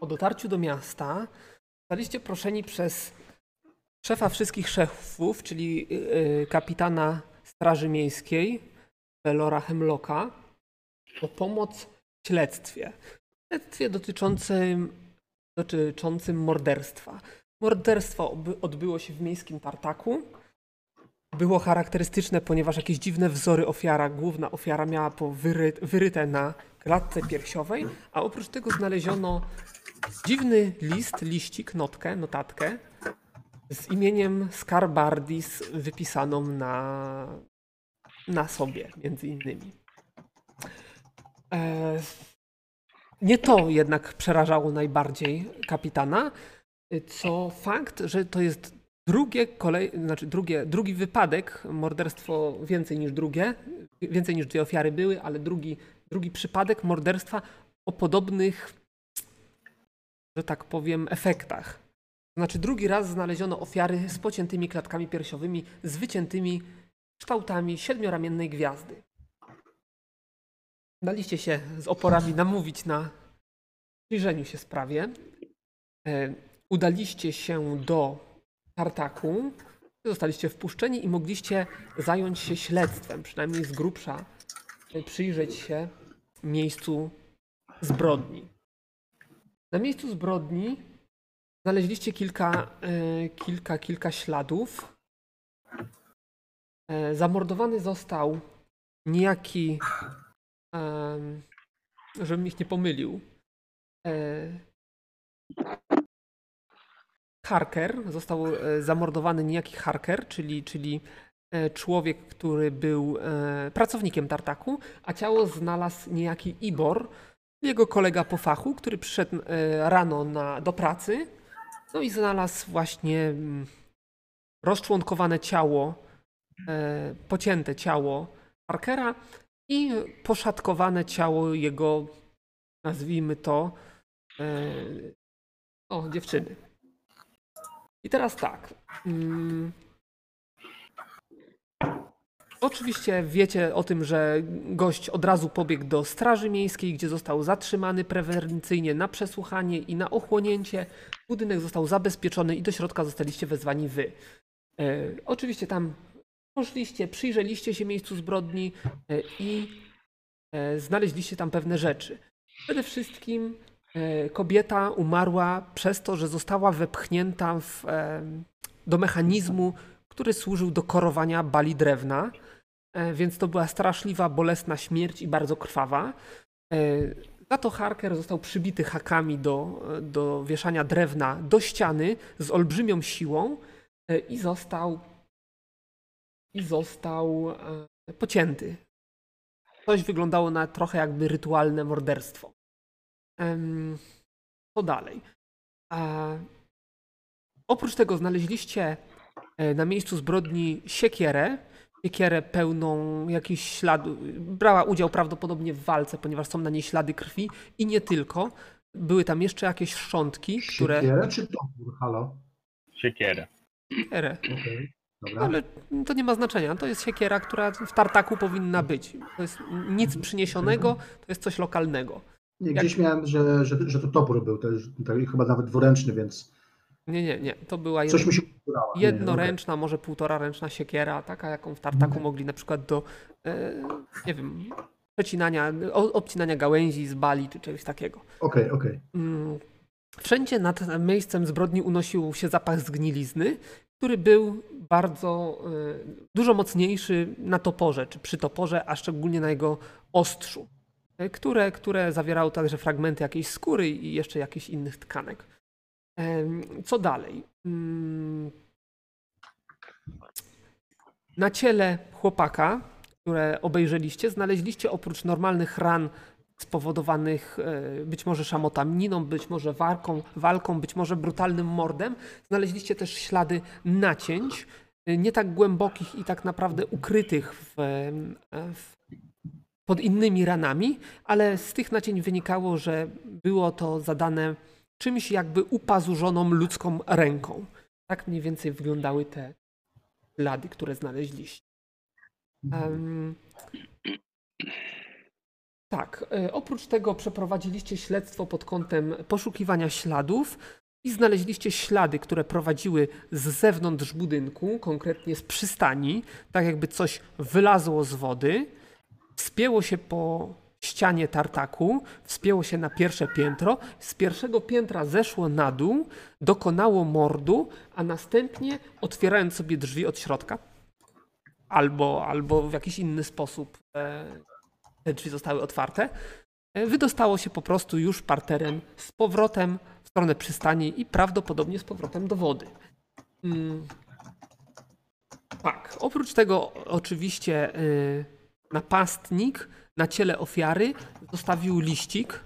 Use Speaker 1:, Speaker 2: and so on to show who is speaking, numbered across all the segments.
Speaker 1: o dotarciu do miasta zostaliście proszeni przez szefa wszystkich szefów, czyli y, y, kapitana Straży Miejskiej, Belora Hemlocka, o pomoc w śledztwie. Śledztwie dotyczącym, dotyczącym morderstwa. Morderstwo oby- odbyło się w miejskim tartaku. Było charakterystyczne, ponieważ jakieś dziwne wzory ofiara, główna ofiara miała po wyry, wyryte na klatce piersiowej, a oprócz tego znaleziono dziwny list, liścik, notkę, notatkę z imieniem Scarbardis wypisaną na, na sobie, między innymi. E, nie to jednak przerażało najbardziej kapitana, y, co fakt, że to jest drugie kolej, znaczy drugie, drugi wypadek, morderstwo więcej niż drugie, więcej niż dwie ofiary były, ale drugi, drugi przypadek morderstwa o podobnych, że tak powiem, efektach. To znaczy drugi raz znaleziono ofiary z pociętymi klatkami piersiowymi, z wyciętymi kształtami siedmioramiennej gwiazdy. Daliście się z oporami namówić na przyjrzeniu się sprawie. E, Udaliście się do Tartaku, gdzie zostaliście wpuszczeni i mogliście zająć się śledztwem, przynajmniej z grubsza e, przyjrzeć się miejscu zbrodni. Na miejscu zbrodni znaleźliście kilka, e, kilka, kilka śladów. E, Zamordowany został niejaki Em, żebym ich nie pomylił. E, Harker, został e, zamordowany niejaki Harker, czyli, czyli e, człowiek, który był e, pracownikiem tartaku, a ciało znalazł niejaki Ibor, jego kolega po fachu, który przyszedł e, rano na, do pracy, no i znalazł właśnie mm, rozczłonkowane ciało, e, pocięte ciało Harkera, i poszatkowane ciało jego, nazwijmy to, e, o, dziewczyny. I teraz tak. mm, Oczywiście wiecie o tym, że gość od razu pobiegł do Straży Miejskiej, gdzie został zatrzymany prewencyjnie na przesłuchanie i na ochłonięcie. Budynek został zabezpieczony i do środka zostaliście wezwani wy. E, oczywiście tam poszliście, przyjrzeliście się miejscu zbrodni, e, i e, znaleźliście tam pewne rzeczy. Przede wszystkim e, kobieta umarła przez to, że została wepchnięta w, e, do mechanizmu, który służył do korowania bali drewna, e, więc to była straszliwa, bolesna śmierć i bardzo krwawa. E, Za to Harker został przybity hakami do, do wieszania drewna do ściany z olbrzymią siłą e, i został i został e, pocięty coś wyglądało na trochę jakby rytualne morderstwo. Em, Co dalej? A, oprócz tego znaleźliście e, na miejscu zbrodni siekierę, siekierę pełną jakichś śladów. Brała udział prawdopodobnie w walce, ponieważ są na niej ślady krwi i nie tylko. Były tam jeszcze jakieś szczątki, które...
Speaker 2: Siekierę czy topór? Halo?
Speaker 3: Siekierę.
Speaker 1: Siekierę.
Speaker 2: Okej, dobra.
Speaker 1: Ale to nie ma znaczenia. To jest siekiera, która w tartaku powinna być. To jest nic przyniesionego, to jest coś lokalnego.
Speaker 2: Nie, gdzieś miałem, że, że, że to topór był, też, tak, chyba nawet dwuręczny, więc
Speaker 1: Nie, nie, nie. To była
Speaker 2: coś
Speaker 1: jedno,
Speaker 2: mi się udało.
Speaker 1: jednoręczna, może półtora ręczna siekiera, taka jaką w tartaku mogli na przykład do, e, nie wiem, przecinania, o, obcinania gałęzi z bali czy czegoś takiego.
Speaker 2: Okej, okej.
Speaker 1: Mm, Wszędzie nad miejscem zbrodni unosił się zapach zgnilizny, który był bardzo, y, dużo mocniejszy na toporze, czy przy toporze, a szczególnie na jego ostrzu, y, które, które zawierało także fragmenty jakiejś skóry i jeszcze jakichś innych tkanek. Em, Co dalej? Mm, Na ciele chłopaka, które obejrzeliście, znaleźliście oprócz normalnych ran spowodowanych e, być może szamotaniną, być może warką, walką, być może brutalnym mordem. Znaleźliście też ślady nacięć, e, nie tak głębokich i tak naprawdę ukrytych w, e, w, pod innymi ranami, ale z tych nacięć wynikało, że było to zadane czymś jakby upazurzoną ludzką ręką. Tak mniej więcej wyglądały te ślady, które znaleźliście. Em, Tak, e, oprócz tego przeprowadziliście śledztwo pod kątem poszukiwania śladów i znaleźliście ślady, które prowadziły z zewnątrz budynku, konkretnie z przystani, tak jakby coś wylazło z wody, wspięło się po ścianie tartaku, wspięło się na pierwsze piętro, z pierwszego piętra zeszło na dół, dokonało mordu, a następnie otwierając sobie drzwi od środka albo, albo w jakiś inny sposób e, te drzwi zostały otwarte. E, Wydostało się po prostu już parterem z powrotem w stronę przystani i prawdopodobnie z powrotem do wody. Mm. Tak, oprócz tego oczywiście y, napastnik na ciele ofiary zostawił liścik.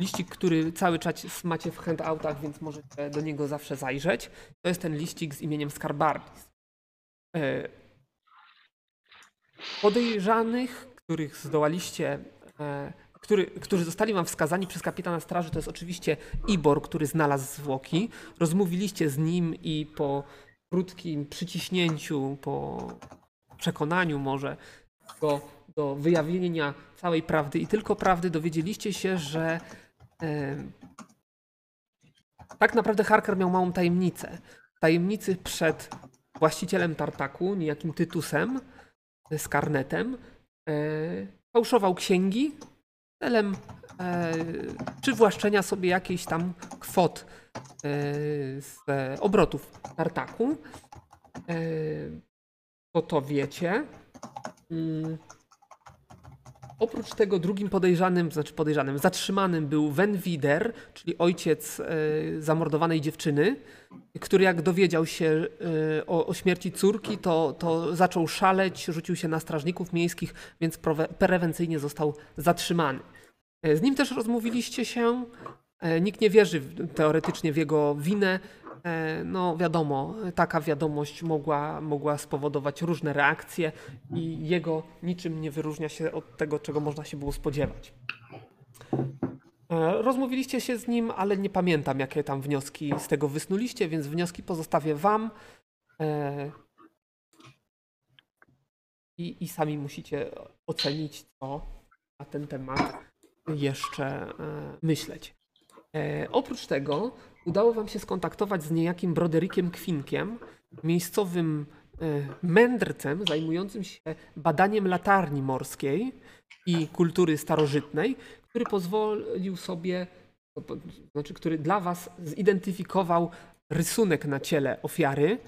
Speaker 1: Liścik, który cały czas macie w handoutach, więc możecie do niego zawsze zajrzeć. To jest ten liścik z imieniem Skarbarbis. E, podejrzanych, których zdołaliście, e, który, którzy zostali wam wskazani przez kapitana straży, to jest oczywiście Ibor, który znalazł zwłoki. Rozmówiliście z nim i po krótkim przyciśnięciu, po przekonaniu może go do wyjawienia całej prawdy i tylko prawdy, dowiedzieliście się, że e, tak naprawdę Harker miał małą tajemnicę. Tajemnicy przed właścicielem tartaku, niejakim Tytusem, z karnetem, e, fałszował księgi celem e, przywłaszczenia sobie jakiejś tam kwot e, z e, obrotów tartaku. E, to to wiecie. Mm. Oprócz tego drugim podejrzanym, znaczy podejrzanym, zatrzymanym był Wenwider, czyli ojciec e, zamordowanej dziewczyny, który jak dowiedział się e, o, o śmierci córki, to, to zaczął szaleć, rzucił się na strażników miejskich, więc prowe, prewencyjnie został zatrzymany. E, Z nim też rozmówiliście się. E, Nikt nie wierzy w- teoretycznie w jego winę. E, No wiadomo, taka wiadomość mogła, mogła spowodować różne reakcje i jego niczym nie wyróżnia się od tego, czego można się było spodziewać. E, Rozmówiliście się z nim, ale nie pamiętam, jakie tam wnioski z tego wysnuliście, więc wnioski pozostawię wam. E, I, i sami musicie ocenić, co na ten temat jeszcze e, myśleć. E, oprócz tego udało wam się skontaktować z niejakim Broderickiem Kwinkiem, miejscowym e, mędrcem zajmującym się badaniem latarni morskiej i kultury starożytnej, który pozwolił sobie, to po- znaczy, który dla was zidentyfikował rysunek na ciele ofiary.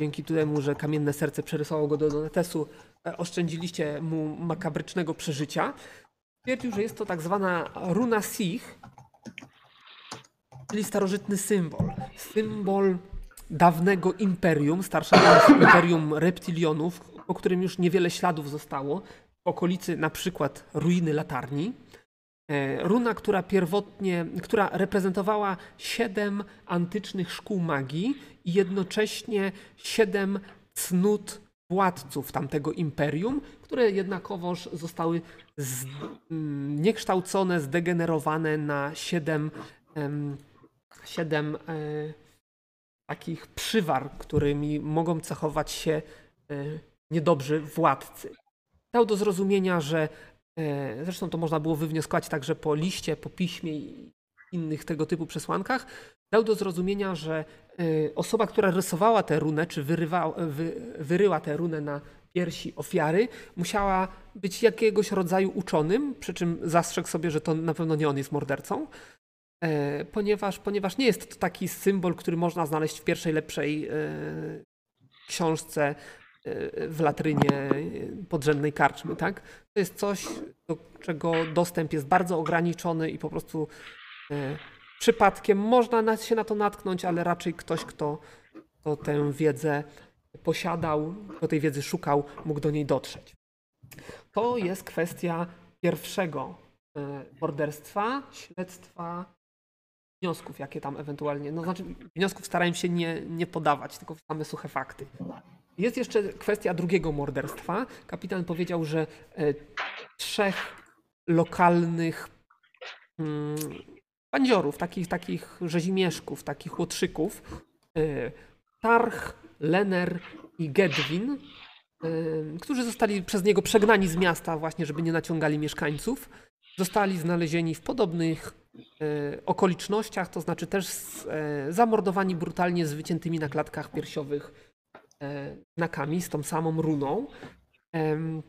Speaker 1: Dzięki temu, że kamienne serce przerysowało go do Donatesu, e, oszczędziliście mu makabrycznego przeżycia. Stwierdził, że jest to tak zwana runa Sich, czyli starożytny symbol. Symbol dawnego imperium, starszego imperium reptilionów, po którym już niewiele śladów zostało, w okolicy na przykład ruiny latarni. E, Runa, która pierwotnie, która reprezentowała siedem antycznych szkół magii i jednocześnie siedem cnót władców tamtego imperium, które jednakowoż zostały z, mm, niekształcone, zdegenerowane na siedem, em, siedem e, takich przywar, którymi mogą cechować się e, niedobrzy władcy. Dał do zrozumienia, że E, Zresztą to można było wywnioskować także po liście, po piśmie i innych tego typu przesłankach. Dał do zrozumienia, że e, osoba, która rysowała tę runę, czy wyrywa, wy, wyryła tę runę na piersi ofiary, musiała być jakiegoś rodzaju uczonym, przy czym zastrzegł sobie, że to na pewno nie on jest mordercą, e, ponieważ, ponieważ nie jest to taki symbol, który można znaleźć w pierwszej lepszej e, książce e, w latrynie e, podrzędnej karczmy, tak? To jest coś, do czego dostęp jest bardzo ograniczony i po prostu e, przypadkiem można na, się na to natknąć, ale raczej ktoś, kto, kto tę wiedzę posiadał, kto tej wiedzy szukał, mógł do niej dotrzeć. To jest kwestia pierwszego e, morderstwa, śledztwa, wniosków, jakie tam ewentualnie, no znaczy wniosków starałem się nie, nie podawać, tylko same suche fakty. Jest jeszcze kwestia drugiego morderstwa. Kapitan powiedział, że e, trzech lokalnych mm, bandziorów, takich, takich rzezimieszków, takich łotrzyków, e, Tarch, Lener i Gedwin, y, e, którzy zostali przez niego przegnani z miasta właśnie, żeby nie naciągali mieszkańców, zostali znalezieni w podobnych e, okolicznościach, to znaczy też z, e, zamordowani brutalnie z wyciętymi na klatkach piersiowych e, znakami, z tą samą runą. Em,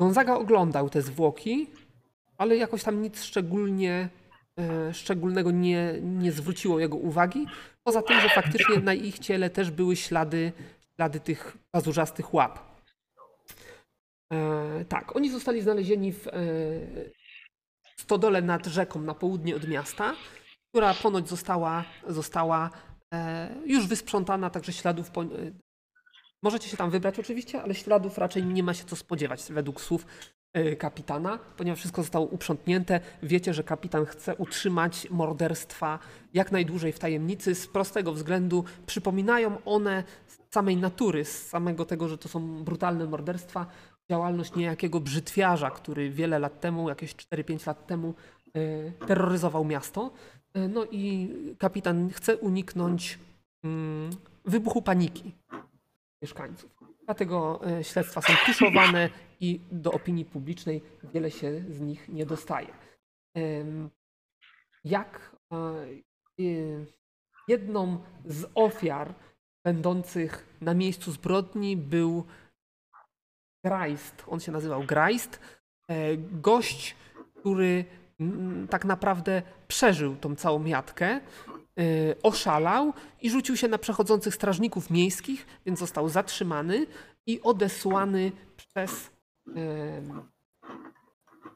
Speaker 1: Gonzaga oglądał te zwłoki, ale jakoś tam nic szczególnie, e, szczególnego nie, nie zwróciło jego uwagi. Poza tym, że faktycznie na ich ciele też były ślady, ślady tych pazurzastych łap. E, tak, oni zostali znalezieni w e, stodole nad rzeką na południe od miasta, która ponoć została, została e, już wysprzątana, także śladów. Po, e, możecie się tam wybrać oczywiście, ale śladów raczej nie ma się co spodziewać według słów e, kapitana, ponieważ wszystko zostało uprzątnięte. Wiecie, że kapitan chce utrzymać morderstwa jak najdłużej w tajemnicy z prostego względu. Przypominają one z samej natury, z samego tego, że to są brutalne morderstwa, działalność niejakiego brzytwiarza, który wiele lat temu, jakieś 4-5 lat temu, e, terroryzował miasto. E, No i kapitan chce uniknąć mm, wybuchu paniki mieszkańców. Dlatego e, śledztwa są tuszowane i do opinii publicznej wiele się z nich nie dostaje. Em, Jak e, e, jedną z ofiar będących na miejscu zbrodni był Grajst. On się nazywał Grajst. E, Gość, który mm, tak naprawdę przeżył tą całą jatkę, e, oszalał i rzucił się na przechodzących strażników miejskich, więc został zatrzymany i odesłany przez, em,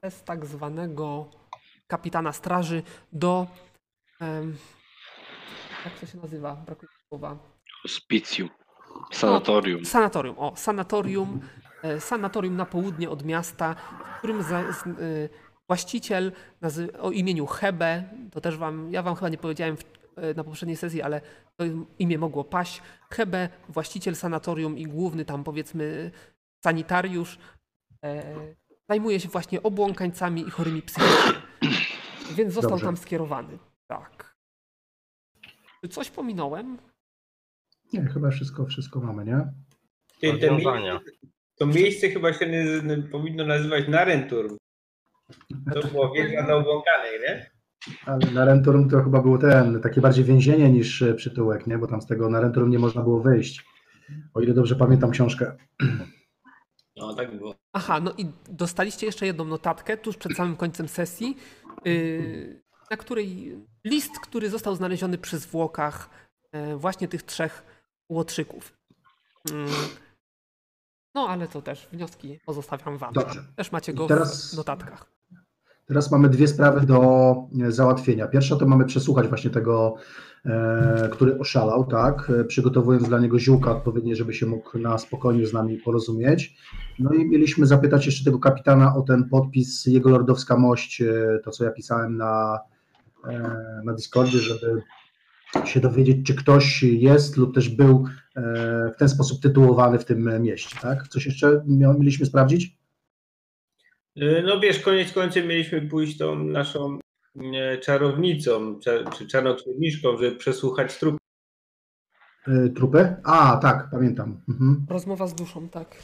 Speaker 1: przez tak zwanego kapitana straży do. em, Jak to się nazywa? Brakuje mi słowa.
Speaker 3: Hospicjum. Sanatorium.
Speaker 1: Sanatorium, o, sanatorium, e, sanatorium na południe od miasta, w którym za, z, y, właściciel nazy- o imieniu Hebe, to też wam, ja wam chyba nie powiedziałem w, y, na poprzedniej sesji, ale to im- imię mogło paść. Hebe, właściciel sanatorium i główny tam powiedzmy sanitariusz, e, zajmuje się właśnie obłąkańcami i chorymi psychicznie. Więc został
Speaker 2: Dobrze.
Speaker 1: tam skierowany. Tak. Czy coś pominąłem?
Speaker 2: Nie, chyba wszystko, wszystko mamy, nie?
Speaker 4: Ty, te
Speaker 5: Rozwiązania.
Speaker 4: miejsce, to miejsce chyba się nie, nie, powinno nazywać Narentur. To było wiedza na obłąkanej, nie?
Speaker 2: Ale na Rentorum to chyba było ten, takie bardziej więzienie niż e, przytułek, nie? Bo tam z tego na Rentorum nie można było wyjść. O ile dobrze pamiętam książkę.
Speaker 4: No tak było.
Speaker 1: Aha, no i dostaliście jeszcze jedną notatkę tuż przed samym końcem sesji, yy, na której list, który został znaleziony przy zwłokach e, właśnie tych trzech łotrzyków. Mm. No ale to też wnioski pozostawiam wam.
Speaker 2: Dobrze.
Speaker 1: Też macie go
Speaker 2: Teraz-
Speaker 1: w notatkach.
Speaker 2: Teraz mamy dwie sprawy do e, załatwienia. Pierwsza to mamy przesłuchać właśnie tego, e, który oszalał, tak? E, Przygotowując dla niego ziółka odpowiednie, żeby się mógł na spokojnie z nami porozumieć. No i mieliśmy zapytać jeszcze tego kapitana o ten podpis Jego Lordowska Mość, e, to co ja pisałem na, e, na Discordzie, żeby się dowiedzieć, czy ktoś jest lub też był e, w ten sposób tytułowany w tym mieście, tak? Coś jeszcze mia- mieliśmy sprawdzić?
Speaker 4: Y, No wiesz, koniec końców mieliśmy pójść tą naszą e, czarownicą, cza- czy czarnoksiężniczką, żeby przesłuchać trup.
Speaker 2: Y, Trupy? A, tak, pamiętam. Mhm.
Speaker 1: Rozmowa z duszą, tak.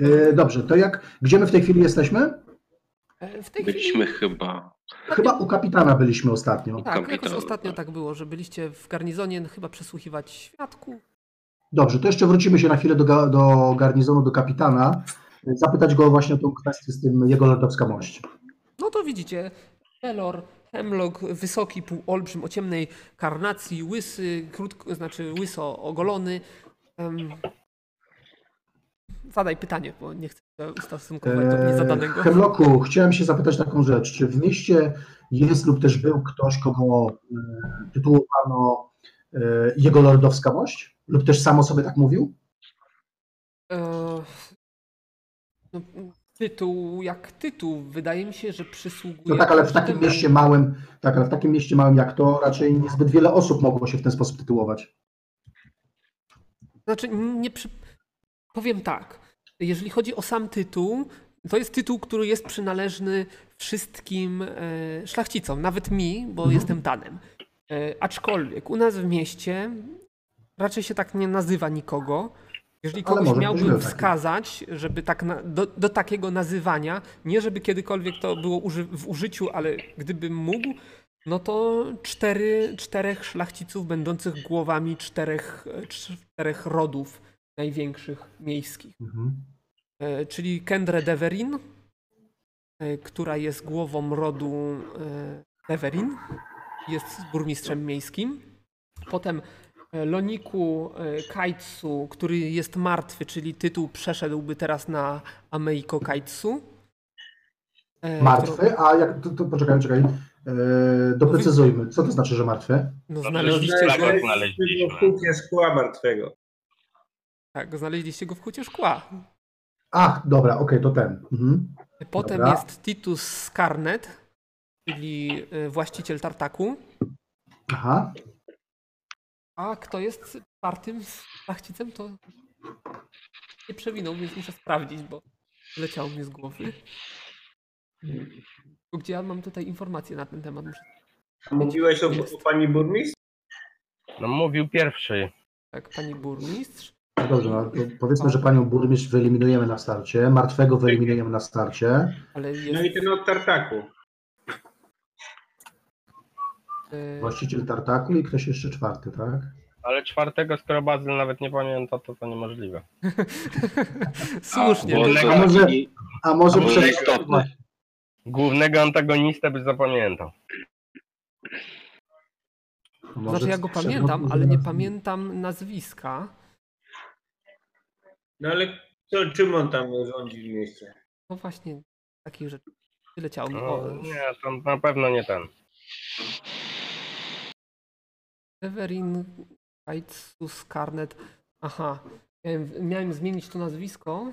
Speaker 2: Y, Dobrze, to jak, gdzie my w tej chwili jesteśmy?
Speaker 1: E, W tej
Speaker 3: Byliśmy
Speaker 1: chwili...
Speaker 3: chyba.
Speaker 2: Chyba u kapitana byliśmy ostatnio.
Speaker 1: Tak, jakoś
Speaker 3: Kapitan,
Speaker 1: ostatnio
Speaker 3: tak.
Speaker 1: tak było, że byliście w garnizonie no, chyba przesłuchiwać świadków.
Speaker 2: Dobrze, to jeszcze wrócimy się na chwilę do, ga- do garnizonu, do kapitana, y, zapytać go właśnie o tą kwestię z tym jego lordowska mość.
Speaker 1: No to widzicie, Pelor, Hemlock, wysoki półolbrzym o ciemnej karnacji, łysy, krótko, znaczy łyso ogolony. Em, zadaj pytanie, bo nie chcę ustosunkować do
Speaker 2: E,
Speaker 1: niezadanego.
Speaker 2: Hemlocku, chciałem się zapytać taką rzecz, czy w mieście jest lub też był ktoś, kogo y, tytułowano y, jego lordowska mość? Lub też sam o sobie tak mówił?
Speaker 1: E, no, tytuł jak tytuł. Wydaje mi się, że przysługuje...
Speaker 2: No tak, ale w takim
Speaker 1: każdemu-
Speaker 2: mieście małym, tak, ale w takim mieście małym jak to raczej niezbyt wiele osób mogło się w ten sposób tytułować.
Speaker 1: Znaczy, nie przy... powiem tak. Jeżeli chodzi o sam tytuł, to jest tytuł, który jest przynależny wszystkim e, szlachcicom, nawet mi, bo
Speaker 2: Mhm.
Speaker 1: jestem Danem. E, aczkolwiek u nas w mieście raczej się tak nie nazywa nikogo. Jeżeli
Speaker 2: Ale
Speaker 1: kogoś
Speaker 2: może
Speaker 1: miałbym
Speaker 2: weźmy taki.
Speaker 1: wskazać, żeby tak na, do, do takiego nazywania, nie żeby kiedykolwiek to było uży, w użyciu, ale gdybym mógł, no to cztery, czterech szlachciców będących głowami czterech, e, cz- czterech rodów największych miejskich.
Speaker 2: Mhm.
Speaker 1: E, Czyli Kendrę Deverin, e, która jest głową rodu e, Deverin, jest burmistrzem miejskim. Potem e, Loniku e, Kaitsu, który jest martwy, czyli tytuł przeszedłby teraz na Ameiko Kaitsu. E, którą-
Speaker 2: Martwy, a jak, to, to poczekaj, czekaj, e, doprecyzujmy, co to znaczy, że martwy?
Speaker 1: No,
Speaker 4: No,
Speaker 1: znaleźliście
Speaker 4: tak,
Speaker 1: go,
Speaker 5: Znaleźliśmy.
Speaker 4: znaleźliśmy go w kupie skła martwego.
Speaker 1: tak, znaleźliście go w hucie szkła.
Speaker 2: Ach, dobra, okej, to ten. Mhm.
Speaker 1: Potem
Speaker 2: Dobra.
Speaker 1: jest Titus Scarnet, czyli e, właściciel tartaku.
Speaker 2: Aha,
Speaker 1: A kto jest czwartym szlachcicem, to nie przewinął, więc muszę sprawdzić, bo leciało mi z głowy. Tylko Gdzie ja mam tutaj informacje na ten temat? Muszę...
Speaker 4: Mówiłeś o,
Speaker 1: Jest.
Speaker 4: o pani burmistrz?
Speaker 5: No mówił pierwszy.
Speaker 1: Tak, pani burmistrz.
Speaker 2: no dobrze, no, to powiedzmy, że panią burmistrz wyeliminujemy na starcie, martwego wyeliminujemy na starcie.
Speaker 1: Ale jest
Speaker 4: No i ten od tartaku.
Speaker 1: e,
Speaker 2: Właściciel tartaku i ktoś jeszcze czwarty, tak?
Speaker 5: Ale czwartego, skoro Bazyl nawet nie pamięta, to to niemożliwe.
Speaker 1: słusznie.
Speaker 3: A, bo
Speaker 1: to-
Speaker 3: to
Speaker 2: A może-
Speaker 3: taki-
Speaker 2: A może No
Speaker 3: A może
Speaker 2: przez...
Speaker 3: istotne.
Speaker 5: Głównego antagonistę by zapamiętał.
Speaker 2: Może no,
Speaker 1: Znaczy ja go
Speaker 2: przez-
Speaker 1: pamiętam, ale nie pamiętam nazwiska.
Speaker 4: No ale co, czym on tam rządzi w mieście?
Speaker 1: No właśnie, takich rzeczy. Leciało mi.
Speaker 5: No,
Speaker 1: O,
Speaker 5: nie, to na pewno nie ten.
Speaker 1: Severin Kaitsus Karnet. Aha, miałem, miałem zmienić to nazwisko,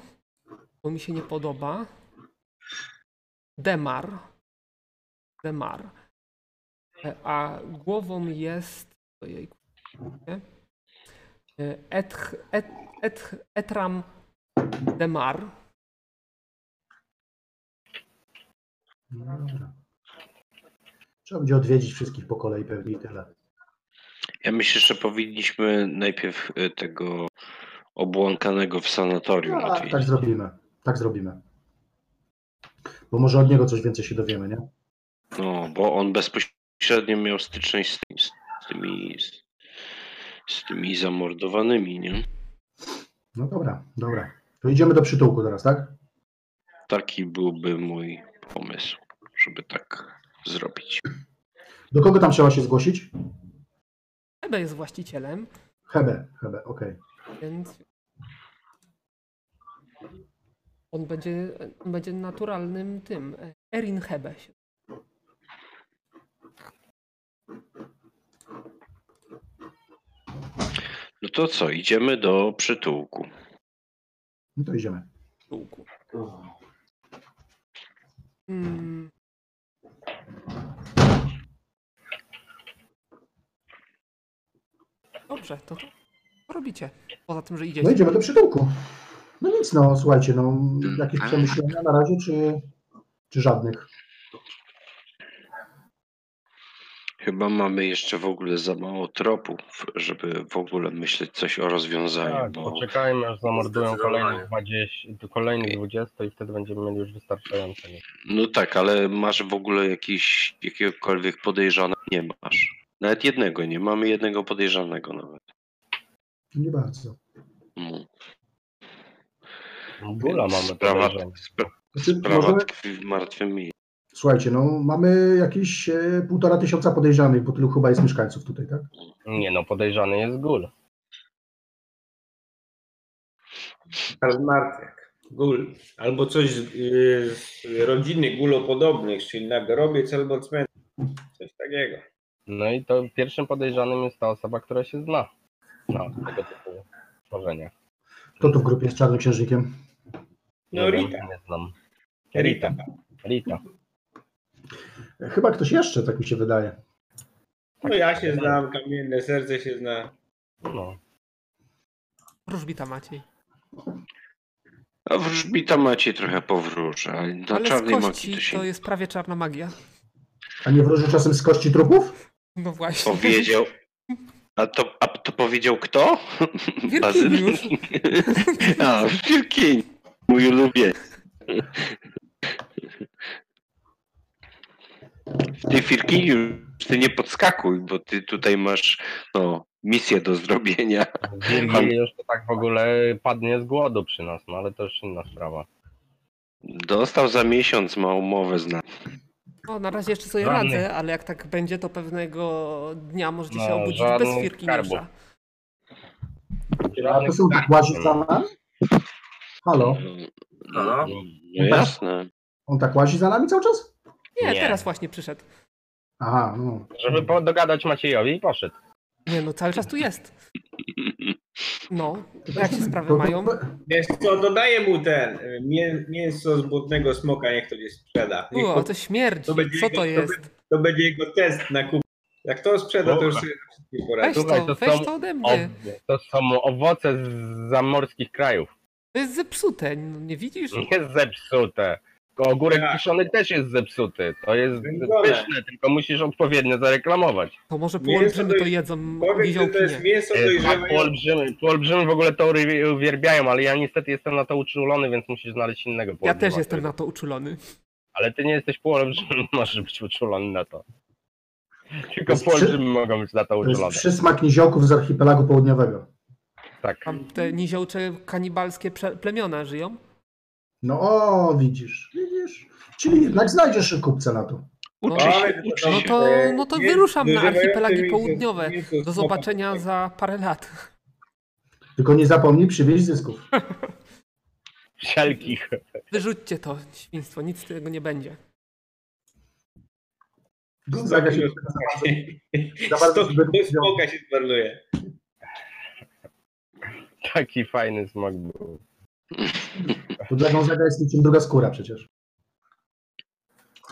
Speaker 1: bo mi się nie podoba. Demar. Demar. E, A głową jest. Ojejku. nie? E, Etch, et, etch, etram Demar.
Speaker 2: No dobra. Trzeba będzie odwiedzić wszystkich po kolei pewnie i tyle.
Speaker 3: Ja myślę, że powinniśmy najpierw y, tego obłąkanego w sanatorium
Speaker 2: A,
Speaker 3: odwiedzić.
Speaker 2: tak zrobimy, tak zrobimy. Bo może od niego coś więcej się dowiemy, nie?
Speaker 3: No, bo on bezpośrednio miał styczność z tymi, z tymi, z, z tymi zamordowanymi, nie?
Speaker 2: No dobra, dobra. To idziemy do przytułku teraz, tak?
Speaker 3: Taki byłby mój pomysł, żeby tak zrobić.
Speaker 2: Do kogo tam trzeba się zgłosić?
Speaker 1: Ebe jest właścicielem,
Speaker 2: Hebe, Hebe, okej.
Speaker 1: więc. On będzie, on będzie naturalnym tym. e, Erin Hebe się
Speaker 3: No to co, idziemy do przytułku.
Speaker 2: No to idziemy.
Speaker 1: czułku. Mm. Dobrze, to co robicie? Poza tym, że
Speaker 2: No
Speaker 1: idziecie.
Speaker 2: idziemy do przytułku. No nic, no słuchajcie, no jakieś przemyślenia na razie, czy, czy żadnych?
Speaker 3: Chyba mamy jeszcze w ogóle za mało tropów, żeby w ogóle myśleć coś o rozwiązaniu,
Speaker 5: Tak,
Speaker 3: bo
Speaker 5: poczekajmy aż zamordują
Speaker 4: no. Zdecydowanie.
Speaker 5: kolejnych 20, kolejnych 20 i wtedy będziemy mieli już wystarczająco.
Speaker 3: no tak, ale masz w ogóle jakiś, jakiegokolwiek podejrzanego? Nie masz. Nawet jednego nie, mamy jednego podejrzanego nawet.
Speaker 2: Nie bardzo.
Speaker 3: No.
Speaker 5: Gula mamy
Speaker 3: sprawa,
Speaker 5: podejrzane.
Speaker 3: spra-
Speaker 2: Znaczy,
Speaker 3: sprawa
Speaker 2: może,
Speaker 3: tkwi w martwym miejscu.
Speaker 2: słuchajcie, no mamy jakieś e, półtora tysiąca podejrzanych, bo tylu chyba jest mieszkańców tutaj, tak?
Speaker 5: Nie no, podejrzany jest Gul.
Speaker 4: Pan Martek. Gul. Albo coś z, y, z rodziny gulopodobnych, czyli nagrobiec albo cmentarz. Coś takiego.
Speaker 5: No i to pierwszym podejrzanym jest ta osoba, która się zna na tego typu tworzeniach.
Speaker 2: Kto tu w grupie jest czarnoksiężnikiem?
Speaker 4: No,
Speaker 5: Nie
Speaker 4: Rita.
Speaker 5: Wiem, nie znam.
Speaker 4: Rita.
Speaker 5: Rita.
Speaker 2: Chyba ktoś jeszcze, tak mi się wydaje.
Speaker 4: No ja się znam, kamienne serce się zna.
Speaker 5: No.
Speaker 1: Wróżbita Maciej.
Speaker 3: A wróżbita macie trochę powróży, ale na
Speaker 1: Ale z
Speaker 3: czarnej magii to
Speaker 1: kości
Speaker 3: się
Speaker 1: to jest prawie czarna magia.
Speaker 2: A nie wróży czasem z kości trupów?
Speaker 1: No właśnie.
Speaker 3: powiedział. A to, a to powiedział kto?
Speaker 1: Wierkiewicz.
Speaker 3: A, Wilkiń. Mój lubię. Ty Firkiniu, ty nie podskakuj, bo ty tutaj masz no, misję do zrobienia.
Speaker 5: Wirgiliusz to tak w ogóle padnie z głodu przy nas, no ale to już inna sprawa.
Speaker 3: Dostał za miesiąc, ma umowę z nami.
Speaker 1: No, na razie jeszcze sobie
Speaker 5: Żadnych.
Speaker 1: radzę, ale jak tak będzie, to pewnego dnia możecie się
Speaker 5: No,
Speaker 1: obudzić bez
Speaker 5: żadnych skarbów.
Speaker 1: Firkiniusza.
Speaker 2: A to są tak za nami? Halo?
Speaker 4: Halo?
Speaker 3: No jasne.
Speaker 2: On tak łazi za nami cały czas?
Speaker 1: Nie,
Speaker 5: Nie.
Speaker 1: teraz właśnie przyszedł.
Speaker 2: Aha, no.
Speaker 5: Żeby po- dogadać Maciejowi i poszedł.
Speaker 1: Nie no, cały czas tu jest. No, jak się
Speaker 2: To-
Speaker 1: sprawy
Speaker 2: to-
Speaker 1: mają?
Speaker 4: Wiesz co, dodaję mu ten y, mię, mięso z błotnego smoka, niech to nie sprzeda. Niech
Speaker 1: O,
Speaker 4: to,
Speaker 1: to śmierdzi.
Speaker 4: To będzie
Speaker 1: Co
Speaker 4: jego-
Speaker 1: to
Speaker 4: to
Speaker 1: jest?
Speaker 4: to będzie jego test na kup. Jak to sprzeda, to już sobie na wszystkim
Speaker 1: Weź
Speaker 4: poradzę.
Speaker 5: Słuchaj,
Speaker 1: to,
Speaker 5: to
Speaker 1: weź
Speaker 5: są-
Speaker 1: to ode
Speaker 5: O,
Speaker 1: mnie.
Speaker 5: to są owoce z zamorskich krajów.
Speaker 1: To jest zepsute, no, nie widzisz?
Speaker 5: Jest zepsute. Ogórek
Speaker 4: Tak.
Speaker 5: kiszony też jest zepsuty. To jest
Speaker 4: Wędzone.
Speaker 5: pyszne, tylko musisz odpowiednio zareklamować.
Speaker 1: To może
Speaker 4: Mięso
Speaker 1: połączymy
Speaker 4: do-
Speaker 1: to jedzą
Speaker 4: Powiedz, że
Speaker 1: niziołki
Speaker 4: to jest
Speaker 1: nie.
Speaker 4: mięso
Speaker 5: E,
Speaker 4: dojrzewe.
Speaker 5: Polbrzymy, polbrzymy w ogóle to uwi- uwielbiają, ale ja niestety jestem na to uczulony, więc musisz znaleźć innego
Speaker 1: Ja
Speaker 5: poolbrzyma,
Speaker 1: też jestem
Speaker 5: który-
Speaker 1: na to uczulony.
Speaker 5: Ale ty nie jesteś polbrzymem, możesz być uczulony na to. Tylko
Speaker 2: jest przy-
Speaker 5: polbrzymy mogą być na to
Speaker 2: To jest
Speaker 5: uczulone.
Speaker 2: przysmak niziołków z archipelagu południowego.
Speaker 5: Tak.
Speaker 1: Tam te niziołcze kanibalskie prze- plemiona żyją.
Speaker 2: No o, widzisz, widzisz. Czyli jednak znajdziesz kupca na to.
Speaker 3: Uczy
Speaker 1: No,
Speaker 3: się, uczy się.
Speaker 1: No to, no to wyruszam na archipelagi południowe. Do
Speaker 4: Do
Speaker 1: zobaczenia za parę lat.
Speaker 2: Tylko nie zapomnij przywieźć zysków.
Speaker 5: Wszelkich.
Speaker 1: Wyrzućcie to, świństwo, nic z tego nie będzie.
Speaker 2: Zagać się Za bardzo
Speaker 4: Stok
Speaker 2: zbyt-
Speaker 4: do smoka się zmarnuje.
Speaker 5: Taki fajny smok był.
Speaker 2: To dla Gonzaga jest niczym druga skóra przecież.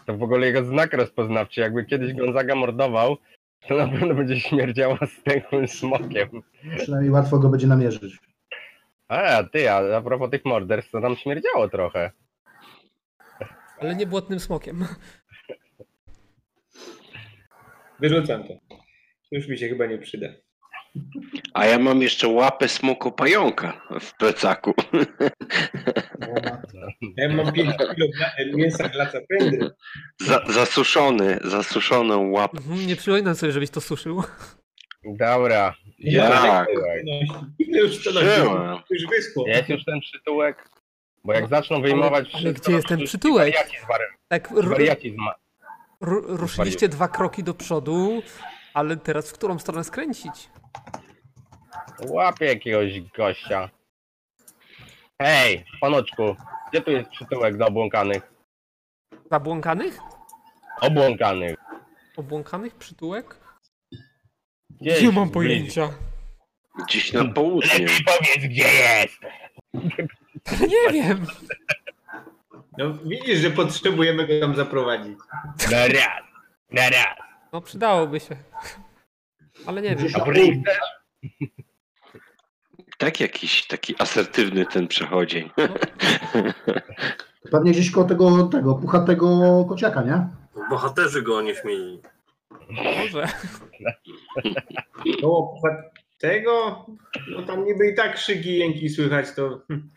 Speaker 5: To w ogóle jego znak rozpoznawczy. Jakby kiedyś Gonzaga mordował, to na pewno będzie śmierdziała z tym smokiem.
Speaker 2: Przynajmniej łatwo go będzie namierzyć.
Speaker 5: A ty, a, a propos tych morderstw, to tam śmierdziało trochę.
Speaker 1: Ale nie błotnym smokiem.
Speaker 4: Wyrzucam to. Już mi się chyba nie przyda.
Speaker 3: A ja mam jeszcze łapę smoku pająka w plecaku.
Speaker 4: Ja mam 5 kilo gla- mięsa glaca pędy.
Speaker 3: Za, zasuszony, zasuszoną łapę.
Speaker 1: Mhm, Nie przypominam sobie, żebyś to suszył.
Speaker 5: Dobra.
Speaker 3: Ja.
Speaker 4: Ile już to nosi?
Speaker 3: Żyłem.
Speaker 4: Już wyschło.
Speaker 5: Jest już ten przytułek. Bo jak zaczną wyjmować
Speaker 1: ale
Speaker 5: wszystko,
Speaker 1: gdzie jest ten
Speaker 5: to wszyscy
Speaker 1: przytułek?
Speaker 5: Wariaci, z wari-
Speaker 1: Tak, r-
Speaker 5: wariaci z ma-
Speaker 1: r- ruszyliście dwa kroki do przodu, ale teraz w którą stronę skręcić?
Speaker 5: Łapie jakiegoś gościa. Hej, panoczku, gdzie tu jest przytułek do obłąkanych?
Speaker 1: Zabłąkanych?
Speaker 5: Obłąkanych.
Speaker 1: Obłąkanych? Przytułek?
Speaker 5: Gdzieś
Speaker 1: Nie mam
Speaker 5: w
Speaker 1: pojęcia.
Speaker 3: Gdzieś na południe.
Speaker 5: Lepiej powiedz, gdzie jest!
Speaker 1: Nie wiem.
Speaker 4: No widzisz, że potrzebujemy go tam zaprowadzić.
Speaker 5: Na raz, na raz.
Speaker 1: No przydałoby się. Ale nie wiem.
Speaker 2: Gdzieś
Speaker 5: A
Speaker 4: No.
Speaker 2: na
Speaker 5: bryj
Speaker 2: południe.
Speaker 5: też?
Speaker 3: Tak jakiś taki asertywny ten przechodzień.
Speaker 2: Pewnie gdzieś koło tego, tego puchatego kociaka, nie?
Speaker 6: Bohaterzy go nie śmieli.
Speaker 1: no, Może.
Speaker 4: Koło No, tak tego, no tam niby i tak krzyki jęki słychać, to hm,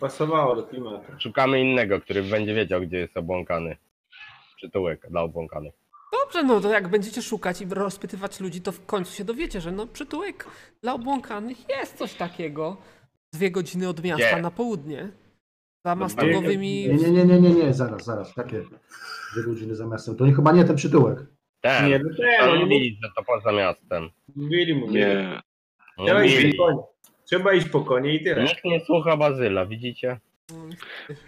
Speaker 4: pasowało do klimatu.
Speaker 5: Szukamy innego, który będzie wiedział, gdzie jest obłąkany. Przytułek dla obłąkanych.
Speaker 1: Dobrze, no to jak będziecie szukać i rozpytywać ludzi, to w końcu się dowiecie, że no przytułek dla obłąkanych jest coś takiego. Dwie godziny od miasta
Speaker 5: Nie.
Speaker 1: na południe. Za
Speaker 5: Dwie
Speaker 1: mastogowymi...
Speaker 2: Nie, nie, nie, nie, nie, nie, zaraz, zaraz. Takie dwie godziny za miastem. To nie, chyba nie ten przytułek.
Speaker 5: Ten,
Speaker 4: Nie,
Speaker 5: nie,
Speaker 4: no ten,
Speaker 5: to Tak.
Speaker 4: oni mu-
Speaker 5: mówili, że to poza miastem.
Speaker 4: mówili, mówili.
Speaker 3: Nie.
Speaker 4: Trzeba iść
Speaker 5: Mówili.
Speaker 4: po konie. Trzeba iść po konie i tyle.
Speaker 5: Nikt nie słucha Bazyla, widzicie?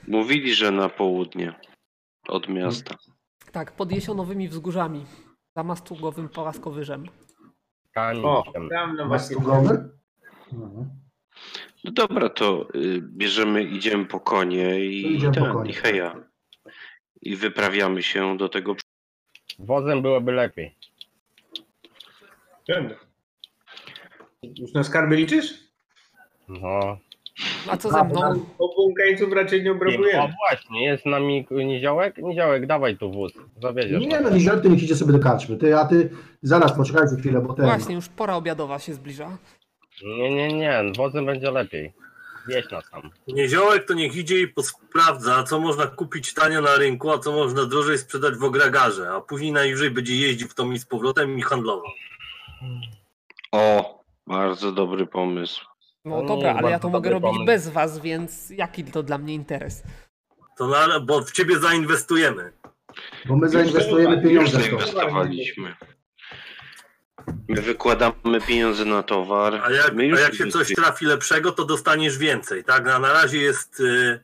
Speaker 3: Mówili, że na południe od miasta.
Speaker 1: Tak, pod jesionowymi wzgórzami. Za mastugowym płaskowyżem.
Speaker 4: O,
Speaker 5: Kamiczem.
Speaker 4: tam na
Speaker 2: Masz
Speaker 4: właśnie.
Speaker 2: goły? No.
Speaker 3: No dobra, to y, bierzemy, idziemy po konie i,
Speaker 2: Idziemy po
Speaker 3: ten,
Speaker 2: konie. tak.
Speaker 3: i heja. I wyprawiamy się do tego. przy-
Speaker 5: Wozem byłoby lepiej.
Speaker 4: Już na skarby liczysz?
Speaker 5: No,
Speaker 1: A co ze mną?
Speaker 4: Obłąkańców raczej nie
Speaker 5: A
Speaker 4: obrabujemy.
Speaker 5: właśnie, jest z nami Niziołek? Niziołek, dawaj tu wóz, zawiedziesz.
Speaker 2: Nie, no nie ty niech idzie sobie do karczmy. Ty, a ty zaraz poczekajcie chwilę, bo
Speaker 5: Tak.
Speaker 2: ten.
Speaker 1: Właśnie, już pora obiadowa się zbliża.
Speaker 5: Nie, nie, nie, wozem będzie lepiej. Wieź nas tam.
Speaker 6: Nieziołek to niech idzie i posprawdza, co można kupić tanio na rynku, a co można drożej sprzedać w ogragarze, a później najwyżej będzie jeździł w tom i z powrotem i handlował.
Speaker 3: O, bardzo dobry pomysł.
Speaker 1: No
Speaker 5: No,
Speaker 1: dobra, ale ja to
Speaker 5: bardzo
Speaker 1: mogę
Speaker 5: dobry
Speaker 1: robić
Speaker 5: pomysł.
Speaker 1: bez was, więc jaki to dla mnie interes?
Speaker 6: To na, bo w ciebie zainwestujemy.
Speaker 2: Bo my zainwestujemy
Speaker 3: Już
Speaker 2: pieniądze w to.
Speaker 3: zainwestowaliśmy. My wykładamy pieniądze na towar.
Speaker 6: A jak,
Speaker 3: My już
Speaker 6: a jak się coś trafi lepszego, to dostaniesz więcej, tak? Na, na razie jest. y,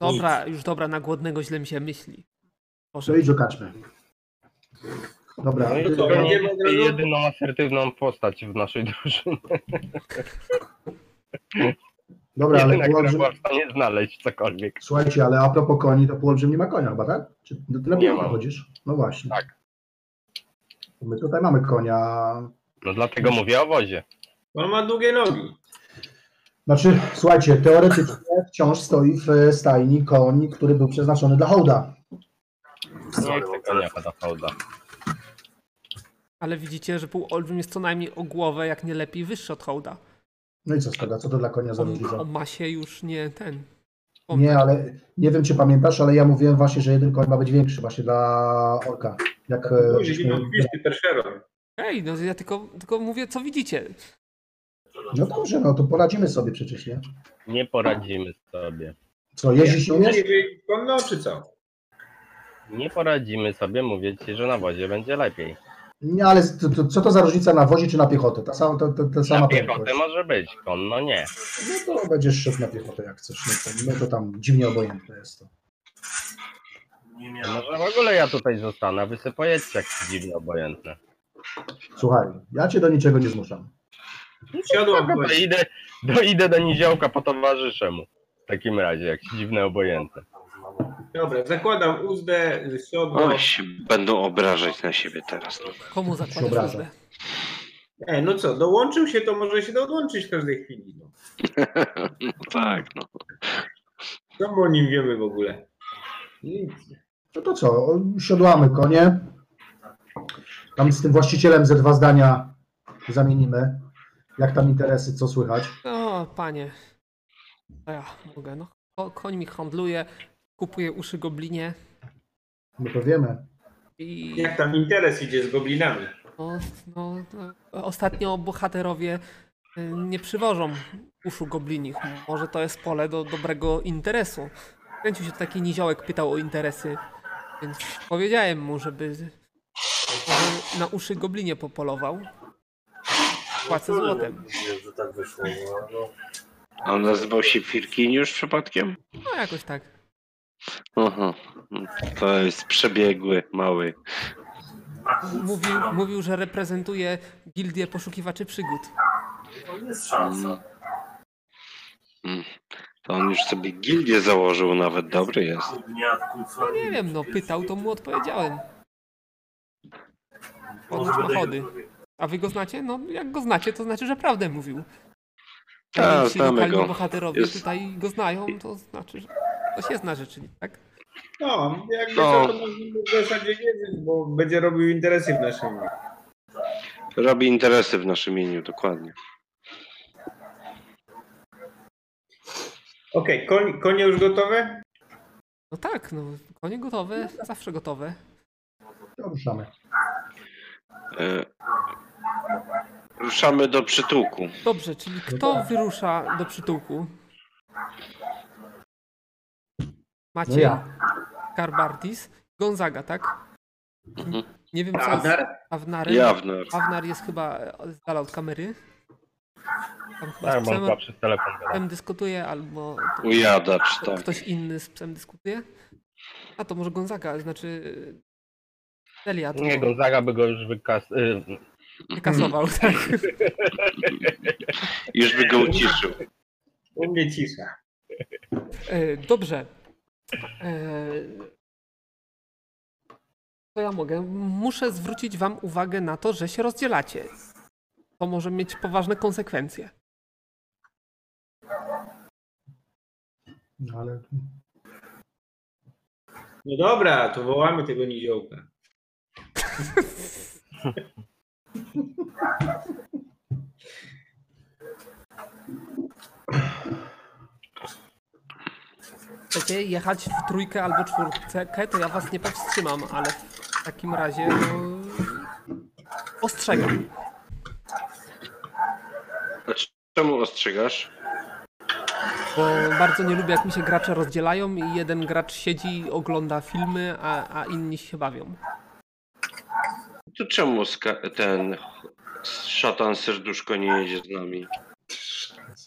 Speaker 1: Dobra, już dobra, na głodnego źle mi się myśli.
Speaker 2: To
Speaker 1: Może
Speaker 2: idź do karczmy. Dobra,
Speaker 5: No
Speaker 2: ty-
Speaker 5: i to
Speaker 4: będziemy od razu?
Speaker 5: jedyną asertywną postać w naszej drużynie.
Speaker 2: dobra ale
Speaker 5: Jedyna, która
Speaker 2: Połobrzym,
Speaker 5: była w stanie znaleźć cokolwiek.
Speaker 2: słuchajcie, ale a propos koni, to Połobrzym nie ma konia chyba, tak? Czy do tyle
Speaker 5: Nie
Speaker 2: piłka
Speaker 5: ma.
Speaker 2: chodzisz? No właśnie.
Speaker 5: Tak.
Speaker 2: My tutaj mamy konia.
Speaker 5: No dlatego mówię o wozie.
Speaker 4: On ma długie nogi.
Speaker 2: Znaczy, słuchajcie, teoretycznie wciąż stoi w e, stajni koń, który był przeznaczony dla hołda.
Speaker 5: Nie
Speaker 6: Sorry,
Speaker 5: chcę
Speaker 6: mam
Speaker 5: konia
Speaker 6: telefon.
Speaker 5: pada fałda.
Speaker 1: Ale widzicie, że półolbrzym jest co najmniej o głowę, jak nie lepiej wyższy od hołda.
Speaker 2: No i co z tego? Co to dla konia za
Speaker 1: On
Speaker 2: różnica?
Speaker 1: o masie już nie ten.
Speaker 2: Nie, ale nie wiem, czy pamiętasz, ale ja mówiłem właśnie, że jeden koń ma być większy właśnie dla orka. Jak e,
Speaker 4: Duży,
Speaker 2: żeśmy-
Speaker 4: no, gwizdny perszeron.
Speaker 1: Ej, no ja tylko, tylko mówię, co widzicie.
Speaker 2: No dobrze, no to poradzimy sobie przecież, nie?
Speaker 5: Nie poradzimy sobie.
Speaker 2: Co, jeździć nie no, umiesz?
Speaker 4: Konno no, czy co?
Speaker 5: Nie poradzimy sobie, mówię ci, że na wozie będzie lepiej.
Speaker 2: Nie, ale to, to, co to za różnica na wozie czy na piechotę? Ta sama, ta, ta, ta sama
Speaker 5: Na piechotę
Speaker 2: prędkość.
Speaker 5: może być, konno nie.
Speaker 2: No to będziesz szedł na piechotę jak chcesz. No to, no to tam dziwnie obojętne jest to.
Speaker 6: Nie
Speaker 5: To
Speaker 6: miałem.
Speaker 5: Może no, w ogóle ja tutaj zostanę, a wy sobie pojedźcie jak dziwnie obojętne.
Speaker 2: Słuchaj, ja cię do niczego nie zmuszam.
Speaker 4: Siodło
Speaker 5: No to idę, do, idę do niziołka po towarzysze mu. W takim razie, jak dziwne obojętne.
Speaker 4: Dobra, zakładam uzdę, siodło.
Speaker 3: Oj, się będą obrażać na siebie teraz. No.
Speaker 1: Komu zakładasz
Speaker 2: Dobra.
Speaker 1: uzdę?
Speaker 4: E, no co, dołączył się, to może się dołączyć w każdej chwili. No.
Speaker 3: Tak, no.
Speaker 4: Co my o nim wiemy w ogóle? Nic.
Speaker 2: No to co, siodłamy konie. Tam z tym właścicielem ze dwa zdania zamienimy. Jak tam interesy, co słychać?
Speaker 1: O, panie. To ja mogę, no. Ko- Koń mi handluje, kupuje uszy goblinie
Speaker 2: My No to wiemy.
Speaker 1: i...
Speaker 4: Jak tam interes idzie z goblinami?
Speaker 1: No, no, no, ostatnio bohaterowie y, nie przywożą uszu goblinich. Może to jest pole do dobrego interesu. Kręcił się taki niziołek, pytał o interesy, więc powiedziałem mu, żeby żeby na uszy goblinie popolował. Płacę złotem.
Speaker 6: Nie, że tak wyszło. no, No.
Speaker 3: A on nazywał się Firkiniusz przypadkiem?
Speaker 1: No jakoś tak.
Speaker 3: Aha. Mhm. To jest przebiegły, mały.
Speaker 1: Mówił, mówił że reprezentuje gildię poszukiwaczy przygód.
Speaker 6: To jest szansa.
Speaker 3: Mm. To on już sobie gildię założył nawet, dobry jest.
Speaker 6: Gniatków,
Speaker 1: No nie wiem, no pytał, to mu odpowiedziałem. Ponoć ma chody. A wy go znacie? No, jak go znacie, to znaczy, że prawdę mówił.
Speaker 3: Tak,
Speaker 1: Jeśli
Speaker 3: znamy
Speaker 1: lokalni
Speaker 3: go.
Speaker 1: bohaterowie
Speaker 3: Jest-
Speaker 1: tutaj go znają, to znaczy, że to się zna rzeczywiście, tak?
Speaker 4: No, jakby
Speaker 3: No.
Speaker 4: co, to możemy w zasadzie wiedzieć, bo będzie robił interesy w naszym imieniu.
Speaker 3: Robi interesy w naszym imieniu, dokładnie.
Speaker 4: Okej, koń, konie już gotowe?
Speaker 1: No tak, no, konie gotowe, zawsze gotowe.
Speaker 2: To ruszamy.
Speaker 3: E... Ruszamy do przytułku.
Speaker 1: Dobrze, czyli
Speaker 2: tak.
Speaker 1: kto wyrusza do przytułku?
Speaker 2: No
Speaker 1: Maciej
Speaker 2: ja.
Speaker 1: Karbardis, Gonzaga, tak?
Speaker 3: Mhm.
Speaker 1: Nie wiem, co
Speaker 5: Tak.
Speaker 1: jest
Speaker 4: Adar?
Speaker 1: Avnarem.
Speaker 3: Jawne.
Speaker 1: Awnar jest chyba e, z dala od kamery. Tam chyba
Speaker 5: Tak,
Speaker 1: z
Speaker 5: bo on
Speaker 1: psem,
Speaker 5: chyba przez telefon gadał.
Speaker 1: psem dyskutuje, albo to-
Speaker 3: Ujadacz,
Speaker 1: kto-
Speaker 3: tak.
Speaker 1: ktoś inny z psem dyskutuje. A to może Gonzaga, znaczy e, Delia to
Speaker 5: Nie, Gonzaga by go już wykas... y,
Speaker 1: wykasował. Tak.
Speaker 3: Już by go uciszył.
Speaker 4: U mnie cisza.
Speaker 1: E, Dobrze. E, To ja mogę. Muszę zwrócić wam uwagę na to, że się rozdzielacie. To może mieć poważne konsekwencje.
Speaker 2: No, ale
Speaker 4: No dobra, to wołamy tego niziołka.
Speaker 1: Chcecie jechać w trójkę albo czwórkę, to ja was nie powstrzymam, ale w takim razie no, ostrzegam.
Speaker 3: Znaczy, czemu ostrzegasz?
Speaker 1: Bo bardzo nie lubię, jak mi się gracze rozdzielają i jeden gracz siedzi, ogląda filmy, a, a inni się bawią.
Speaker 3: To czemu ska- ten szatan serduszko nie jedzie z nami?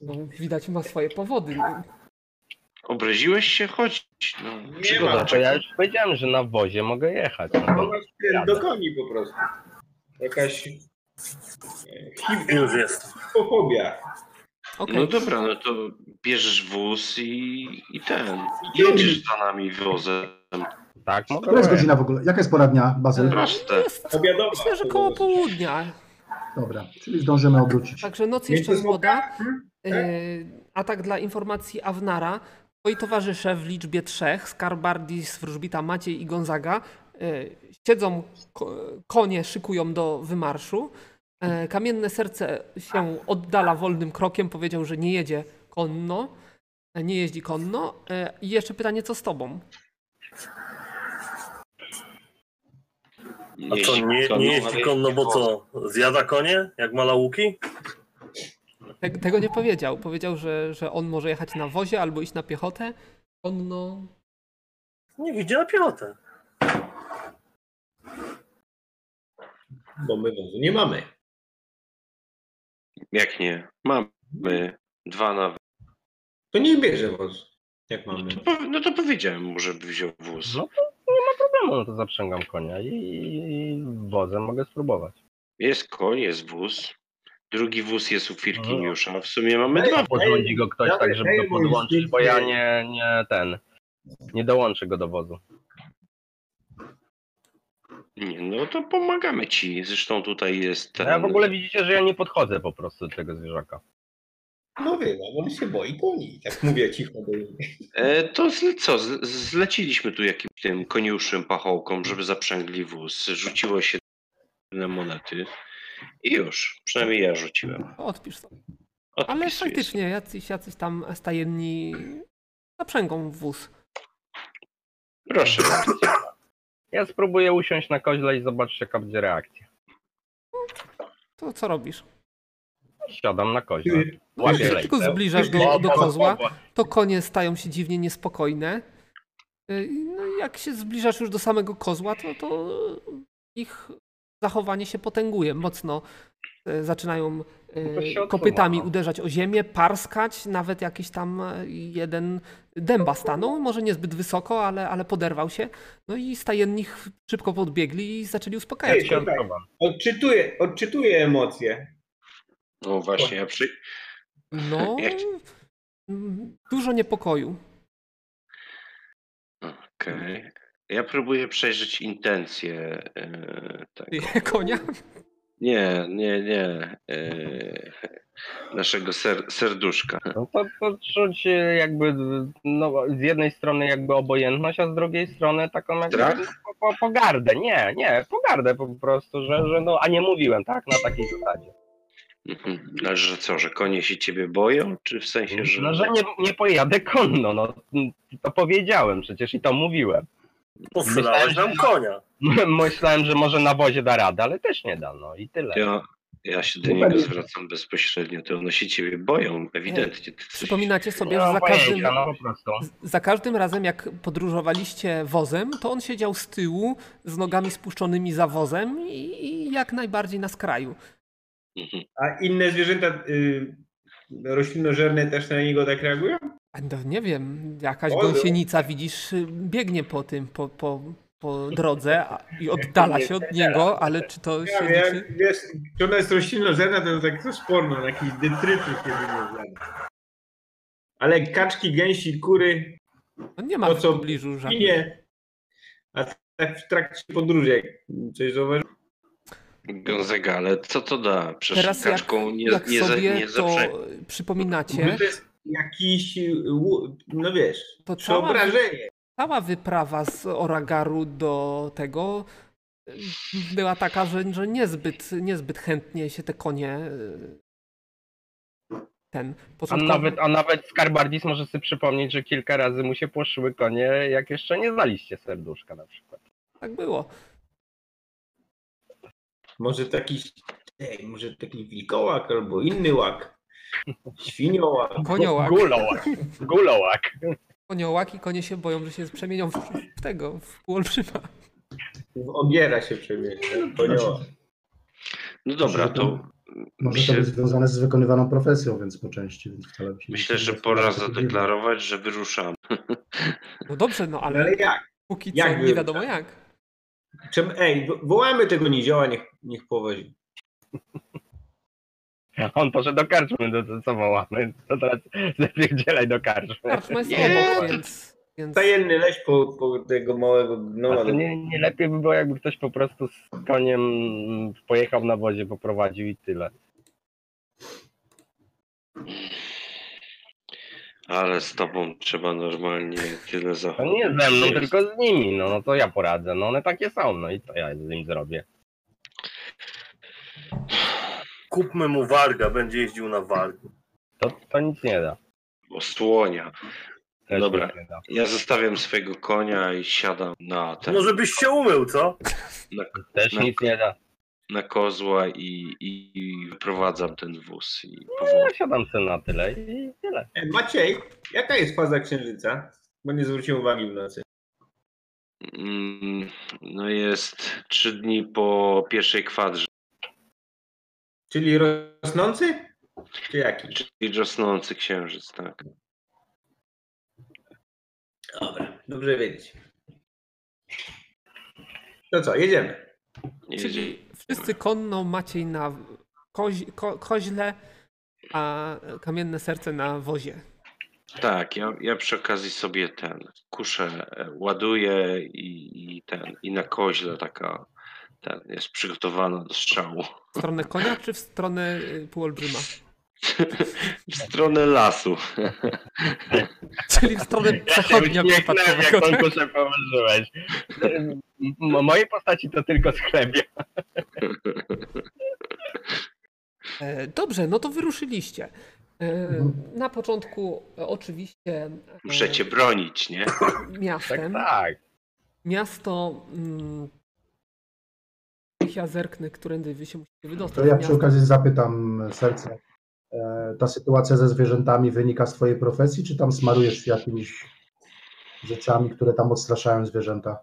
Speaker 1: No, widać, ma swoje powody. No,
Speaker 3: Obraziłeś się? Chodź. No,
Speaker 4: Nie
Speaker 3: przygoda
Speaker 4: ma.
Speaker 5: No to
Speaker 3: czeka.
Speaker 5: ja już powiedziałem, że na wozie mogę jechać. No
Speaker 4: On
Speaker 5: to...
Speaker 4: ma wpier- do koni po prostu. Jakaś e,
Speaker 6: Już jest.
Speaker 4: hipofobia.
Speaker 1: Okej,
Speaker 3: No dobra, no to bierzesz wóz i, i ten. Jedziesz za nami wozem.
Speaker 5: Tak, mogę
Speaker 2: która jest
Speaker 5: jechać.
Speaker 2: godzina w ogóle? Jaka jest pora dnia, Bazyl?
Speaker 3: Proste.
Speaker 1: jest.
Speaker 4: Obiadowa.
Speaker 1: Myślę, że koło południa.
Speaker 2: Dobra, czyli zdążymy obrócić.
Speaker 1: Także noc
Speaker 4: Wiecie,
Speaker 1: jeszcze
Speaker 4: co-
Speaker 1: młoda. Yy, A tak dla informacji Awnara, twoi towarzysze w liczbie trzech, Skarbardis, Wróżbita, Maciej i Gonzaga, yy, siedzą, ko- konie szykują do wymarszu. Yy, Kamienne serce się oddala wolnym krokiem, powiedział, że nie jedzie konno, e, nie jeździ konno. Yy, I jeszcze pytanie, co z tobą?
Speaker 6: A co, nie, nie jeździ konno, bo co? Zjada konie, jak ma lałuki?
Speaker 1: Te- Tego nie powiedział. Powiedział, że, że on może jechać na wozie albo iść na piechotę. Konno
Speaker 6: Nie idzie na piechotę.
Speaker 4: Bo my wozu nie mamy.
Speaker 3: Jak nie? Mamy dwa nawet.
Speaker 4: To niech bierze woz. Jak mamy.
Speaker 3: To pow- No to powiedziałem mu, żeby wziął wóz.
Speaker 5: No to nie ma problemu, no to zaprzęgam konia i, i wozem mogę spróbować.
Speaker 3: Jest koń, jest wóz. Drugi wóz jest u Firkiniusza. W sumie mamy
Speaker 5: A
Speaker 3: dwa.
Speaker 5: podrządzi go ktoś
Speaker 4: Dawaj,
Speaker 5: tak, żeby
Speaker 4: daj
Speaker 5: go
Speaker 4: mu
Speaker 5: podłączyć,
Speaker 4: instynkty.
Speaker 5: bo ja nie, nie ten. Nie dołączę go do wozu.
Speaker 3: Nie, no to pomagamy ci. Zresztą tutaj jest ten...
Speaker 5: No Ja w ogóle widzicie, że ja nie podchodzę po prostu do tego zwierzaka.
Speaker 4: No wiem, no, on się boi koni. Tak mówię cicho do innych.
Speaker 3: E, to zle, co, z- zleciliśmy tu jakimś tym koniuszym pachołkom, żeby zaprzęgli wóz. Rzuciło się na monety i już. Przynajmniej ja rzuciłem.
Speaker 1: odpisz sobie. Ale
Speaker 3: Odpisuję sobie.
Speaker 1: faktycznie jacyś, jacyś tam stajenni zaprzęgą wóz.
Speaker 3: Proszę bardzo.
Speaker 5: Ja spróbuję usiąść na koźle i zobaczyć jaka będzie reakcja.
Speaker 1: To co robisz?
Speaker 5: Siadam na koźle.
Speaker 1: Jak
Speaker 5: Łapię
Speaker 1: się
Speaker 5: lejkę.
Speaker 1: tylko zbliżasz do,
Speaker 5: Bo-
Speaker 1: do
Speaker 5: bo-
Speaker 1: kozła,
Speaker 5: bo-
Speaker 1: to konie stają się dziwnie niespokojne. Y, No i jak się zbliżasz już do samego kozła, to, to ich zachowanie się potęguje mocno. y, Zaczynają y,
Speaker 5: to się odsuwa,
Speaker 1: kopytami
Speaker 5: no.
Speaker 1: uderzać o ziemię, parskać, nawet jakiś tam y, jeden dęba stanął, może niezbyt wysoko, ale, ale poderwał się. No i stajenni ch- szybko podbiegli i zaczęli uspokajać.
Speaker 5: bo- się odsuwam.
Speaker 4: Odczytuję, odczytuję emocje.
Speaker 3: No właśnie, ja przy...
Speaker 1: No,
Speaker 3: Jak-
Speaker 1: mm, dużo niepokoju.
Speaker 3: Okej. Ja próbuję przejrzeć intencje. e, tak.
Speaker 1: Konia?
Speaker 3: Nie, nie, nie. e, naszego ser, serduszka.
Speaker 5: No to, to czuć e, jakby no, z jednej strony jakby obojętność, a z drugiej strony taką jakby
Speaker 3: Strach?
Speaker 5: no, po, po, pogardę. Nie, nie, pogardę po prostu, że, że no, a nie mówiłem, tak, na takiej zasadzie.
Speaker 3: Mhm. Ale że co, że konie się ciebie boją? Czy w sensie, że...
Speaker 5: No, że nie, nie pojadę konno, no to powiedziałem przecież i to mówiłem.
Speaker 6: Posylałeś nam konia.
Speaker 5: Myślałem, że może na wozie da radę, ale też nie da, no i
Speaker 1: Tak.
Speaker 5: tyle.
Speaker 3: Ja, ja się do
Speaker 2: No
Speaker 3: niego
Speaker 2: pewnie.
Speaker 3: zwracam bezpośrednio, to one się ciebie boją, ewidentnie. Ty coś-
Speaker 1: Przypominacie sobie,
Speaker 5: Nie
Speaker 1: że
Speaker 5: mam
Speaker 1: za każdym,
Speaker 5: pojęcia, no po prostu.
Speaker 1: za każdym razem, jak podróżowaliście wozem, to on siedział z tyłu, z nogami spuszczonymi za wozem i, i jak najbardziej na skraju.
Speaker 3: Mhm.
Speaker 4: A inne zwierzęta y, roślinożerne też na niego tak reagują?
Speaker 1: A No, nie wiem, jakaś
Speaker 4: Może.
Speaker 1: gąsienica, widzisz, y, biegnie po tym, po, po, po drodze a- i oddala się od niego, ale czy to się
Speaker 4: Ja
Speaker 1: liczy?
Speaker 4: wiem, wiesz, czy ona jest roślinożerna, to tak to sporno, na jakieś detryty kiedy nie Ale kaczki, gęsi, kury,
Speaker 1: No, nie ma
Speaker 4: To
Speaker 1: w
Speaker 4: co-
Speaker 1: pobliżu żadnych.
Speaker 4: ginie. A tak w trakcie podróży, jak coś zauważyłem,
Speaker 3: Gonzaga, ale co to da? Przecież
Speaker 1: Teraz jak,
Speaker 3: kaczką nie,
Speaker 1: jak
Speaker 3: nie, za-
Speaker 1: sobie to
Speaker 3: nie zaprzęgnie.
Speaker 1: przypominacie,
Speaker 4: to jest jakiś, łu- no wiesz,
Speaker 1: To cała,
Speaker 4: przeobrażenie.
Speaker 1: cała wyprawa z Oragaru do tego y, była taka, że, że niezbyt, niezbyt chętnie się te konie y, ten
Speaker 5: A
Speaker 1: początkowo...
Speaker 5: nawet, a nawet Skarbardis może sobie przypomnieć, że kilka razy mu się płoszyły konie, jak jeszcze nie znaliście serduszka na przykład.
Speaker 1: Tak było.
Speaker 4: Może taki, ej, może taki wilkołak albo inny łak. Świniołak.
Speaker 1: Koniołak.
Speaker 5: Gulołak. Gulołak.
Speaker 1: Koniołak i konie się boją, że się przemienią w, w tego, w półolbrzyma.
Speaker 4: Obiera się przebiega. Koniołak.
Speaker 3: No dobra, to
Speaker 2: Może
Speaker 3: myślę-
Speaker 2: to być związane z wykonywaną profesją, więc po części. Więc wcale się nie
Speaker 3: myślę, że
Speaker 2: zastanawiam,
Speaker 3: pora
Speaker 2: co to
Speaker 3: zadeklarować, że wyruszamy.
Speaker 1: No dobrze, no ale
Speaker 4: Ale Tak. jak?
Speaker 1: póki co
Speaker 4: jak
Speaker 1: nie
Speaker 4: by-
Speaker 1: wiadomo jak.
Speaker 4: Czym, ej, wo- wołamy tego nizioła, niech, niech powozi.
Speaker 5: On poszedł do karczmy, do co- co wołamy. To teraz zapierdzielaj do karczmy.
Speaker 1: Karczma jest
Speaker 3: Nie.
Speaker 1: obok, więc... więc...
Speaker 4: Tajenny leś po, po tego małego
Speaker 5: A
Speaker 4: gnoma.
Speaker 5: to nie, nie lepiej by było, jakby ktoś po prostu z koniem pojechał na wozie, poprowadził i tyle.
Speaker 3: Ale z tobą trzeba normalnie tyle
Speaker 5: To
Speaker 3: zachować.
Speaker 5: nie ze mną, tylko z nimi, no, no to ja poradzę, no one takie są, no i to ja z nim zrobię.
Speaker 6: Kupmy mu warga, będzie jeździł na wargu.
Speaker 5: To, to nic nie da.
Speaker 3: Osłania.
Speaker 5: Też
Speaker 3: Dobra.
Speaker 5: nic nie da.
Speaker 3: Ja zostawiam swojego konia i siadam na ten,
Speaker 1: No-
Speaker 6: Może byś się umył, co?
Speaker 5: Też
Speaker 3: No.
Speaker 5: nic nie da.
Speaker 3: na kozła i, i, i wyprowadzam ten wóz i
Speaker 5: Ja
Speaker 3: powoli.
Speaker 5: siadam sobie na tyle i tyle.
Speaker 4: E, Maciej, jaka jest faza księżyca? Bo nie zwróciłem uwagi w nocy.
Speaker 3: Mm, No jest trzy dni po pierwszej kwadrze,
Speaker 4: Czyli rosnący? Czy jaki?
Speaker 3: czyli rosnący księżyc, tak.
Speaker 4: Dobra, dobrze wiedzieć. To co, jedziemy.
Speaker 3: Jedzie.
Speaker 1: Czyli wszyscy konno Maciej na koź, ko, koźle, a kamienne serce na wozie.
Speaker 3: Tak, ja, ja przy okazji sobie ten kuszę e, ładuję i, i ten, i na koźle taka ten jest przygotowana do strzału.
Speaker 1: W stronę konia czy w stronę y, półolbrzyma?
Speaker 3: W stronę lasu.
Speaker 1: Czyli w stronę przechodnia tak?
Speaker 5: uśmiechnąłem, jak
Speaker 1: przypadkowego.
Speaker 2: tak?
Speaker 5: tą kuszę położyłeś. Mo- Mojej postaci to tylko sklepie.
Speaker 1: E, Dobrze, no to wyruszyliście. E,
Speaker 2: Mhm.
Speaker 1: Na początku e, oczywiście e,
Speaker 3: Muszę cię bronić, nie?
Speaker 5: Tak,
Speaker 1: miastem.
Speaker 5: tak.
Speaker 1: Miasto. Mm, niech ja zerknę, którędy wy się musicie wydostać.
Speaker 2: To ja
Speaker 1: Miasto-
Speaker 2: przy okazji zapytam serce. e, Ta sytuacja ze zwierzętami wynika z Twojej profesji, czy tam smarujesz się jakimiś rzeczami, które tam odstraszają zwierzęta?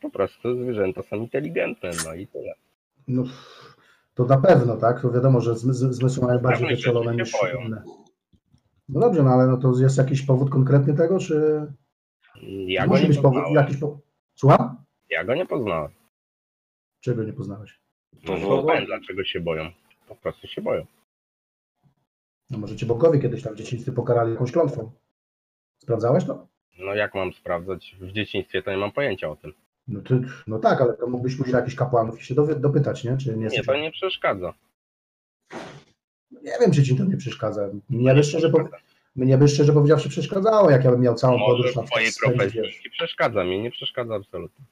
Speaker 5: Po prostu zwierzęta są inteligentne, no i tyle.
Speaker 2: No, to na pewno, tak? To wiadomo, że zm- z- zmysły mają bardziej
Speaker 5: Pewnych rzeczy
Speaker 2: wyczulone
Speaker 5: się
Speaker 2: niż
Speaker 5: boją.
Speaker 2: inne. No dobrze, no ale no to jest jakiś powód konkretny tego, czy
Speaker 5: Ja go
Speaker 2: musi
Speaker 5: nie
Speaker 2: być powód,
Speaker 5: poznałem.
Speaker 2: jakiś powód? Słucham?
Speaker 5: Ja go nie poznałem.
Speaker 2: Czego nie poznałeś?
Speaker 5: No,
Speaker 3: Powodu.
Speaker 5: bo powiem, dlaczego się boją. Po prostu się boją.
Speaker 2: No może Cię bogowie kiedyś tam w dzieciństwie pokarali jakąś klątwą. Sprawdzałeś to?
Speaker 5: No jak mam sprawdzać? W dzieciństwie to nie mam pojęcia o tym.
Speaker 2: No, ty, no tak, ale to mógłbyś pójść do jakichś kapłanów i się dowy- dopytać, nie? Czy nie,
Speaker 5: Nie,
Speaker 2: jesteś...
Speaker 5: to nie przeszkadza.
Speaker 2: nie wiem, czy ci to nie przeszkadza. Mnie by szczerze, po...
Speaker 5: przeszkadza.
Speaker 2: Mnie by szczerze powiedziawszy przeszkadzało, jak ja bym miał całą
Speaker 5: Może
Speaker 2: podróż na
Speaker 5: w mojej
Speaker 2: wstecz spędzić,
Speaker 5: profesji
Speaker 2: wiesz.
Speaker 5: nie przeszkadza mi, nie przeszkadza absolutnie.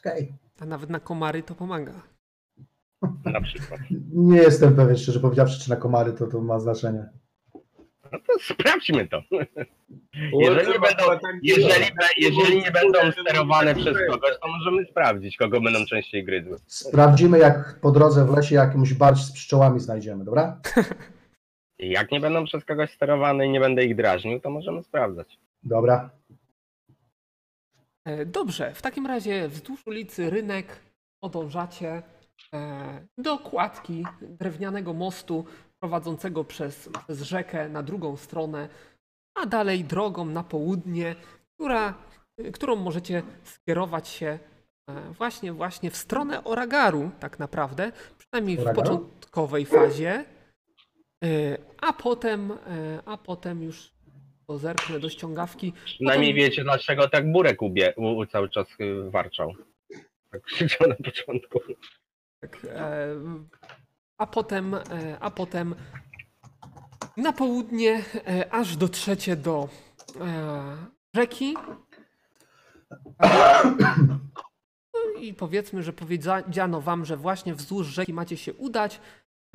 Speaker 2: Okej.
Speaker 1: A nawet na komary to pomaga.
Speaker 5: Na przykład.
Speaker 2: Nie jestem pewien, szczerze powiedziawszy, czy na komary to, to ma znaczenie.
Speaker 5: No to sprawdźmy to.
Speaker 4: Ułożę
Speaker 5: nie
Speaker 4: was
Speaker 5: będą-
Speaker 2: tak
Speaker 4: łatami-
Speaker 5: Jeżeli, be- jeżeli nie będą sterowane przez kogoś, to możemy sprawdzić, kogo będą częściej gryzły.
Speaker 2: Sprawdzimy, jak po drodze w lesie jakąś barć z pszczołami znajdziemy, dobra?
Speaker 5: I Jak nie będą przez kogoś sterowane i nie będę ich drażnił, to możemy sprawdzać.
Speaker 2: Dobra.
Speaker 1: E, Dobrze, w takim razie wzdłuż ulicy Rynek podążacie e, do kładki drewnianego mostu prowadzącego przez, przez rzekę na drugą stronę, a dalej drogą na południe, która, y, którą możecie skierować się e, właśnie, właśnie w stronę Oragaru tak naprawdę, przynajmniej w
Speaker 2: Oragaru?
Speaker 1: początkowej fazie, E, a potem, e, a potem już to zerknę do ściągawki.
Speaker 5: Przynajmniej
Speaker 2: No
Speaker 5: wiecie, dlaczego tak burek ubie, u, u cały czas y, warczał. Tak krzyczał na początku.
Speaker 1: Tak, e, a potem, e, a potem na południe, e, aż dotrzecie do e, rzeki. No I powiedzmy, że powiedziano wam, że właśnie wzdłuż rzeki macie się udać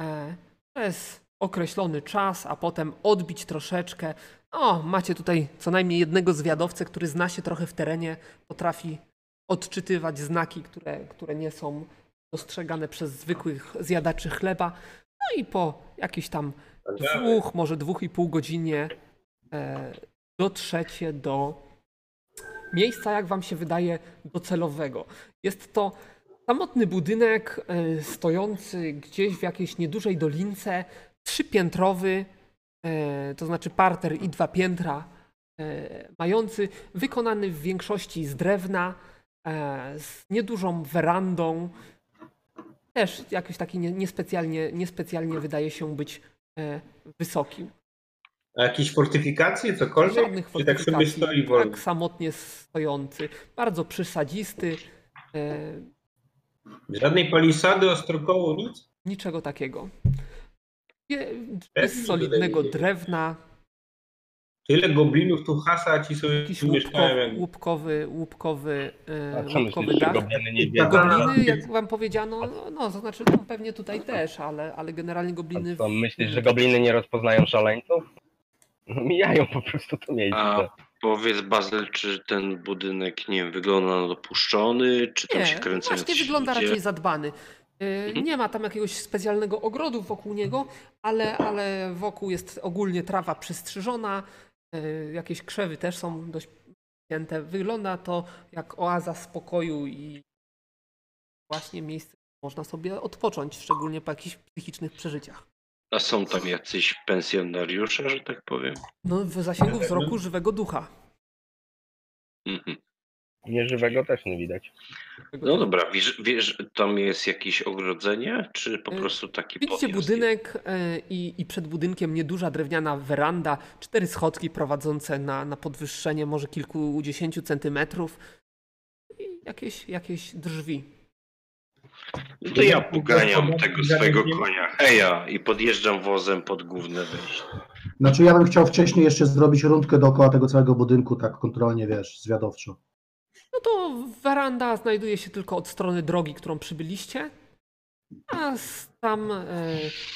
Speaker 1: e, przez określony czas, a potem odbić troszeczkę. O, macie tutaj co najmniej jednego zwiadowcę, który zna się trochę w terenie, potrafi odczytywać znaki, które, które nie są dostrzegane przez zwykłych zjadaczy chleba. No i po jakichś tam dwóch, może dwóch i pół godzinie e, dotrzecie do miejsca, jak wam się wydaje, docelowego. Jest to samotny budynek e, stojący gdzieś w jakiejś niedużej dolince, trzypiętrowy, e, to znaczy parter i dwa piętra e, mający, wykonany w większości z drewna, e, z niedużą werandą. Też jakiś taki nie- niespecjalnie, niespecjalnie wydaje się być e, wysokim.
Speaker 4: A jakieś fortyfikacje, cokolwiek?
Speaker 1: Żadnych
Speaker 4: Czy tak sobie
Speaker 1: fortyfikacji,
Speaker 4: stoi wolno?
Speaker 1: tak samotnie stojący, bardzo przysadzisty, e,
Speaker 4: Żadnej palisady, ostrokołu, nic?
Speaker 1: niczego takiego. Je-
Speaker 4: Bez
Speaker 1: Z solidnego
Speaker 4: tutaj-
Speaker 1: drewna,
Speaker 4: Tyle goblinów tu hasa, a ci sobie
Speaker 1: jakiś
Speaker 4: tu mieszkają jak...
Speaker 1: łupkowy, łupkowy, łupkowy, e,
Speaker 5: A co
Speaker 1: łupkowy
Speaker 5: myślisz, że
Speaker 1: dach.
Speaker 5: gobliny nie
Speaker 2: Tak,
Speaker 5: wiedzą?
Speaker 1: Gobliny, jak wam powiedziano, no, no to znaczy no, pewnie tutaj też, ale, ale generalnie gobliny...
Speaker 5: A co,
Speaker 1: w-
Speaker 5: myślisz, że gobliny nie rozpoznają szaleńców? No, mijają po prostu to miejsce.
Speaker 3: A powiedz Bazyl, czy ten budynek, nie wiem, wygląda na dopuszczony, czy tam się
Speaker 1: Nie,
Speaker 3: kręcą
Speaker 1: właśnie
Speaker 3: jacyś
Speaker 1: wygląda
Speaker 3: ludzie?
Speaker 1: raczej zadbany. Y,
Speaker 3: Mhm.
Speaker 1: Nie ma tam jakiegoś specjalnego ogrodu wokół niego, ale, ale wokół jest ogólnie trawa przystrzyżona, y, jakieś krzewy też są dość pięte. Wygląda to jak oaza spokoju i właśnie miejsce, gdzie można sobie odpocząć, szczególnie po jakichś psychicznych przeżyciach.
Speaker 3: A są tam jacyś pensjonariusze, że tak powiem?
Speaker 1: No w zasięgu
Speaker 3: tak
Speaker 1: wzroku żywego ducha.
Speaker 3: Mhm.
Speaker 5: Nieżywego też nie widać.
Speaker 3: No dobra, wiesz, wiesz, tam jest jakieś ogrodzenie, czy po
Speaker 1: Y,
Speaker 3: prostu taki
Speaker 1: Widzicie
Speaker 3: podjazd?
Speaker 1: budynek e, i, i przed budynkiem nieduża drewniana weranda, cztery schodki prowadzące na, na podwyższenie może kilkudziesięciu centymetrów i jakieś, jakieś drzwi.
Speaker 3: No to ja poganiam tego swojego konia, heja, i podjeżdżam wozem pod główne wejście.
Speaker 2: Znaczy ja bym chciał wcześniej jeszcze zrobić rundkę dookoła tego całego budynku, tak kontrolnie, wiesz, zwiadowczo.
Speaker 1: No to weranda znajduje się tylko od strony drogi, którą przybyliście, a s- tam e,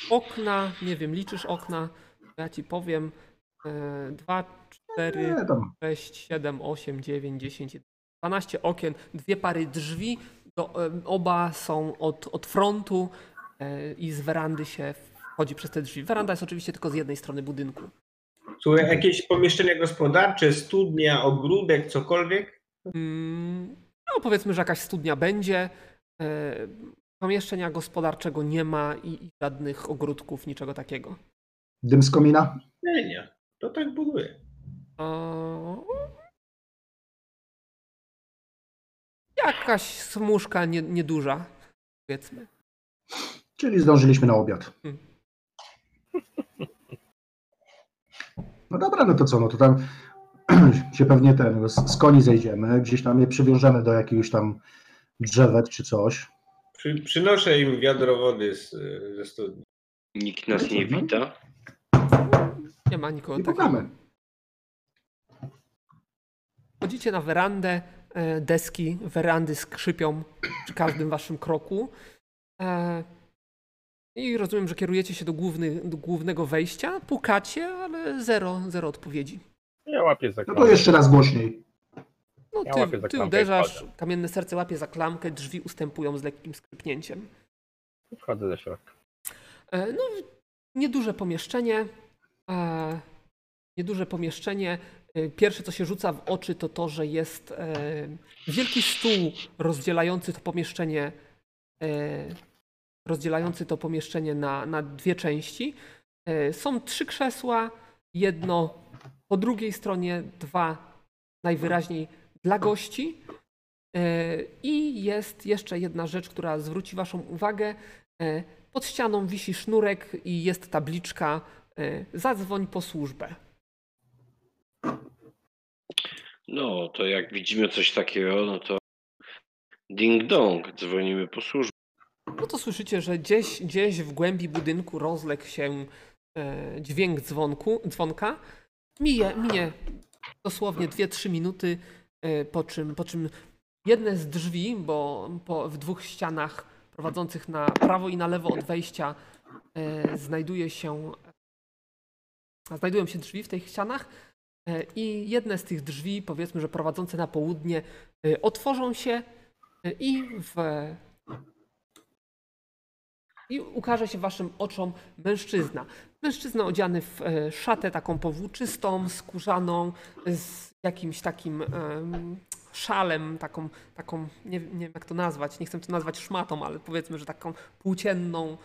Speaker 1: okna, nie wiem, liczysz okna, ja ci powiem, e, dwa, cztery,
Speaker 2: Nie, E, tam
Speaker 1: 6, 7, 8, 9, 10, 11, 12 okien, dwie pary drzwi. Do, em, oba są od, od frontu e, i z werandy się wchodzi przez te drzwi. Weranda jest oczywiście tylko z jednej strony budynku.
Speaker 4: Słuchaj, jakieś pomieszczenia gospodarcze, studnia, ogródek, cokolwiek?
Speaker 1: Mm, No powiedzmy, że jakaś studnia będzie. e, Pomieszczenia gospodarczego nie ma i, i żadnych ogródków, niczego takiego.
Speaker 2: dym z komina.
Speaker 4: Nie, nie. To tak buduje.
Speaker 1: O. Jakaś smuszka nie, nieduża, powiedzmy.
Speaker 2: Czyli zdążyliśmy na obiad.
Speaker 1: Hmm.
Speaker 2: No dobra, no to co, no to tam się pewnie ten, z, z koni zejdziemy, gdzieś tam je przywiążemy do jakiegoś tam drzewek czy coś.
Speaker 4: Przy, przynoszę im wiadro wody z, e, ze studni.
Speaker 3: Nikt nas nie wita.
Speaker 1: Nie ma nikogo
Speaker 2: I
Speaker 1: takiego.
Speaker 2: pukamy.
Speaker 1: Chodzicie na werandę, e, deski werandy skrzypią przy każdym waszym kroku. E, I rozumiem, że kierujecie się do, główny, do głównego wejścia, pukacie, ale zero, zero odpowiedzi.
Speaker 5: Ja łapię za
Speaker 2: No to
Speaker 5: klamkę.
Speaker 2: jeszcze raz głośniej.
Speaker 1: No
Speaker 5: Ja
Speaker 1: ty,
Speaker 5: łapię za
Speaker 1: ty
Speaker 5: klamkę i
Speaker 1: uderzasz, kamienne serce łapie za klamkę, drzwi ustępują z lekkim skrzypnięciem.
Speaker 5: Wchodzę do środka.
Speaker 1: E, No, nieduże pomieszczenie. e, Nieduże pomieszczenie. E, Pierwsze, co się rzuca w oczy, to to, że jest e, wielki stół rozdzielający to pomieszczenie, e, rozdzielający to pomieszczenie na, na dwie części. E, Są trzy krzesła, jedno po drugiej stronie, dwa najwyraźniej dla gości. E, I jest jeszcze jedna rzecz, która zwróci Waszą uwagę. E, pod ścianą wisi sznurek i jest tabliczka y, zadzwoń po służbę.
Speaker 3: No to jak widzimy coś takiego, no to ding dong, dzwonimy po służbę.
Speaker 1: No to słyszycie, że gdzieś, gdzieś w głębi budynku rozległ się e, dźwięk dzwonku, dzwonka. Mije, minie dosłownie 2-3 minuty, e, po czym, po czym jedne z drzwi, bo po, w dwóch ścianach prowadzących na prawo i na lewo od wejścia e, znajduje się, e, znajdują się drzwi w tych ścianach e, i jedne z tych drzwi, powiedzmy, że prowadzące na południe, e, otworzą się e, i w i ukaże się waszym oczom mężczyzna. Mężczyzna odziany w e, szatę taką powłóczystą, skórzaną, z jakimś takim em, szalem, taką, taką nie, nie wiem jak to nazwać, nie chcę to nazwać szmatą, ale powiedzmy, że taką płócienną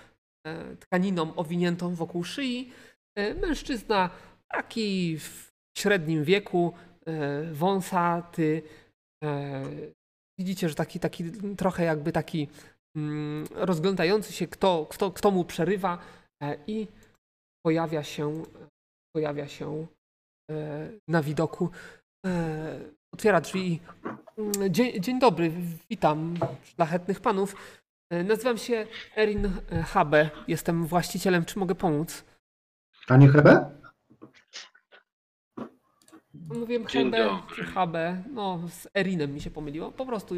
Speaker 1: e, tkaniną owiniętą wokół szyi. E, Mężczyzna taki w średnim wieku, e, wąsaty. e, Widzicie, że taki, taki trochę jakby taki mm, rozglądający się, kto, kto, kto mu przerywa e, i pojawia się, pojawia się e, na widoku. E, Otwiera drzwi i mm, dzień, dzień dobry, witam szlachetnych panów. E, Nazywam się Erin e, Habe, jestem właścicielem, czy mogę pomóc?
Speaker 2: A nie Hebe?
Speaker 1: Mówiłem
Speaker 3: Dzień
Speaker 1: Habe
Speaker 3: dobry.
Speaker 1: czy Habe, no z Erinem mi się pomyliło, po prostu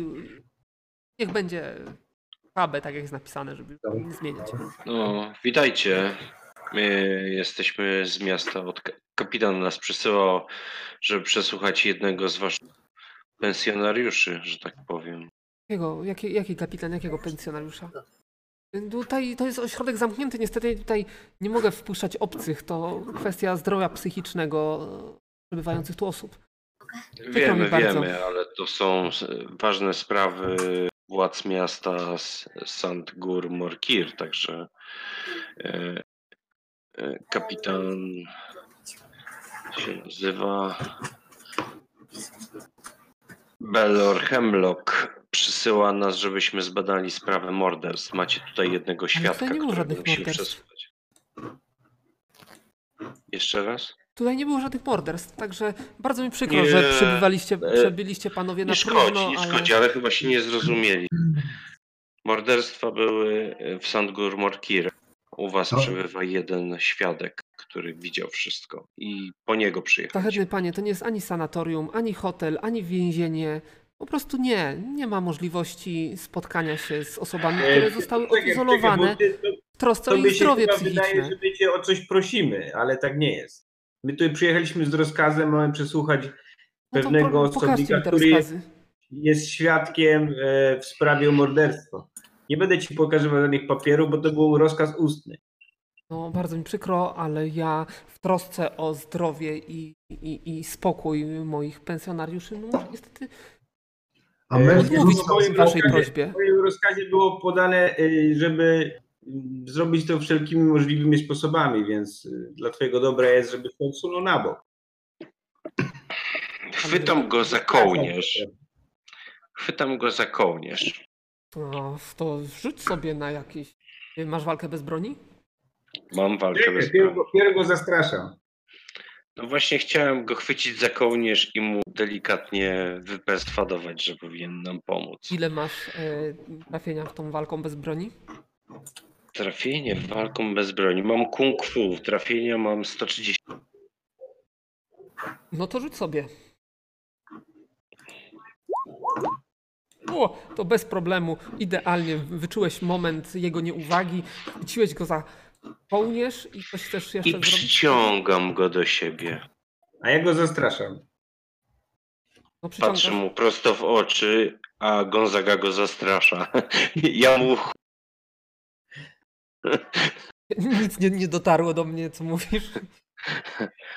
Speaker 1: niech będzie Habe, tak jak jest napisane, żeby nie zmieniać.
Speaker 3: No, witajcie. My jesteśmy z miasta. Od kapitan nas przysyłał, żeby przesłuchać jednego z waszych pensjonariuszy, że tak powiem.
Speaker 1: Jakiego, jaki, jaki kapitan, jakiego pensjonariusza? Tutaj to jest ośrodek zamknięty, niestety ja tutaj nie mogę wpuszczać obcych, to kwestia zdrowia psychicznego przebywających tu osób. mi
Speaker 3: Wiemy,
Speaker 1: bardzo.
Speaker 3: wiemy, ale to są s- ważne sprawy władz miasta S- Sant Gur Morkir, także e, e, kapitan się nazywa Belor Hemlock przysyła nas, żebyśmy zbadali sprawę morderstw. Macie tutaj jednego świadka,
Speaker 1: tutaj nie było
Speaker 3: którego
Speaker 1: żadnych
Speaker 3: musimy
Speaker 1: morderstw.
Speaker 3: przesłuchać. Jeszcze raz?
Speaker 1: Tutaj nie było żadnych morderstw, także bardzo mi przykro,
Speaker 3: Nie,
Speaker 1: że przebywaliście,
Speaker 3: e,
Speaker 1: przebyliście panowie na
Speaker 3: Nie szkodzi,
Speaker 1: próżno,
Speaker 3: nie
Speaker 1: ale...
Speaker 3: szkodzi, ale chyba się nie zrozumieli. Morderstwa były e, w Sandgur Morkir. U was
Speaker 2: No.
Speaker 3: przebywa jeden świadek, który widział wszystko i po niego przyjechaliśmy.
Speaker 1: Szlachetny panie, to nie jest ani sanatorium, ani hotel, ani więzienie. Po prostu nie, nie ma możliwości spotkania się z osobami, które zostały
Speaker 4: Czekaj,
Speaker 1: odizolowane
Speaker 4: czekaj, bo ty-
Speaker 1: w
Speaker 4: to-
Speaker 1: trosce o
Speaker 4: To
Speaker 1: ich
Speaker 4: mi się
Speaker 1: zdrowie
Speaker 4: chyba
Speaker 1: psychiczne.
Speaker 4: wydaje, że my cię o coś prosimy, ale tak nie jest. My tu przyjechaliśmy z rozkazem, mamy przesłuchać
Speaker 1: No to
Speaker 4: pewnego
Speaker 1: po- pokażcie mi
Speaker 4: osobnika,
Speaker 1: te
Speaker 4: który
Speaker 1: rozkazy.
Speaker 4: jest świadkiem e, w sprawie o morderstwo. Nie będę ci pokazywał żadnych papierów, bo to był rozkaz ustny.
Speaker 1: No, bardzo mi przykro, ale ja w trosce o zdrowie i, i, i spokój moich pensjonariuszy, no muszę niestety
Speaker 2: A
Speaker 4: E,
Speaker 2: mężczyzna
Speaker 1: odmówić
Speaker 4: to powiem
Speaker 1: waszej
Speaker 4: wam,
Speaker 1: prośbie.
Speaker 4: W moim rozkazie było podane, e, żeby mm, zrobić to wszelkimi możliwymi sposobami, więc e, dla twojego dobra jest, żeby się odsunął na bok.
Speaker 3: Chwytam go za kołnierz. Chwytam go za kołnierz.
Speaker 1: No, to rzuć sobie na jakieś... Masz walkę bez broni?
Speaker 3: Mam walkę bez
Speaker 4: Pierw
Speaker 3: prawa.
Speaker 4: go- pierw go zastraszam.
Speaker 3: No właśnie chciałem go chwycić za kołnierz i mu delikatnie wyperswadować, że powinien nam pomóc.
Speaker 1: Ile masz e, trafienia w tą walką bez broni?
Speaker 3: Trafienie walką bez broni. Mam kung fu, trafienia mam 130.
Speaker 1: No to rzuć sobie. O, to bez problemu. Idealnie wyczułeś moment jego nieuwagi, chwyciłeś go za kołnierz i coś chcesz jeszcze
Speaker 3: I
Speaker 1: zrobić?
Speaker 3: przyciągam go do siebie.
Speaker 4: A ja go zastraszam.
Speaker 1: No przyciągasz.
Speaker 3: Patrzy mu prosto w oczy, a Gonzaga go zastrasza. Ja mu
Speaker 1: Nic nie, nie dotarło do mnie, co mówisz.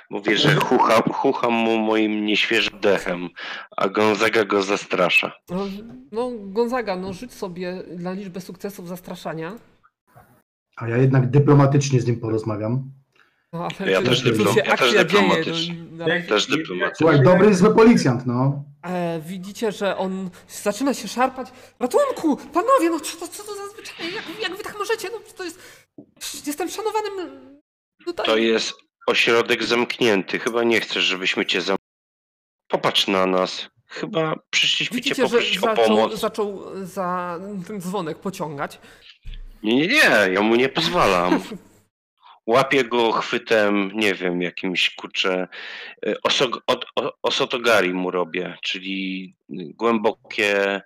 Speaker 3: mówię, że chucham, chucham mu moim nieświeżym dechem, a Gonzaga go zastrasza.
Speaker 1: No, no Gonzaga, no rzuć sobie dla liczby sukcesów zastraszania.
Speaker 2: A ja jednak dyplomatycznie z nim porozmawiam.
Speaker 1: No, ale
Speaker 3: Ja
Speaker 1: czy-
Speaker 3: też
Speaker 1: czy
Speaker 2: dyplom-
Speaker 1: się
Speaker 3: ja też
Speaker 1: akcja dzieje,
Speaker 3: dyplomatycznie.
Speaker 1: no, na razie-
Speaker 3: Też dyplomat.
Speaker 2: Słuchaj, dobry i zły policjant, no.
Speaker 1: E, widzicie, że on zaczyna się szarpać. Ratunku! Panowie, no co, to- co to za zwyczaje? Jak, jak wy tak możecie? No to jest... Jestem szanowanym No tak. tutaj...
Speaker 3: To jest ośrodek zamknięty. Chyba nie chcesz, żebyśmy cię zam... Popatrz na nas. Chyba przyszliśmy cię
Speaker 1: Widzicie, że
Speaker 3: poprosić o
Speaker 1: zaczął,
Speaker 3: pomoc.
Speaker 1: zaczął za ten dzwonek pociągać.
Speaker 3: Nie, nie, nie, ja mu nie pozwalam. Łapie go chwytem, nie wiem, jakimś kurczę. y, Oso, od, o, osotogari mu robię, czyli głębokie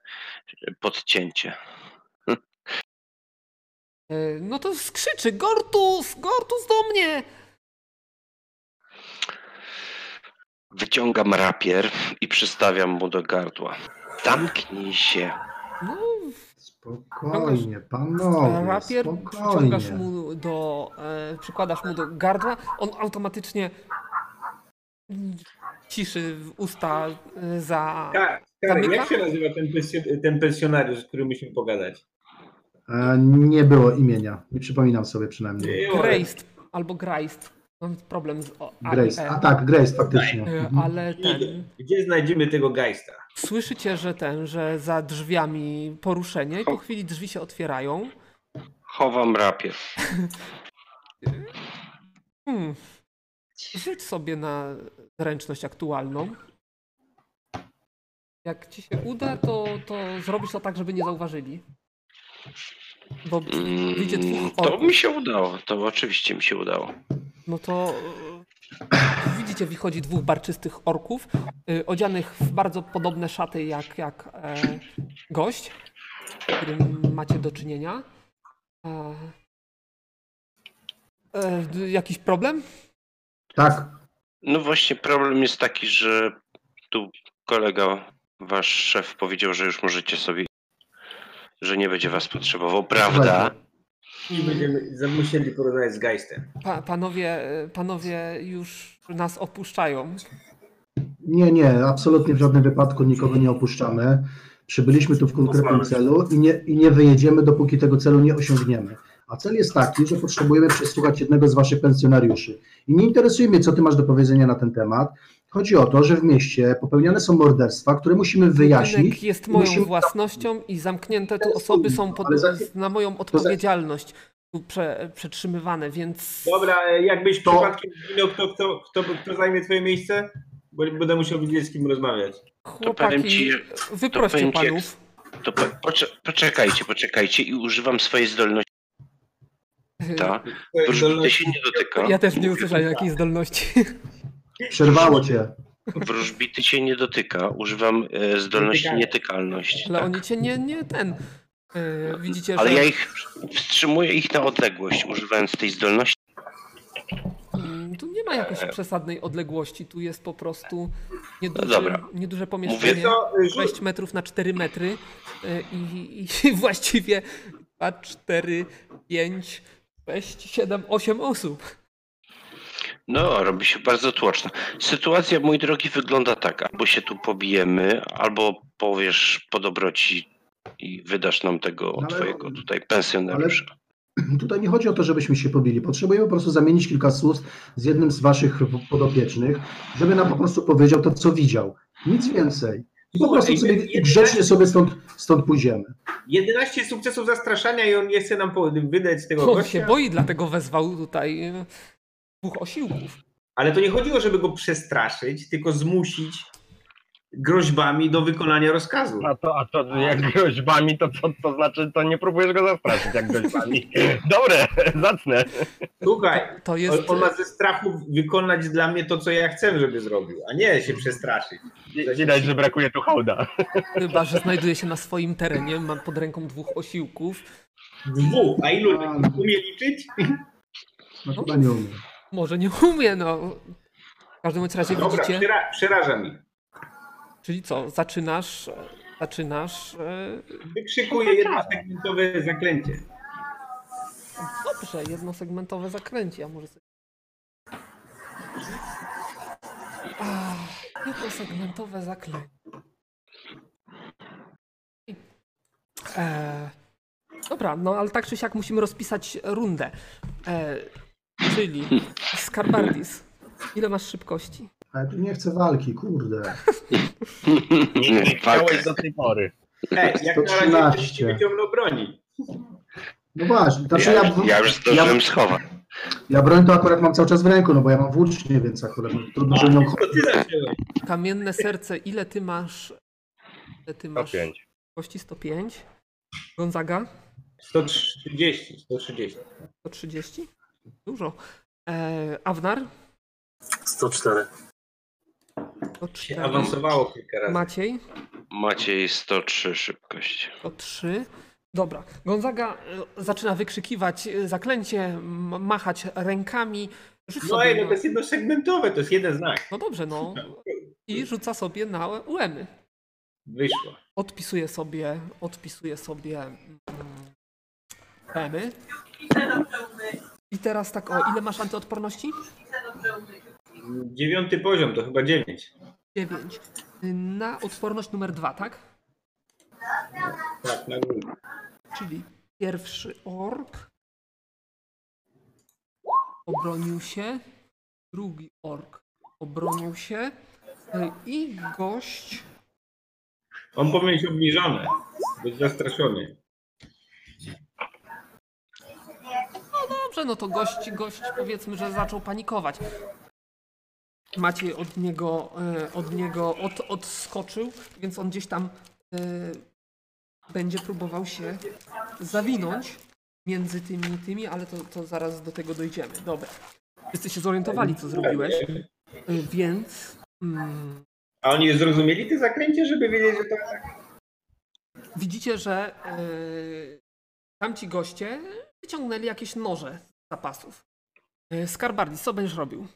Speaker 3: podcięcie.
Speaker 1: E, No to skrzyczy, Gortus, Gortus do mnie!
Speaker 3: Wyciągam rapier i przystawiam mu do gardła. Zamknij się.
Speaker 1: No,
Speaker 2: Spokojnie, panowie,
Speaker 1: rapier
Speaker 2: No, spokojnie.
Speaker 1: przyciągasz mu do, e, przykładasz mu do gardła, on automatycznie ciszy w usta e, za...
Speaker 4: Ka- Karek,
Speaker 1: Zamyka?
Speaker 4: jak się nazywa ten, pensjo- ten pensjonariusz, z którym musimy pogadać?
Speaker 2: E, Nie było imienia, nie przypominam sobie przynajmniej.
Speaker 1: Greist, albo Greist. Mam problem z... O, a,
Speaker 2: Grace,
Speaker 1: e.
Speaker 2: a tak, Grace, faktycznie.
Speaker 1: E,
Speaker 2: Mhm.
Speaker 1: Ale ten...
Speaker 4: Gdzie znajdziemy tego geista?
Speaker 1: Słyszycie, że ten, że za drzwiami poruszenie i po chwili drzwi się otwierają.
Speaker 3: Chowam rapier.
Speaker 1: Hmm. Rzuć sobie na zręczność aktualną. Jak ci się uda, to, to zrobisz to tak, żeby nie zauważyli. Bo
Speaker 3: Mm,
Speaker 1: wyjdzie dwóch
Speaker 3: To
Speaker 1: orków.
Speaker 3: mi się udało, to oczywiście mi się udało.
Speaker 1: No to e, widzicie, wychodzi dwóch barczystych orków, e, odzianych w bardzo podobne szaty jak, jak e, gość, z którym macie do czynienia. E, e, d- jakiś problem?
Speaker 2: Tak,
Speaker 3: No właśnie, problem jest taki, że tu kolega, wasz szef powiedział, że już możecie sobie, że nie będzie was potrzebował. Prawda?
Speaker 4: I będziemy za- musieli porozmawiać z geistem.
Speaker 1: Pa, panowie, panowie już nas opuszczają.
Speaker 2: Nie, nie, absolutnie w żadnym wypadku nikogo nie opuszczamy. Przybyliśmy tu w konkretnym
Speaker 6: Pozwalamy.
Speaker 2: celu i nie, i nie wyjedziemy, dopóki tego celu nie osiągniemy. A cel jest taki, że potrzebujemy przesłuchać jednego z waszych pensjonariuszy. I nie interesuje mnie, co ty masz do powiedzenia na ten temat. Chodzi o to, że w mieście popełniane są morderstwa, które musimy
Speaker 1: Budynek
Speaker 2: wyjaśnić.
Speaker 1: jest moją
Speaker 2: Musimy-
Speaker 1: własnością i zamknięte tu osoby są pod,
Speaker 2: Ale za-
Speaker 1: na moją odpowiedzialność tu prze, przetrzymywane, więc...
Speaker 4: Dobra, e, jakbyś
Speaker 2: To-
Speaker 4: przypadkiem zginął, kto, kto, kto, kto zajmie twoje miejsce? Bo będę musiał wiedzieć, z kim rozmawiać.
Speaker 1: Chłopaki,
Speaker 3: ci,
Speaker 1: wyproście
Speaker 3: powiem ci, jak-
Speaker 1: panów.
Speaker 3: To po, pocze- poczekajcie, poczekajcie i używam swojej zdolności. Ta.
Speaker 4: Twoje
Speaker 3: Wróżbity
Speaker 4: zdolności-
Speaker 3: się nie dotyka.
Speaker 1: Ja też nie usłyszałem jakiej zdolności.
Speaker 2: Przerwało cię.
Speaker 3: Wróżbity się nie dotyka. Używam e, zdolności nietykalność.
Speaker 1: Ale
Speaker 3: tak.
Speaker 1: oni cię nie, nie ten. Yy, widzicie,
Speaker 3: Ale
Speaker 1: że
Speaker 3: ja ich wstrzymuję ich na odległość, używając tej zdolności.
Speaker 1: mm, tu nie ma
Speaker 3: E.
Speaker 1: jakiejś przesadnej odległości. Tu jest po prostu nieduże,
Speaker 3: No dobra.
Speaker 1: nieduże pomieszczenie.
Speaker 4: To, e, rzu-
Speaker 1: 6 metrów na 4 metry yy, i, i właściwie 2, 4, 5, 6, 7, 8 osób.
Speaker 3: No, robi się bardzo tłoczna. Sytuacja, mój drogi, wygląda tak. Albo się tu pobijemy, albo powiesz po dobroci i wydasz nam tego
Speaker 2: No, Ale-
Speaker 3: twojego tutaj pensjonariusza.
Speaker 2: Tutaj nie chodzi o to, żebyśmy się pobili. Potrzebujemy po prostu zamienić kilka słów z jednym z waszych podopiecznych, żeby nam po prostu powiedział to, co widział. Nic więcej. I po prostu sobie grzecznie sobie stąd, stąd pójdziemy.
Speaker 4: 11 sukcesów zastraszania i on nie chce nam po- wydać z tego
Speaker 1: On się
Speaker 4: gościa.
Speaker 1: boi, dlatego wezwał tutaj yy, dwóch osiłków.
Speaker 4: Ale to nie chodziło, żeby go przestraszyć, tylko zmusić groźbami do wykonania rozkazu.
Speaker 5: A to, a to jak groźbami, to co to znaczy, to nie próbujesz go zastraszyć jak groźbami. Dobre, zacne.
Speaker 4: Słuchaj,
Speaker 1: To
Speaker 4: on,
Speaker 1: jest.
Speaker 4: on ma ze strachu wykonać dla mnie to, co ja chcę, żeby zrobił, a nie się przestraszyć.
Speaker 5: Widać, że brakuje tu hołda.
Speaker 1: Chyba, że znajduje się na swoim terenie, mam pod ręką dwóch osiłków.
Speaker 4: Dwóch, a ilu umie liczyć?
Speaker 2: No chyba nie umiem.
Speaker 1: Może nie umie, no. W każdym bądź razie
Speaker 4: Dobra,
Speaker 1: widzicie.
Speaker 4: przera- przeraża mi.
Speaker 1: Czyli co, zaczynasz, e, zaczynasz. e,
Speaker 4: Wykrzykuję jednosegmentowe zaklęcie.
Speaker 1: Dobrze, jednosegmentowe zakręcie, a może sobie... Ach, jednosegmentowe zaklęcie. E, dobra, no ale tak czy siak musimy rozpisać rundę. E, czyli Skarbardis, ile masz szybkości?
Speaker 2: Ale tu nie chcę walki, kurde.
Speaker 5: Nie,
Speaker 3: Mm,
Speaker 5: nie chciałeś do tej pory.
Speaker 4: Ej, jak na razie będziesz
Speaker 2: 113.
Speaker 4: nie wyciągnął broni.
Speaker 2: No właśnie, znaczy
Speaker 3: Ja,
Speaker 2: ja,
Speaker 3: już- ja już zdążyłem schować.
Speaker 2: ja broń to akurat mam cały czas w ręku, no bo ja mam włócznie, więc akurat trudno, żebym ją
Speaker 4: To ty zacząłeś.
Speaker 1: Kamienne serce, ile ty masz? Ile ty masz
Speaker 5: 105.
Speaker 1: kości? 105? Gonzaga?
Speaker 4: 130, 130.
Speaker 1: 130? Dużo. E, Awnar?
Speaker 6: 104.
Speaker 1: To
Speaker 4: Się
Speaker 1: 4.
Speaker 4: awansowało kilka razy.
Speaker 1: Maciej?
Speaker 3: Maciej 103 szybkość.
Speaker 1: To 3. Dobra. Gonzaga e, zaczyna wykrzykiwać e, zaklęcie, m- machać rękami. Rzuć
Speaker 4: No
Speaker 1: sobie
Speaker 4: ej, no to
Speaker 1: na...
Speaker 4: jest jednosegmentowe, to jest jeden znak.
Speaker 1: no dobrze, no. I rzuca sobie na łemy.
Speaker 4: Wyszło.
Speaker 1: Odpisuje sobie, odpisuje sobie mm, łemy. I teraz tak, o, ile masz antyodporności?
Speaker 4: Dziewiąty poziom to chyba dziewięć.
Speaker 1: 9. Na odporność numer 2, tak?
Speaker 4: Tak, na górę.
Speaker 1: Czyli pierwszy ork. Obronił się. Drugi ork obronił się. E, I gość.
Speaker 4: On powinien być obniżony, być zastraszony.
Speaker 1: Dobrze, no to gość, gość powiedzmy, że zaczął panikować. Maciej od niego, e, od niego od, odskoczył, więc on gdzieś tam e, będzie próbował się zawinąć między tymi tymi, ale to, to zaraz do tego dojdziemy. Dobra. Wszyscy się zorientowali, co zrobiłeś. Y, Więc. Mm,
Speaker 4: A oni zrozumieli te zaklęcie, żeby wiedzieć, że to
Speaker 1: widzicie, że y, tamci goście wyciągnęli jakieś noże z zapasów. Y, Skarbardi, co będziesz robił?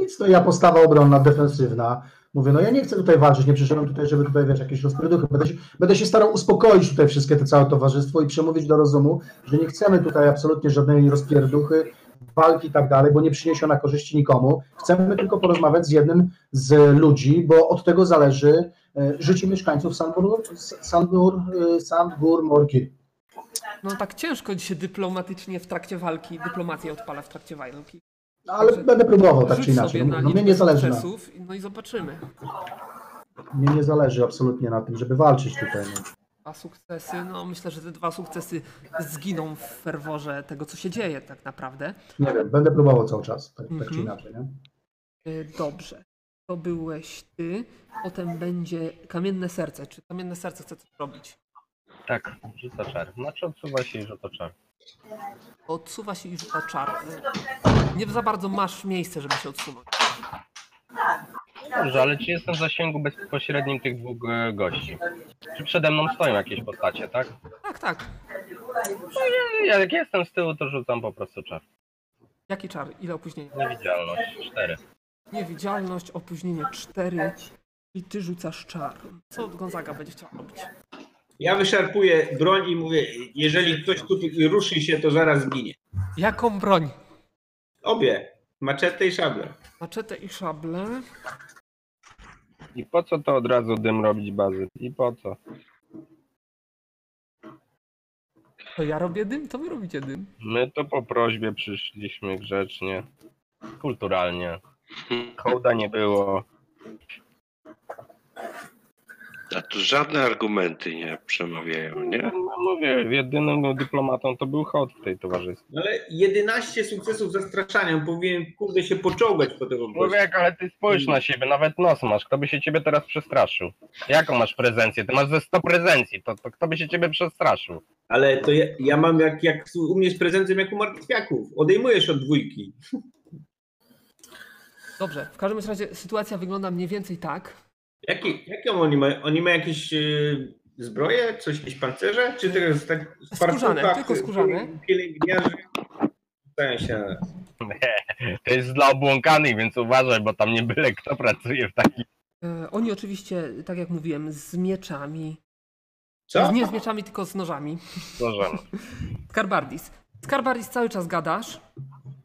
Speaker 2: Nic, no ja postawa obronna, defensywna. Mówię, no ja nie chcę tutaj walczyć, nie przyszedłem tutaj, żeby tutaj, wiesz, jakieś rozpierduchy. Będę się, będę się starał uspokoić tutaj wszystkie te całe towarzystwo i przemówić do rozumu, że nie chcemy tutaj absolutnie żadnej rozpierduchy, walki i tak dalej, bo nie przyniesie ona korzyści nikomu. Chcemy tylko porozmawiać z jednym z ludzi, bo od tego zależy e, życie mieszkańców Sandbur, Sandbur, e, Sandbur Morki.
Speaker 1: No tak ciężko ci się dyplomatycznie w trakcie walki, dyplomację odpala w trakcie walki.
Speaker 2: No, ale
Speaker 1: Dobrze.
Speaker 2: będę próbował tak czy
Speaker 1: Znaczy, Rzuć
Speaker 2: inaczej.
Speaker 1: sobie na
Speaker 2: No, mnie
Speaker 1: liczbę
Speaker 2: nie zależy na,
Speaker 1: sukcesów, no i zobaczymy.
Speaker 2: mnie nie zależy absolutnie na tym, żeby walczyć tutaj. No.
Speaker 1: Dwa sukcesy, no myślę, że te dwa sukcesy zginą w ferworze tego, co się dzieje tak naprawdę.
Speaker 2: Nie wiem, będę próbował cały czas, tak, tak
Speaker 1: Mhm.
Speaker 2: czy inaczej. Nie?
Speaker 1: Y, Dobrze. To byłeś ty. Potem będzie kamienne serce. Czy kamienne serce chce coś robić?
Speaker 5: Tak, rzuca czar. Znaczy odsuwa się i rzuca czar.
Speaker 1: Odsuwa się i rzuca czar. Y, Nie za bardzo masz miejsce, żeby się odsunąć.
Speaker 5: Dobrze, ale czy jestem w zasięgu bezpośrednim tych dwóch e, gości? Czy przede mną stoją jakieś postacie, tak?
Speaker 1: Tak, tak.
Speaker 5: Ja- Ja, jak jestem z tyłu, to rzucam po prostu czar.
Speaker 1: Jaki czar? Ile opóźnienia?
Speaker 5: Niewidzialność. Cztery.
Speaker 1: Niewidzialność, opóźnienie 4. I ty rzucasz czar. Co Gonzaga będzie chciał robić?
Speaker 4: Ja wyszarpuję broń i mówię, jeżeli ktoś tu ruszy się, to zaraz zginie.
Speaker 1: Jaką broń?
Speaker 4: Obie, maczetę i szablę.
Speaker 1: Maczetę i szablę.
Speaker 5: I po co to od razu dym robić bazy? I po co?
Speaker 1: To ja robię dym, to wy robicie dym.
Speaker 5: My to po prośbie przyszliśmy grzecznie, kulturalnie. Hołda nie było.
Speaker 3: A tu żadne argumenty nie przemawiają, nie?
Speaker 5: No, mówię, jedynym dyplomatą to był hołd w tej towarzystwie.
Speaker 4: No ale 11 sukcesów zastraszania, powinien kurde się poczołgać po tego gościa.
Speaker 5: Człowiek, No ale ty spójrz na siebie, nawet nos masz. Kto by się ciebie teraz przestraszył? Jaką masz prezencję? Ty masz ze 100 prezencji, to, to kto by się ciebie przestraszył?
Speaker 4: Ale to ja, ja mam jak, jak u mnie z prezentem jak u martwiaków. Odejmujesz od dwójki.
Speaker 1: Dobrze, w każdym razie sytuacja wygląda mniej więcej tak.
Speaker 4: Jakie, jakie oni mają? Oni mają jakieś yy, zbroje? Coś, jakieś pancerze? Czy tylko z tak z
Speaker 1: Skórzane,
Speaker 4: partucha,
Speaker 1: tylko
Speaker 4: y,
Speaker 1: skórzane.
Speaker 4: Pielęgniarze stają się na nas.
Speaker 5: To jest dla obłąkanych, więc uważaj, bo tam nie byle kto pracuje w takim...
Speaker 1: E, Oni oczywiście, tak jak mówiłem, z mieczami.
Speaker 4: Co?
Speaker 1: Nie z mieczami, tylko z nożami.
Speaker 5: Boże, no.
Speaker 1: Skarbardis. Skarbardis cały czas gadasz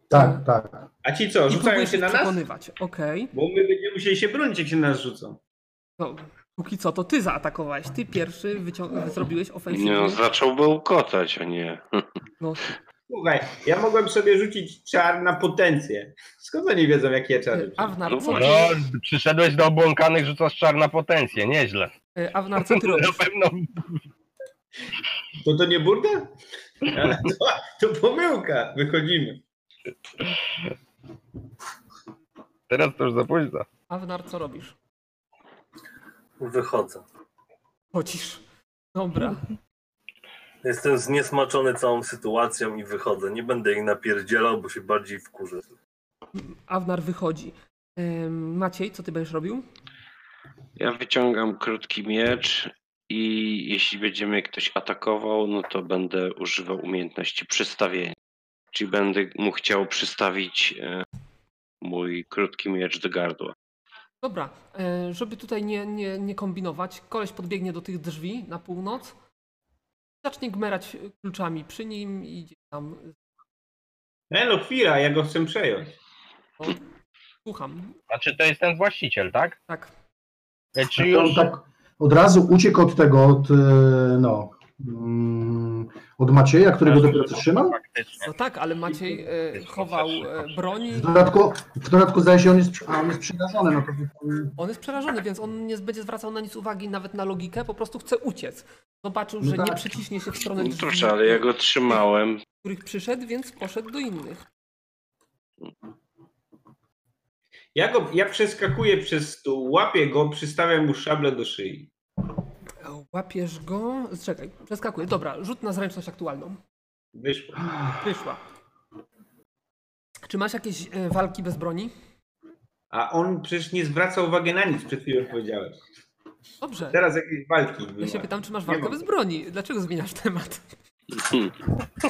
Speaker 2: Tak, tak.
Speaker 4: A ci co,
Speaker 1: i
Speaker 4: rzucają
Speaker 1: próbujesz
Speaker 4: się
Speaker 1: ich
Speaker 4: na nas?
Speaker 1: przekonywać. Okej.
Speaker 4: Bo my będziemy musieli się bronić, jak się na nas rzucą.
Speaker 1: No, póki co to ty zaatakowałeś. Ty pierwszy wycią- zrobiłeś
Speaker 3: Nie,
Speaker 1: ofensywę.
Speaker 3: no, zacząłby ukotać, a nie.
Speaker 1: No,
Speaker 4: Słuchaj, ja mogłem sobie rzucić czar na potencję. Skąd oni wiedzą, jakie ja
Speaker 1: E,
Speaker 4: czary? rzucam?
Speaker 1: Awnar, co,
Speaker 5: no, przyszedłeś do obłąkanych, rzucasz czar na potencję, nieźle.
Speaker 1: e, Awnar, co ty
Speaker 5: Na
Speaker 1: robisz?
Speaker 5: pewno
Speaker 4: To to nie burda? Ale To, to pomyłka. Wychodzimy.
Speaker 5: Teraz to już za późno.
Speaker 1: Awnar, co robisz?
Speaker 6: Wychodzę.
Speaker 1: Chodzisz. Dobra.
Speaker 6: Jestem zniesmaczony całą sytuacją i wychodzę. Nie będę ich napierdzielał, bo się bardziej wkurzę.
Speaker 1: Awnar wychodzi. Ym, Maciej, co ty będziesz robił?
Speaker 3: Ja wyciągam krótki miecz i jeśli będzie mnie ktoś atakował, no to będę używał umiejętności przystawienia. Czyli będę mu chciał przystawić e, mój krótki miecz do gardła.
Speaker 1: Dobra, e, żeby tutaj nie, nie, nie kombinować, koleś podbiegnie do tych drzwi na północ, zacznie gmerać e, kluczami przy nim i gdzieś tam.
Speaker 4: E, no chwila, ja go chcę przejąć.
Speaker 1: O, słucham,
Speaker 5: Znaczy to jest ten właściciel, tak?
Speaker 1: tak.
Speaker 5: E, Czy
Speaker 2: On
Speaker 5: już...
Speaker 2: tak od razu uciekł od tego, od, e, no, mm, od Macieja, który go dopiero co trzymał.
Speaker 5: Faktycznie.
Speaker 1: No tak, ale Maciej e, chował e, broń.
Speaker 2: W dodatku, w dodatku zdaje się, on jest, a on jest przerażony. No to,
Speaker 1: On jest przerażony, więc on nie będzie zwracał na nic uwagi, nawet na logikę, po prostu chce uciec. Zobaczył,
Speaker 2: No
Speaker 1: że nie
Speaker 2: tak.
Speaker 1: przyciśnie się w stronę
Speaker 3: No
Speaker 1: drzwi,
Speaker 3: proszę, ale ja go trzymałem.
Speaker 1: do których przyszedł, więc poszedł do innych.
Speaker 4: Ja, go, ja przeskakuję przez stół, łapię go, przystawiam mu szablę do szyi.
Speaker 1: Łapiesz go. Czekaj, przeskakuję. Dobra, rzut na zręczność aktualną.
Speaker 4: Wyszło.
Speaker 1: Wyszła. Czy masz jakieś e, walki bez broni?
Speaker 4: A on przecież nie zwraca uwagi na nic, przed chwilą powiedziałeś.
Speaker 1: Dobrze.
Speaker 4: Teraz jakieś walki. nie
Speaker 1: Ja się
Speaker 4: ma.
Speaker 1: pytam, czy masz
Speaker 4: Nie
Speaker 1: walkę
Speaker 4: mam.
Speaker 1: bez broni. Dlaczego zmieniasz temat?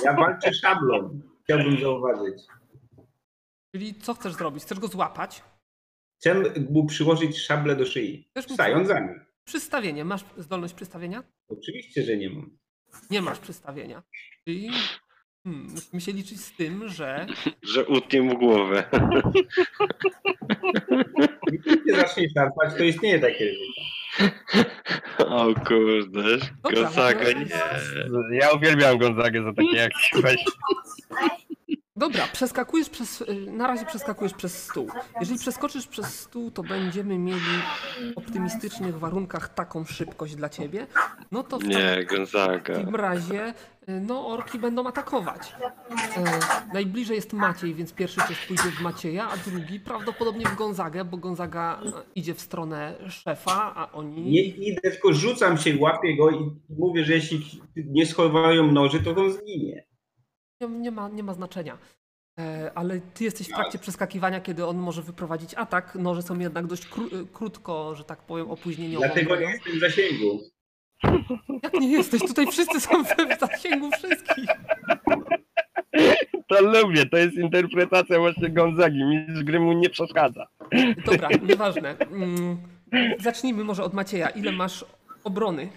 Speaker 4: Ja walczę szablą. Chciałbym zauważyć.
Speaker 1: Czyli co chcesz zrobić? Chcesz go złapać?
Speaker 4: Chcę mu przyłożyć szablę do szyi.
Speaker 1: Też mu
Speaker 4: Stając za nim.
Speaker 1: Przystawienie. Masz zdolność przystawienia?
Speaker 4: Oczywiście, że nie mam.
Speaker 1: Nie masz przystawienia. Czyli hmm, musimy się liczyć z tym, że
Speaker 3: Że utnie mu głowę.
Speaker 4: Jeśli się zacznie szarpać, to istnieje takie ryzyko.
Speaker 3: O kurde,
Speaker 1: Dobra,
Speaker 3: Gonzaga
Speaker 1: ale-
Speaker 3: nie.
Speaker 5: E, Ja uwielbiam Gonzagę za takie akcje. Weź.
Speaker 1: Dobra, przeskakujesz przez. y, Na razie przeskakujesz przez stół. Jeżeli przeskoczysz przez stół, to będziemy mieli w optymistycznych warunkach taką szybkość dla ciebie. No to w,
Speaker 3: Nie,
Speaker 1: w
Speaker 3: Gonzaga.
Speaker 1: takim razie y, no orki będą atakować. E, najbliżej jest Maciej, więc pierwszy cios pójdzie w Macieja, a drugi prawdopodobnie w Gonzagę, bo Gonzaga e, idzie w stronę szefa, a oni.
Speaker 4: Nie idę, tylko rzucam się, łapię go i mówię, że jeśli nie schowają noży, to on zginie.
Speaker 1: Nie, nie, ma, nie ma znaczenia. E, Ale ty jesteś w trakcie przeskakiwania, kiedy on może wyprowadzić atak. Noże są jednak dość kró e, krótko, że tak powiem, opóźnieniowo.
Speaker 4: Dlatego nie jestem w zasięgu.
Speaker 1: Jak nie jesteś? Tutaj wszyscy są w zasięgu wszystkich.
Speaker 5: To lubię, to jest interpretacja właśnie Gonzagi. Mistrz gry mu nie przeszkadza.
Speaker 1: Dobra, nieważne. Mm, Zacznijmy może od Macieja. Ile masz obrony?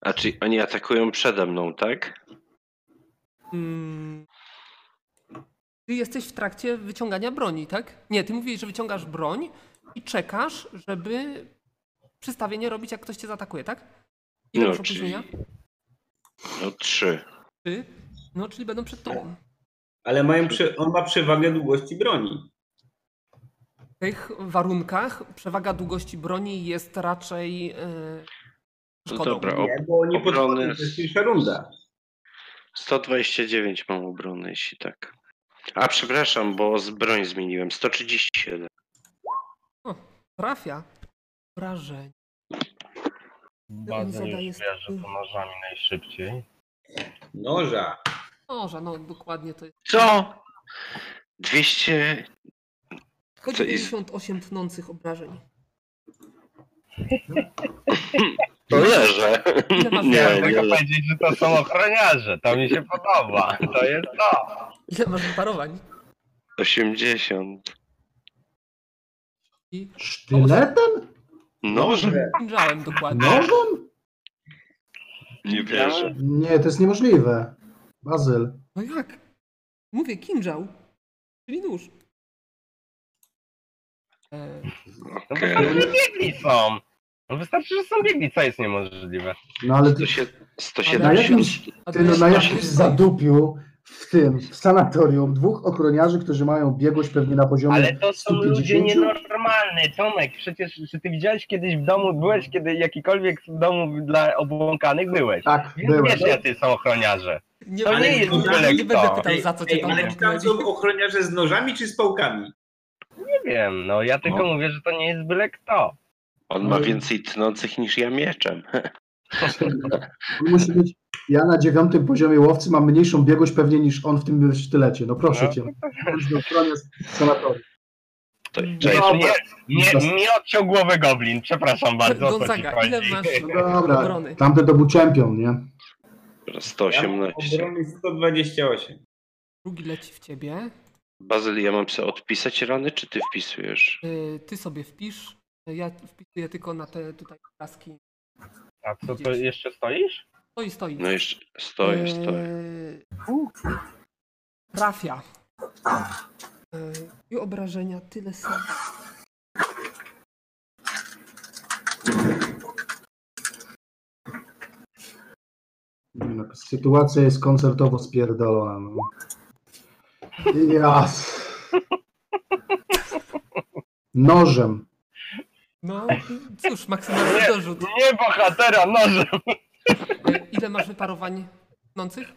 Speaker 3: A czyli oni atakują przede mną, tak?
Speaker 1: Mm, Ty jesteś w trakcie wyciągania broni, tak? Nie, ty mówisz, że wyciągasz broń i czekasz, żeby przystawienie robić, jak ktoś cię zaatakuje, tak? Ile
Speaker 3: No,
Speaker 1: masz
Speaker 3: czyli-
Speaker 1: opóźnienia?
Speaker 3: No trzy.
Speaker 1: Ty? No, czyli będą przed tobą.
Speaker 4: Ale mają prze... on ma przewagę długości broni.
Speaker 1: W tych warunkach przewaga długości broni jest raczej e,
Speaker 3: No
Speaker 1: szkodą.
Speaker 3: dobra, o,
Speaker 4: Nie, bo nie
Speaker 3: obrony
Speaker 4: podchodzą, to
Speaker 3: jest-
Speaker 4: jest pierwsza runda.
Speaker 3: 129 mam obrony, jeśli tak. A przepraszam, bo z broń zmieniłem. 137.
Speaker 1: Trafia. Wrażenie.
Speaker 5: Bardzo
Speaker 1: Gonzaga
Speaker 5: już
Speaker 1: jest-
Speaker 5: wierzę, to nożami najszybciej.
Speaker 4: Noża.
Speaker 1: Może, no dokładnie to jest.
Speaker 3: Co? 200.
Speaker 1: Tylko
Speaker 3: To jest-
Speaker 1: 98 tnących obrażeń.
Speaker 3: To leżę.
Speaker 1: Ile masz,
Speaker 3: Nie,
Speaker 5: Tylko
Speaker 3: nie.
Speaker 5: powiedzieć, że to są ochroniarze, to mi się podoba. To jest to.
Speaker 1: Ile masz wyparowań?
Speaker 3: 80.
Speaker 1: I
Speaker 2: sztyletem?
Speaker 3: No, że
Speaker 1: pinżałem dokładnie.
Speaker 5: No.
Speaker 2: Nożem?
Speaker 3: nie wierzę.
Speaker 2: Nie, to jest niemożliwe. Bazyl.
Speaker 1: No jak? Mówię, kinżał. Czyli nóż. E,
Speaker 5: No
Speaker 3: Okej.
Speaker 5: wystarczy, że biegli są. No wystarczy, że są biegli, co jest niemożliwe.
Speaker 2: No ale ty,
Speaker 3: 107-
Speaker 2: na
Speaker 3: 170.
Speaker 2: jakimś,
Speaker 1: a
Speaker 2: ty no, na jakimś zadupiu w tym, w sanatorium, dwóch ochroniarzy, którzy mają biegłość pewnie na poziomie...
Speaker 5: Ale to są
Speaker 2: 150?
Speaker 5: ludzie nienormalni, Tomek. Przecież czy ty widziałeś kiedyś w domu, byłeś kiedy jakikolwiek w domu dla obłąkanych byłeś.
Speaker 2: Tak,
Speaker 5: Więc
Speaker 2: byłem.
Speaker 5: wiesz, jacy są ochroniarze.
Speaker 1: Nie,
Speaker 5: To
Speaker 1: ale
Speaker 5: nie jest
Speaker 1: nie,
Speaker 5: byle
Speaker 1: nie będę
Speaker 5: kto.
Speaker 1: pytał, za co cię
Speaker 4: tak. Ej,
Speaker 1: tam
Speaker 4: ale czy tam
Speaker 1: obchodzi.
Speaker 4: są ochroniarze z nożami czy z pałkami?
Speaker 5: Nie wiem, no ja tylko mówię, że to nie jest byle kto.
Speaker 3: On ma więcej tnących niż ja mieczem.
Speaker 2: Musi być. Ja na dziewiątym poziomie łowcy mam mniejszą biegłość pewnie niż on w tym sztylecie. No proszę
Speaker 5: No.
Speaker 2: cię. Bądź do strony sanatorii.
Speaker 3: To,
Speaker 5: Cześć,
Speaker 3: to
Speaker 5: nie, nie, nie odciął głowy goblin, przepraszam bardzo. o co ci
Speaker 1: Gonzaga, ile
Speaker 5: chodzi.
Speaker 1: masz
Speaker 2: No dobra,
Speaker 1: obrony?
Speaker 2: tamten to był champion, nie?
Speaker 3: jest
Speaker 4: Ja mam
Speaker 3: 118.
Speaker 4: obrony 128.
Speaker 1: Drugi leci w ciebie.
Speaker 3: Bazyl, ja mam sobie odpisać rany, czy ty wpisujesz?
Speaker 1: Y, Ty sobie wpisz. Ja wpisuję tylko na te tutaj obrazki.
Speaker 5: A co, to jeszcze stoisz?
Speaker 1: Stoi, stoi.
Speaker 3: No jeszcze stoję,
Speaker 1: Y,
Speaker 3: stoję.
Speaker 1: Trafia. Y, I obrażenia tyle samo.
Speaker 2: No, Sytuacja jest koncertowo spierdolona. No. Jas. Nożem.
Speaker 1: No, cóż, maksymalny dorzut.
Speaker 5: Nie bohatera, no, nożem!
Speaker 1: Y, Ile masz wyparowań tnących?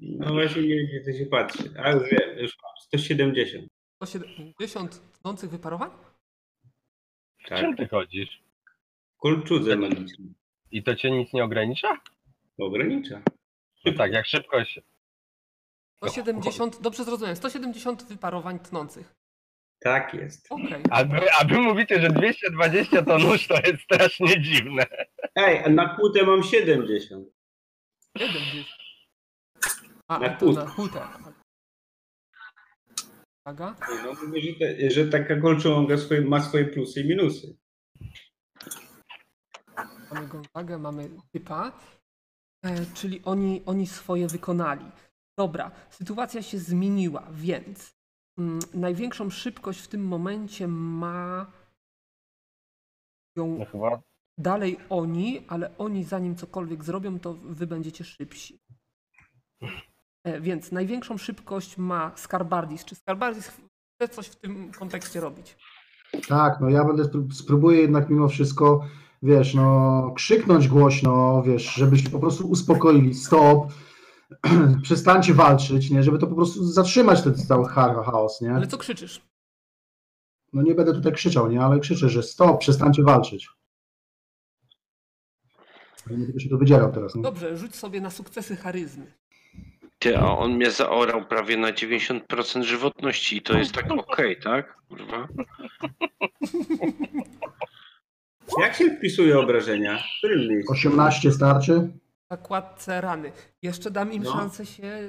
Speaker 4: No właśnie nie wiem, gdzie to się patrzy. A już wiem, już mam 170.
Speaker 1: 170 tnących wyparowań?
Speaker 4: Tak.
Speaker 5: Czym ty chodzisz?
Speaker 4: Kulczudze magiczne.
Speaker 5: I to cię nic nie ogranicza?
Speaker 4: To ogranicza.
Speaker 5: No tak, jak szybkość.
Speaker 1: 170, dobrze zrozumiałem, 170 wyparowań tnących.
Speaker 4: Tak jest.
Speaker 1: Okej.
Speaker 5: A wy, a wy mówicie, że 220 to nóż, to jest strasznie dziwne.
Speaker 4: Ej, a na kłótę mam 70.
Speaker 1: Jeden gdzieś. A,
Speaker 4: Na
Speaker 1: na to
Speaker 4: hut.
Speaker 1: na hutę. Uwaga.
Speaker 4: Ej, No mówię, że, te, że taka kolczonga swoje, ma swoje plusy i minusy.
Speaker 1: Mamy Gonzagę, mamy typa. E, czyli oni, oni swoje wykonali. Dobra, sytuacja się zmieniła, więc mm, największą szybkość w tym momencie ma ją
Speaker 5: No chyba.
Speaker 1: dalej oni, ale oni zanim cokolwiek zrobią, to wy będziecie szybsi. E, Więc największą szybkość ma Skarbardis. Czy Skarbardis chce coś w tym kontekście robić?
Speaker 2: Tak, no ja będę spró- spróbuję jednak mimo wszystko, wiesz, no krzyknąć głośno, wiesz, żebyście po prostu uspokoili, stop, przestańcie walczyć, nie, żeby to po prostu zatrzymać ten cały cha- chaos, nie?
Speaker 1: Ale co krzyczysz?
Speaker 2: No nie będę tutaj krzyczał, nie, ale krzyczę, że stop, przestańcie walczyć. Nie będę się to wydzierał teraz, no.
Speaker 1: Dobrze, rzuć sobie na sukcesy charyzmy.
Speaker 3: Ty, a on mnie zaorał prawie na 90% żywotności i to jest tak okej, tak? Kurwa.
Speaker 4: Jak się wpisuje obrażenia? W którym miejscu?
Speaker 2: 18 starczy?
Speaker 1: Zakładce rany. Jeszcze dam im
Speaker 4: No.
Speaker 1: szansę się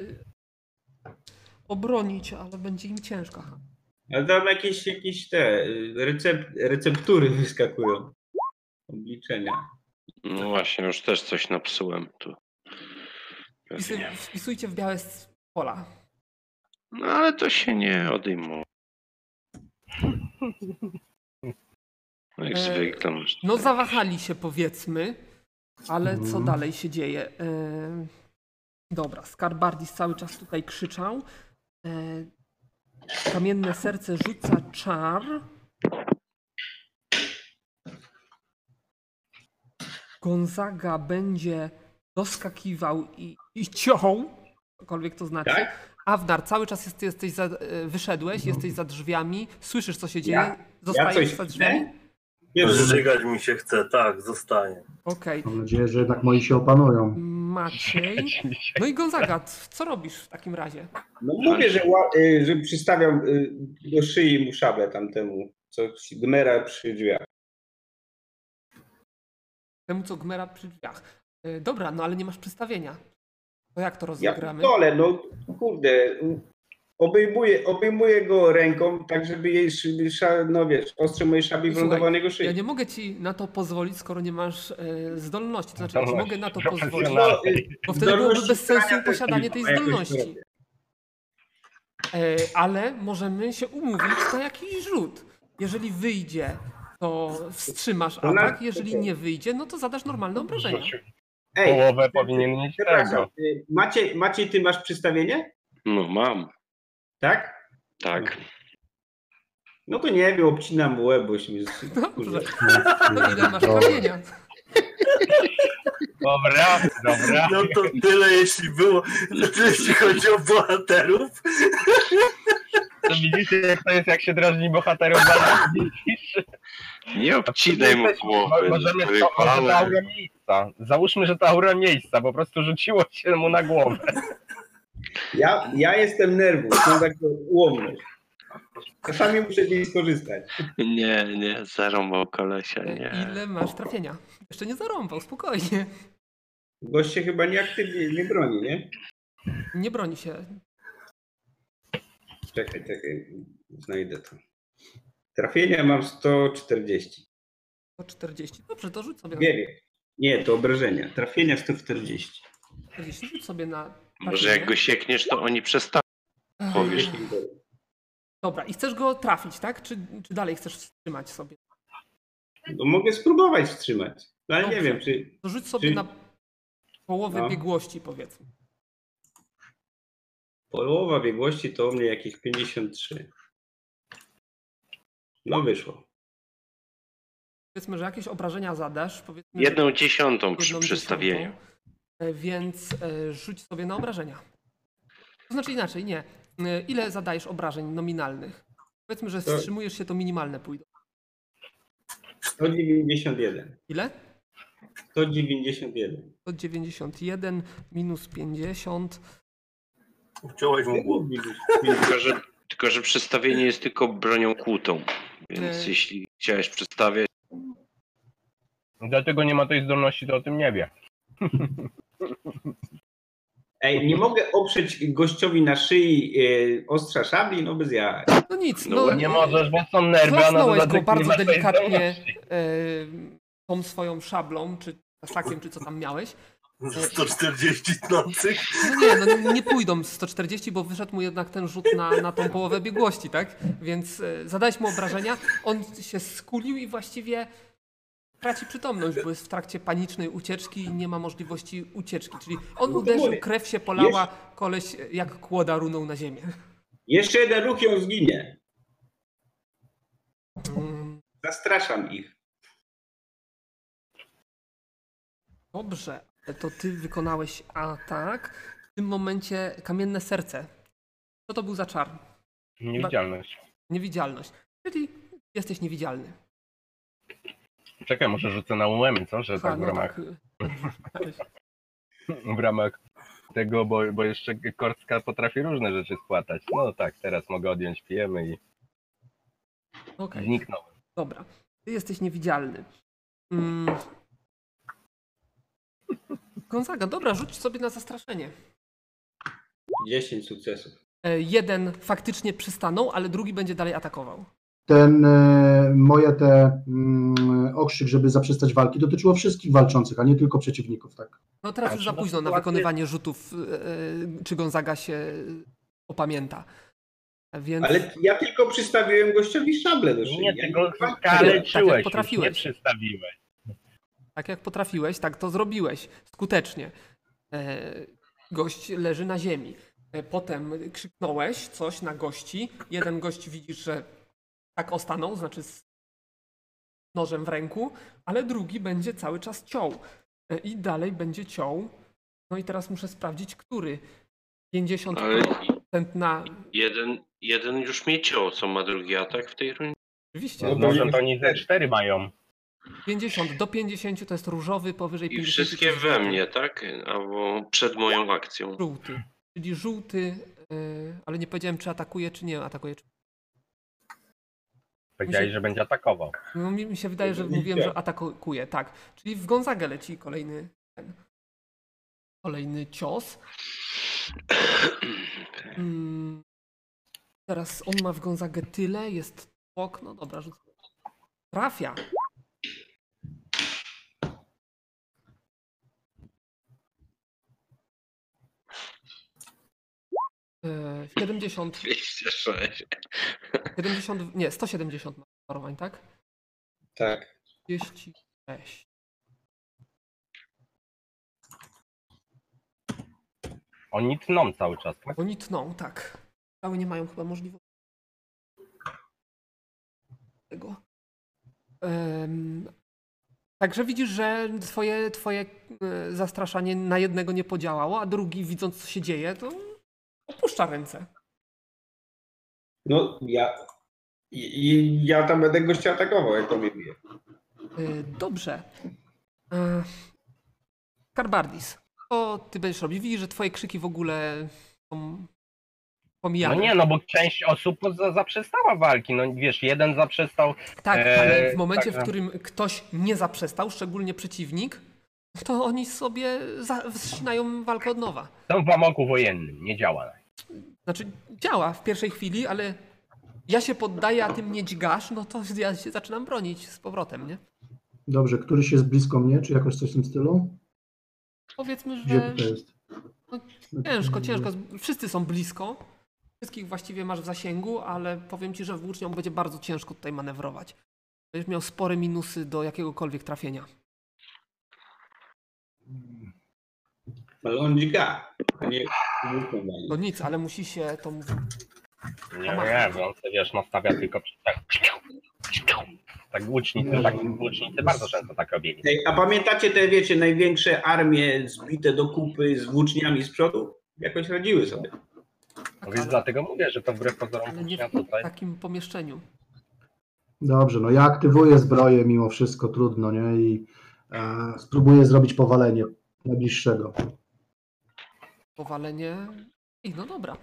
Speaker 1: obronić, ale będzie im ciężko. Aha.
Speaker 4: Ale tam jakieś, jakieś te y, recep, receptury wyskakują. Obliczenia.
Speaker 1: Tak.
Speaker 3: No właśnie, już też coś napsułem tu.
Speaker 1: Wpisy,
Speaker 3: Pewnie.
Speaker 1: wpisujcie w białe s- pola.
Speaker 3: No ale to się nie odejmuje. No
Speaker 1: E,
Speaker 3: jak zwykle masz.
Speaker 1: No zawahali się powiedzmy, ale co
Speaker 2: Mhm.
Speaker 1: dalej się dzieje? Em, dobra, Skarbardis cały czas tutaj krzyczał. E, kamienne serce rzuca czar. Gonzaga będzie doskakiwał i, i ciął, cokolwiek to znaczy.
Speaker 4: Tak?
Speaker 1: Awnar, cały czas jest, jesteś za, e, wyszedłeś, jesteś za drzwiami, słyszysz co się dzieje,
Speaker 4: Ja-
Speaker 1: zostajesz
Speaker 4: coś
Speaker 1: za drzwiami?
Speaker 4: Nie wiem,
Speaker 6: Żygać mi się chce, tak, zostaje.
Speaker 1: Okej.
Speaker 2: Mam nadzieję, że jednak moi się opanują.
Speaker 1: Maciej. No i Gonzaga, c- co robisz w takim razie?
Speaker 4: no mówię, że, ła- y, że przystawiam y, do szyi mu szablę tamtemu, co gmera przy drzwiach.
Speaker 1: Temu co Gmera przy drzwiach. E, Dobra, no ale nie masz przystawienia. To jak to
Speaker 4: Ja
Speaker 1: rozegramy?
Speaker 4: dole, no kurde. Obejmuję, obejmuję go ręką, tak żeby jej, szy- sza, no wiesz, ostrze mojej szabli
Speaker 1: Słuchaj,
Speaker 4: wylądowało na jego szyi.
Speaker 1: Ja nie mogę ci na to pozwolić, skoro nie masz e, zdolności. To znaczy, ja ci
Speaker 5: Zdolności.
Speaker 1: mogę na to pozwolić,
Speaker 4: No, y,
Speaker 5: Profesjonalnie.
Speaker 1: bo wtedy byłoby
Speaker 4: zdolności
Speaker 1: bez sensu
Speaker 4: grania też
Speaker 1: posiadanie
Speaker 4: nie
Speaker 1: tej
Speaker 4: ma, jakoś
Speaker 1: zdolności.
Speaker 4: robię.
Speaker 1: E, Ale możemy się umówić na jakiś rzut. Jeżeli wyjdzie, to wstrzymasz
Speaker 4: Ona-
Speaker 1: atak. Jeżeli nie wyjdzie, no to zadasz normalne obrażenia.
Speaker 4: Ej,
Speaker 5: Połowę powinien mieć
Speaker 4: przepraszam,
Speaker 5: tego.
Speaker 4: y, Maciej, Maciej, ty masz przystawienie?
Speaker 3: No mam,
Speaker 4: Tak?
Speaker 3: tak.
Speaker 4: No to nie wiem, obcinam mu łeb, bo się mi...
Speaker 1: Dobrze.
Speaker 4: kurde.
Speaker 1: No ile masz kamienia?
Speaker 5: Dobra, dobra.
Speaker 6: No to tyle, jeśli było, No, jeśli chodzi o bohaterów.
Speaker 5: To widzicie, jak to jest, jak się drażni bohaterów. bardzo. Widzisz?
Speaker 3: Nie obcinaj mu głowy. No,
Speaker 5: Możemy tak-
Speaker 3: ty,
Speaker 5: to, może to
Speaker 3: ale-
Speaker 5: aura miejsca. Załóżmy, że to aura miejsca, po prostu rzuciło się mu na głowę.
Speaker 4: Ja, ja jestem nerwus, mam taką ułomność. Czasami muszę z niej skorzystać.
Speaker 3: Nie, nie, zarąbał kolesia, nie.
Speaker 1: E, Ile masz trafienia? Jeszcze nie zarąbał, spokojnie.
Speaker 4: Gość się chyba nie aktywnie nie broni, nie?
Speaker 1: Nie broni się.
Speaker 4: Czekaj, czekaj, znajdę to. Trafienia mam 140.
Speaker 1: 140. Dobrze, to rzuć sobie na
Speaker 4: Nie wiem. Nie, to obrażenia. Trafienia 140.
Speaker 1: 140. Rzuć sobie na.
Speaker 3: Może jak go siekniesz, to oni przestaną.
Speaker 1: Ech,
Speaker 3: powiesz.
Speaker 1: Dobra, i chcesz go trafić, tak? Czy, czy dalej chcesz wstrzymać sobie?
Speaker 4: No, mogę spróbować wstrzymać, no, ale
Speaker 1: Dobrze.
Speaker 4: nie wiem, czy
Speaker 1: To rzuć sobie
Speaker 4: Czyli-
Speaker 1: na połowę
Speaker 4: No.
Speaker 1: biegłości, powiedzmy.
Speaker 4: połowa biegłości to u mnie jakieś 53. No wyszło.
Speaker 1: Powiedzmy, że jakieś obrażenia zadasz. Powiedzmy, że
Speaker 3: Jedną dziesiątą przy
Speaker 1: jedną
Speaker 3: przestawieniu.
Speaker 1: dziesiątą. E, Więc e, rzuć sobie na obrażenia. To znaczy inaczej, nie. E, Ile zadajesz obrażeń nominalnych? Powiedzmy, że
Speaker 4: Tak.
Speaker 1: wstrzymujesz się, to minimalne pójdą.
Speaker 4: 191.
Speaker 1: Ile?
Speaker 4: 191.
Speaker 1: To 91 minus 50.
Speaker 6: Uciąłeś mu głowę.
Speaker 3: Tylko że, tylko, że przestawienie jest tylko bronią kłutą. Więc
Speaker 1: Nie.
Speaker 3: jeśli chciałeś przestawiać,
Speaker 5: Dlatego nie ma tej zdolności, to o tym nie wie.
Speaker 4: Ej, nie mogę oprzeć gościowi na szyi e, ostrza szabli, no bez jaj.
Speaker 1: No nic,
Speaker 3: No,
Speaker 1: no.
Speaker 3: bo
Speaker 5: Nie możesz, bo są nerwy, a na
Speaker 1: Klasnąłeś go
Speaker 5: dodatek nie
Speaker 1: bardzo
Speaker 5: ma tej
Speaker 1: delikatnie
Speaker 5: zdolności.
Speaker 1: e, tą swoją szablą, czy tasakiem, czy co tam miałeś.
Speaker 6: 140 tnących.
Speaker 1: No nie, no nie pójdą 140, bo wyszedł mu jednak ten rzut na, na tą połowę biegłości, tak? Więc e, zadałeś mu obrażenia, on się skulił i właściwie traci przytomność, bo jest w trakcie panicznej ucieczki i nie ma możliwości ucieczki. Czyli on
Speaker 4: No to
Speaker 1: uderzył,
Speaker 4: mówię.
Speaker 1: krew się polała, koleś e, jak kłoda runął na ziemię.
Speaker 4: Jeszcze jeden ruch ją zginie.
Speaker 1: Mm,
Speaker 4: Zastraszam ich.
Speaker 1: Dobrze, to ty wykonałeś atak. W tym momencie kamienne serce. Co to był za czar?
Speaker 5: Niewidzialność.
Speaker 1: Niewidzialność. Czyli jesteś niewidzialny.
Speaker 5: Czekaj, może rzucę na umemy, co? Że
Speaker 1: Ha,
Speaker 5: tak w ramach,
Speaker 1: y, tak.
Speaker 5: w ramach tego, bo, bo jeszcze Korstka potrafi różne rzeczy spłatać. No tak, teraz mogę odjąć, pijemy i
Speaker 1: Okej,
Speaker 5: zniknął.
Speaker 1: dobra. Ty jesteś niewidzialny. Mm. Gonzaga, dobra, rzuć sobie na zastraszenie.
Speaker 4: 10 sukcesów.
Speaker 1: E, jeden faktycznie przystanął, ale drugi będzie dalej atakował.
Speaker 2: Ten e, moje te mm, okrzyk, żeby zaprzestać walki, dotyczyło wszystkich walczących, a nie tylko przeciwników, tak.
Speaker 1: No teraz już za
Speaker 5: Znaczy, no,
Speaker 1: późno na
Speaker 5: sytuacje-
Speaker 1: wykonywanie rzutów, e, e, czy Gonzaga się opamięta. E, Więc
Speaker 4: Ale ja tylko przystawiłem gościowi szable do szyi.
Speaker 5: Nie,
Speaker 4: Ja
Speaker 5: tego
Speaker 4: nie-
Speaker 1: Tak, jak
Speaker 5: skaleczyłeś, już
Speaker 1: potrafiłeś.
Speaker 5: nie przystawiłeś.
Speaker 1: tak jak potrafiłeś, tak to zrobiłeś skutecznie. E, Gość leży na ziemi. E, Potem krzyknąłeś coś na gości. Jeden gość widzisz, że tak ostanął, znaczy z nożem w ręku, ale drugi będzie cały czas ciął. E, I dalej będzie ciął. No i teraz muszę sprawdzić, który. 50%
Speaker 3: ale
Speaker 1: na.
Speaker 3: jeden, jeden już mnie ciął, co ma drugi atak w tej rundzie.
Speaker 1: Oczywiście.
Speaker 5: No,
Speaker 4: bo
Speaker 5: może
Speaker 4: nie-
Speaker 5: to oni ze cztery mają.
Speaker 1: 50 do 50 to jest różowy, powyżej
Speaker 3: I
Speaker 1: 50.
Speaker 3: wszystkie
Speaker 1: to jest
Speaker 3: we mnie, tak? Albo przed moją akcją.
Speaker 1: Żółty. Czyli żółty, e, ale nie powiedziałem, czy atakuje, czy nie atakuje. Czy...
Speaker 6: Tak,
Speaker 5: Powiedziałeś, że będzie atakował.
Speaker 1: No, mi, mi się wydaje, że
Speaker 4: Nie
Speaker 1: mówiłem,
Speaker 4: chciałem.
Speaker 1: że atakuje, tak. Czyli w Gonzagę leci kolejny ten. Kolejny cios. Mm. Teraz on ma w Gonzagę tyle, jest tłok. No dobra, rzucę. Trafia. E, 70
Speaker 3: 206.
Speaker 1: 70, nie, 170 ma parowań, tak?
Speaker 4: Tak.
Speaker 1: 36.
Speaker 5: Oni tną cały czas, tak?
Speaker 1: Oni tną, tak. Cały nie mają chyba możliwości. Tego. Em, także widzisz, że twoje, twoje e, zastraszanie na jednego nie podziałało, a drugi widząc co się dzieje, to opuszcza ręce.
Speaker 4: No ja I, I ja tam będę gościa atakował, jak to mnie bije.
Speaker 1: Y, Dobrze. Y, Karbardis, co ty będziesz robił? Widzisz, że twoje krzyki w ogóle są
Speaker 5: No
Speaker 1: pomijane.
Speaker 5: nie, no bo część osób za- zaprzestała walki. No wiesz, jeden zaprzestał,
Speaker 1: Tak,
Speaker 5: Eee,
Speaker 1: ale w momencie,
Speaker 5: tak,
Speaker 1: w
Speaker 5: no.
Speaker 1: którym ktoś nie zaprzestał, szczególnie przeciwnik, to oni sobie za- zaczynają walkę od nowa.
Speaker 5: to w amoku wojennym, nie działa.
Speaker 1: Znaczy, działa w pierwszej chwili, ale ja się poddaję, a ty mnie dźgasz, no to ja się zaczynam bronić z powrotem, nie?
Speaker 2: Dobrze, któryś jest blisko mnie, czy jakoś coś w tym stylu?
Speaker 1: Powiedzmy,
Speaker 2: Gdzie
Speaker 1: że
Speaker 2: to jest?
Speaker 1: E, no, ciężko, ciężko. Wszyscy są blisko. Wszystkich właściwie masz w zasięgu, ale powiem ci, że włócznią będzie bardzo ciężko tutaj manewrować. Będziesz miał spore minusy do jakiegokolwiek trafienia.
Speaker 4: Ale on dźga, a nie włóką wali.
Speaker 1: No nic, ale musi się tą
Speaker 5: Nie, nie, bo on sobie, wiesz, nastawia tylko przy tak. Tak łucznicy, tak łucznicy bardzo często tak robili.
Speaker 4: Ej, A pamiętacie te, wiecie, największe armie zbite do kupy z włóczniami z przodu? Jakoś radziły sobie.
Speaker 5: No więc dlatego mówię, że to wbrew pozorom
Speaker 1: Ale nie
Speaker 5: kuchnia
Speaker 1: w
Speaker 5: tutaj.
Speaker 1: takim pomieszczeniu.
Speaker 2: Dobrze, no ja aktywuję zbroję mimo wszystko, trudno, nie? I e, spróbuję zrobić powalenie najbliższego.
Speaker 1: Powalenie. I no dobra.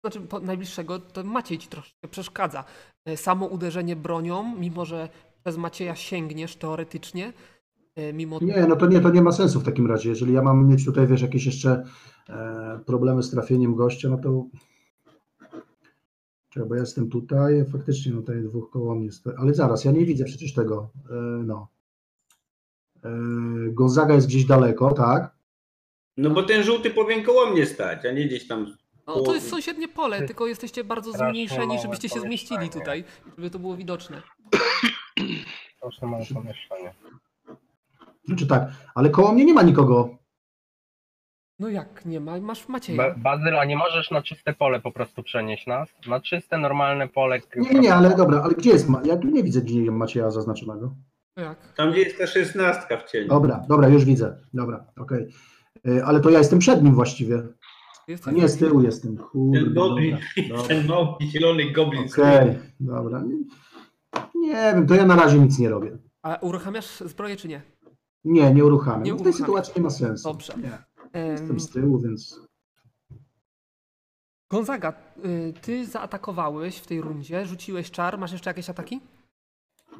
Speaker 1: Znaczy, po najbliższego to Maciej ci troszkę przeszkadza. E, Samo uderzenie bronią, mimo że przez Macieja sięgniesz teoretycznie, e, mimo
Speaker 2: Nie, no to nie, to nie ma sensu w takim razie. Jeżeli ja mam mieć tutaj, wiesz, jakieś jeszcze e, problemy z trafieniem gościa, no to... Czekaj, bo ja jestem tutaj, faktycznie no tutaj dwóch koło mnie stoi. Ale zaraz, ja nie widzę przecież tego, e, no. E, Gonzaga jest gdzieś daleko, tak?
Speaker 4: No bo ten żółty powinien koło mnie stać, a nie gdzieś tam.
Speaker 1: No to jest sąsiednie pole, tylko jesteście bardzo
Speaker 5: Strasznie
Speaker 1: zmniejszeni,
Speaker 5: małe
Speaker 1: żebyście się
Speaker 5: pomieszczenie.
Speaker 1: zmieścili tutaj, żeby to było widoczne.
Speaker 5: Proszę, mam pomieszczenie.
Speaker 2: Znaczy tak, ale koło mnie nie ma nikogo.
Speaker 1: No jak nie ma, masz
Speaker 5: Ba-
Speaker 1: Macieja.
Speaker 5: Bazyl, a nie możesz na czyste pole po prostu przenieść nas? Na czyste, normalne pole. k-
Speaker 2: Nie, nie, nie, ale dobra, ale gdzie jest? Ma- ja tu nie widzę gdzie Macieja zaznaczonego.
Speaker 1: No jak?
Speaker 4: Tam gdzie jest ta szesnastka w cieniu.
Speaker 2: Dobra, dobra, już widzę. Dobra, okej. Y, Ale to ja jestem przed nim właściwie.
Speaker 1: Jesteś
Speaker 2: A nie, z tyłu jestem. Kurde,
Speaker 4: Ten
Speaker 2: dobra,
Speaker 4: goblin,
Speaker 2: dobra.
Speaker 4: ten mały zielony goblin.
Speaker 2: Okej, dobra. Nie wiem, to ja na razie nic nie robię.
Speaker 1: A uruchamiasz zbroję czy nie?
Speaker 2: Nie, nie uruchamiam.
Speaker 1: Nie
Speaker 2: w tej
Speaker 1: uruchamiasz.
Speaker 2: sytuacji nie ma sensu.
Speaker 1: Dobrze.
Speaker 2: Nie,
Speaker 1: Em,
Speaker 2: jestem z tyłu, więc
Speaker 1: Gonzaga, y, ty zaatakowałeś w tej rundzie, rzuciłeś czar, masz jeszcze jakieś ataki?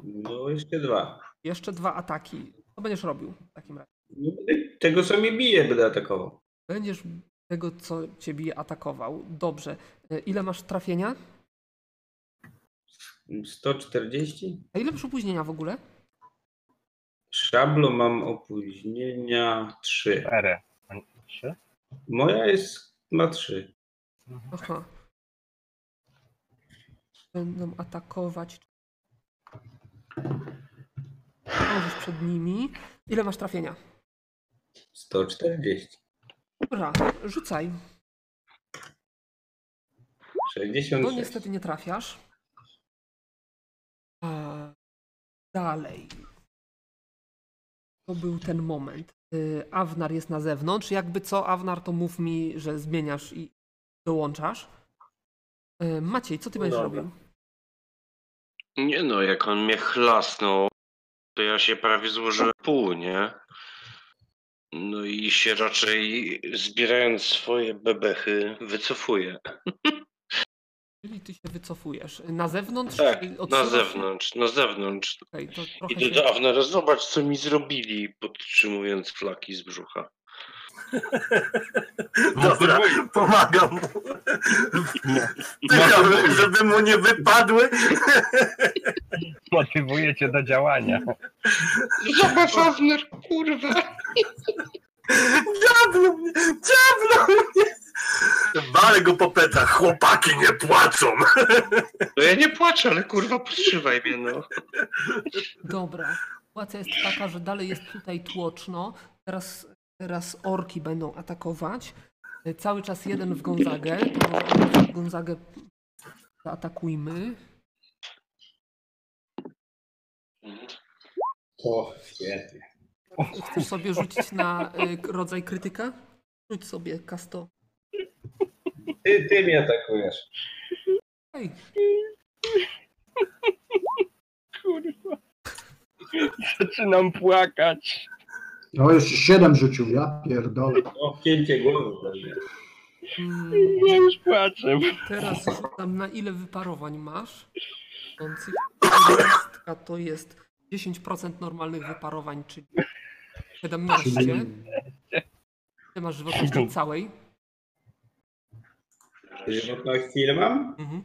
Speaker 4: No jeszcze dwa.
Speaker 1: Jeszcze dwa ataki. Co będziesz robił w takim razie?
Speaker 4: No, będę- Tego co mnie bije będę atakował.
Speaker 1: Będziesz tego, co cię bije, atakował. Dobrze. Y, Ile masz trafienia?
Speaker 4: 140?
Speaker 1: A ile masz opóźnienia w ogóle?
Speaker 4: Szablo mam opóźnienia 3.
Speaker 5: Cztery. a nie Trzy?
Speaker 4: Moja jest ma 3.
Speaker 1: Aha. Będą atakować. Możesz przed nimi. Ile masz trafienia?
Speaker 4: 140.
Speaker 1: Dobra, rzucaj. No
Speaker 4: 66.
Speaker 1: niestety nie trafiasz. A, dalej. To był ten moment. Y, Awnar jest na zewnątrz. Jakby co, Awnar, to mów mi, że zmieniasz i dołączasz. Y, Maciej, co ty
Speaker 4: No
Speaker 1: będziesz
Speaker 4: dobra.
Speaker 1: robił?
Speaker 3: Nie no, jak on mnie chlasnął, to ja się prawie złożyłem pół, nie? No i się raczej zbierając swoje bebechy wycofuję.
Speaker 1: Czyli ty się wycofujesz. Na zewnątrz?
Speaker 3: Tak,
Speaker 1: Czyli
Speaker 3: na
Speaker 1: odsuwasz się?
Speaker 3: zewnątrz, na zewnątrz.
Speaker 1: Okej, to trochę
Speaker 3: Idę
Speaker 1: się...
Speaker 3: do Avnera, zobacz co mi zrobili, podtrzymując flaki z brzucha.
Speaker 6: Dobra, pomagam mu. Tykam, żeby mu nie wypadły.
Speaker 5: Motywuje cię do działania.
Speaker 3: Zobacz Avner, kurwa!
Speaker 6: Diablo mnie, diablo mnie. Walę go po petach, chłopaki nie płaczą.
Speaker 3: No ja nie płaczę, ale kurwa podtrzymaj mnie no.
Speaker 1: Dobra. Sytuacja jest taka, że dalej jest tutaj tłoczno. Teraz, teraz orki będą atakować. Y, Cały czas jeden w Gonzagę. To może od razu Gonzagę zaatakujmy.
Speaker 4: O, świetnie.
Speaker 1: Chcesz sobie rzucić na y, k- rodzaj krytyka? Rzuć sobie kasto.
Speaker 4: Ty, ty mnie atakujesz.
Speaker 1: Ej.
Speaker 5: Zaczynam płakać.
Speaker 2: No już siedem rzucił, ja pierdolę.
Speaker 4: O, cięcie głowy.
Speaker 1: Mm,
Speaker 5: Ja już płaczę.
Speaker 1: teraz rzucam, na ile wyparowań masz? Koncy- Dwudziestka To jest 10% normalnych wyparowań, czyli 17. Ty masz żywotności całej.
Speaker 4: Żywotności ile mam?
Speaker 1: Mhm.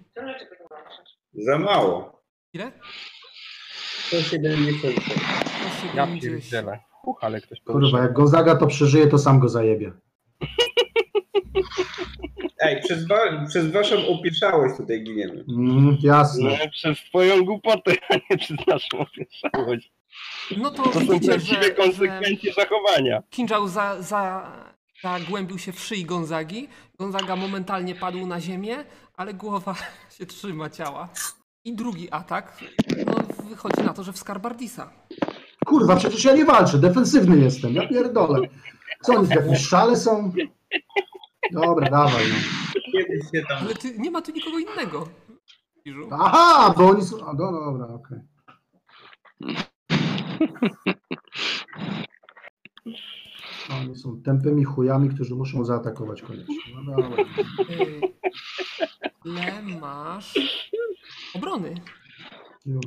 Speaker 4: Za mało.
Speaker 1: Ile?
Speaker 4: 170.
Speaker 5: Ja
Speaker 1: 170.
Speaker 5: pierdzielę. Uch, ale ktoś
Speaker 2: Kurwa, jak Gonzaga to przeżyje, to sam go zajebie.
Speaker 4: Ej, przez, wa- przez waszą opieszałość tutaj giniemy.
Speaker 2: Mm, jasne.
Speaker 5: Nie, No, przez twoją głupotę, a nie przez naszą opieszałość.
Speaker 1: No to,
Speaker 5: To są
Speaker 1: widzicie,
Speaker 5: prawdziwe
Speaker 1: że, że
Speaker 5: konsekwencje zachowania.
Speaker 1: Kinżał za, za, zagłębił się w szyi Gonzagi. Gonzaga momentalnie padł na ziemię, ale głowa się trzyma ciała. I drugi atak no, wychodzi na to, że w Skarbardisa.
Speaker 2: Kurwa, przecież ja nie walczę, defensywny jestem, ja pierdolę. Co oni, w jakimś szale są? Dobra, dawaj. No.
Speaker 4: Kiedyś się tam
Speaker 1: Ale ty, nie ma tu nikogo innego. Kinżu.
Speaker 2: Aha, bo oni są... A, no, dobra, okej. Oni są tępymi chujami, którzy muszą zaatakować koniecznie. No dobra.
Speaker 1: Y, Ile masz obrony?
Speaker 2: Już.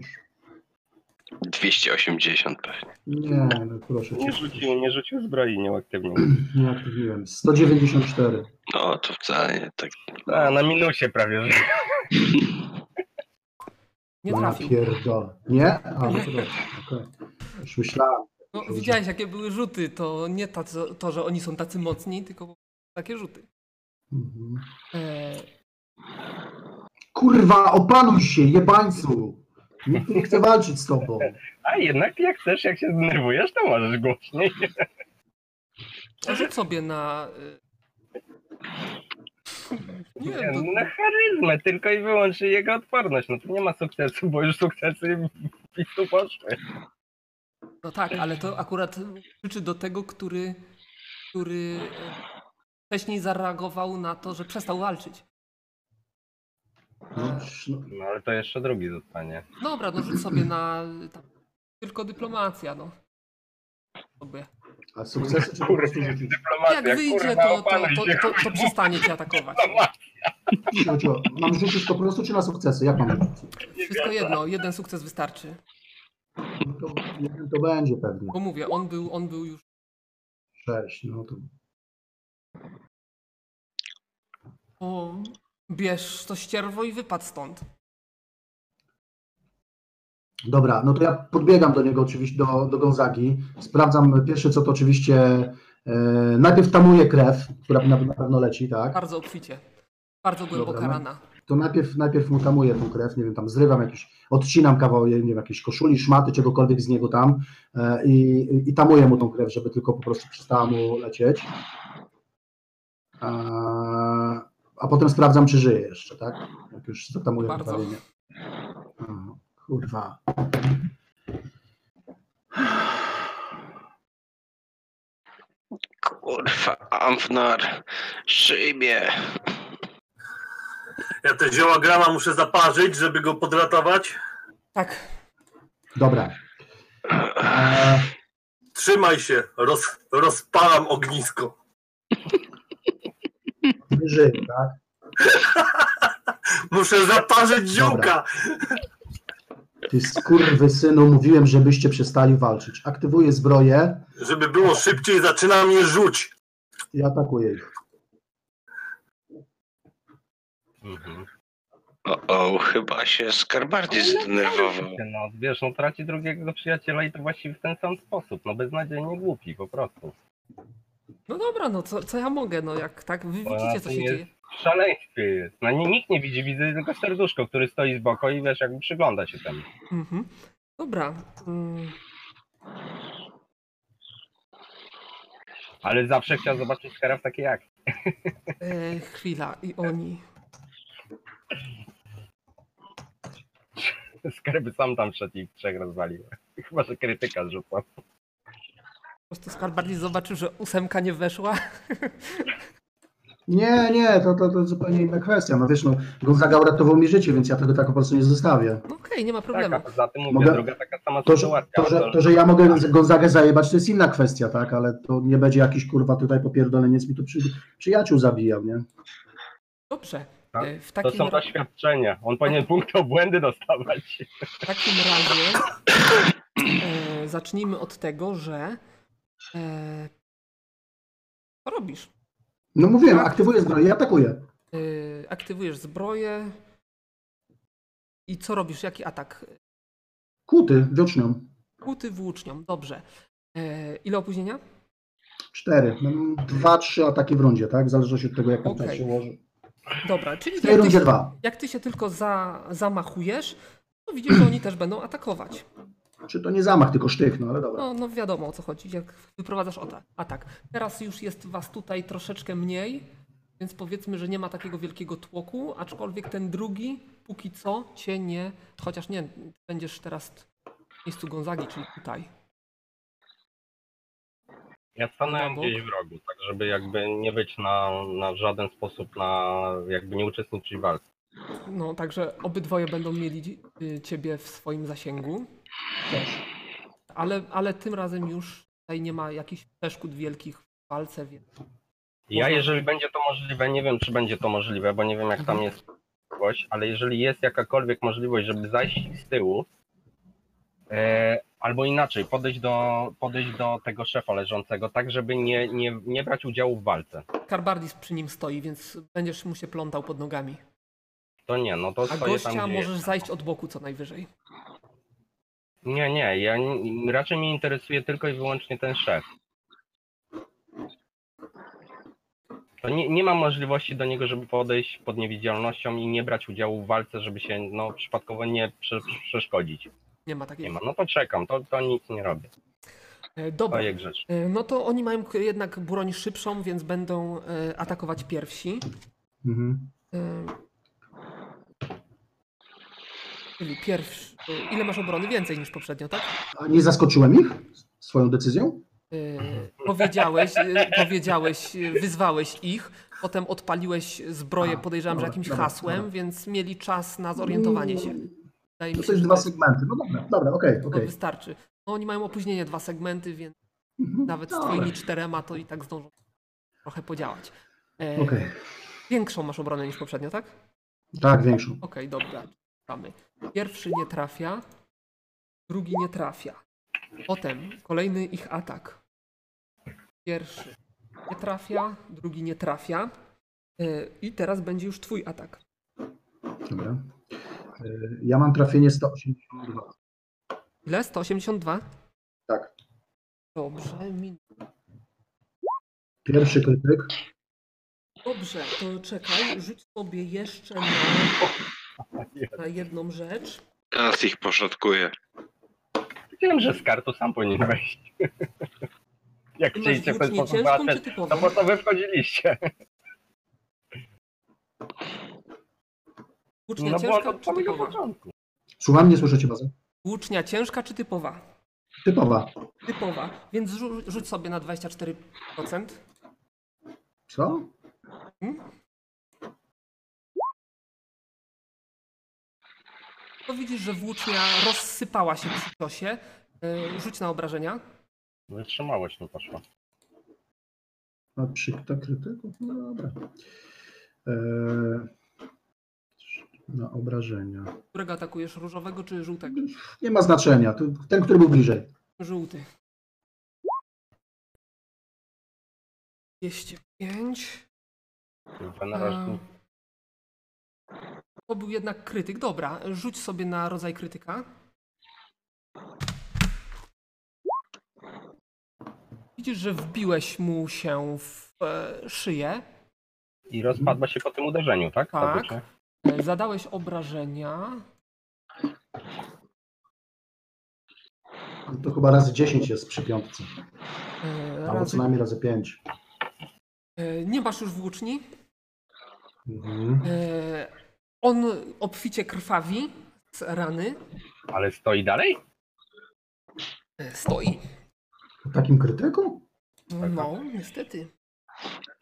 Speaker 3: 280 pewnie.
Speaker 2: Nie, no proszę
Speaker 5: Nie
Speaker 2: cię.
Speaker 5: rzucił, nie rzucił zbroi, nie uaktywnił.
Speaker 2: Nie aktywiłem. 194.
Speaker 3: No to wcale nie tak.
Speaker 5: A, na minusie prawie, że.
Speaker 1: Nie
Speaker 2: No
Speaker 1: trafił.
Speaker 2: pierdolę. Nie? A, no to dobrze. okej. Już myślałem.
Speaker 1: No, widziałeś, jakie były rzuty. To nie ta, to, że oni są tacy mocni, tylko po prostu takie rzuty.
Speaker 2: Mhm.
Speaker 1: E,
Speaker 2: Kurwa, opanuj się, jebańcu! Nikt nie chce walczyć z tobą.
Speaker 5: A jednak jak chcesz, jak się zdenerwujesz, to możesz głośniej.
Speaker 1: Rzuć sobie na. y, Nie
Speaker 5: Nie,
Speaker 1: wiem, to...
Speaker 5: no na charyzmę, tylko i wyłącznie jego odporność. No to nie ma sukcesu, bo już sukcesy PiSu poszły.
Speaker 1: No tak, ale to akurat krzyczy do tego, który, który e, wcześniej zareagował na to, że przestał walczyć.
Speaker 2: No, psz, no.
Speaker 5: No ale to jeszcze drugi zostanie.
Speaker 1: Dobra, no rzuć sobie na. Tam, tylko dyplomacja, no. Sobie.
Speaker 2: A sukcesy czy po
Speaker 5: Kurwa,
Speaker 2: prostu rzucić?
Speaker 5: dyplomacja,
Speaker 1: Jak wyjdzie,
Speaker 5: kurwa,
Speaker 1: to, to,
Speaker 5: opanuj
Speaker 1: to,
Speaker 5: się,
Speaker 1: to, to
Speaker 5: chuj,
Speaker 1: przestanie cię atakować.
Speaker 5: dyplomacja.
Speaker 2: Ci chodziło. Mam rzucić po prostu czy na sukcesy? Jak mam rzucić?
Speaker 1: Wszystko jedno, jeden sukces wystarczy.
Speaker 2: No To, jeden to będzie pewnie.
Speaker 1: Bo mówię, on był, on był już.
Speaker 2: Sześć, no to...
Speaker 1: O, bierz to ścierwo i wypadł stąd.
Speaker 2: Dobra, no to ja podbiegam do niego oczywiście, do, do Gonzagi. Sprawdzam pierwsze co to oczywiście... E, najpierw tamuję krew, która na, na pewno leci, tak?
Speaker 1: Bardzo obficie. Bardzo głęboka
Speaker 2: Dobra, no.
Speaker 1: rana.
Speaker 2: to najpierw, najpierw mu tamuję tą krew, nie wiem, tam zrywam jakiś, odcinam kawał, nie wiem, jakiejś koszuli, szmaty, czegokolwiek z niego tam e, i, i tamuję mu tą krew, żeby tylko po prostu przestała mu lecieć. A, a potem sprawdzam, czy żyje jeszcze, tak? Jak już zatamuję
Speaker 1: Bardzo.
Speaker 2: krwawienie. Aha, Kurwa.
Speaker 3: Kurwa, Amfnar, szybie.
Speaker 6: Ja te zioła grana muszę zaparzyć, żeby go podratować.
Speaker 1: Tak.
Speaker 2: Dobra. E,
Speaker 6: Trzymaj się, roz, rozpalam ognisko.
Speaker 2: nie żyje, tak?
Speaker 6: Muszę zaparzyć ziółka.
Speaker 2: Ty skurwysynu, mówiłem, żebyście przestali walczyć. Aktywuję zbroję
Speaker 6: Żeby było szybciej, zaczynam je rzuć.
Speaker 2: i atakuję ich.
Speaker 5: Mhm.
Speaker 3: O, o, chyba się Skarbardi zdenerwował.
Speaker 5: No wiesz, no traci drugiego przyjaciela i to właściwie w ten sam sposób. No beznadziejnie głupi po prostu.
Speaker 1: No dobra, no co, co ja mogę, no jak tak, wy
Speaker 5: Ona
Speaker 1: widzicie co
Speaker 5: tu
Speaker 1: się
Speaker 5: jest
Speaker 1: dzieje.
Speaker 5: W szaleństwie jest. No nie, nikt nie widzi, widzę tylko serduszko, który stoi z boku i wiesz, jakby przygląda się temu.
Speaker 1: Mhm. Dobra. mm,
Speaker 5: Ale zawsze chciał zobaczyć Skara w takiej akcji.
Speaker 1: E, chwila, i oni.
Speaker 5: Skarby sam tam wszedł i trzech rozwalił. Chyba, że krytyka Tak, zrzucał.
Speaker 1: Po prostu Skarbardi zobaczył, że ósemka nie weszła.
Speaker 2: Nie, nie, to, to, to zupełnie inna kwestia. No wiesz, no, Gonzaga uratował mi życie, więc ja tego tak po prostu nie zostawię.
Speaker 1: No Okej, nie ma
Speaker 5: Tak,
Speaker 1: problemu.
Speaker 5: a poza tym mówię,
Speaker 2: Mogę-
Speaker 5: druga taka sama
Speaker 2: To, że,
Speaker 5: sytuacja.
Speaker 2: to, że, to, że ja mogę Gonzagę zajebać, to jest inna kwestia, tak? Ale to nie będzie jakiś kurwa tutaj popierdoleniec mi tu przy, przyjaciół zabijał, nie?
Speaker 1: Dobrze.
Speaker 5: Tak.
Speaker 1: E, W
Speaker 5: to
Speaker 1: takim,
Speaker 5: są doświadczenia. On powinien punkty obłędy dostawać.
Speaker 1: w takim razie e, zacznijmy od tego, że e, co robisz?
Speaker 2: No mówiłem, aktywuję zbroję i atakuję.
Speaker 1: E, aktywujesz zbroję i co robisz? Jaki atak?
Speaker 2: Kuty, wiocznią.
Speaker 1: Kuty włócznią, dobrze. E, ile opóźnienia?
Speaker 2: Cztery. Mam Dwa, trzy ataki w rundzie, tak? W zależności od tego, jak tam
Speaker 1: Okej.
Speaker 2: czas się ułoży.
Speaker 1: Dobra, czyli
Speaker 2: W tej
Speaker 1: jak ty,
Speaker 2: rundzie
Speaker 1: się,
Speaker 2: dwa.
Speaker 1: jak ty się tylko za, zamachujesz, to widzisz, że oni też będą atakować.
Speaker 2: Czy to nie zamach, tylko sztych, no ale dobra.
Speaker 1: No, no wiadomo o co chodzi, jak wyprowadzasz ota- atak. Teraz już jest was tutaj troszeczkę mniej, więc powiedzmy, że nie ma takiego wielkiego tłoku, aczkolwiek ten drugi póki co cię nie. Chociaż nie, będziesz teraz w miejscu Gonzagi, czyli tutaj.
Speaker 5: Ja stanąłem
Speaker 1: Brawo.
Speaker 5: gdzieś w rogu, tak żeby jakby nie być na, na w żaden sposób na, jakby nie uczestniczyć w walce.
Speaker 1: No, także obydwoje będą mieli y, ciebie w swoim zasięgu,
Speaker 2: Też.
Speaker 1: ale, ale tym razem już tutaj nie ma jakichś przeszkód wielkich w walce, więc
Speaker 5: Ja
Speaker 1: Można.
Speaker 5: jeżeli będzie to możliwe, nie wiem czy będzie to możliwe, bo nie wiem jak
Speaker 1: Mhm.
Speaker 5: tam jest możliwość, ale jeżeli jest jakakolwiek możliwość, żeby zajść z tyłu, e, albo inaczej, podejść do, podejść do tego szefa leżącego, tak żeby nie, nie, nie brać udziału w walce.
Speaker 1: Karbardis przy nim stoi, więc będziesz mu się plątał pod nogami.
Speaker 5: To nie, no to
Speaker 1: A
Speaker 5: stoję tam
Speaker 1: gościa
Speaker 5: gdzie
Speaker 1: możesz zajść od boku co najwyżej.
Speaker 5: Nie, nie, ja nie- raczej mnie interesuje tylko i wyłącznie ten szef. To nie, nie mam możliwości do niego, żeby podejść pod niewidzialnością i nie brać udziału w walce, żeby się no, przypadkowo nie prze, przeszkodzić.
Speaker 1: Nie ma takiej.
Speaker 5: Nie ma. No to czekam, to, to nic nie robię.
Speaker 1: E, Dobra.
Speaker 5: To jest grzecz.
Speaker 1: E, No to oni mają k- jednak broń szybszą, więc będą e, atakować pierwsi.
Speaker 2: Mhm.
Speaker 1: E, Czyli pierwszy. e, Ile masz obrony? Więcej niż poprzednio, tak?
Speaker 2: A nie zaskoczyłem ich swoją decyzją?
Speaker 1: E, Powiedziałeś, e, powiedziałeś, e, wyzwałeś ich, potem odpaliłeś zbroję,
Speaker 2: A,
Speaker 1: podejrzewam, że
Speaker 2: dobra,
Speaker 1: jakimś
Speaker 2: dobra,
Speaker 1: hasłem,
Speaker 2: dobra. Mm,
Speaker 1: więc mieli czas na zorientowanie się. Wydaje
Speaker 2: To
Speaker 1: mi
Speaker 2: są
Speaker 1: się, że
Speaker 2: dwa
Speaker 1: to,
Speaker 2: segmenty. No dobra, dobra, okej,
Speaker 1: to
Speaker 2: okej.
Speaker 1: wystarczy. No oni mają opóźnienie dwa segmenty, więc
Speaker 2: Mhm.
Speaker 1: nawet z
Speaker 2: Dobra.
Speaker 1: twoimi czterema to i tak zdążą trochę podziałać. E,
Speaker 2: Okej.
Speaker 1: Większą masz obronę niż poprzednio, tak?
Speaker 2: Tak, większą.
Speaker 1: Okej, dobra. Czekamy. Pierwszy nie trafia, drugi nie trafia. Potem kolejny ich atak. Pierwszy nie trafia, drugi nie trafia. E, I teraz będzie już twój atak.
Speaker 2: Dobra. Y, Ja mam trafienie 182.
Speaker 1: Ile? 182?
Speaker 2: Tak.
Speaker 1: Dobrze, min-
Speaker 2: Pierwszy krytyk.
Speaker 1: Dobrze, to czekaj, rzuć sobie jeszcze na, na jedną rzecz.
Speaker 3: Teraz ich poszatkuję.
Speaker 5: Wiem, że z kartu sam powinien wejść. Jak
Speaker 1: Ty masz
Speaker 5: chcieliście w ten
Speaker 1: włócznię
Speaker 5: sposób
Speaker 1: ciężką czy
Speaker 5: walczyć, to
Speaker 1: typową?
Speaker 5: po co wy wchodziliście?
Speaker 1: Włócznia
Speaker 5: No bo
Speaker 1: ciężka
Speaker 5: to
Speaker 1: czy
Speaker 5: samego
Speaker 1: typowa?
Speaker 5: początku.
Speaker 2: Słucham, nie słyszycie bardzo.
Speaker 1: Włócznia ciężka czy typowa?
Speaker 2: Typowa.
Speaker 1: Typowa, więc rzu- rzuć sobie na 24%.
Speaker 2: Co?
Speaker 1: To widzisz, że włócznia rozsypała się przy ciosie. E, Rzuć na obrażenia.
Speaker 5: Wytrzymałość mi poszła.
Speaker 2: A przy to krytyku? No dobra. E, Na obrażenia.
Speaker 1: Którego atakujesz? Różowego czy żółtego?
Speaker 2: Nie ma znaczenia. Tu- Ten, który był bliżej.
Speaker 1: Żółty. 205.
Speaker 5: Kurwa, na razie
Speaker 1: E, To był jednak krytyk. Dobra, rzuć sobie na rodzaj krytyka. Widzisz, że wbiłeś mu się w e, szyję.
Speaker 5: I rozpadła się po tym uderzeniu, tak? Ta
Speaker 1: Tak.
Speaker 5: włócznia?
Speaker 1: E, Zadałeś obrażenia.
Speaker 2: To chyba razy 10 jest przy piątce.
Speaker 1: E,
Speaker 2: Albo co
Speaker 1: Razy...
Speaker 2: najmniej razy 5.
Speaker 1: E, Nie masz już włóczni.
Speaker 2: Mhm.
Speaker 1: E, On obficie krwawi z rany.
Speaker 5: Ale stoi dalej?
Speaker 1: E, Stoi.
Speaker 2: Takim krytyku?
Speaker 1: No, niestety.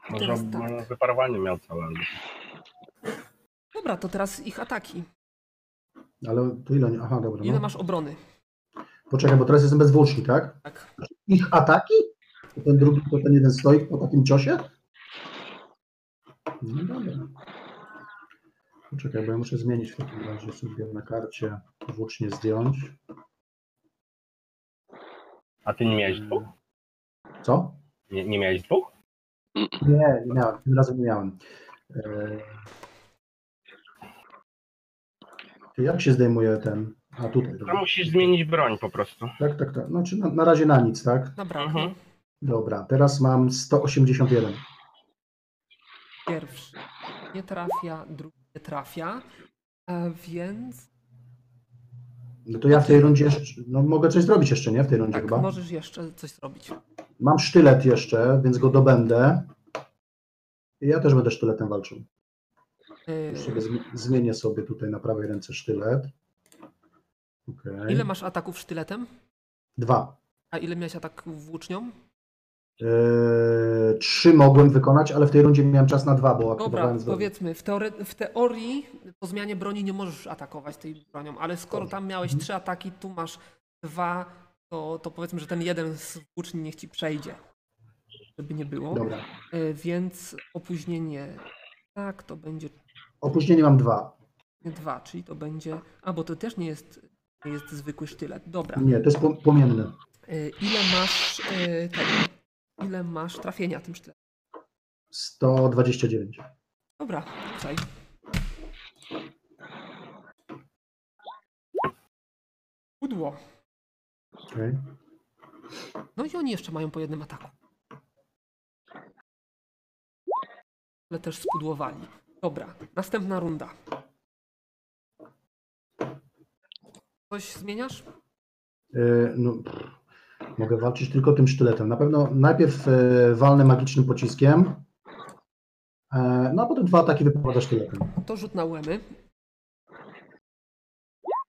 Speaker 5: Może,
Speaker 1: Teraz tak.
Speaker 5: może wyparowanie miał całe. albo-
Speaker 1: Dobra, to teraz ich ataki.
Speaker 2: Ale to ile? oni- Aha, dobra.
Speaker 1: Ile
Speaker 2: No.
Speaker 1: masz obrony?
Speaker 2: Poczekaj, bo teraz jestem bez włóczni, tak?
Speaker 1: Tak.
Speaker 2: Ich ataki? To Ten drugi, to ten jeden stoi po takim ciosie? No dobra. Poczekaj, bo ja muszę zmienić w takim razie sobie na karcie włócznie zdjąć.
Speaker 5: A ty nie miałeś dwóch?
Speaker 2: E, Co?
Speaker 5: Nie, nie miałeś dwóch?
Speaker 2: Nie, nie miałem. Tym razem nie miałem. Eee. Jak się zdejmuje ten? A tutaj.
Speaker 5: To musisz zmienić broń po prostu.
Speaker 2: Tak, tak, tak. Znaczy na, na razie na nic, tak?
Speaker 1: Dobra,
Speaker 5: Mhm.
Speaker 2: Dobra, teraz mam 181.
Speaker 1: pierwszy nie trafia, drugi nie trafia, e, więc
Speaker 2: No to ja w tej rundzie jeszcze, no mogę coś zrobić jeszcze, nie? W tej rundzie
Speaker 1: tak,
Speaker 2: chyba.
Speaker 1: możesz jeszcze coś zrobić.
Speaker 2: Mam sztylet jeszcze, więc go dobędę. I ja też będę sztyletem walczył.
Speaker 1: Y,
Speaker 2: Już sobie zmi- zmienię sobie tutaj na prawej ręce sztylet. Okej.
Speaker 1: Ile masz ataków sztyletem?
Speaker 2: Dwa.
Speaker 1: A ile miałeś ataków włócznią?
Speaker 2: Eee, trzy mogłem wykonać, ale w tej rundzie miałem czas na dwa, bo
Speaker 1: Dobra,
Speaker 2: aktywowałem z
Speaker 1: powiedzmy, w, teore- w teorii po zmianie broni nie możesz atakować tej bronią, ale skoro tam miałeś trzy ataki, tu masz dwa, to, to powiedzmy, że ten jeden z włóczni niech ci przejdzie. Żeby nie było.
Speaker 2: Dobra.
Speaker 1: Y, Więc opóźnienie. Tak, to będzie
Speaker 2: Opóźnienie mam dwa.
Speaker 1: dwa, czyli to będzie. A bo to też nie jest, nie jest zwykły sztylet. Dobra.
Speaker 2: Nie, to jest po- płomienny.
Speaker 1: Y, Ile masz y, tego? Ile masz trafienia tym sztyletem?
Speaker 2: 129.
Speaker 1: Dobra, tutaj. Pudło.
Speaker 2: Okej.
Speaker 1: No i oni jeszcze mają po jednym ataku. Ale też spudłowali. Dobra, następna runda. Coś zmieniasz?
Speaker 2: Eee, no, pff, mogę walczyć tylko tym sztyletem. Na pewno najpierw e, walnę magicznym pociskiem, e, no a potem dwa ataki wypada sztyletem.
Speaker 1: To rzut na łemy. Tak,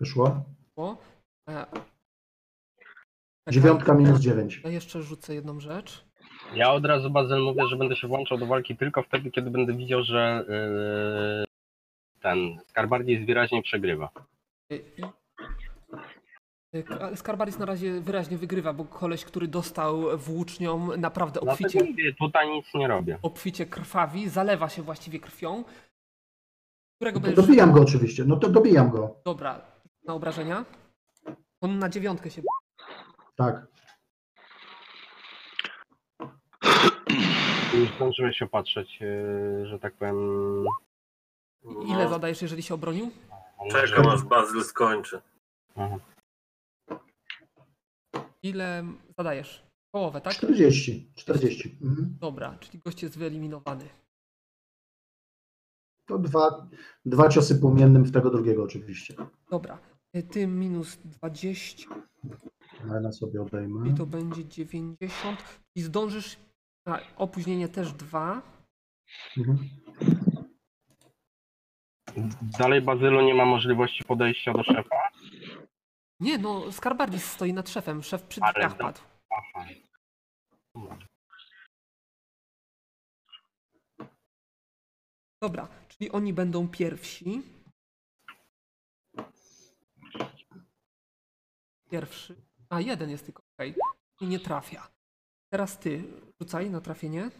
Speaker 2: Wyszło?
Speaker 1: O, e, tak.
Speaker 2: Dziewiątka minus dziewięć.
Speaker 1: Ja jeszcze rzucę jedną rzecz.
Speaker 5: Ja od razu Bazyl mówię, że będę się włączał do walki tylko wtedy, kiedy będę widział, że yy, ten Skarbardi jest wyraźnie przegrywa.
Speaker 1: Y, i- y, K- Skarbaris na razie wyraźnie wygrywa, bo koleś, który dostał włócznią, naprawdę obficie,
Speaker 5: Dlatego mówię, tutaj nic nie robię.
Speaker 1: obficie krwawi, zalewa się właściwie krwią. Którego
Speaker 2: No To
Speaker 1: będziesz...
Speaker 2: dobijam go oczywiście, no to dobijam go.
Speaker 1: Dobra, na obrażenia. On na dziewiątkę się...
Speaker 2: Tak.
Speaker 5: Już zdążyłeś się patrzeć, yy, że tak powiem.
Speaker 2: No.
Speaker 1: Ile zadajesz, jeżeli się obronił?
Speaker 6: Czekam aż Bazyl skończy.
Speaker 1: Ile zadajesz? Połowę, tak?
Speaker 2: 40. 40. Mhm.
Speaker 1: Dobra, czyli gość jest wyeliminowany.
Speaker 2: To dwa, dwa ciosy płomiennym w tego drugiego oczywiście.
Speaker 1: Dobra, y, ty minus 20
Speaker 2: Ale na sobie
Speaker 1: I
Speaker 2: odejmę.
Speaker 1: to będzie 90. I zdążysz. A, opóźnienie też 2.
Speaker 2: Mhm.
Speaker 5: Dalej Bazylu nie ma możliwości podejścia do szefa.
Speaker 1: Nie, no, Skarbardis stoi nad szefem. Szef przy
Speaker 5: Ale
Speaker 1: drzwiach
Speaker 5: to-
Speaker 1: padł.
Speaker 5: Aha.
Speaker 1: Dobra, czyli oni będą pierwsi. Pierwszy. A, jeden jest tylko. Okej. I nie trafia. Teraz ty rzucaj na trafienie.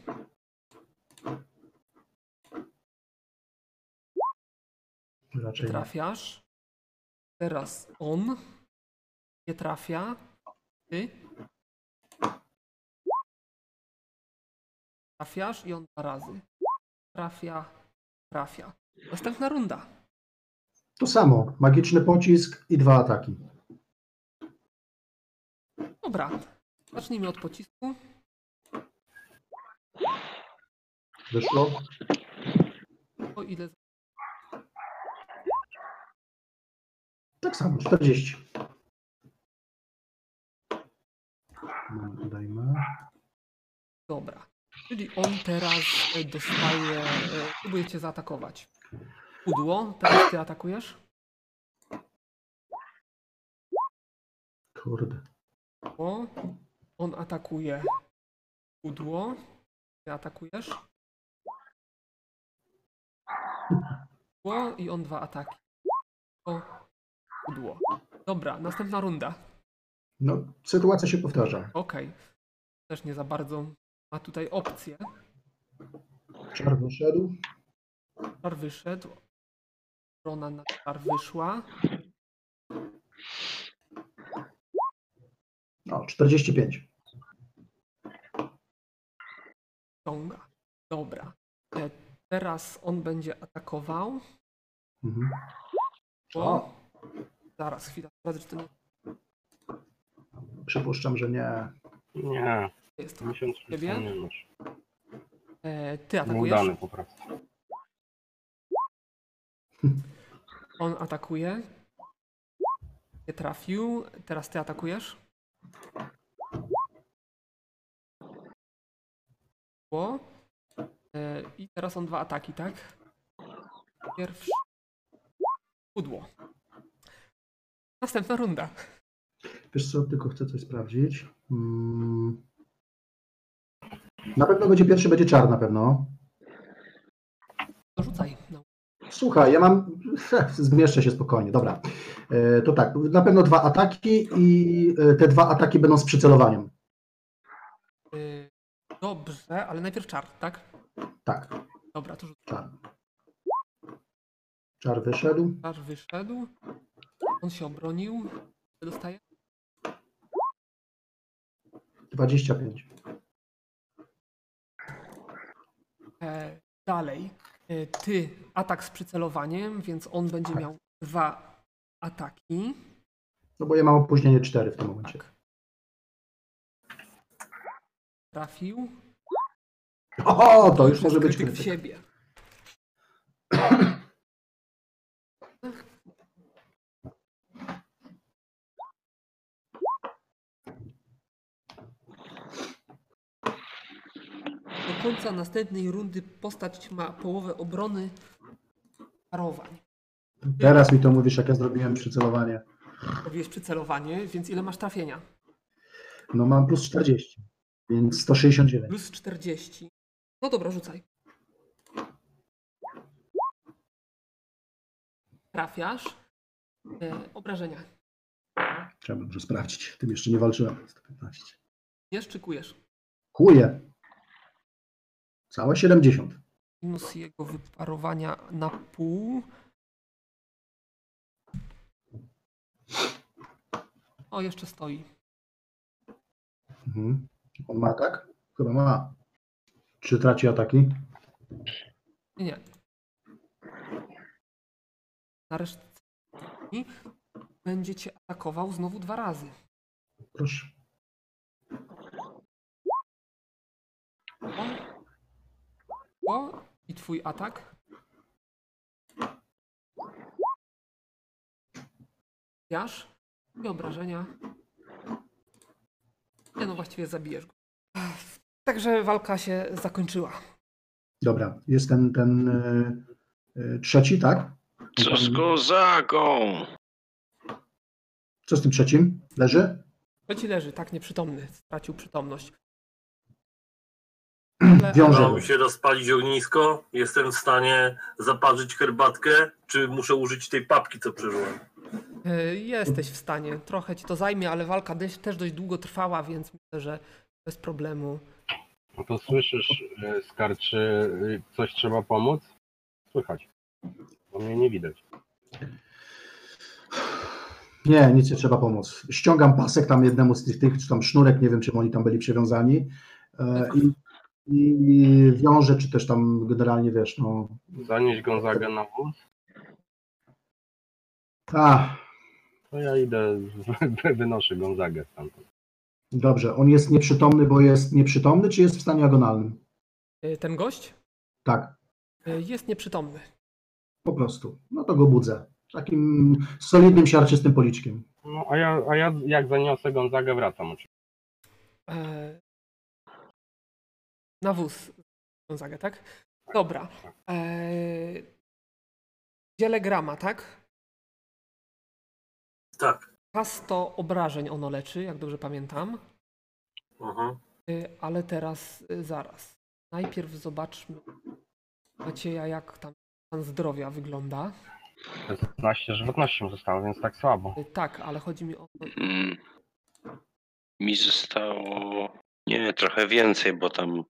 Speaker 2: Raczej nie.
Speaker 1: Trafiasz. Teraz on. Nie trafia. Ty. Trafiasz i on dwa razy. Trafia, trafia. Następna runda.
Speaker 2: To samo. Magiczny pocisk i dwa ataki.
Speaker 1: Dobra. Zacznijmy od pocisku.
Speaker 2: Wyszło?
Speaker 1: O ile.
Speaker 2: Tak samo, 40. No, Dodajmy.
Speaker 1: Dobra. Czyli on teraz e, dostaje. e, Próbuje cię zaatakować. Udło, teraz ty atakujesz.
Speaker 2: Kurde.
Speaker 1: O, on atakuje Pudło. Ty atakujesz. Pudło i on dwa ataki. O, pudło. Dobra, następna runda.
Speaker 2: No, sytuacja się powtarza.
Speaker 1: Okej. Też nie za bardzo ma tutaj opcję.
Speaker 2: Czar wyszedł.
Speaker 1: Czar wyszedł. Rona na czar wyszła.
Speaker 2: No, 45.
Speaker 1: Ciąga. Dobra. E, Teraz on będzie atakował.
Speaker 2: Mhm.
Speaker 1: O. Zaraz, chwila. Sprawdzę, czy to nie
Speaker 2: Przypuszczam, że nie.
Speaker 5: Nie,
Speaker 1: jest. to.
Speaker 5: 54
Speaker 1: Ciebie?
Speaker 5: nie masz.
Speaker 1: E, Ty atakujesz.
Speaker 5: Nieudany po prostu.
Speaker 1: On atakuje. Nie trafił. Teraz ty atakujesz. O. E, I teraz są dwa ataki, tak? Pierwszy. Pudło. Następna runda.
Speaker 2: Wiesz co, tylko chcę coś sprawdzić. Mm. Na pewno będzie pierwszy, będzie czar na pewno.
Speaker 1: Dorzucaj. No.
Speaker 2: Słuchaj, ja mam. Zmieszczę się spokojnie, dobra. E, To tak, na pewno dwa ataki i e, te dwa ataki będą z przycelowaniem.
Speaker 1: Y, Dobrze, ale najpierw czar, tak?
Speaker 2: Tak,
Speaker 1: Dobra, to rzucę.
Speaker 2: czar. Czar wyszedł.
Speaker 1: Czar wyszedł. On się obronił. Dostaje.
Speaker 2: 25.
Speaker 1: E, dalej. E, ty atak z przycelowaniem, więc on będzie miał dwa ataki.
Speaker 2: No bo ja mam opóźnienie 4 w tym momencie.
Speaker 1: Tak. Trafił.
Speaker 2: O, to już może być
Speaker 1: krytyk w
Speaker 2: krytyk.
Speaker 1: siebie. Do końca następnej rundy postać ma połowę obrony parowań.
Speaker 2: Teraz mi to mówisz, jak ja zrobiłem przycelowanie.
Speaker 1: Robiłeś przycelowanie, więc ile masz trafienia?
Speaker 2: No mam plus 40, więc 169.
Speaker 1: Plus 40. No dobra, rzucaj. Trafiasz. E, obrażenia.
Speaker 2: Trzeba dobrze sprawdzić. Tym jeszcze nie walczyłem. 115.
Speaker 1: Jesz czy kujesz?
Speaker 2: Kłuje. Całe 70.
Speaker 1: Minus jego wyparowania na pół. O, jeszcze stoi.
Speaker 2: Mhm. On ma atak? Chyba ma. Czy traci ataki?
Speaker 1: Nie, nie. Na resztę będzie cię atakował znowu dwa razy.
Speaker 2: Proszę.
Speaker 1: O, i twój atak. Jasz i obrażenia. Nie no, właściwie zabijesz go. Ech, Także walka się zakończyła.
Speaker 2: Dobra, jest ten, ten e, e, trzeci, tak?
Speaker 3: Co z Kozagą?
Speaker 2: Co z tym trzecim? Leży?
Speaker 1: Trzeci leży, tak nieprzytomny, stracił przytomność.
Speaker 2: Wiąże.
Speaker 6: Udało mi się rozpalić ognisko, jestem w stanie zaparzyć herbatkę, czy muszę użyć tej papki, co przeżyłem.
Speaker 1: E, Jesteś w stanie. Trochę ci to zajmie, ale walka dość- też dość długo trwała, więc myślę, że bez problemu.
Speaker 5: No to słyszysz, e, Skar, czy e, coś trzeba pomóc? Słychać. Bo mnie nie widać.
Speaker 2: Nie, nic nie trzeba pomóc. Ściągam pasek tam jednemu z tych, tych czy tam sznurek, nie wiem, czym oni tam byli przywiązani. E, i, I wiąże, czy też tam generalnie wiesz, no.
Speaker 5: Zanieś Gonzagę na wóz,
Speaker 2: A,
Speaker 5: to ja idę, z- wynoszę Gonzagę stamtąd.
Speaker 2: dobrze. On jest nieprzytomny, bo jest nieprzytomny, czy jest w stanie agonalnym?
Speaker 1: E, Ten gość
Speaker 2: Tak,
Speaker 1: e, jest nieprzytomny.
Speaker 2: po prostu. No to go budzę. Takim solidnym, siarczystym policzkiem.
Speaker 5: No a ja, a ja jak zaniosę Gonzagę, wracam oczywiście.
Speaker 1: E, Na wóz Gonzaga, tak? Dobra. E... Dziele grama, tak?
Speaker 6: Tak.
Speaker 1: Czas to obrażeń ono leczy, jak dobrze pamiętam.
Speaker 6: Mhm.
Speaker 1: Y, Ale teraz y, zaraz. Najpierw zobaczmy Macieja, jak tam stan zdrowia wygląda.
Speaker 5: 16 żywotności mu zostało, więc tak słabo.
Speaker 1: Y, Tak, ale chodzi mi o to,
Speaker 3: Mm. Mi zostało. Nie, trochę więcej, bo tam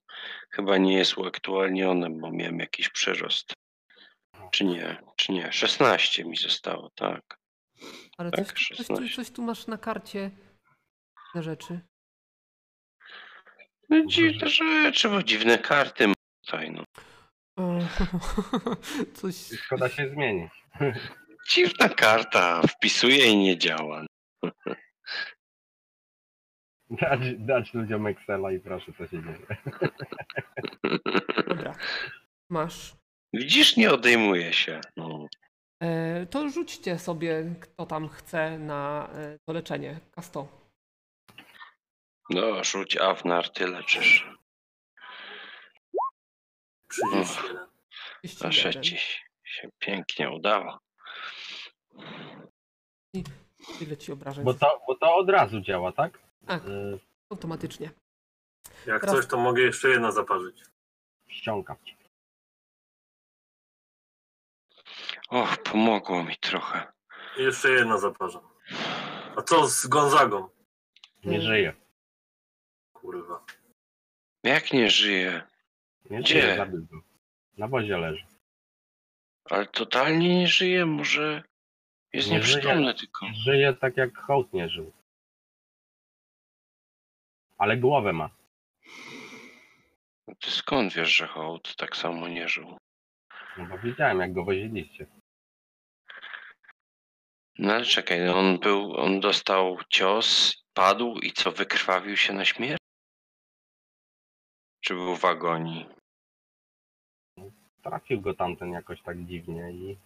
Speaker 3: chyba nie jest uaktualnione, bo miałem jakiś przerost. Czy nie? Czy nie? 16 mi zostało, tak.
Speaker 1: ale
Speaker 3: Tak,
Speaker 1: coś, tu- coś, tu-
Speaker 3: 16.
Speaker 1: coś tu masz na karcie na rzeczy.
Speaker 3: No dziwne rzeczy, bo dziwne karty mam tutaj, no.
Speaker 1: E, Coś
Speaker 5: Szkoda się zmienić.
Speaker 3: Dziwna karta, wpisuje i nie działa.
Speaker 5: Dać, dać ludziom Excela i proszę, co się dzieje.
Speaker 1: Dobra. Masz.
Speaker 3: Widzisz, nie odejmuje się. No.
Speaker 1: E, to rzućcie sobie, kto tam chce na e, to leczenie. Kasto.
Speaker 3: No, rzuć Avnar, ty leczysz.
Speaker 6: 31.
Speaker 3: Proszę
Speaker 1: 31.
Speaker 3: ci się pięknie udało.
Speaker 1: Ile ci obrażeń?
Speaker 5: Bo to, bo to od razu działa, tak?
Speaker 1: Tak.
Speaker 5: Y,
Speaker 1: Automatycznie.
Speaker 6: Jak
Speaker 1: Teraz-
Speaker 6: coś, to mogę jeszcze jedna zaparzyć.
Speaker 5: ściąga.
Speaker 3: Och, pomogło mi trochę.
Speaker 6: Jeszcze jedna zaparzam. A co z Gonzagą?
Speaker 5: Nie żyje.
Speaker 6: Kurwa.
Speaker 3: Jak nie żyje?
Speaker 5: Nie
Speaker 3: Gdzie?
Speaker 5: żyje, zabił go. Na wozie leży.
Speaker 3: Ale totalnie nie żyje, może jest
Speaker 5: Nie
Speaker 3: nieprzytomny tylko.
Speaker 5: Żyje tak jak hołd nie żył. Ale głowę ma.
Speaker 3: Ty skąd wiesz, że hołd tak samo nie żył?
Speaker 5: No bo wiedziałem jak go woziliście.
Speaker 3: No ale czekaj, no on był, on dostał cios, padł i co, wykrwawił się na śmierć? Czy był w agonii?
Speaker 5: Trafił go tamten jakoś tak dziwnie i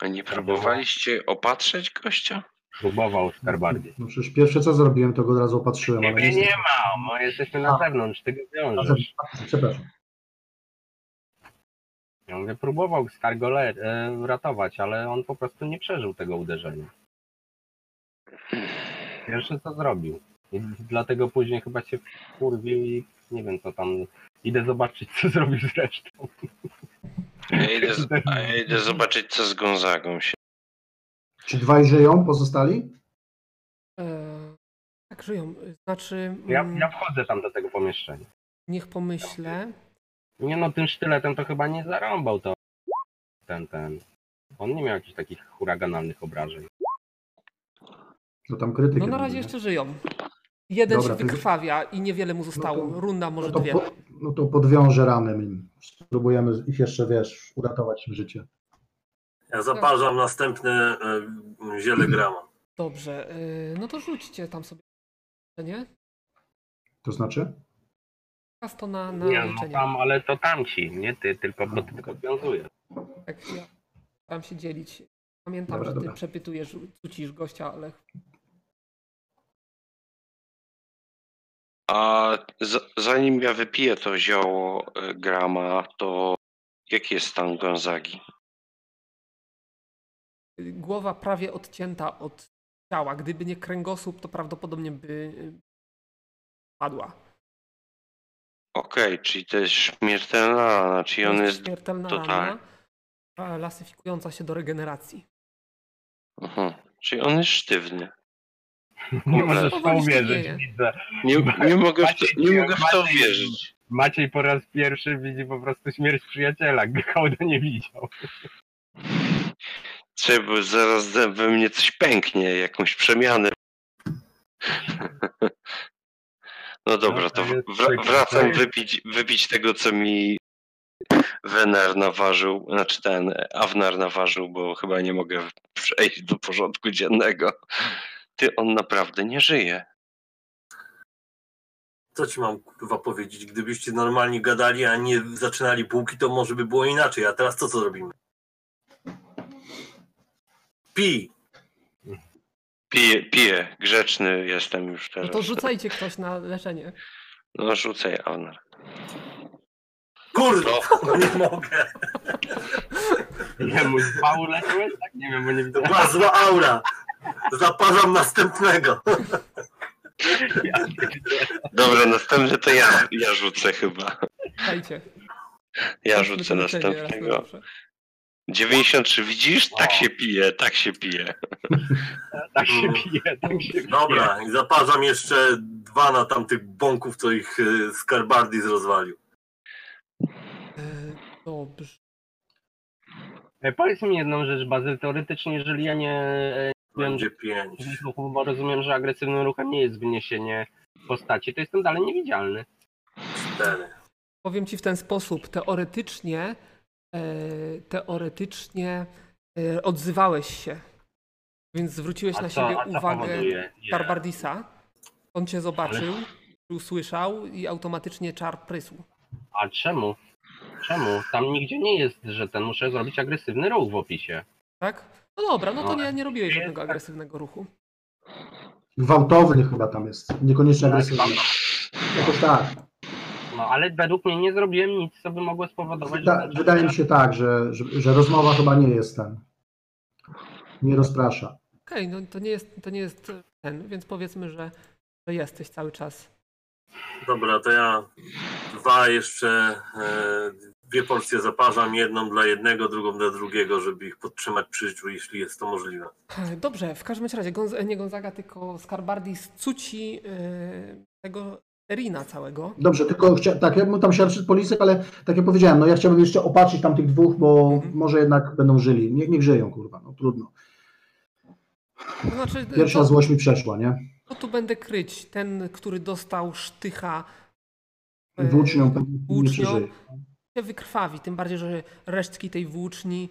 Speaker 3: A nie próbowaliście opatrzeć gościa?
Speaker 5: próbował skarbardzić.
Speaker 2: No przecież pierwsze co zrobiłem, to go od razu opatrzyłem. Ale
Speaker 5: Ciebie
Speaker 2: nie,
Speaker 5: nie ma, my jesteśmy na zewnątrz, ty go wiążesz.
Speaker 2: Przepraszam.
Speaker 5: Ja mówię, próbował skargole e, ratować, ale on po prostu nie przeżył tego uderzenia. Pierwsze co zrobił. I dlatego później chyba się wkurwił i nie wiem co tam. Idę zobaczyć co zrobił z resztą.
Speaker 3: Ja idę, z- a ja idę zobaczyć, co z Gonzagą się.
Speaker 2: Czy dwaj żyją pozostali?
Speaker 1: E, tak żyją. Znaczy,
Speaker 5: Ja,
Speaker 1: mm,
Speaker 5: ja wchodzę tam do tego pomieszczenia.
Speaker 1: niech pomyślę.
Speaker 5: Nie no, tym sztyletem to chyba nie zarąbał to. Ten, ten. On nie miał jakichś takich huraganalnych obrażeń.
Speaker 2: No tam krytyki.
Speaker 1: No na razie
Speaker 2: robili,
Speaker 1: jeszcze żyją. Jeden
Speaker 2: Dobra,
Speaker 1: się
Speaker 2: to-
Speaker 1: wykrwawia i niewiele mu zostało.
Speaker 2: No to-
Speaker 1: Runda może
Speaker 2: no to,
Speaker 1: dwie.
Speaker 2: po, no to podwiążę rany im. Spróbujemy ich jeszcze, wiesz, uratować im życie.
Speaker 6: Ja zaparzam następne e, ziele grama.
Speaker 1: Dobrze. e, no to rzućcie tam sobie leczenie.
Speaker 2: To znaczy?
Speaker 1: Kasto na, na
Speaker 5: Nie, no
Speaker 1: leczenie.
Speaker 5: tam, ale to tamci, nie ty, tylko bo ty
Speaker 2: okej.
Speaker 5: tylko wiązujesz.
Speaker 1: Tak, ja staram się dzielić. Pamiętam,
Speaker 2: Dobra,
Speaker 1: że ty
Speaker 2: dobra.
Speaker 1: przepytujesz, cucisz gościa, ale
Speaker 3: A z, zanim ja wypiję to zioło y, grama, to jaki jest stan Gonzagi?
Speaker 1: głowa prawie odcięta od ciała. Gdyby nie kręgosłup, to prawdopodobnie by y, padła.
Speaker 3: Okej, czyli to jest śmiertelna rana, czyli on jest...
Speaker 1: śmiertelna
Speaker 3: totalnie.
Speaker 1: rana, a lasyfikująca się do regeneracji.
Speaker 3: Aha, Mhm. czyli on jest sztywny.
Speaker 6: No,
Speaker 5: Nie możesz w to
Speaker 1: Powoli
Speaker 5: uwierzyć,
Speaker 1: sztywnieje.
Speaker 5: widzę.
Speaker 3: Nie, nie mogę w to,
Speaker 5: Maciej,
Speaker 3: nie mogę w to
Speaker 5: Maciej.
Speaker 3: wierzyć.
Speaker 5: Maciej po raz pierwszy widzi po prostu śmierć przyjaciela, gdy hołda nie widział.
Speaker 3: Czy bo zaraz ze- we mnie coś pęknie, jakąś przemianę. No dobra, to w- wra- wracam wypić, wypić tego, co mi Wener naważył, znaczy ten Awnar naważył, bo chyba nie mogę przejść do porządku dziennego. Ty, on naprawdę nie żyje.
Speaker 6: Co ci mam kurwa powiedzieć? Gdybyście normalnie gadali, a nie zaczynali półki, to może by było inaczej. A teraz to co robimy? Pi!
Speaker 3: Piję, piję, grzeczny jestem już
Speaker 1: No
Speaker 3: teraz.
Speaker 1: to rzucajcie ktoś na leczenie.
Speaker 3: No rzucaj Awnar.
Speaker 6: Kurwa! Nie mogę!
Speaker 5: Nie, mój dwa uległy? Tak, nie wiem, bo nie widzę.
Speaker 6: To była zła aura! Zaparzam następnego!
Speaker 3: Dobra, następny to ja. Ja rzucę chyba.
Speaker 1: Dajcie.
Speaker 3: Ja
Speaker 1: Chodźmy
Speaker 3: rzucę
Speaker 1: do leczenia raz na
Speaker 3: następnego.
Speaker 1: zawsze.
Speaker 3: 93, widzisz? Tak
Speaker 5: Wow.
Speaker 3: się pije, tak się pije.
Speaker 5: Tak się bije, tak się bije.
Speaker 6: Mm. Dobra, i zaparzam jeszcze dwa na tamtych bąków, co ich y, Skarbardis rozwalił.
Speaker 1: E, Dobrze.
Speaker 5: E, Powiedz mi jedną rzecz, Bazyl. Teoretycznie, jeżeli ja nie e, wiem,
Speaker 6: Będzie pięć.
Speaker 5: ruchu, bo rozumiem, że agresywnym ruchem nie jest wyniesienie postaci, to jestem dalej niewidzialny.
Speaker 6: Cztery.
Speaker 1: Powiem ci w ten sposób. Teoretycznie, e, teoretycznie e, odzywałeś się, więc zwróciłeś na siebie uwagę
Speaker 5: powoduje? Nie.
Speaker 1: Barbardisa. On cię zobaczył, usłyszał i automatycznie czar prysł.
Speaker 5: A czemu? Czemu? Tam nigdzie nie jest, że ten muszę zrobić agresywny ruch w opisie.
Speaker 1: Tak? No dobra, no to nie, nie robiłeś
Speaker 5: Jest
Speaker 1: żadnego agresywnego ruchu.
Speaker 2: Gwałtowny chyba tam jest. Niekoniecznie agresywny. Jakoś tak.
Speaker 5: No ale według mnie nie zrobiłem nic, co by mogło spowodować,
Speaker 2: Wyda, wydaje mi się tak, że, że, że rozmowa chyba nie jest ten. Nie rozprasza.
Speaker 1: Okej, no to nie jest, to nie jest ten, więc powiedzmy, że, że jesteś cały czas.
Speaker 6: Dobra, to ja dwa jeszcze, e, dwie porcje zaparzam, jedną dla jednego, drugą dla drugiego, żeby ich podtrzymać przy życiu, jeśli jest to możliwe.
Speaker 1: Dobrze, w każdym razie, Gonz- nie Gonzaga, tylko Skarbardis cuci yy, tego Erina całego.
Speaker 2: Dobrze, tylko chcia, tak, ja bym tam siadł przed policję, ale tak jak powiedziałem, no ja chciałbym jeszcze opatrzyć tam tych dwóch, bo
Speaker 1: Mhm.
Speaker 2: może jednak będą żyli. Nie, niech żyją, kurwa, no trudno.
Speaker 1: To znaczy,
Speaker 2: Pierwsza
Speaker 1: to,
Speaker 2: złość mi przeszła, nie?
Speaker 1: to tu będę kryć. Ten, który dostał sztycha e,
Speaker 2: Włócznią pewnie nie
Speaker 1: włócznią
Speaker 2: przeżyje.
Speaker 1: się wykrwawi, tym bardziej, że resztki tej włóczni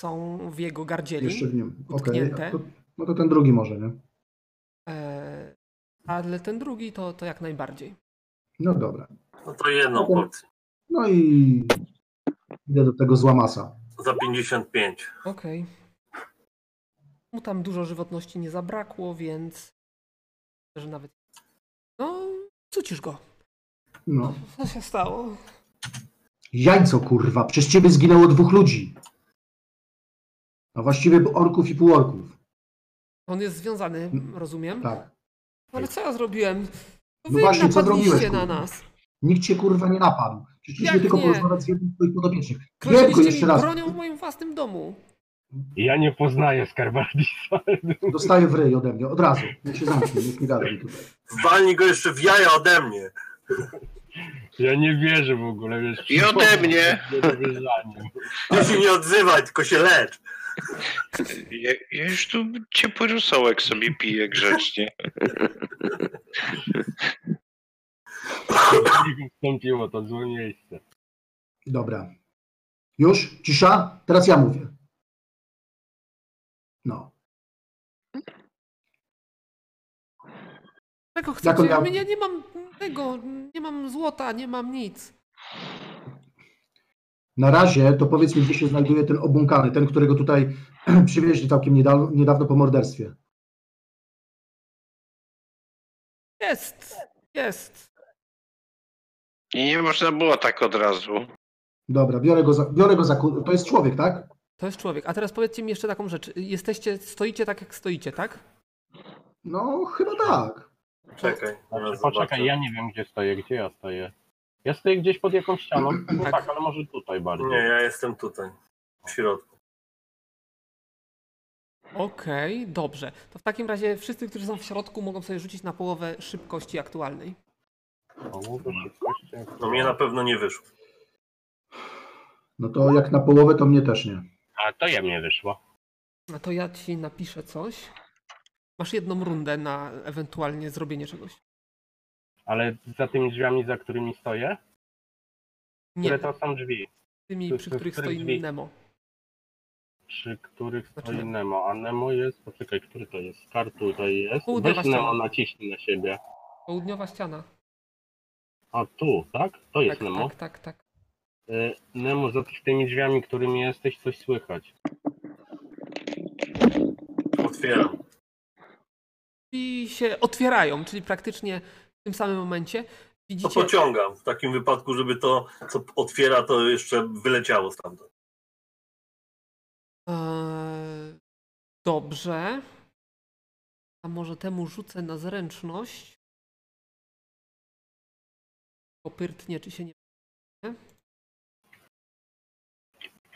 Speaker 1: są w jego gardzieli.
Speaker 2: Jeszcze w nim. Okej.
Speaker 1: Utknięte.
Speaker 2: to- No to ten drugi może, nie?
Speaker 1: E, ale ten drugi to, to jak najbardziej.
Speaker 2: No dobra.
Speaker 6: No to jedną porcję,
Speaker 2: No i idę do tego złamasa.
Speaker 6: za 55.
Speaker 1: Okej. Mu tam dużo żywotności nie zabrakło, więc że nawet. No, cucisz go.
Speaker 2: No.
Speaker 1: Co się stało?
Speaker 2: Jajco, kurwa, przez ciebie zginęło dwóch ludzi. A właściwie orków i półorków.
Speaker 1: On jest związany, rozumiem.
Speaker 2: Tak.
Speaker 1: Ale co ja zrobiłem? To
Speaker 2: No
Speaker 1: wy
Speaker 2: właśnie, co
Speaker 1: napadliście
Speaker 2: zrobiłeś,
Speaker 1: na
Speaker 2: kurwa?
Speaker 1: nas.
Speaker 2: Nikt cię kurwa nie napadł. Przyszliśmy
Speaker 1: Jak
Speaker 2: tylko
Speaker 1: nie?
Speaker 2: porozmawiać z jednym z twoich podopiecznych. Wiem go
Speaker 1: Groźliście
Speaker 2: jeszcze
Speaker 1: mi
Speaker 2: raz.
Speaker 1: bronią w moim własnym domu.
Speaker 5: Ja nie poznaję Skarbardisa.
Speaker 2: Dostaję w ryj ode mnie, od razu. Niech się zamknie, niech nie gada mi tutaj.
Speaker 6: Walnij go jeszcze w jaja ode mnie.
Speaker 5: Ja nie wierzę w ogóle, wiesz.
Speaker 3: I ode mnie.
Speaker 5: niedowierzaniem.
Speaker 6: Ty się nie odzywaj, tylko się lecz.
Speaker 3: Ja, ja już tu ciepły rusołek sobie piję grzecznie.
Speaker 5: Niech wstąpiło to złe miejsce.
Speaker 2: Dobra. Już? Cisza? Teraz ja mówię. No.
Speaker 1: Czego
Speaker 2: Jak on
Speaker 1: chcecie? Ja
Speaker 2: miał-
Speaker 1: nie mam tego, nie mam złota, nie mam nic.
Speaker 2: Na razie to powiedz mi, gdzie się znajduje ten obłąkany, ten, którego tutaj przywieźli całkiem niedawno, niedawno po morderstwie.
Speaker 1: Jest, jest.
Speaker 3: I nie można było tak od razu.
Speaker 2: Dobra, biorę go za, biorę go za kur... To jest człowiek, tak?
Speaker 1: To jest człowiek. A teraz powiedzcie mi jeszcze taką rzecz. Jesteście, stoicie tak jak stoicie, tak?
Speaker 2: No, chyba tak.
Speaker 6: Czekaj, zaraz zobaczę.
Speaker 5: Znaczy, Poczekaj, ja nie wiem gdzie stoję, gdzie ja stoję. Ja stoję gdzieś pod jakąś ścianą. No
Speaker 1: Tak.
Speaker 5: tak, ale może tutaj bardziej.
Speaker 6: Nie, ja jestem tutaj, w środku.
Speaker 1: Okej, dobrze. To w takim razie wszyscy, którzy są w środku, mogą sobie rzucić na połowę szybkości aktualnej.
Speaker 5: Połowę szybkości jak-
Speaker 6: No mnie na pewno nie wyszło.
Speaker 2: No to jak na połowę, to mnie też nie.
Speaker 5: A to ja mnie wyszło.
Speaker 1: A to ja ci napiszę coś. Masz jedną rundę na ewentualnie zrobienie czegoś.
Speaker 5: Ale za tymi drzwiami, za którymi stoję? Które
Speaker 1: Nie,
Speaker 5: to są drzwi?
Speaker 1: tymi,
Speaker 5: to-
Speaker 1: przy
Speaker 5: to-
Speaker 1: których
Speaker 5: które
Speaker 1: stoi
Speaker 5: drzwi?
Speaker 1: Nemo.
Speaker 5: Przy których stoi
Speaker 1: Znaczy-
Speaker 5: Nemo, a Nemo jest, poczekaj, który to jest? Star tutaj jest.
Speaker 1: Kurde,
Speaker 5: Weź
Speaker 1: właśnie.
Speaker 5: Nemo naciśnij na siebie.
Speaker 1: Południowa ściana.
Speaker 5: A tu, tak? To
Speaker 1: Tak,
Speaker 5: jest Nemo.
Speaker 1: tak, tak, tak.
Speaker 5: Y, Nemo, za tymi drzwiami, którymi jesteś, coś słychać.
Speaker 6: Otwieram.
Speaker 1: I się otwierają, czyli praktycznie w tym samym momencie
Speaker 6: To
Speaker 1: widzicie...
Speaker 6: pociągam w takim wypadku, żeby to, co otwiera, to jeszcze wyleciało stamtąd.
Speaker 1: Eee, Dobrze. A może temu rzucę na zręczność? popyrtnie, czy się nie.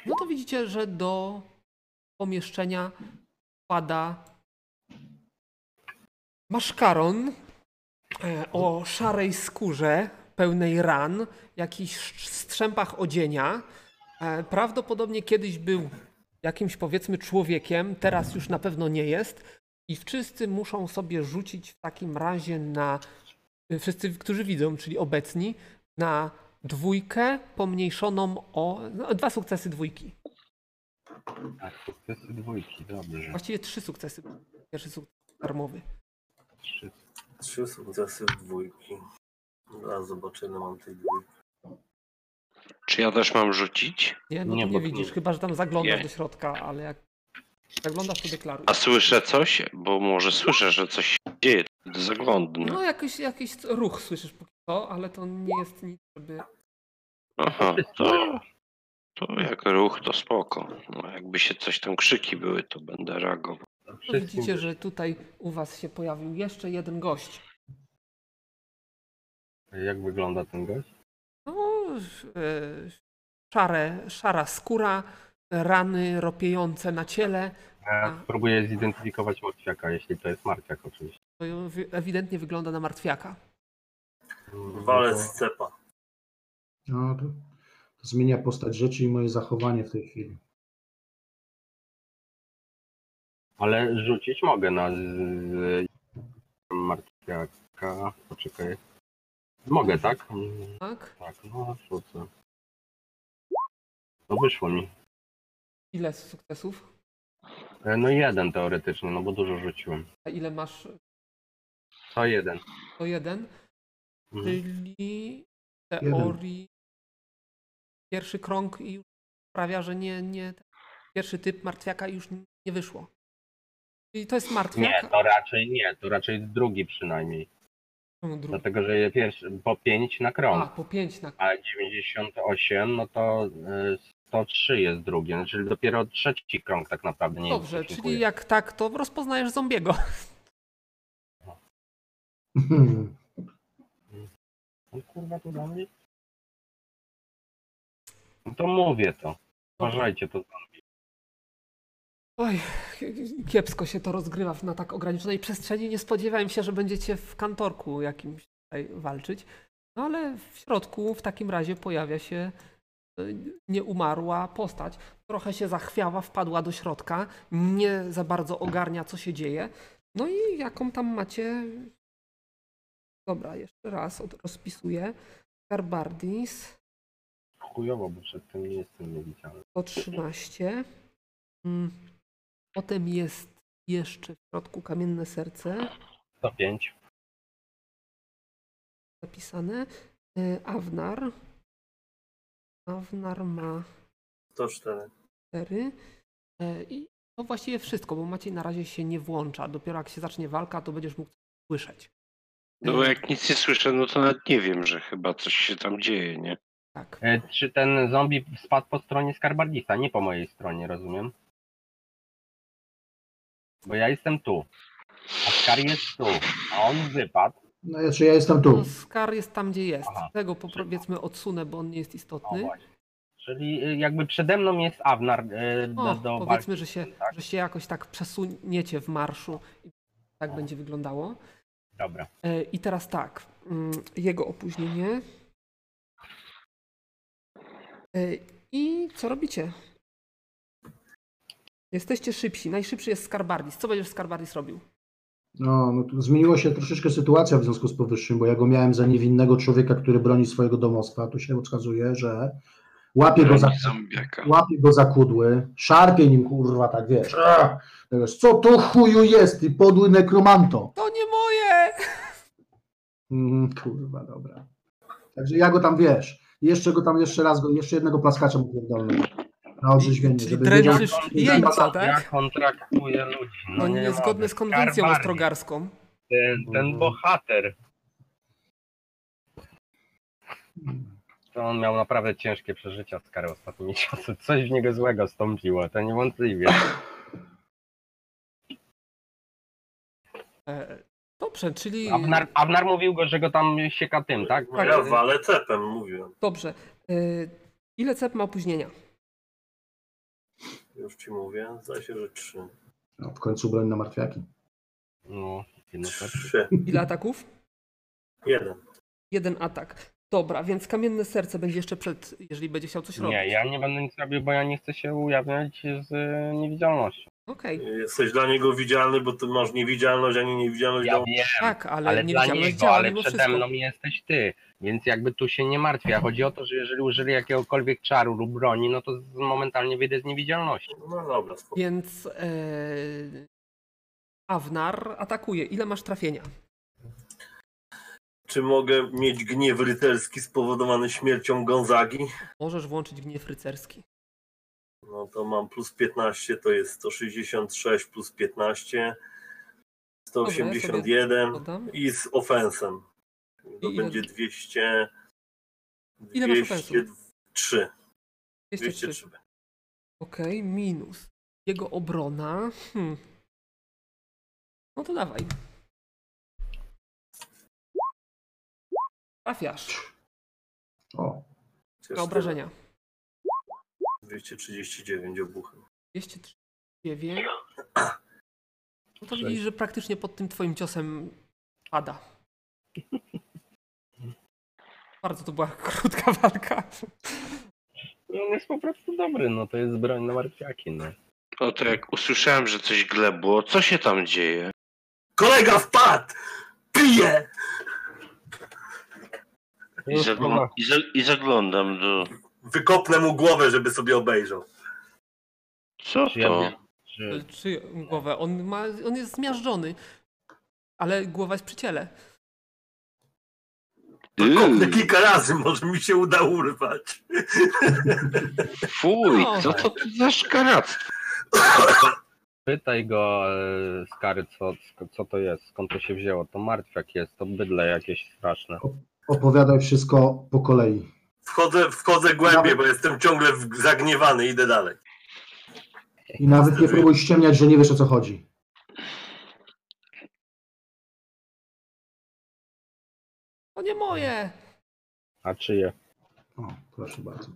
Speaker 1: No to widzicie, że do pomieszczenia pada maszkaron e, o szarej skórze, pełnej ran, jakichś sz- strzępach odzienia. E, Prawdopodobnie kiedyś był jakimś powiedzmy człowiekiem, teraz już na pewno nie jest. I wszyscy muszą sobie rzucić w takim razie na y, wszyscy, którzy widzą, czyli obecni, na dwójkę pomniejszoną o no, dwa sukcesy dwójki.
Speaker 5: Tak, sukcesy dwójki, dobrze.
Speaker 1: Właściwie trzy sukcesy. Pierwszy sukces darmowy.
Speaker 5: Trzy.
Speaker 6: Trzy sukcesy dwójki. Zaraz zobaczę, ile mam tej dwójki.
Speaker 3: Czy ja też mam rzucić?
Speaker 1: Nie, no
Speaker 5: Nie,
Speaker 1: nie, nie
Speaker 5: bo-
Speaker 1: widzisz, chyba że tam zaglądasz
Speaker 3: Nie.
Speaker 1: do środka, ale jak zaglądasz, to deklaruj.
Speaker 3: A słyszę coś? Bo może słyszę, że coś się dzieje. Wtedy
Speaker 1: No
Speaker 3: Zaglądnę.
Speaker 1: jakiś, jakiś ruch słyszysz póki co, ale to nie jest nic, żeby...
Speaker 3: Aha, to, to jak ruch, to spoko. No, jakby się coś tam krzyki były, to będę reagował.
Speaker 1: No Widzicie, że tutaj u was się pojawił jeszcze jeden gość.
Speaker 5: Jak wygląda ten gość?
Speaker 1: No, sz- e, szare, szara skóra, rany ropiejące na ciele.
Speaker 5: Ja spróbuję zidentyfikować Marciaka, jeśli to jest Marciak oczywiście.
Speaker 1: To ją wi- ewidentnie wygląda na martwiaka.
Speaker 5: Mhm.
Speaker 6: Walec z cepa.
Speaker 2: No, to, to zmienia postać rzeczy i moje zachowanie w tej chwili.
Speaker 5: Ale rzucić mogę na z... z- Marciaka. Poczekaj. Mogę, tak? Mm,
Speaker 1: Tak?
Speaker 5: Tak, no rzucę. No wyszło mi.
Speaker 1: Ile sukcesów?
Speaker 5: E, No jeden teoretycznie, no bo dużo rzuciłem.
Speaker 1: A ile masz?
Speaker 5: To jeden.
Speaker 1: To jeden,
Speaker 5: Mhm.
Speaker 1: czyli w teorii pierwszy krąg i już sprawia, że nie, nie. Pierwszy typ martwiaka już nie wyszło. I to jest
Speaker 5: Nie,
Speaker 1: martwiak.
Speaker 5: to raczej nie, to raczej drugi przynajmniej.
Speaker 1: Czemu drugi?
Speaker 5: Dlatego, że je pierwszy, po 5 na
Speaker 1: A,
Speaker 5: krąg,
Speaker 1: po pięć na
Speaker 5: a 98, no to y, 103 jest drugim, czyli dopiero trzeci krąg tak naprawdę nie
Speaker 1: Dobrze,
Speaker 5: identyfikuje.
Speaker 1: czyli jak tak, to rozpoznajesz zombiego.
Speaker 5: No Kurwa, to dla mnie? No to mówię to. Uważajcie to.
Speaker 1: Oj, tak kiepsko się to rozgrywa na tak ograniczonej przestrzeni. Nie spodziewałem się, że będziecie w kantorku jakimś tutaj walczyć. No ale w środku w takim razie pojawia się y, nieumarła postać. Trochę się zachwiała, wpadła do środka, nie za bardzo ogarnia, co się dzieje. No i jaką tam macie. Dobra, jeszcze raz od- rozpisuję. Garbardis.
Speaker 5: Chujowo, bo przed tym nie jestem niewidzialny.
Speaker 1: 113. Mm. Potem jest jeszcze w środku kamienne serce
Speaker 5: 105.
Speaker 1: zapisane. Y, Awnar. Awnar ma
Speaker 6: 104.
Speaker 1: 4. I to właściwie wszystko, bo Maciej na razie się nie włącza. Dopiero jak się zacznie walka, to będziesz mógł coś słyszeć. E,
Speaker 3: No bo jak nic nie słyszę, no to nawet nie wiem, że chyba coś się tam dzieje, nie?
Speaker 1: Tak.
Speaker 5: E, Czy ten zombie spadł po stronie Skarbardisa, nie po mojej stronie, rozumiem? Bo ja jestem tu, a Skar jest tu, a on wypadł.
Speaker 2: No, znaczy ja jestem tu.
Speaker 1: No, Skar jest tam, gdzie jest.
Speaker 5: Aha.
Speaker 1: Tego po- powiedzmy odsunę, bo on nie jest
Speaker 5: O,
Speaker 1: istotny.
Speaker 5: właśnie. Czyli y, jakby przede mną jest Avnar e, do,
Speaker 1: O,
Speaker 5: do
Speaker 1: powiedzmy,
Speaker 5: walki,
Speaker 1: że się,
Speaker 5: tak?
Speaker 1: że się jakoś tak przesuniecie w marszu i tak będzie wyglądało.
Speaker 5: Dobra.
Speaker 1: E, I teraz tak, mm, jego opóźnienie. E, I co robicie? Jesteście szybsi. Najszybszy jest Skarbardis. Co będziesz Skarbardis robił?
Speaker 2: No, no, tu zmieniła się troszeczkę sytuacja w związku z powyższym, bo ja go miałem za niewinnego człowieka, który broni swojego domostwa. Tu się wskazuje, że łapie go za,
Speaker 3: Broni zombiaka.
Speaker 2: łapie go za kudły, szarpie nim kurwa, tak wiesz. "A, Wiesz, Co to chuju jest, ty podły nekromanto?
Speaker 1: To nie moje!
Speaker 2: Mm, kurwa, dobra. Także ja go tam wiesz. Jeszcze go tam jeszcze raz, go, jeszcze jednego plaskacza mu pierdolnę. Na odrzeźwienie,
Speaker 1: Czyli
Speaker 2: żeby
Speaker 1: dręczysz
Speaker 2: wiedział-
Speaker 1: jeńca,
Speaker 5: Ja
Speaker 1: tak?
Speaker 5: kontraktuję ludzi.
Speaker 1: No niezgodne
Speaker 5: mogę.
Speaker 1: z konwencją
Speaker 5: Skarbardis,
Speaker 1: ostrogarską.
Speaker 5: Ten, ten
Speaker 2: Mhm.
Speaker 5: bohater, to on miał naprawdę ciężkie przeżycia z kary ostatnimi czasy. Coś w niego złego stąpiło, to Tak. niewątpliwie.
Speaker 1: E, Dobrze, czyli.
Speaker 5: Abnar, Abnar mówił, go, że go tam sieka tym, tak?
Speaker 6: No ja walę cepem, mówiłem.
Speaker 1: Dobrze. Y, Ile cep ma opóźnienia?
Speaker 6: Już ci mówię. Zdaje się, że trzy.
Speaker 2: No, w końcu broń na martwiaki.
Speaker 5: No, jedno serce.
Speaker 6: Trzy.
Speaker 1: Ile ataków?
Speaker 6: Jeden.
Speaker 1: Jeden atak. Dobra, więc kamienne serce będzie jeszcze przed, jeżeli będzie chciał coś robić.
Speaker 5: Nie, ja nie będę nic robił, bo ja nie chcę się ujawniać z e, niewidzialnością.
Speaker 1: Okej,
Speaker 6: Jesteś dla niego widzialny, bo ty masz niewidzialność, ani niewidzialność
Speaker 5: Ja
Speaker 6: dla
Speaker 5: wiem,
Speaker 1: tak, ale,
Speaker 5: ale
Speaker 1: nie
Speaker 5: dla
Speaker 1: widziałeś
Speaker 5: niego,
Speaker 1: działa
Speaker 5: ale
Speaker 1: mimo
Speaker 5: przede
Speaker 1: wszystko.
Speaker 5: mną jesteś ty, więc jakby tu się nie martwię. A Chodzi o to, że jeżeli użyli jakiegokolwiek czaru lub broni, no to z- momentalnie wyjdę z niewidzialności.
Speaker 6: No dobra, spoko.
Speaker 1: Więc e... Avnar atakuje. Ile masz trafienia?
Speaker 6: Czy mogę mieć gniew rycerski spowodowany śmiercią Gonzagi?
Speaker 1: Możesz włączyć gniew rycerski.
Speaker 6: No to mam plus 15, to jest 166 plus 15, 181
Speaker 1: Dodam.
Speaker 6: i z ofensem. To
Speaker 1: I ile-
Speaker 6: będzie 200.
Speaker 1: Ile masz ofensu?
Speaker 6: 203.
Speaker 1: 203.
Speaker 6: 203.
Speaker 1: Okej, minus. Jego obrona. Hmm. No to dawaj. Trafiasz.
Speaker 2: O,
Speaker 1: Na obrażenia.
Speaker 6: 239 obuchem.
Speaker 1: 239. No to widzisz, że praktycznie pod tym twoim ciosem pada. Bardzo to była krótka walka.
Speaker 5: No on jest po prostu dobry, no to jest broń na martwiaki, no.
Speaker 3: O to jak usłyszałem, że coś glebło, co się tam dzieje?
Speaker 6: Kolega wpadł! Pije!
Speaker 3: I, zaglą- i, za- i zaglądam do...
Speaker 6: Wykopnę mu głowę, żeby sobie obejrzał.
Speaker 3: Co
Speaker 5: Czy ja
Speaker 3: to?
Speaker 5: wiem, czy...
Speaker 1: Czy głowę? On, ma, on jest zmiażdżony. Ale głowa jest przy ciele.
Speaker 6: Kopnę
Speaker 3: Yy,
Speaker 6: kilka razy, może mi się uda urwać.
Speaker 3: fuj,
Speaker 1: No.
Speaker 3: co to tu za szkaractwo?
Speaker 5: Pytaj go, e, Skary, co, co to jest, skąd to się wzięło. To martwiak jest, to bydle jakieś straszne.
Speaker 2: opowiadaj wszystko po kolei.
Speaker 6: Wchodzę, wchodzę głębiej, bo jestem ciągle w- zagniewany, idę dalej.
Speaker 2: I nawet nie próbuj ściemniać, że nie wiesz o co chodzi.
Speaker 1: To nie moje.
Speaker 5: A czyje?
Speaker 2: O, proszę bardzo.
Speaker 1: E,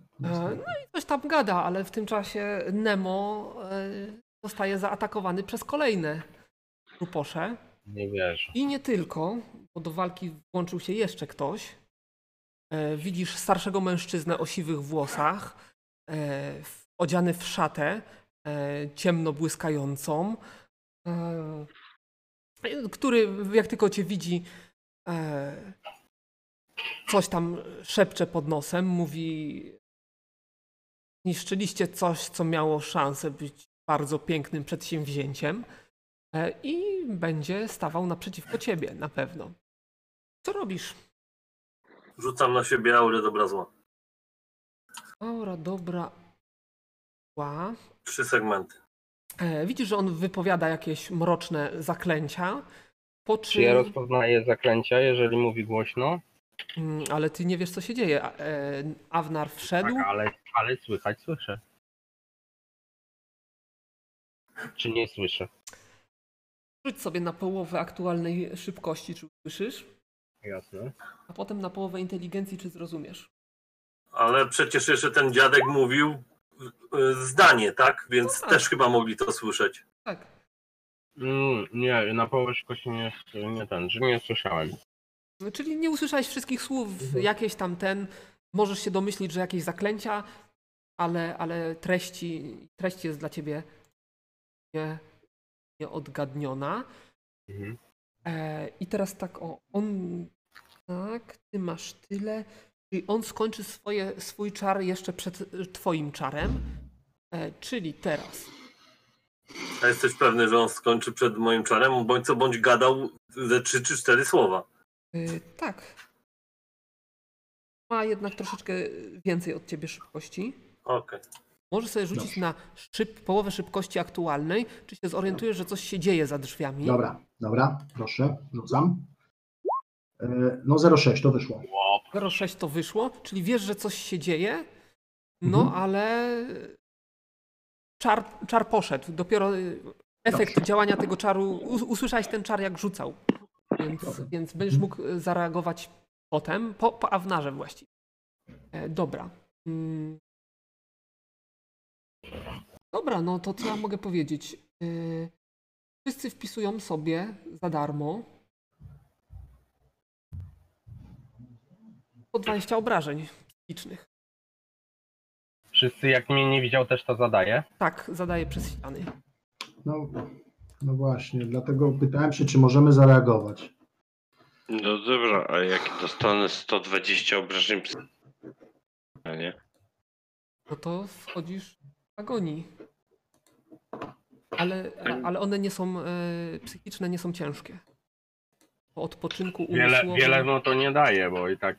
Speaker 1: No i coś tam gada, ale w tym czasie Nemo e, zostaje zaatakowany przez kolejne truposze.
Speaker 5: Nie wierzę.
Speaker 1: I nie tylko, bo do walki włączył się jeszcze ktoś. E, widzisz starszego mężczyznę o siwych włosach, e, w, odziany w szatę e, ciemno błyskającą, e, który jak tylko cię widzi, e, coś tam szepcze pod nosem, mówi niszczyliście coś, co miało szansę być bardzo pięknym przedsięwzięciem. E, I będzie stawał naprzeciwko ciebie na pewno. Co robisz?
Speaker 6: Rzucam na siebie aurę dobra zła.
Speaker 1: Aura dobra. Ła.
Speaker 6: Trzy segmenty.
Speaker 1: E, Widzisz, że on wypowiada jakieś mroczne zaklęcia. Po
Speaker 5: Czy ja
Speaker 1: czym,
Speaker 5: rozpoznaję zaklęcia, jeżeli mówi głośno?
Speaker 1: Mm, ale ty nie wiesz, co się dzieje. A- e, Awnar wszedł.
Speaker 5: Tak, ale, ale słychać słyszę. Czy nie słyszę?
Speaker 1: Rzuć sobie na połowę aktualnej szybkości, czy usłyszysz,
Speaker 5: Jasne.
Speaker 1: a potem na połowę inteligencji, czy zrozumiesz.
Speaker 6: Ale przecież jeszcze ten dziadek mówił y, y, zdanie, tak? Więc
Speaker 1: No tak.
Speaker 6: też chyba mogli to słyszeć.
Speaker 1: Tak.
Speaker 5: Mm, nie, na połowę szybkości nie, nie ten, że nie słyszałem.
Speaker 1: No, Czyli nie usłyszałeś wszystkich słów, jakieś tam ten. Możesz się domyślić, że jakieś zaklęcia, ale, ale treści, treść jest dla ciebie nie, nieodgadniona.
Speaker 5: Mhm.
Speaker 1: E, I teraz tak, o, on. Tak, ty masz tyle. Czyli on skończy swoje, swój czar jeszcze przed e, twoim czarem. E, czyli teraz.
Speaker 6: A jesteś pewny, że on skończy przed moim czarem? Bądź co bądź gadał ze trzy czy cztery słowa.
Speaker 1: E, tak. Ma jednak troszeczkę więcej od ciebie szybkości.
Speaker 6: Okej.
Speaker 1: Możesz sobie rzucić
Speaker 2: No.
Speaker 1: na szyb, połowę szybkości aktualnej, czy się zorientujesz, że coś się dzieje za drzwiami.
Speaker 2: Dobra, dobra, proszę, rzucam. E, No 0,6 to wyszło.
Speaker 1: 06 to wyszło, czyli wiesz, że coś się dzieje, no
Speaker 2: Mhm.
Speaker 1: ale czar, czar poszedł. Dopiero y, efekt
Speaker 2: Dobrze.
Speaker 1: działania tego czaru, us- usłyszałeś ten czar jak rzucał. Więc, więc będziesz mógł e, zareagować potem, po, po awnarze właściwie. E, dobra. Mm. Dobra, no to co ja mogę powiedzieć? E, wszyscy wpisują sobie za darmo po 20 obrażeń psychicznych.
Speaker 5: Wszyscy jak mnie nie widział też to zadaje.
Speaker 1: Tak, zadaję przez ściany.
Speaker 2: No, no właśnie, dlatego pytałem się, czy możemy zareagować.
Speaker 3: No dobra, a jak dostanę 120 obrażeń psy- A nie?
Speaker 1: No to wchodzisz w agonii. Ale, ale one nie są e, psychiczne, nie są ciężkie. Po odpoczynku
Speaker 5: Wiele,
Speaker 1: umysłowym.
Speaker 5: wiele mu to nie daje, bo i tak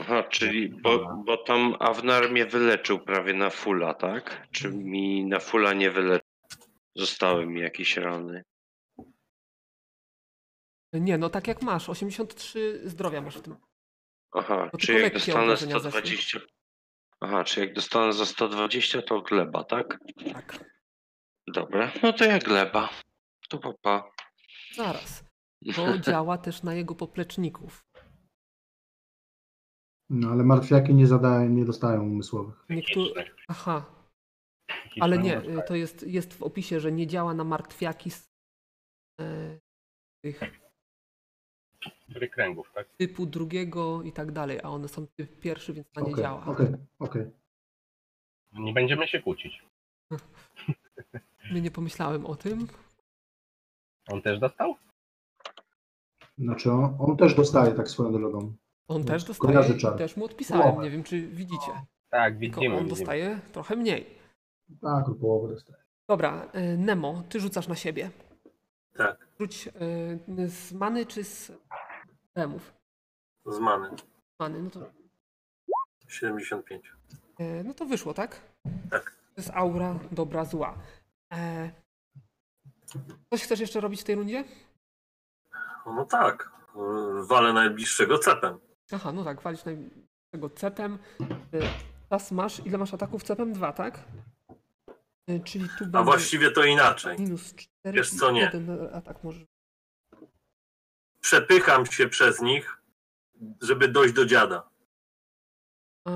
Speaker 3: Aha, czyli bo, bo tam Avnar mnie wyleczył prawie na fula, tak? Czy mi na fula nie wyleczył? Zostały mi jakieś rany.
Speaker 1: Nie, no tak jak masz, 83 zdrowia masz w tym.
Speaker 3: Aha,
Speaker 1: No To
Speaker 3: czy
Speaker 1: tylko
Speaker 3: jak
Speaker 1: lekkie
Speaker 3: dostanę
Speaker 1: obrażenia zeszły.
Speaker 3: 120... Aha, czy jak dostanę za 120 to gleba, tak?
Speaker 1: Tak,
Speaker 3: Dobra, no to ja gleba. Tu papa.
Speaker 1: zaraz. To działa też na jego popleczników.
Speaker 2: No ale martwiaki nie, zadają, nie dostają umysłowych.
Speaker 1: Niektóry...
Speaker 5: psychiczne.
Speaker 1: Aha,
Speaker 5: psychiczne
Speaker 1: ale nie,
Speaker 5: dostaje.
Speaker 1: y, to jest, jest w opisie, że nie działa na martwiaki z e, tych
Speaker 5: Wykręgów, tak?
Speaker 1: typu drugiego i tak dalej, a one są typ pierwszy, więc na nie
Speaker 2: Okej,
Speaker 1: działa.
Speaker 2: okej, okej.
Speaker 5: Nie będziemy się kłócić.
Speaker 1: My nie pomyślałem o tym.
Speaker 5: On też dostał?
Speaker 2: Znaczy on, on też dostaje tak swoją drogą.
Speaker 1: On też
Speaker 2: kojarzy
Speaker 1: dostaje,
Speaker 2: czar.
Speaker 1: i też mu odpisałem,
Speaker 2: Połowę.
Speaker 1: nie wiem czy
Speaker 6: No,
Speaker 1: widzicie.
Speaker 5: Tak,
Speaker 1: Tylko
Speaker 5: widzimy.
Speaker 1: on
Speaker 5: widzimy.
Speaker 1: dostaje trochę mniej.
Speaker 2: Tak, połowę dostaje.
Speaker 1: Dobra, y, Nemo, ty rzucasz na siebie.
Speaker 6: Tak,
Speaker 1: Rzuć y, z many czy z remów?
Speaker 6: z many.
Speaker 1: Many, no to,
Speaker 6: 75.
Speaker 1: y, no to wyszło, tak?
Speaker 6: Tak.
Speaker 1: To jest aura dobra, zła. E, coś chcesz jeszcze robić w tej rundzie?
Speaker 6: No tak, y, walę najbliższego cepem.
Speaker 1: Aha, no tak, walić tego cepem. Y, Czas masz, ile masz ataków cepem? Dwa, tak? Y, Czyli tu
Speaker 6: A
Speaker 1: będzie
Speaker 6: właściwie to inaczej.
Speaker 1: minus cztery.
Speaker 6: Wiesz
Speaker 1: i
Speaker 6: co, nie.
Speaker 1: Jeden tak atak możesz
Speaker 6: Przepycham się przez nich, żeby dojść do dziada.
Speaker 1: A,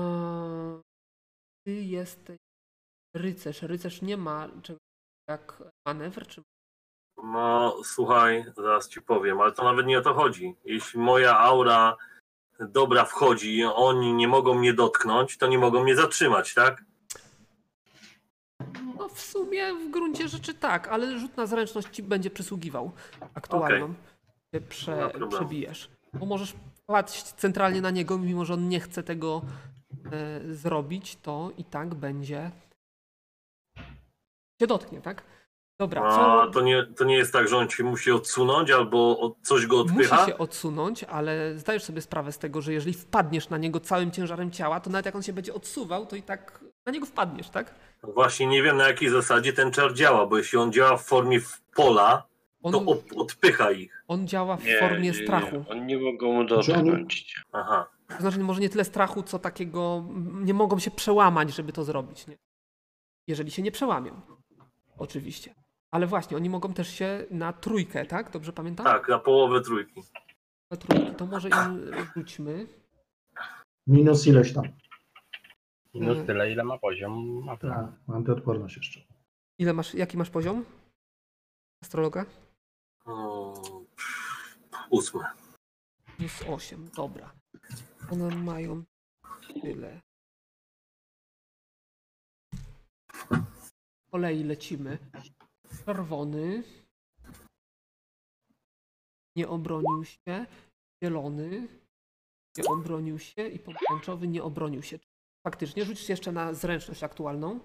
Speaker 1: Ty jesteś rycerz. Rycerz nie ma czegoś jak manewr, czy
Speaker 6: No słuchaj, zaraz ci powiem, ale to nawet nie o to chodzi. Jeśli moja aura dobra wchodzi i oni nie mogą mnie dotknąć, to nie mogą mnie zatrzymać, tak?
Speaker 1: no w sumie w gruncie rzeczy tak, ale rzut na zręczność ci będzie przysługiwał aktualną. Ty
Speaker 6: Nie ma
Speaker 1: Prze,
Speaker 6: problemu.
Speaker 1: przebijesz. Bo możesz patrzeć centralnie na niego, mimo że on nie chce tego e, zrobić, to i tak będzie się dotknie, tak? Dobra,
Speaker 6: A
Speaker 1: co
Speaker 6: to nie, to nie jest tak, że on ci musi odsunąć albo od, coś go odpycha?
Speaker 1: Musi się odsunąć, ale zdajesz sobie sprawę z tego, że jeżeli wpadniesz na niego całym ciężarem ciała, to nawet jak on się będzie odsuwał, to i tak na niego wpadniesz, tak?
Speaker 6: Właśnie nie wiem na jakiej zasadzie ten czar działa, bo jeśli on działa w formie w pola,
Speaker 1: On,
Speaker 6: to od, odpycha ich.
Speaker 1: on działa w formie strachu.
Speaker 3: Nie. Oni nie mogą mu
Speaker 2: Znaczy oni-
Speaker 3: dotknąć.
Speaker 6: Aha.
Speaker 1: To znaczy może nie tyle strachu, co takiego mm, nie mogą się przełamać, żeby to zrobić, nie? Jeżeli się nie przełamią. Oczywiście. Ale właśnie, oni mogą też się na trójkę, tak? Dobrze pamiętam?
Speaker 6: Tak, na połowę trójki.
Speaker 1: Na trójki. To może im rzućmy.
Speaker 2: Minus ileś tam.
Speaker 1: Mm.
Speaker 5: Minus no tyle, ile ma poziom. Ma
Speaker 2: Tak, antyodporność jeszcze.
Speaker 1: Ile masz, jaki masz poziom? Astrologa?
Speaker 6: No, ósme.
Speaker 1: Plus 8, dobra. One mają tyle. Po kolei lecimy. Czerwony. Nie obronił się. Zielony. Nie obronił się. I pomarańczowy nie obronił się. Faktycznie, rzuć jeszcze na zręczność aktualną.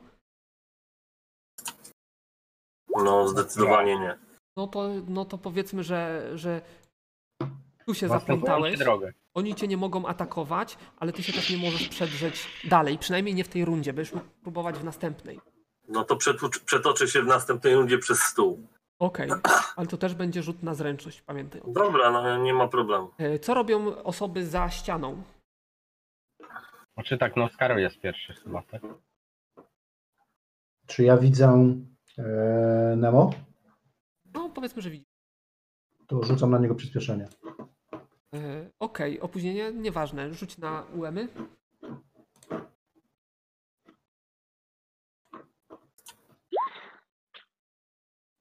Speaker 6: No, zdecydowanie nie.
Speaker 1: No to, no to powiedzmy, że, że tu się
Speaker 5: Własną
Speaker 1: zaplątałeś.
Speaker 5: drogę.
Speaker 1: Oni cię nie mogą atakować, ale ty się też nie możesz przedrzeć dalej, przynajmniej nie w tej rundzie, będziesz mógł próbować w następnej.
Speaker 6: No to przetłucz- przetoczy się w następnej rundzie przez stół.
Speaker 1: Okej, ale to też będzie rzut na zręczność, pamiętaj. o tym.
Speaker 6: Dobra, no nie ma problemu.
Speaker 1: E, Co robią osoby za ścianą?
Speaker 5: Znaczy tak, no Skaro jest pierwszy chyba, tak?
Speaker 2: Czy ja widzę e, Nemo?
Speaker 1: No powiedzmy, że widzisz.
Speaker 2: to rzucam na niego przyspieszenie.
Speaker 1: E, Okej, opóźnienie nieważne. Rzuć na UEMy.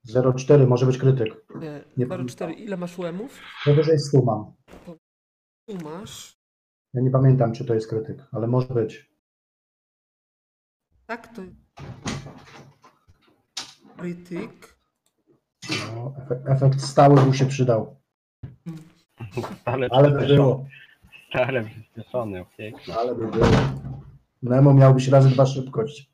Speaker 2: Zero cztery może być krytyk.
Speaker 1: E,
Speaker 2: Nie
Speaker 1: numer
Speaker 2: pamiętam.
Speaker 1: cztery. Ile masz UEMów?
Speaker 2: Powyżej 100 mam.
Speaker 1: Tu masz.
Speaker 2: Ja nie pamiętam, czy to jest krytyk, ale może być.
Speaker 1: Tak, to. Krytyk.
Speaker 2: No, efe- efekt stały mu się przydał.
Speaker 5: Stale
Speaker 2: Ale by było.
Speaker 5: Stale przyspieszony, pięknie.
Speaker 2: Ale by było. Nemo miałbyś razy dwa szybkość.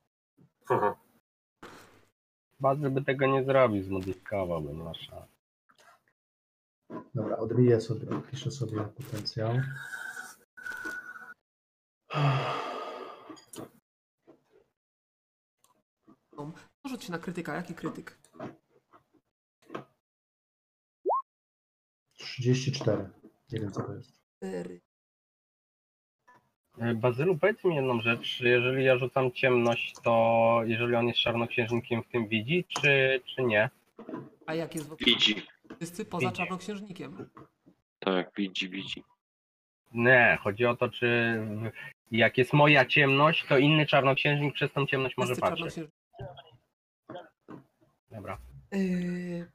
Speaker 5: Bardzo by tego nie zrobił, zmodyfikowałbym nasza.
Speaker 2: Dobra, odbiję sobie, piszę sobie potencjał.
Speaker 1: Rzuć na krytyka. Jaki krytyk?
Speaker 2: 34. Nie wiem, co to jest.
Speaker 1: Cztery.
Speaker 5: E, Bazylu, powiedz mi jedną rzecz. Jeżeli ja rzucam ciemność, to jeżeli on jest czarnoksiężnikiem w tym widzi, czy, czy nie?
Speaker 1: A jak jest w ogóle?
Speaker 3: Widzi.
Speaker 1: Wszyscy poza
Speaker 5: Widzi.
Speaker 1: czarnoksiężnikiem.
Speaker 3: Tak, widzi, widzi.
Speaker 5: Nie, chodzi o to, czy w- jak jest moja ciemność, to inny czarnoksiężnik przez tą ciemność może
Speaker 1: Wszyscy
Speaker 5: patrzeć.
Speaker 1: czarnoksiężnicy.
Speaker 5: Dobra.
Speaker 1: Yy...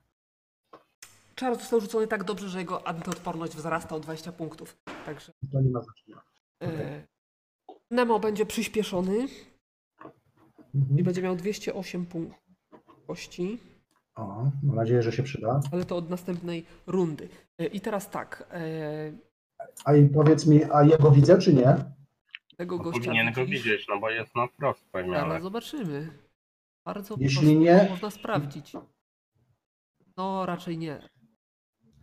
Speaker 1: Czar został rzucony tak dobrze, że jego antyodporność wzrasta o 20 punktów. Także.
Speaker 2: To nie ma znaczenia.
Speaker 1: Yy... Nemo będzie przyspieszony i
Speaker 2: Mhm.
Speaker 1: będzie miał 208 punktów kości.
Speaker 2: O, mam nadzieję, że się przyda.
Speaker 1: ale to od następnej rundy. E, I teraz tak, e,
Speaker 2: A i powiedz mi, a jego widzę, czy nie?
Speaker 1: tego gościa.
Speaker 5: Powinien No, go
Speaker 1: widzisz?
Speaker 5: widzieć, no bo jest na wprost pewnie, ale
Speaker 1: Zaraz zobaczymy. Bardzo
Speaker 2: Jeśli
Speaker 1: prosto
Speaker 2: nie-
Speaker 1: można sprawdzić. No, raczej nie.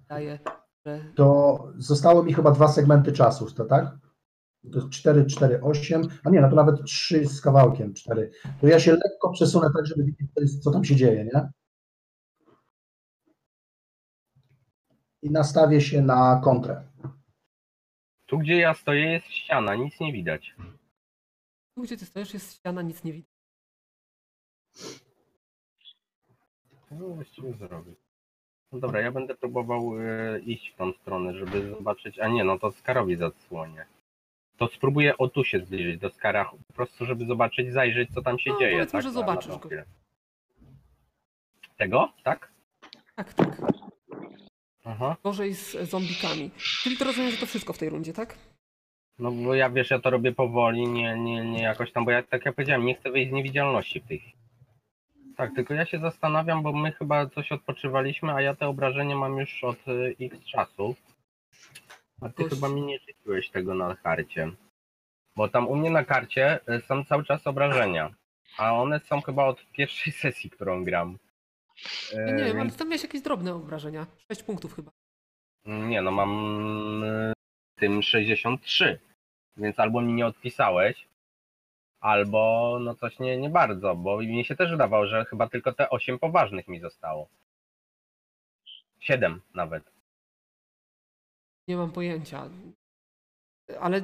Speaker 1: Daję, że
Speaker 2: To zostało mi chyba dwa segmenty czasu, to tak? To jest 4, 4, 8, a nie, no to nawet 3 z kawałkiem, 4. To ja się lekko przesunę tak, żeby widzieć, co jest- co tam się dzieje, nie? I nastawię się na kontrę.
Speaker 5: tu gdzie ja stoję jest ściana, nic nie widać.
Speaker 1: tu, gdzie ty stoisz, jest ściana, nic nie widać.
Speaker 5: No właściwie zrobię. No dobra, ja będę próbował e, iść w tą stronę, żeby zobaczyć. A nie, no to Skarowi zadsłonię. To spróbuję o tu się zbliżyć do Skara, po prostu żeby zobaczyć, zajrzeć co tam się
Speaker 1: No,
Speaker 5: dzieje.
Speaker 1: powiedzmy, że
Speaker 5: Na-
Speaker 1: zobaczysz
Speaker 5: na
Speaker 1: go.
Speaker 5: profil. Tego? Tak?
Speaker 1: Tak, tak.
Speaker 5: Aha.
Speaker 1: Gorzej z zombikami. Czyli to rozumiem, że to wszystko w tej rundzie, tak?
Speaker 5: No bo ja wiesz, ja to robię powoli, nie, nie, nie jakoś tam, bo ja tak jak powiedziałem, nie chcę wyjść z niewidzialności w tej chwili. Tak, tylko ja się zastanawiam, bo my chyba coś odpoczywaliśmy, a ja te obrażenie mam już od y, x czasu. A ty
Speaker 1: Gość-
Speaker 5: chyba mi nie rzuciłeś tego na karcie. Bo tam u mnie na karcie y, są cały czas obrażenia. A one są chyba od pierwszej sesji, którą gram.
Speaker 1: Ja nie
Speaker 5: E,
Speaker 1: wiem, ale
Speaker 5: więc-
Speaker 1: ty tam miałeś jakieś drobne obrażenia. 6 punktów chyba.
Speaker 5: nie, no mam y, tym 63, więc albo mi nie odpisałeś, albo no coś nie, nie bardzo, bo mi się też wydawało, że chyba tylko te 8 poważnych mi zostało. 7 nawet.
Speaker 1: Nie mam pojęcia. Ale e,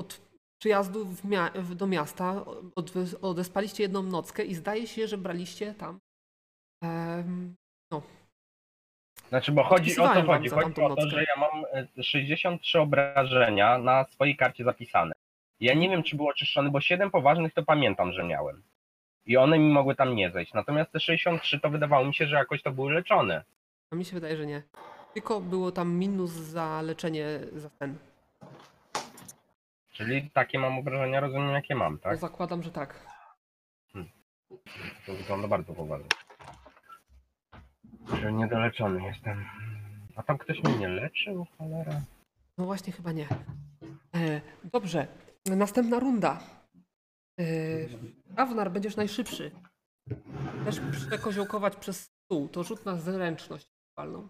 Speaker 1: od przyjazdu w mia- w- do miasta od- odespaliście jedną nockę i zdaje się, że braliście tam. em,
Speaker 5: Znaczy, bo chodzi o co
Speaker 1: Odpisywałem wam
Speaker 5: chodzi?
Speaker 1: za
Speaker 5: Chodzi
Speaker 1: tamtą
Speaker 5: o to,
Speaker 1: nockę.
Speaker 5: że ja mam e, 63 obrażenia na swojej karcie zapisane. Ja nie wiem, czy był oczyszczony, bo 7 poważnych to pamiętam, że miałem. I one mi mogły tam nie zejść. Natomiast te 63 to wydawało mi się, że jakoś to były leczone.
Speaker 1: a mi się wydaje, że nie. Tylko było tam minus za leczenie za sen.
Speaker 5: Czyli takie mam obrażenia, rozumiem jakie mam,
Speaker 1: Tak?
Speaker 5: tak?
Speaker 1: Zakładam, że tak.
Speaker 5: To wygląda bardzo poważnie. Że niedoleczony jestem. A tam ktoś mnie nie leczył, cholera.
Speaker 1: No właśnie, chyba nie. E, dobrze. Następna runda. E, Awnar, będziesz najszybszy. Chcesz przekoziołkować przez stół, to rzut na zręczność. walną.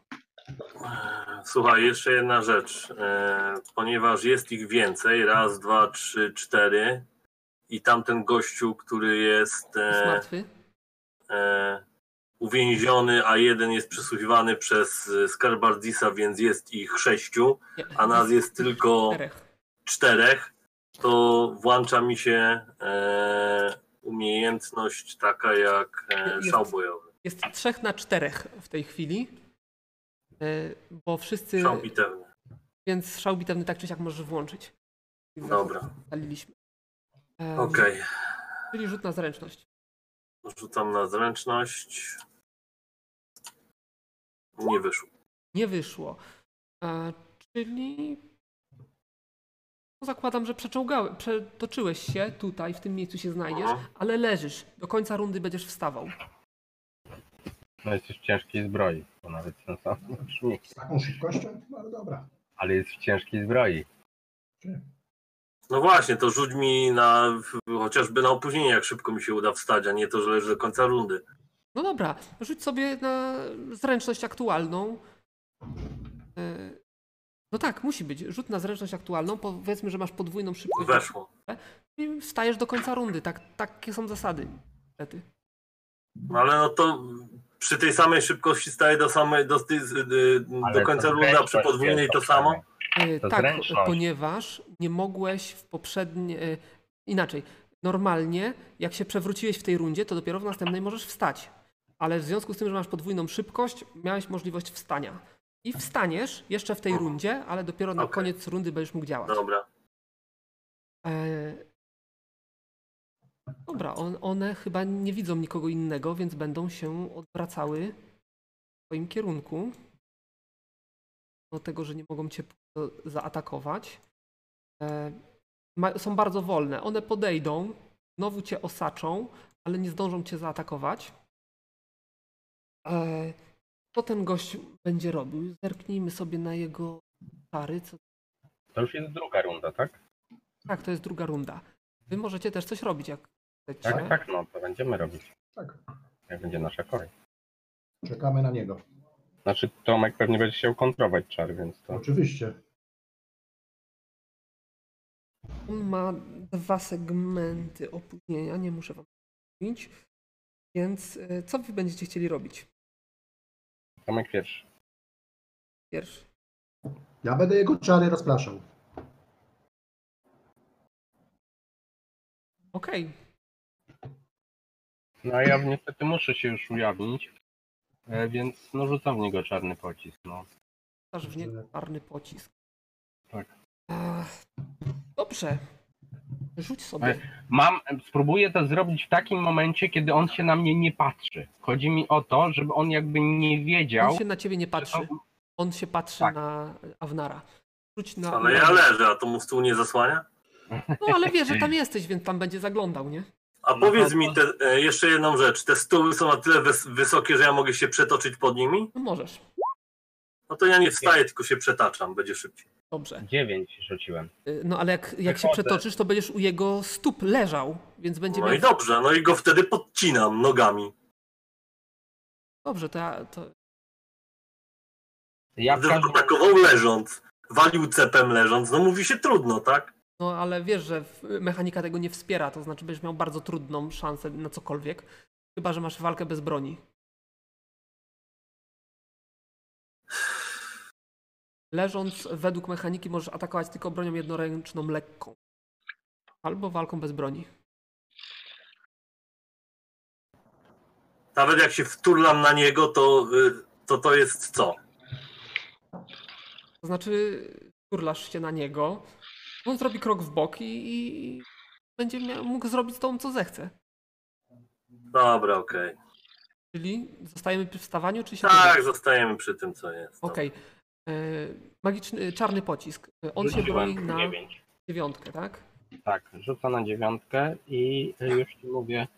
Speaker 6: Słuchaj, jeszcze jedna rzecz. E, Ponieważ jest ich więcej, raz, dwa, trzy, cztery i tamten gościu, który jest
Speaker 1: Jest
Speaker 6: e,
Speaker 1: martwy.
Speaker 6: e, uwięziony, a jeden jest przesłuchiwany przez e, Skarbardisa, więc jest ich sześciu,
Speaker 1: Nie.
Speaker 6: a nas jest tylko
Speaker 1: Czterech.
Speaker 6: czterech, to włącza mi się e, umiejętność taka jak e,
Speaker 1: Jest.
Speaker 6: szał bojowy.
Speaker 1: Jest trzech na czterech w tej chwili. E, Bo wszyscy,
Speaker 6: Szał bitewny.
Speaker 1: więc szał bitewny tak czy siak możesz włączyć.
Speaker 6: Dobra,
Speaker 1: Ustaliliśmy. E,
Speaker 6: okej.
Speaker 1: Czyli rzut na zręczność.
Speaker 6: Rzucam na zręczność. Nie wyszło.
Speaker 1: Nie wyszło. E, Czyli no zakładam, że przeczołgałeś, przetoczyłeś się tutaj, w tym miejscu się znajdziesz,
Speaker 6: Aha.
Speaker 1: ale leżysz. Do końca rundy będziesz wstawał.
Speaker 5: No jest już w ciężkiej zbroi, to nawet sensownie brzmi,
Speaker 2: Z taką szybkością? No ale dobra.
Speaker 5: ale jest w ciężkiej zbroi.
Speaker 6: No właśnie, to rzuć mi na w- chociażby na opóźnienie, jak szybko mi się uda wstać, a nie to, że leży do końca rundy.
Speaker 1: No dobra, rzuć sobie na zręczność aktualną. E, No tak, musi być. Rzut na zręczność aktualną. Powiedzmy, że masz podwójną szybkość.
Speaker 6: Weszło.
Speaker 1: I wstajesz do końca rundy. Tak, takie są zasady. niestety.
Speaker 6: No ale no to przy tej samej szybkości staje do samej do, tej- y,
Speaker 5: Ale
Speaker 6: do końca
Speaker 5: to
Speaker 6: rundy, a przy
Speaker 5: zręczność
Speaker 6: podwójnej
Speaker 5: jest
Speaker 6: to samo?
Speaker 5: obszerne.
Speaker 1: E,
Speaker 5: To
Speaker 1: tak,
Speaker 5: zręczność.
Speaker 1: ponieważ nie mogłeś w poprzedniej. e, Inaczej. Normalnie, jak się przewróciłeś w tej rundzie, to dopiero w następnej możesz wstać. Ale w związku z tym, że masz podwójną szybkość, miałeś możliwość wstania. I wstaniesz jeszcze w tej rundzie, ale dopiero na
Speaker 6: Okej.
Speaker 1: koniec rundy będziesz mógł działać.
Speaker 6: Dobra.
Speaker 1: E, Dobra, on, one chyba nie widzą nikogo innego, więc będą się odwracały w swoim kierunku. Do tego, że nie mogą cię p- zaatakować. E, ma, są bardzo wolne. One podejdą, znowu cię osaczą, ale nie zdążą cię zaatakować. E, co ten gość będzie robił? Zerknijmy sobie na jego czary, co
Speaker 5: To już jest druga runda, tak?
Speaker 1: tak, to jest druga runda. Wy możecie też coś robić, jak chcecie.
Speaker 5: Tak, tak, no to będziemy robić.
Speaker 2: Tak.
Speaker 5: Jak będzie nasza kolej.
Speaker 2: Czekamy na niego.
Speaker 5: Znaczy Tomek pewnie będzie chciał kontrować czar, więc to...
Speaker 2: Oczywiście.
Speaker 1: On ma dwa segmenty opóźnienia, nie muszę wam mówić. Więc e, co wy będziecie chcieli robić?
Speaker 5: Tomek pierwszy.
Speaker 1: Pierwszy.
Speaker 2: Ja będę jego czary rozpraszał.
Speaker 1: Okej,
Speaker 5: No a ja niestety muszę się już ujawnić, e, więc no rzucam w niego czarny pocisk, no.
Speaker 1: okay. w niego czarny pocisk.
Speaker 5: Tak.
Speaker 1: Ach, dobrze. Rzuć sobie.
Speaker 5: Mam, spróbuję to zrobić w takim momencie, kiedy on się na mnie nie patrzy. Chodzi mi o to, żeby on jakby nie wiedział,
Speaker 1: On się na ciebie nie
Speaker 5: że
Speaker 1: patrzy.
Speaker 5: to-
Speaker 1: On się patrzy
Speaker 5: Tak.
Speaker 1: na Awnara. Rzuć na.
Speaker 6: Ale ja leżę, a to mu stół nie zasłania?
Speaker 1: No ale wie, że tam jesteś, więc tam będzie zaglądał, nie?
Speaker 6: A
Speaker 5: No
Speaker 6: powiedz
Speaker 5: to-
Speaker 6: mi te, e, jeszcze jedną rzecz. Te stoły są na tyle wys wysokie, że ja mogę się przetoczyć pod nimi?
Speaker 1: No możesz.
Speaker 6: No to ja nie wstaję, tylko się przetaczam, będzie szybciej.
Speaker 1: Dobrze.
Speaker 5: Dziewięć rzuciłem.
Speaker 1: Y, No ale jak, jak się
Speaker 5: Wychodzę.
Speaker 1: przetoczysz, to będziesz u jego stóp leżał, więc będzie
Speaker 6: No
Speaker 1: miał...
Speaker 6: i dobrze, no i go wtedy podcinam nogami.
Speaker 1: Dobrze, to ja... To...
Speaker 5: Ja w
Speaker 6: Gdyby
Speaker 5: każdym...
Speaker 6: atakował leżąc, walił cepem leżąc, no mówi się trudno, tak?
Speaker 1: No ale wiesz, że w- mechanika tego nie wspiera, to znaczy będziesz miał bardzo trudną szansę na cokolwiek, chyba że masz walkę bez broni. Leżąc, według mechaniki możesz atakować tylko bronią jednoręczną lekką. Albo walką bez broni.
Speaker 6: Nawet jak się wturlam na niego, to y, to, to jest co?
Speaker 1: To znaczy, turlasz się na niego, on zrobi krok w bok i, i będzie miał, mógł zrobić z tą, co zechce.
Speaker 6: Dobra, okej.
Speaker 1: Czyli zostajemy przy wstawaniu, czy się
Speaker 6: Tak,
Speaker 1: turlasz?
Speaker 6: zostajemy przy tym, co jest. no.
Speaker 1: Okej. Y, Magiczny, czarny pocisk. Y, On się broni
Speaker 5: Rzuciłem
Speaker 1: na
Speaker 5: dziewięć.
Speaker 1: dziewiątkę, tak?
Speaker 5: Tak, rzucam na dziewiątkę i y, już ci mówię,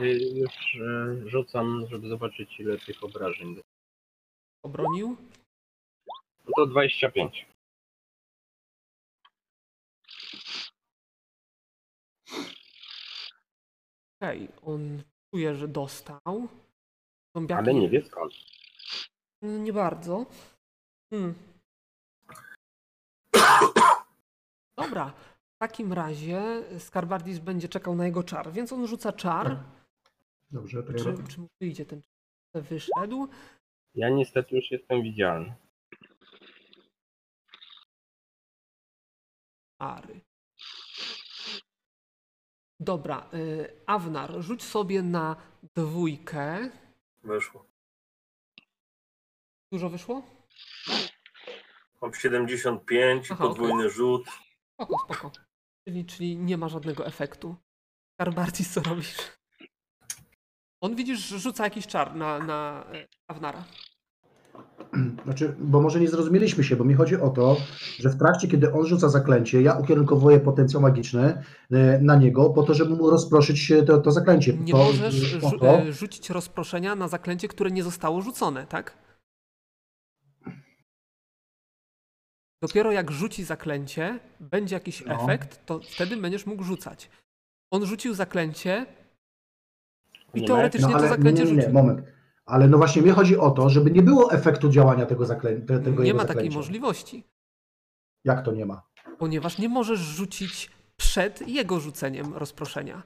Speaker 5: y, już y, rzucam, żeby zobaczyć ile tych obrażeń. było.
Speaker 1: Obronił.
Speaker 5: No to 25.
Speaker 1: Okej, on czuje, że dostał. Zombiaki No,
Speaker 5: Ale nie wie skąd.
Speaker 1: nie bardzo. Hmm. Dobra. W takim razie Skarbardis będzie czekał na jego czar, więc on rzuca czar.
Speaker 2: Dobrze, to ja
Speaker 1: Czy, czy mu wyjdzie ten czar? Wyszedł.
Speaker 5: Ja niestety już jestem widzialny.
Speaker 1: Ary. Dobra, y, Awnar, rzuć sobie na dwójkę.
Speaker 6: Wyszło.
Speaker 1: Dużo wyszło?
Speaker 6: Mam 75,
Speaker 1: Aha,
Speaker 6: podwójny rzut.
Speaker 1: Spoko, spoko. Czyli, czyli nie ma żadnego efektu. Karbartis, co robisz? On widzisz, rzuca jakiś czar na, na e, Avnara.
Speaker 2: Znaczy, bo może nie zrozumieliśmy się, bo mi chodzi o to, że w trakcie, kiedy on rzuca zaklęcie, ja ukierunkowuję potencjał magiczny e, na niego po to, żeby mu rozproszyć e, to, to zaklęcie.
Speaker 1: Nie
Speaker 2: to,
Speaker 1: możesz
Speaker 2: po
Speaker 1: rzu-
Speaker 2: to,
Speaker 1: e, rzucić rozproszenia na zaklęcie, które nie zostało rzucone, tak? Dopiero jak rzuci zaklęcie, będzie jakiś
Speaker 2: No.
Speaker 1: efekt, to wtedy będziesz mógł rzucać. On rzucił zaklęcie i
Speaker 5: Nie
Speaker 1: teoretycznie to
Speaker 2: nie,
Speaker 1: zaklęcie
Speaker 2: No, nie, nie,
Speaker 1: rzucił.
Speaker 2: moment. Ale no właśnie, mi chodzi o to, żeby nie było efektu działania tego zaklęcia. Tego
Speaker 1: Nie
Speaker 2: jego
Speaker 1: ma takiej
Speaker 2: zaklęcia.
Speaker 1: możliwości,
Speaker 2: Jak to nie ma?
Speaker 1: ponieważ nie możesz rzucić przed jego rzuceniem rozproszenia.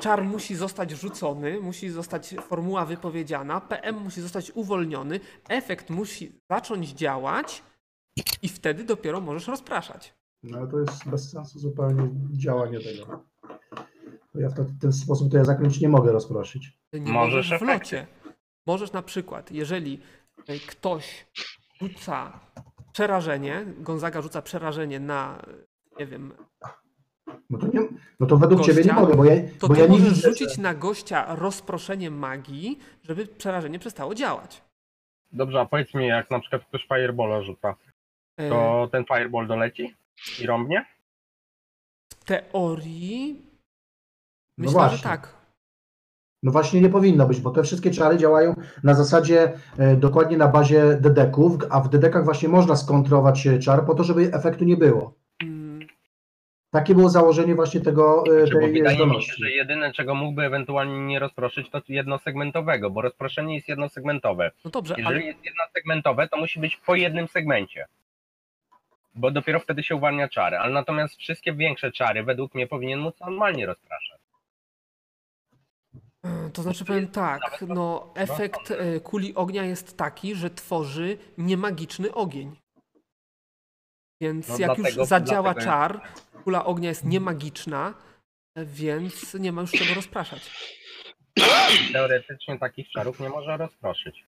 Speaker 1: Czar musi zostać rzucony, musi zostać formuła wypowiedziana, PM musi zostać uwolniony, efekt musi zacząć działać i wtedy dopiero możesz rozpraszać.
Speaker 2: No ale to jest bez sensu zupełnie działanie tego. To ja w to- ten sposób to ja zaklęć nie mogę rozproszyć.
Speaker 1: Nie
Speaker 5: Możesz
Speaker 1: możesz w
Speaker 5: efekty.
Speaker 1: locie. Możesz na przykład, jeżeli y, ktoś rzuca przerażenie, Gonzaga rzuca przerażenie na, y, nie wiem,
Speaker 2: No to, nie, no to według
Speaker 1: Gościa?
Speaker 2: ciebie nie mogę, bo ja,
Speaker 1: to
Speaker 2: bo
Speaker 1: ty
Speaker 2: ja nie
Speaker 1: możesz
Speaker 2: widzę, że-
Speaker 1: rzucić na gościa rozproszenie magii, żeby przerażenie przestało działać.
Speaker 5: Dobrze, a powiedz mi, jak na przykład ktoś Firebola rzuca,
Speaker 1: Y,
Speaker 5: to ten Fireball doleci i rąbnie?
Speaker 1: W teorii
Speaker 2: No
Speaker 1: myślę, że
Speaker 2: właśnie.
Speaker 1: tak.
Speaker 2: No właśnie nie powinno być, bo te wszystkie czary działają na zasadzie e, dokładnie na bazie dedeków, a w dedekach właśnie można skontrować e, czar po to, żeby efektu nie było.
Speaker 1: Mm,
Speaker 2: Takie było założenie właśnie tego e,
Speaker 5: Znaczy, bo
Speaker 2: tej
Speaker 5: wydaje mi się,
Speaker 2: zdolności.
Speaker 5: że jedyne, czego mógłby ewentualnie nie rozproszyć, to jednosegmentowego, bo rozproszenie jest jednosegmentowe.
Speaker 1: No dobrze, ale
Speaker 5: Jeżeli jest jednosegmentowe, to musi być po jednym segmencie. Bo dopiero wtedy się uwalnia czary. Ale natomiast wszystkie większe czary według mnie powinien móc normalnie rozpraszać.
Speaker 1: mm, to znaczy powiem tak, no efekt e, kuli ognia jest taki, że tworzy niemagiczny ogień. Więc
Speaker 5: No
Speaker 1: jak
Speaker 5: dlatego-
Speaker 1: już zadziała
Speaker 5: dlatego-
Speaker 1: czar, kula ognia jest niemagiczna, e, więc nie ma już czego rozpraszać.
Speaker 5: Teoretycznie takich czarów nie może rozproszyć.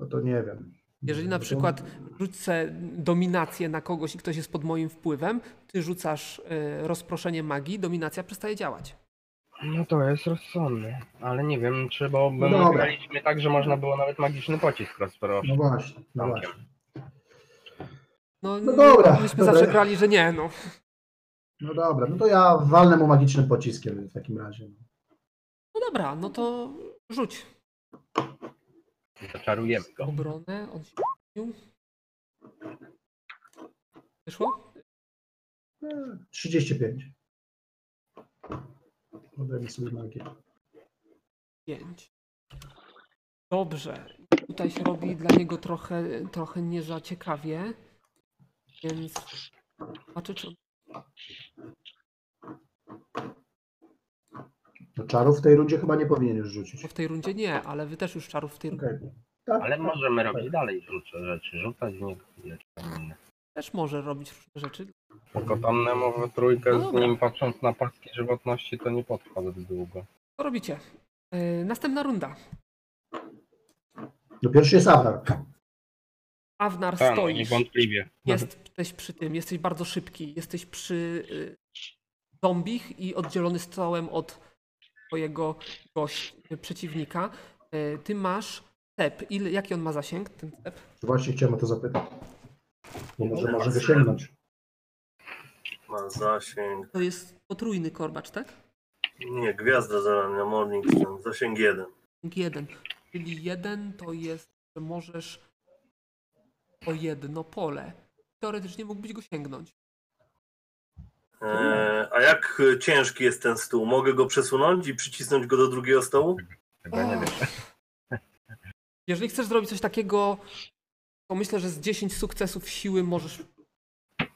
Speaker 2: No to nie wiem.
Speaker 1: Jeżeli na
Speaker 2: No to-
Speaker 1: przykład rzucę dominację na kogoś i ktoś jest pod moim wpływem, ty rzucasz e, rozproszenie magii, dominacja przestaje działać.
Speaker 5: No to jest rozsądne. Ale nie wiem, czy bo my
Speaker 2: Dobra.
Speaker 5: graliśmy tak, że można było nawet magiczny pocisk rozproszyć.
Speaker 2: No właśnie, no właśnie.
Speaker 1: No,
Speaker 2: No dobra,
Speaker 1: Myśmy
Speaker 2: dobra.
Speaker 1: zawsze grali, że nie, no.
Speaker 2: No dobra, no to ja walnę mu magicznym pociskiem w takim razie.
Speaker 1: No dobra, no to rzuć
Speaker 5: Czarujemy go.
Speaker 1: obronę. On się odbił. Wyszło?
Speaker 2: 35. Podajmy sobie magię.
Speaker 1: 5. Dobrze. Tutaj się robi dla niego trochę, trochę nie za ciekawie. Więc zobaczę, czy on...
Speaker 2: No czarów w tej rundzie chyba nie powinien już rzucić.
Speaker 1: bo w tej rundzie nie, ale wy też już czarów w tej rundzie
Speaker 2: Okej. Tak,
Speaker 5: Ale
Speaker 2: tak.
Speaker 5: możemy robić dalej rzucać rzeczy, rzucać w niego rzeczy inne.
Speaker 1: też może robić różne rzeczy.
Speaker 5: Tylko tam Nemo we trójkę z
Speaker 1: No Dobra.
Speaker 5: nim patrząc na paski żywotności to nie potrwa zbyt długo.
Speaker 1: Co robicie? Yy, następna runda.
Speaker 2: No pierwszy jest Avnar.
Speaker 1: Avnar
Speaker 5: Tak, no,
Speaker 1: stoisz.
Speaker 5: niewątpliwie.
Speaker 1: Jesteś przy tym, jesteś bardzo szybki, jesteś przy y, zombich i oddzielony stołem od twojego gość, przeciwnika. Y, ty masz cep. Ile, jaki on ma zasięg, ten cep?
Speaker 2: Właśnie chciałem o to zapytać. Bo może może wysięgnąć.
Speaker 6: Ma zasięg.
Speaker 1: To jest potrójny korbacz, tak?
Speaker 6: Nie, gwiazda zarania, morning sun, zasięg 1.
Speaker 1: Jeden. Czyli jeden to jest, że możesz o jedno pole. Teoretycznie mógłbyś go sięgnąć.
Speaker 6: Eee, a jak y, ciężki jest ten stół? Mogę go przesunąć i przycisnąć go do drugiego stołu?
Speaker 5: Chyba nie wiem.
Speaker 1: Jeżeli chcesz zrobić coś takiego, to myślę, że z 10 sukcesów siły możesz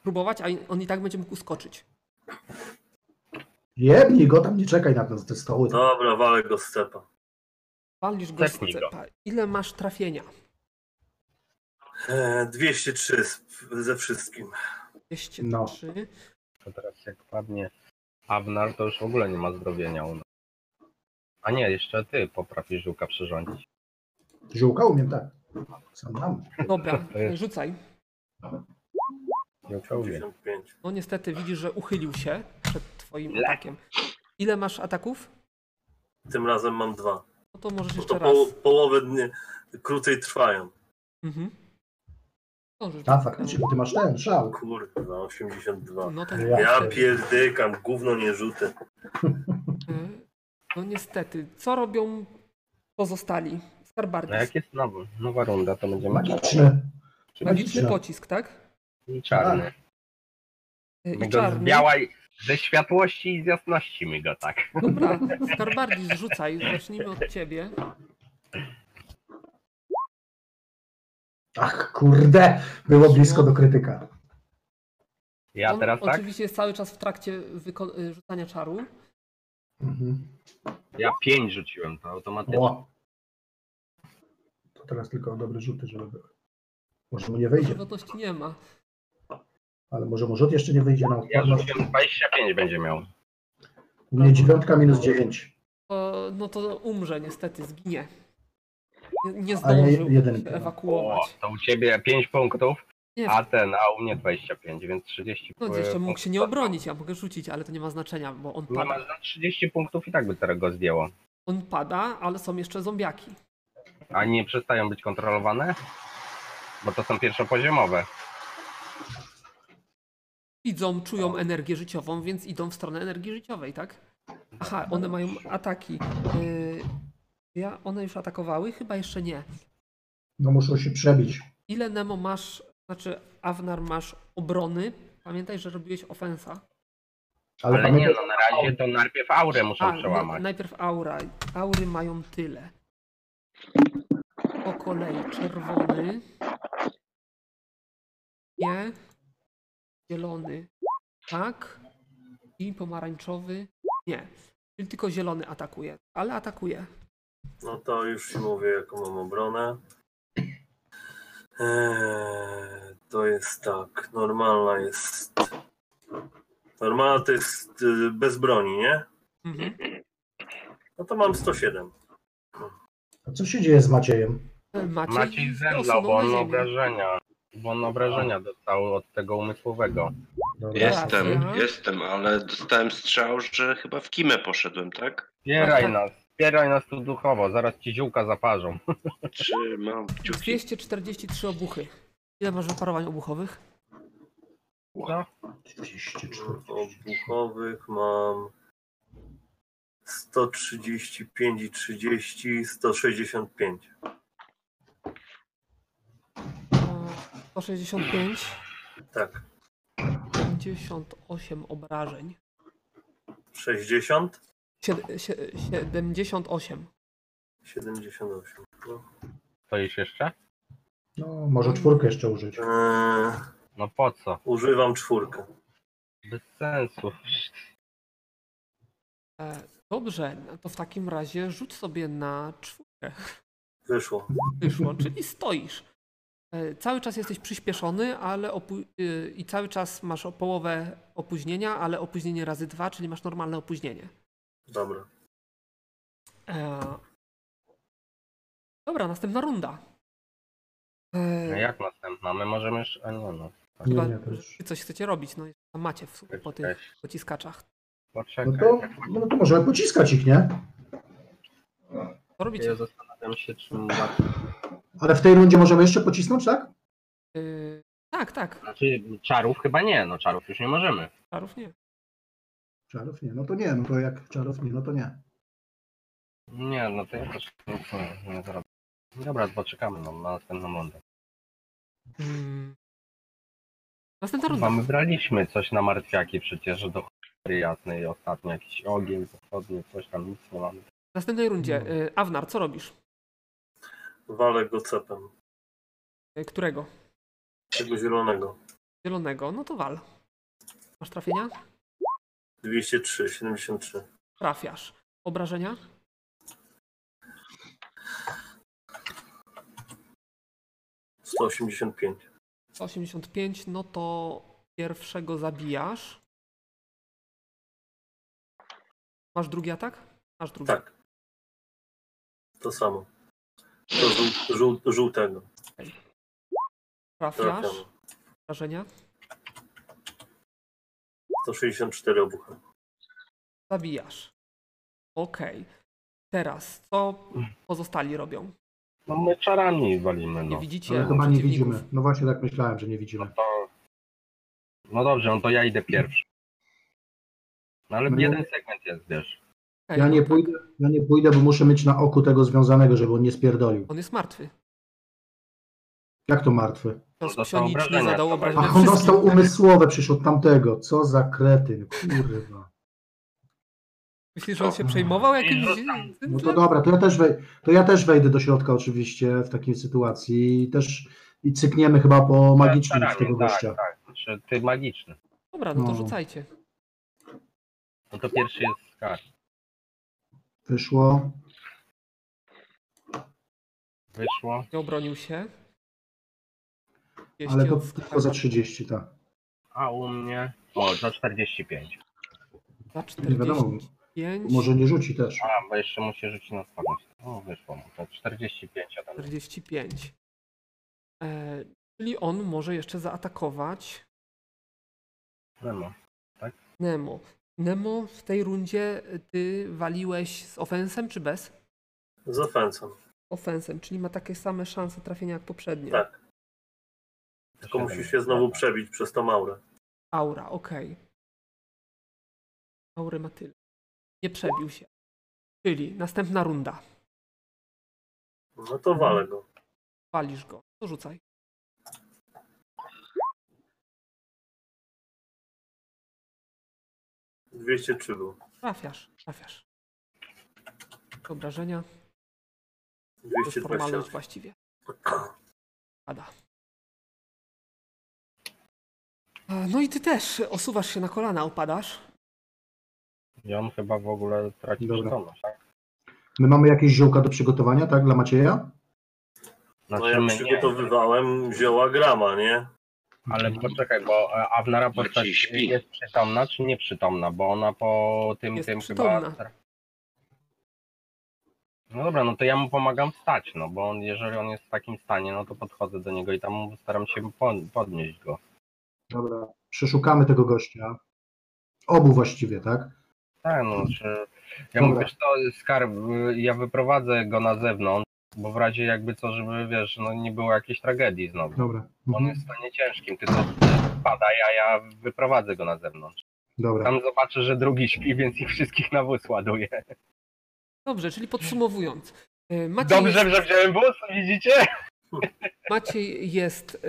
Speaker 1: próbować, a on i tak będzie mógł uskoczyć.
Speaker 2: Jebnij go tam, nie czekaj na ten te stoły.
Speaker 6: Dobra, walę go z cepa.
Speaker 1: Walnisz go z
Speaker 5: Cepnij go.
Speaker 1: cepa. Ile masz trafienia?
Speaker 6: Eee, 203 sp- ze wszystkim.
Speaker 1: 203.
Speaker 2: No.
Speaker 5: To teraz jak padnie Avnar, to już w ogóle nie ma zdrowienia u nas. A nie, jeszcze ty potrafisz żółka przyrządzić.
Speaker 2: Ziółka umiem, tak. Sam dam.
Speaker 1: Dobra, rzucaj.
Speaker 5: Nie czuję.
Speaker 6: 95.
Speaker 1: No niestety widzisz, że uchylił się przed twoim atakiem. Ile masz ataków?
Speaker 6: Tym razem mam dwa.
Speaker 1: No to możesz
Speaker 6: Bo
Speaker 1: jeszcze
Speaker 6: to
Speaker 1: raz.
Speaker 6: po, połowę dnie, krócej trwają.
Speaker 1: Mhm. Zdążysz.
Speaker 2: A faktycznie, ty masz ten szał.
Speaker 6: Kurwa, 82.
Speaker 1: No to
Speaker 2: Ja
Speaker 6: Ja pierdykam, gówno nie rzucę.
Speaker 1: Y, No niestety, co robią pozostali?
Speaker 5: No
Speaker 1: Skarbardis.
Speaker 5: jak jest nowa, nowa runda, to będzie magiczny
Speaker 2: Magiczny.
Speaker 1: Magiczny
Speaker 2: magiczne.
Speaker 1: pocisk, tak?
Speaker 5: i czarny.
Speaker 1: Y,
Speaker 5: My
Speaker 1: I
Speaker 5: go z
Speaker 1: czarny.
Speaker 5: białej, ze światłości i z jasności my go tak.
Speaker 1: No Dobra, Skarbardis, rzucaj. Zacznijmy od ciebie.
Speaker 2: Ach, kurde, było blisko do krytyka.
Speaker 5: Ja
Speaker 1: On
Speaker 5: teraz tak?
Speaker 1: Oczywiście jest cały czas w trakcie wyko- y, rzucania czaru.
Speaker 2: Mhm.
Speaker 5: Ja pięć rzuciłem, to automatycznie.
Speaker 2: O. To teraz tylko dobre rzuty, żeby były. Może mu nie wyjdzie,
Speaker 1: Żywotności nie ma.
Speaker 2: ale może mu rzut jeszcze nie wyjdzie na
Speaker 5: Ja
Speaker 2: odporność.
Speaker 5: rzuciłem 25 będzie miał.
Speaker 2: U mnie dziewiątka minus dziewięć.
Speaker 1: To, no to umrze niestety, zginie. Nie, nie
Speaker 2: A ja
Speaker 1: zdążył
Speaker 2: jeden
Speaker 1: się
Speaker 2: biorę.
Speaker 5: O,
Speaker 1: ewakuować.
Speaker 5: to u ciebie 5 punktów,
Speaker 1: Nie,
Speaker 5: a ten, a u mnie 25, więc 30
Speaker 1: no
Speaker 5: pu-
Speaker 1: jeszcze mógł
Speaker 5: punktów.
Speaker 1: się nie obronić, ja mogę rzucić, ale to nie ma znaczenia, bo on
Speaker 5: Nie
Speaker 1: pada.
Speaker 5: ma za 30 punktów i tak by teraz go zdjęło.
Speaker 1: On pada, ale są jeszcze zombiaki.
Speaker 5: A nie przestają być kontrolowane? Bo to są pierwszopoziomowe.
Speaker 1: Widzą, czują energię życiową, więc idą w stronę energii życiowej, tak? Aha, one mają ataki. Yy, ja, one już atakowały? Chyba jeszcze nie.
Speaker 2: No muszą się przebić.
Speaker 1: Ile Nemo masz, znaczy Avnar masz obrony? Pamiętaj, że robiłeś ofensa.
Speaker 2: Ale,
Speaker 5: Ale nie,
Speaker 2: pamiętaj,
Speaker 5: no na razie to najpierw aurę muszą
Speaker 1: no,
Speaker 5: przełamać.
Speaker 1: najpierw aura. Aury mają tyle. Po kolei czerwony. Nie. Zielony. Tak. I pomarańczowy. Nie. Czyli tylko zielony atakuje. Ale atakuje.
Speaker 6: No to już ci mówię, jaką mam obronę. Eee, to jest tak, normalna jest. Normalna to jest y, bez broni, nie?
Speaker 1: Mhm.
Speaker 6: No to mam 107.
Speaker 2: a co się dzieje z Maciejem?
Speaker 1: Maciej,
Speaker 5: Maciej zemdlał,
Speaker 1: osunął
Speaker 5: bo
Speaker 1: na
Speaker 5: on
Speaker 1: ziemię.
Speaker 5: obrażenia. Bo on obrażenia dostał od tego umysłowego.
Speaker 2: Dobra.
Speaker 3: Jestem,
Speaker 1: Racja.
Speaker 3: jestem, ale dostałem strzał, że chyba w kimę poszedłem, tak?
Speaker 5: Wspieraj nas, wspieraj nas tu duchowo, zaraz ci ziółka zaparzą.
Speaker 3: Czy mam kciuki?
Speaker 1: 243 obuchy. Ile masz wyparowań obuchowych?
Speaker 2: 204.
Speaker 6: Obuchowych mam 135 i 30, 165.
Speaker 1: O, 165,
Speaker 6: Tak,
Speaker 1: 58 obrażeń.
Speaker 6: 60,
Speaker 1: Sied- sie- 78.
Speaker 6: 78. No.
Speaker 5: Co jest jeszcze?
Speaker 2: No, może czwórkę jeszcze użyć.
Speaker 6: Eee,
Speaker 5: No po co?
Speaker 6: używam czwórkę.
Speaker 5: Bez sensu.
Speaker 1: E, Dobrze, no to w takim razie rzuć sobie na czwórkę.
Speaker 6: Wyszło.
Speaker 1: Wyszło, czyli stoisz. E, Cały czas jesteś przyspieszony, ale opu- y, i cały czas masz o połowę opóźnienia, ale opóźnienie razy dwa, czyli masz normalne opóźnienie.
Speaker 6: Dobra.
Speaker 1: E, Dobra, następna runda. E,
Speaker 5: No jak następna? My możemy jeszcze... A nie no.
Speaker 2: Nie,
Speaker 1: Chyba,
Speaker 2: nie, to
Speaker 1: że
Speaker 2: już-
Speaker 1: wy coś chcecie robić, no i tam macie w sumie po tych
Speaker 5: Cześć.
Speaker 1: pociskaczach.
Speaker 5: Poczekaj.
Speaker 2: Tak, No to, no to możemy pociskać ich, nie?
Speaker 1: Co
Speaker 5: Ja
Speaker 1: robicie?
Speaker 5: zastanawiam się, czy ma...
Speaker 2: Ale w tej rundzie możemy jeszcze pocisnąć, tak?
Speaker 1: Yy, tak, tak,
Speaker 5: Znaczy czarów chyba nie, no czarów już nie możemy.
Speaker 1: czarów nie.
Speaker 2: Czarów nie, no to nie, no to jak czarów nie, no to nie.
Speaker 5: Nie, no to ja też nic nie, nie zrobię. Dobra, poczekamy no, na następną rundę.
Speaker 1: Mm. Następna runda.
Speaker 5: Mamy braliśmy coś na martwiaki przecież, że do cholery jasnej ostatnio jakiś ogień zachodni, coś tam, nic nie mamy.
Speaker 1: W następnej
Speaker 2: No.
Speaker 1: rundzie. Yy, Awnar, co robisz?
Speaker 6: Walę go cepem.
Speaker 1: Yy, którego?
Speaker 6: Tego zielonego.
Speaker 1: Zielonego, no to wal. Masz trafienia?
Speaker 6: 203, 73.
Speaker 1: Trafiasz. Obrażenia?
Speaker 6: sto osiemdziesiąt pięć
Speaker 1: 185, no to pierwszego zabijasz.
Speaker 2: Tak,
Speaker 1: Masz drugi atak? Masz drugi.
Speaker 6: Tak. To samo. do żół- żół- żółtego.
Speaker 1: Trafiasz?
Speaker 6: Trafiam.
Speaker 1: Wrażenia?
Speaker 6: 164 obucha.
Speaker 1: Zabijasz. Okej. Teraz, co
Speaker 2: Mm.
Speaker 1: pozostali robią?
Speaker 5: No my czarami walimy,
Speaker 1: Nie
Speaker 5: no.
Speaker 1: widzicie
Speaker 2: Ale chyba nie
Speaker 1: przeciwników.
Speaker 2: widzimy. No właśnie tak myślałem, że nie widzimy.
Speaker 5: To... No dobrze, no to ja idę pierwszy. No ale
Speaker 2: No ja-
Speaker 5: jeden segment jest, wiesz.
Speaker 1: Okej,
Speaker 2: Ja
Speaker 1: no
Speaker 2: nie
Speaker 1: tak.
Speaker 2: pójdę, ja nie pójdę, bo muszę mieć na oku tego związanego, żeby on nie spierdolił.
Speaker 1: On jest martwy.
Speaker 2: Jak to martwy?
Speaker 1: Los
Speaker 5: dostał
Speaker 1: psioniczny
Speaker 5: obrażenia,
Speaker 1: zadał
Speaker 5: to
Speaker 1: obrażenia
Speaker 2: Ach, on
Speaker 1: wszystkim.
Speaker 2: dostał umysłowe przecież od tamtego. Co za kretyn, kurwa.
Speaker 1: Myślisz, że on się przejmował jakimś...
Speaker 2: No to dobra, to ja też, wej- to ja też wejdę do środka oczywiście w takiej sytuacji i też i cykniemy chyba po magicznym
Speaker 5: Czarami,
Speaker 2: z tego
Speaker 5: tak,
Speaker 2: gościa.
Speaker 5: tak. Znaczy, ty magiczny.
Speaker 1: Dobra, no to
Speaker 2: No.
Speaker 1: rzucajcie.
Speaker 5: No to pierwszy jest skar.
Speaker 2: Wyszło.
Speaker 5: Wyszło.
Speaker 1: Nie obronił się.
Speaker 2: Ale to
Speaker 1: Jeździec
Speaker 2: tylko za 30, tak.
Speaker 5: A u mnie? O, za 45.
Speaker 1: za
Speaker 2: Nie wiadomo,
Speaker 1: 45.
Speaker 2: może nie rzuci też.
Speaker 5: A, bo jeszcze musi rzucić na słabość. O, wyszło mu. To 45, a tam
Speaker 1: 45. E, czyli on może jeszcze zaatakować
Speaker 5: Nemo.
Speaker 1: Nemo. Nemo, w tej rundzie y, ty waliłeś z ofensem czy bez?
Speaker 6: Z ofensą.
Speaker 1: Ofensem, czyli ma takie same szanse trafienia jak poprzednie.
Speaker 6: Tak. Tylko musisz się znowu przebić przez tą aurę.
Speaker 1: Aura, okej. Aury ma tyle. Nie przebił się. Czyli następna runda.
Speaker 6: No to walę go.
Speaker 1: Walisz go. To rzucaj.
Speaker 6: Dwieście był.
Speaker 1: Trafiasz, trafiasz. Obrażenia, to już formalność
Speaker 6: 220.
Speaker 1: właściwie. Pada. E, No i ty też osuwasz się na kolana, opadasz.
Speaker 5: I on chyba w ogóle traci
Speaker 2: Dobra.
Speaker 5: przytomność, tak?
Speaker 2: My mamy jakieś ziołka do przygotowania, tak, dla Macieja?
Speaker 6: No ja
Speaker 5: Znaczy my nie,
Speaker 6: przygotowywałem zioła grama, nie?
Speaker 5: Ale poczekaj, bo e, Avnara postać
Speaker 3: śpi.
Speaker 5: jest przytomna czy nieprzytomna? Bo ona po tym,
Speaker 1: Jest
Speaker 5: tym
Speaker 1: przytomna.
Speaker 5: chyba... No dobra, no to ja mu pomagam wstać, no bo on, jeżeli on jest w takim stanie, no to podchodzę do niego i tam staram się pon- podnieść go.
Speaker 2: Dobra. Przeszukamy tego gościa. Obu właściwie, tak?
Speaker 5: Tak, no, czy... Ja
Speaker 2: Dobra.
Speaker 5: mówię, wiesz to skarb, y, ja wyprowadzę go na zewnątrz, bo w razie jakby co, żeby, wiesz, no nie było jakiejś tragedii znowu.
Speaker 2: Dobra.
Speaker 5: On
Speaker 2: Mhm.
Speaker 5: jest w stanie ciężkim, ty to badaj, a ja wyprowadzę go na zewnątrz.
Speaker 2: Dobra.
Speaker 5: Tam zobaczę, że drugi śpi, więc ich wszystkich na wóz ładuję.
Speaker 1: Dobrze, czyli podsumowując. e, Maciej,
Speaker 5: Dobrze, że wziąłem wóz, widzicie?
Speaker 1: Maciej jest e,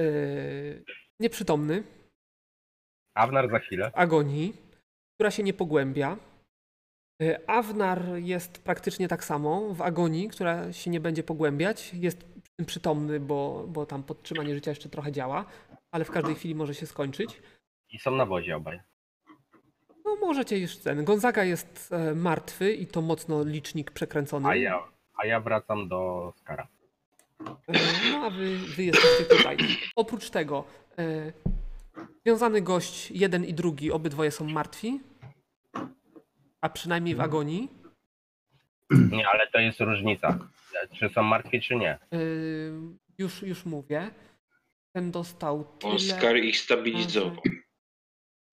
Speaker 1: nieprzytomny,
Speaker 5: Awnar za chwilę.
Speaker 1: agonii, która się nie pogłębia. E, Awnar jest praktycznie tak samo, w agonii, która się nie będzie pogłębiać. Jest przy tym przytomny, bo, bo tam podtrzymanie życia jeszcze trochę działa, ale w każdej chwili może się skończyć.
Speaker 5: I są na wozie obaj.
Speaker 1: No możecie już ten. Gonzaga jest e, martwy i to mocno licznik przekręcony.
Speaker 5: A ja, a ja wracam do Skara.
Speaker 1: E, No a wy, wy jesteście tutaj. Oprócz tego, e, związany gość jeden i drugi, obydwoje są martwi, a przynajmniej w
Speaker 5: Mhm.
Speaker 1: agonii.
Speaker 5: Nie, ale to jest różnica. Czy są martwi, czy nie.
Speaker 1: E, już, już mówię. Ten dostał tyle. Mhm.
Speaker 3: Oskar ich stabilizował.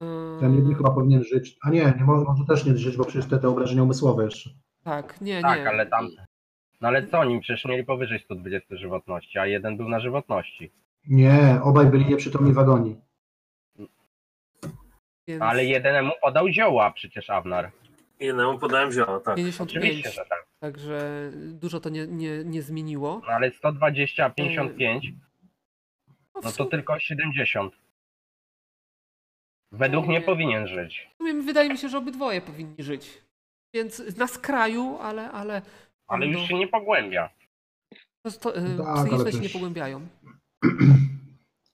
Speaker 1: e,
Speaker 2: Ten jedni chyba powinien żyć. A nie, nie może, może też nie żyć, bo przecież te, te obrażenia umysłowe jeszcze.
Speaker 1: Tak, nie, nie.
Speaker 5: Tak, ale tam... No ale co oni? Przecież mieli powyżej 120 żywotności, a jeden był na żywotności.
Speaker 2: Nie, obaj byli nieprzytomni w agonii.
Speaker 1: Więc
Speaker 5: No Ale jedenemu podał zioła przecież Awnar.
Speaker 6: Jednemu podałem zioła, tak.
Speaker 5: Oczywiście,
Speaker 1: 55,
Speaker 5: że tak.
Speaker 1: także dużo to nie, nie, nie zmieniło.
Speaker 5: No ale 120, a 55,
Speaker 1: Mm. No, w
Speaker 5: no to
Speaker 1: sumie-
Speaker 5: tylko 70. Według mnie powinien żyć.
Speaker 1: w sumie wydaje mi się, że obydwoje powinni żyć. Więc na skraju, ale, ale
Speaker 5: Ale
Speaker 1: No.
Speaker 5: już się nie pogłębia.
Speaker 1: To, to, y,
Speaker 2: Tak, ale
Speaker 1: psychiczne się nie
Speaker 2: też-
Speaker 1: pogłębiają.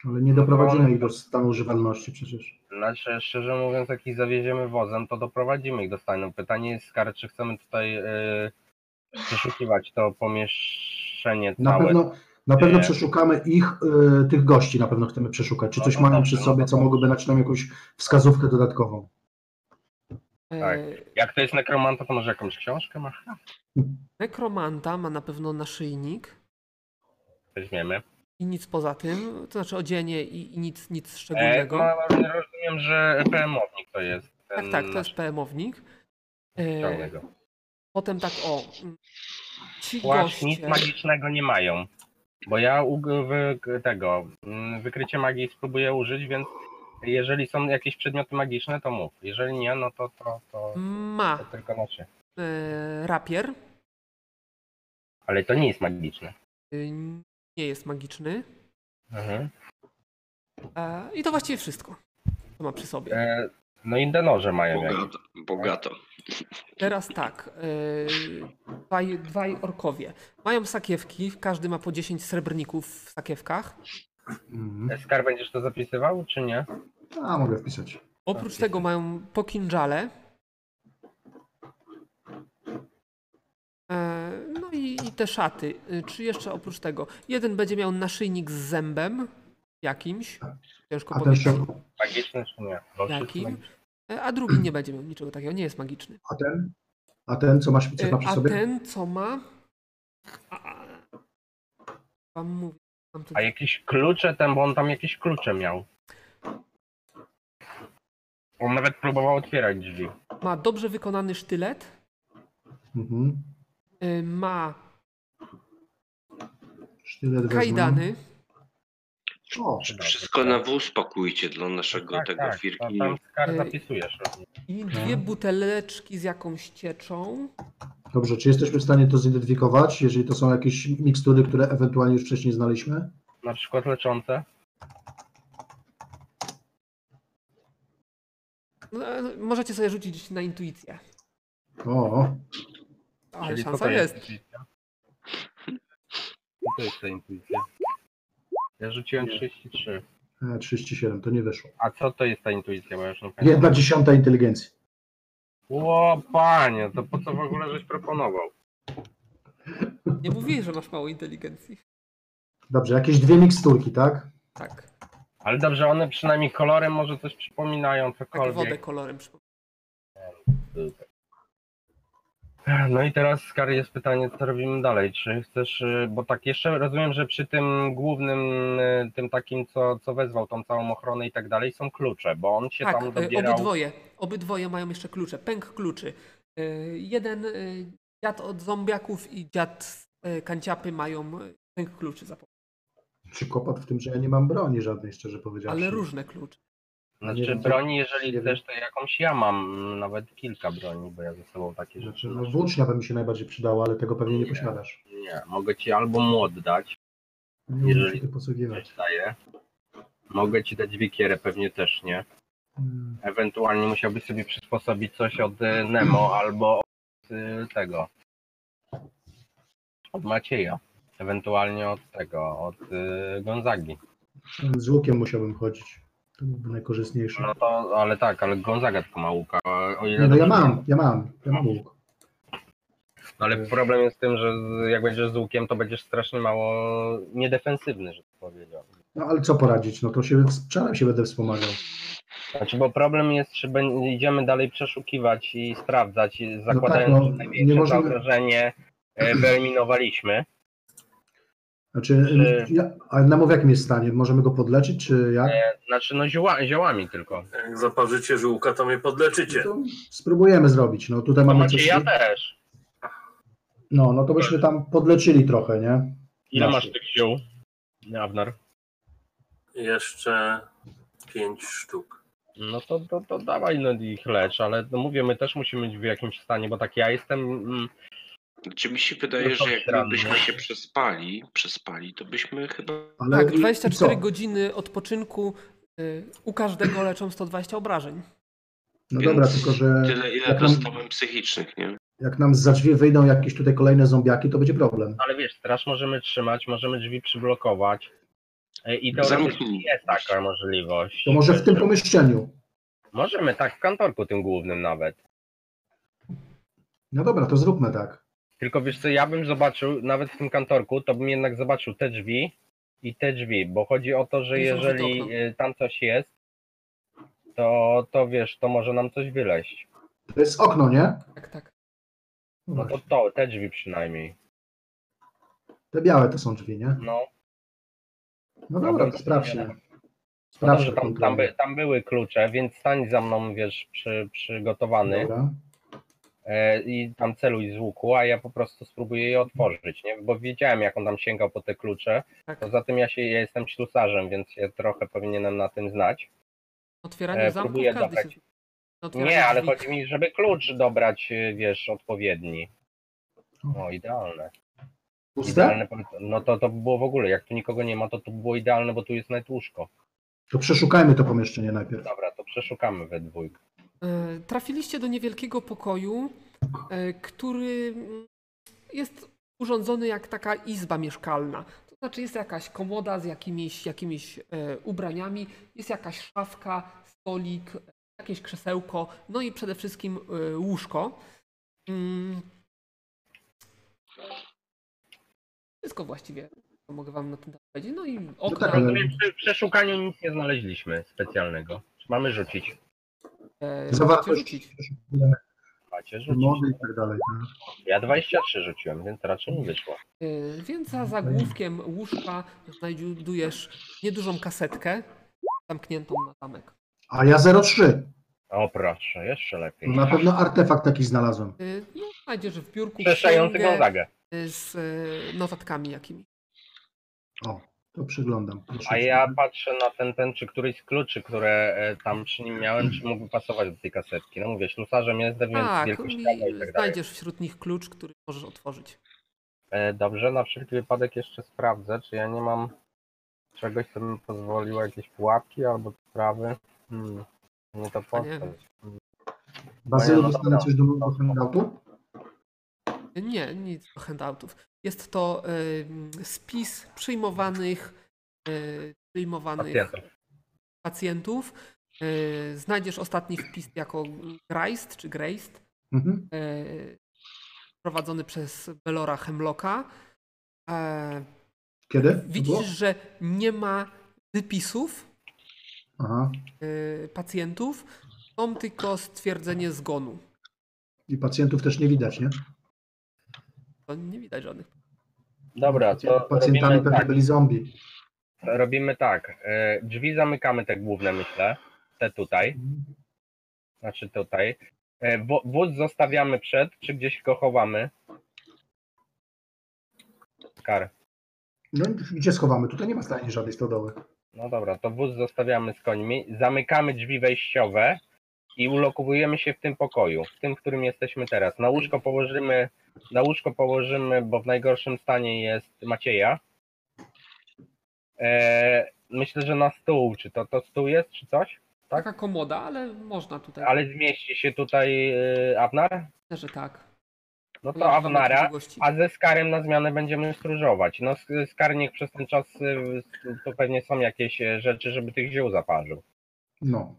Speaker 2: Ale nie doprowadzimy ich do stanu używalności przecież.
Speaker 5: Znaczy, szczerze mówiąc, jak ich zawieziemy wozem, to doprowadzimy ich do stanu. Pytanie jest, Skar, czy chcemy tutaj yy, przeszukiwać to pomieszczenie
Speaker 2: Na
Speaker 5: całe.
Speaker 2: pewno, na pewno
Speaker 5: Nie.
Speaker 2: przeszukamy ich, y, tych gości na pewno chcemy przeszukać. Czy
Speaker 5: No
Speaker 2: coś
Speaker 5: to
Speaker 2: mają
Speaker 5: dobrze,
Speaker 2: przy
Speaker 5: no
Speaker 2: sobie,
Speaker 5: to
Speaker 2: co mogłoby dać nam jakąś wskazówkę dodatkową.
Speaker 1: E,
Speaker 5: Tak. Jak to jest nekromanta, to może jakąś książkę ma?
Speaker 1: Nekromanta ma na pewno naszyjnik.
Speaker 5: weźmiemy.
Speaker 1: I nic poza tym, to znaczy odzienie i, i nic, nic
Speaker 5: E,
Speaker 1: szczególnego.
Speaker 5: no, rozumiem, że PM-ownik to jest.
Speaker 1: tak,
Speaker 5: ten
Speaker 1: tak, to
Speaker 5: nasz
Speaker 1: jest PM-ownik. E,
Speaker 5: ściągnę go.
Speaker 1: potem tak o. mm, Ci
Speaker 5: Płaszcz nic
Speaker 1: goście.
Speaker 5: magicznego nie mają. Bo ja u, wy, tego mm, wykrycie magii spróbuję użyć, więc jeżeli są jakieś przedmioty magiczne, to mów. Jeżeli nie, no to, to, to, to
Speaker 1: Ma
Speaker 5: tylko nasze.
Speaker 1: e, rapier.
Speaker 5: Ale to nie jest magiczne.
Speaker 1: Y, Nie jest magiczny.
Speaker 5: Mhm.
Speaker 1: E, I to właściwie wszystko, co ma przy sobie.
Speaker 5: E, no i denoże mają. jakieś.
Speaker 3: Bogato. bogato.
Speaker 2: Tak,
Speaker 1: Teraz tak. e, Dwaj, dwaj orkowie. Mają sakiewki, każdy ma po 10 srebrników w sakiewkach.
Speaker 2: Mhm.
Speaker 5: E, Skar będziesz to zapisywał, czy nie?
Speaker 2: A, mogę wpisać.
Speaker 1: Oprócz tego mają po kinżale. E, No i, i te szaty. E, Czy jeszcze oprócz tego? Jeden będzie miał naszyjnik z zębem jakimś. Ciężko
Speaker 2: A ten,
Speaker 1: powiedzieć
Speaker 2: tak. szok,
Speaker 5: Magiczne, czy nie? Bo wszyscy
Speaker 1: jakim.
Speaker 5: magiczne.
Speaker 1: E, A drugi nie będzie miał niczego takiego, nie jest magiczny.
Speaker 2: a ten? A ten, co masz co
Speaker 1: E,
Speaker 2: ma przy
Speaker 1: A
Speaker 2: sobie?
Speaker 1: ten, co ma. A- a- Wam mówię. Mam tu...
Speaker 5: A jakieś klucze ten, bo on tam jakieś klucze miał. On nawet próbował otwierać drzwi.
Speaker 1: Ma dobrze wykonany sztylet.
Speaker 2: Mhm.
Speaker 1: e, Ma
Speaker 2: Sztylet wezmę.
Speaker 1: kajdany.
Speaker 2: O,
Speaker 3: Wszystko
Speaker 2: tak.
Speaker 3: na wół spakujcie dla naszego tego
Speaker 5: to
Speaker 3: firki.
Speaker 5: Tak, tam skar
Speaker 1: Y,
Speaker 5: zapisujesz. no.
Speaker 1: I dwie buteleczki z jakąś cieczą.
Speaker 2: dobrze, czy jesteśmy w stanie to zidentyfikować, jeżeli to są jakieś mikstury, które ewentualnie już wcześniej znaliśmy?
Speaker 5: Na przykład leczące.
Speaker 1: No, e, Możecie sobie rzucić na intuicję.
Speaker 2: O,
Speaker 1: Ale
Speaker 5: Czyli co
Speaker 1: szansa
Speaker 5: to
Speaker 1: jest.
Speaker 5: jest? intuicja? Co to jest ta intuicja? Ja rzuciłem 33.
Speaker 2: e, 37, to nie wyszło.
Speaker 5: A co to jest ta intuicja, bo ja już nie pamiętam.
Speaker 2: Jedna dziesiąta inteligencji.
Speaker 5: O panie, to po co w ogóle żeś proponował?
Speaker 1: Nie mówiłeś, że masz mało inteligencji.
Speaker 2: Dobrze, jakieś dwie miksturki, tak?
Speaker 1: Tak.
Speaker 5: Ale dobrze, one przynajmniej kolorem może coś przypominają,
Speaker 1: Tak wodę
Speaker 5: cokolwiek.
Speaker 1: kolorem przypomina.
Speaker 5: No i teraz, Skar, jest pytanie, co robimy dalej? Czy chcesz, y, bo tak jeszcze rozumiem, że przy tym głównym, y, tym takim, co, co wezwał tą całą ochronę i tak dalej, są klucze, bo on się
Speaker 1: Tak,
Speaker 5: tam
Speaker 1: e,
Speaker 5: dobierał.
Speaker 1: obydwoje. Obydwoje mają jeszcze klucze. Pęk kluczy. E, Jeden e, dziad od zombiaków i dziad z e, kanciapy mają e, pęk kluczy. zapomniałem.
Speaker 2: Czy kłopot w tym, że ja nie mam broni żadnej, szczerze powiedziawszy.
Speaker 1: Ale różne klucze.
Speaker 2: Nie
Speaker 5: Znaczy
Speaker 2: wiem, co-
Speaker 5: broni,
Speaker 2: nie
Speaker 5: jeżeli
Speaker 2: wiem.
Speaker 5: chcesz, to jakąś ja mam mm, nawet kilka broni, bo ja ze sobą takie rzeczy
Speaker 2: Znaczy, no,
Speaker 5: noszę.
Speaker 2: włócznia by mi się najbardziej przydała, ale tego pewnie nie posiadasz.
Speaker 5: Nie, mogę ci albo młot dać,
Speaker 2: Nie
Speaker 5: Jeżeli-
Speaker 2: możesz się tym posługiwać.
Speaker 5: coś daję. Mogę ci dać wikierę, pewnie też nie.
Speaker 2: Mm,
Speaker 5: Ewentualnie musiałbyś sobie przysposobić coś od y, Nemo albo od y, tego. Od Macieja. Ewentualnie od tego, od y, Gonzagi.
Speaker 2: Z łukiem musiałbym chodzić. To byłoby najkorzystniejsze.
Speaker 5: No to, ale tak, ale Gonzaga tylko ma łuka. a O ile
Speaker 2: Nie, no ja
Speaker 5: dobrze wiem.
Speaker 2: mam, ja mam, ja mam łuk.
Speaker 5: No ale problem jest w tym, że z- jak będziesz z łukiem, to będziesz strasznie mało niedefensywny, że tak powiedział.
Speaker 2: No ale co poradzić? No to się czarem się będę wspomagał.
Speaker 5: Znaczy, bo problem jest, czy będziemy dalej przeszukiwać i sprawdzać, i
Speaker 2: tak,
Speaker 5: zakładając,
Speaker 2: no,
Speaker 5: że
Speaker 2: nie
Speaker 5: największe
Speaker 2: możemy-
Speaker 5: zagrożenie e, wyeliminowaliśmy.
Speaker 2: Znaczy,
Speaker 5: Czy-
Speaker 2: ja, a na mów jakim jest stanie? Możemy go podleczyć, czy jak?
Speaker 5: Znaczy, no zioła, ziołami tylko.
Speaker 6: Jak zaparzycie żółka, to mnie podleczycie.
Speaker 2: To spróbujemy zrobić. No tutaj
Speaker 5: To
Speaker 2: mamy
Speaker 5: macie
Speaker 2: coś.
Speaker 5: ja też.
Speaker 2: No, no to byśmy tam podleczyli trochę, nie?
Speaker 5: Ile
Speaker 2: Naszych.
Speaker 5: masz tych ziół? Awnar.
Speaker 6: Jeszcze pięć sztuk.
Speaker 5: No to, to, to dawaj no ich lecz, ale no mówię, my też musimy być w jakimś stanie, bo tak ja jestem. Mm,
Speaker 3: Czy mi się wydaje,
Speaker 5: No to
Speaker 3: że
Speaker 5: странно.
Speaker 3: jakbyśmy się przespali, przespali, to byśmy chyba
Speaker 2: Ale
Speaker 1: Tak,
Speaker 2: No i- i
Speaker 1: 24
Speaker 2: co?
Speaker 1: godziny odpoczynku. e, U każdego leczą 120 obrażeń.
Speaker 2: No
Speaker 3: Więc
Speaker 2: dobra, tylko że
Speaker 3: tyle, ile
Speaker 2: jak nam,
Speaker 3: dostałem psychicznych, nie?
Speaker 2: jak nam za drzwi wyjdą jakieś tutaj kolejne zombiaki, to będzie problem.
Speaker 5: ale wiesz, straż możemy trzymać, możemy drzwi przyblokować. E, I teoretycznie
Speaker 3: Zamknij.
Speaker 5: jest taka możliwość.
Speaker 2: To może w tym pomieszczeniu.
Speaker 5: Możemy, tak, w kantorku tym głównym nawet.
Speaker 2: No dobra, to zróbmy tak.
Speaker 5: Tylko wiesz co, ja bym zobaczył, nawet w tym kantorku, to bym jednak zobaczył te drzwi i te drzwi, bo chodzi o to, że
Speaker 1: Nie są
Speaker 5: jeżeli
Speaker 1: okna.
Speaker 5: y, tam coś jest, to, to wiesz, to może nam coś wyleść.
Speaker 2: To jest okno, nie?
Speaker 1: Tak, tak.
Speaker 2: No
Speaker 5: No to
Speaker 2: właśnie.
Speaker 5: to, te drzwi przynajmniej.
Speaker 2: Te białe to są drzwi, nie?
Speaker 5: No,
Speaker 2: No dobra, to sprawdź się.
Speaker 5: No
Speaker 2: Sprawdź
Speaker 5: dobrze,
Speaker 2: się
Speaker 5: tam, tam, by, tam były klucze, więc stań za mną, wiesz, przy, przygotowany
Speaker 2: Dobra.
Speaker 5: e, i tam celuj z łuku, a ja po prostu spróbuję je otworzyć, nie? Bo wiedziałem, jak on tam sięgał po te klucze.
Speaker 1: Tak.
Speaker 5: Poza tym ja się ja jestem ślusarzem, więc się trochę powinienem na tym znać.
Speaker 1: Otwieranie
Speaker 5: E,
Speaker 1: zamków
Speaker 5: próbuję
Speaker 1: każdy
Speaker 5: zabrać.
Speaker 1: się... Otwieranie
Speaker 5: Nie, ale
Speaker 1: drzwi.
Speaker 5: chodzi mi, żeby klucz dobrać, e, wiesz, odpowiedni. No, idealne.
Speaker 2: Puste?
Speaker 5: idealne. No to, to by było w ogóle, jak tu nikogo nie ma, to to by było idealne, bo tu jest nawet łóżko.
Speaker 2: To przeszukajmy to pomieszczenie najpierw.
Speaker 5: Dobra, to przeszukamy we dwójkę.
Speaker 1: E, Trafiliście do niewielkiego pokoju, e, który mm, jest urządzony jak taka izba mieszkalna. To znaczy jest jakaś komoda z jakimiś, jakimiś e, ubraniami, jest jakaś szafka, stolik, e, jakieś krzesełko, no i przede wszystkim e, łóżko. Mm. Wszystko właściwie, co mogę wam na ten temat powiedzieć. No i okna.
Speaker 2: tak, ale-
Speaker 5: Przy przeszukaniu nic nie znaleźliśmy specjalnego. Mamy rzucić.
Speaker 1: e, możecie
Speaker 2: Zawartość
Speaker 1: rzucić.
Speaker 5: Macie rzucić.
Speaker 2: mody i tak dalej. nie?
Speaker 5: Ja 23 rzuciłem, więc raczej mi wyszło.
Speaker 1: Y, Więc
Speaker 5: No
Speaker 1: za zagłówkiem łóżka znajdujesz niedużą kasetkę zamkniętą na zamek.
Speaker 2: A ja 0,3.
Speaker 5: O proszę, jeszcze lepiej.
Speaker 2: Na pewno artefakt taki znalazłem.
Speaker 1: Y, No, znajdziesz w biurku
Speaker 5: Przeszający
Speaker 1: księgę,
Speaker 5: Gonzagę.
Speaker 1: y, z y, notatkami jakimi.
Speaker 2: O, to przeglądam. Proszę
Speaker 5: A ja patrzę na ten, ten czy któryś z kluczy, które e, tam przy nim miałem, czy mógłby pasować do tej kasetki. No mówię, ślusarzem jestem, więc
Speaker 1: Tak,
Speaker 5: wielkość
Speaker 1: i
Speaker 5: ściana i tak dalej.
Speaker 1: znajdziesz wśród nich klucz, który możesz otworzyć.
Speaker 5: E, dobrze, na wszelki wypadek jeszcze sprawdzę, czy ja nie mam czegoś, co bym pozwoliło, jakieś pułapki albo sprawy. Hmm. Nie to po
Speaker 1: nie wiem.
Speaker 2: Bazylu
Speaker 5: no
Speaker 2: dostanę
Speaker 5: dobra.
Speaker 2: coś do, do handoutu?
Speaker 1: Y, Nie, nic do handoutów. Jest to y, spis przyjmowanych, y, przyjmowanych
Speaker 5: Pacjentów.
Speaker 1: pacjentów. Y, Znajdziesz ostatni wpis jako Grist czy Grist.
Speaker 2: Mhm.
Speaker 1: e, prowadzony przez Belora Hemlocka. E,
Speaker 2: Kiedy? To było?
Speaker 1: Widzisz, że nie ma wypisów
Speaker 2: Aha.
Speaker 1: e, pacjentów, są tylko stwierdzenie zgonu.
Speaker 2: I pacjentów też nie widać, nie?
Speaker 1: To nie widać żadnych.
Speaker 5: Dobra, to
Speaker 2: Pacjentami
Speaker 5: robimy
Speaker 2: pewnie
Speaker 5: tak,
Speaker 2: byli zombie.
Speaker 5: robimy tak. e, Drzwi zamykamy te główne, myślę. Te tutaj,
Speaker 2: Mhm.
Speaker 5: znaczy tutaj. E, wo- Wóz zostawiamy przed, czy gdzieś go chowamy? Kar.
Speaker 2: No i gdzie schowamy? Tutaj nie ma stajni żadnej stodoły.
Speaker 5: No dobra, to wóz zostawiamy z końmi. Zamykamy drzwi wejściowe i ulokowujemy się w tym pokoju, w tym, w którym jesteśmy teraz. Na łóżko położymy, na łóżko położymy, bo w najgorszym stanie jest Macieja. Eee, myślę, że na stół, czy to, to stół jest, czy coś?
Speaker 1: Taka komoda, ale można tutaj.
Speaker 5: Ale zmieści się tutaj yy, Avnar?
Speaker 1: Myślę, że tak.
Speaker 5: No to
Speaker 1: Ona- ona będzie
Speaker 5: Avnara,
Speaker 1: gości.
Speaker 5: a ze Skarem na zmianę będziemy stróżować. No Sk- Skar niech przez ten czas, yy, to pewnie są jakieś yy, rzeczy, żeby tych ziół zaparzył.
Speaker 2: No.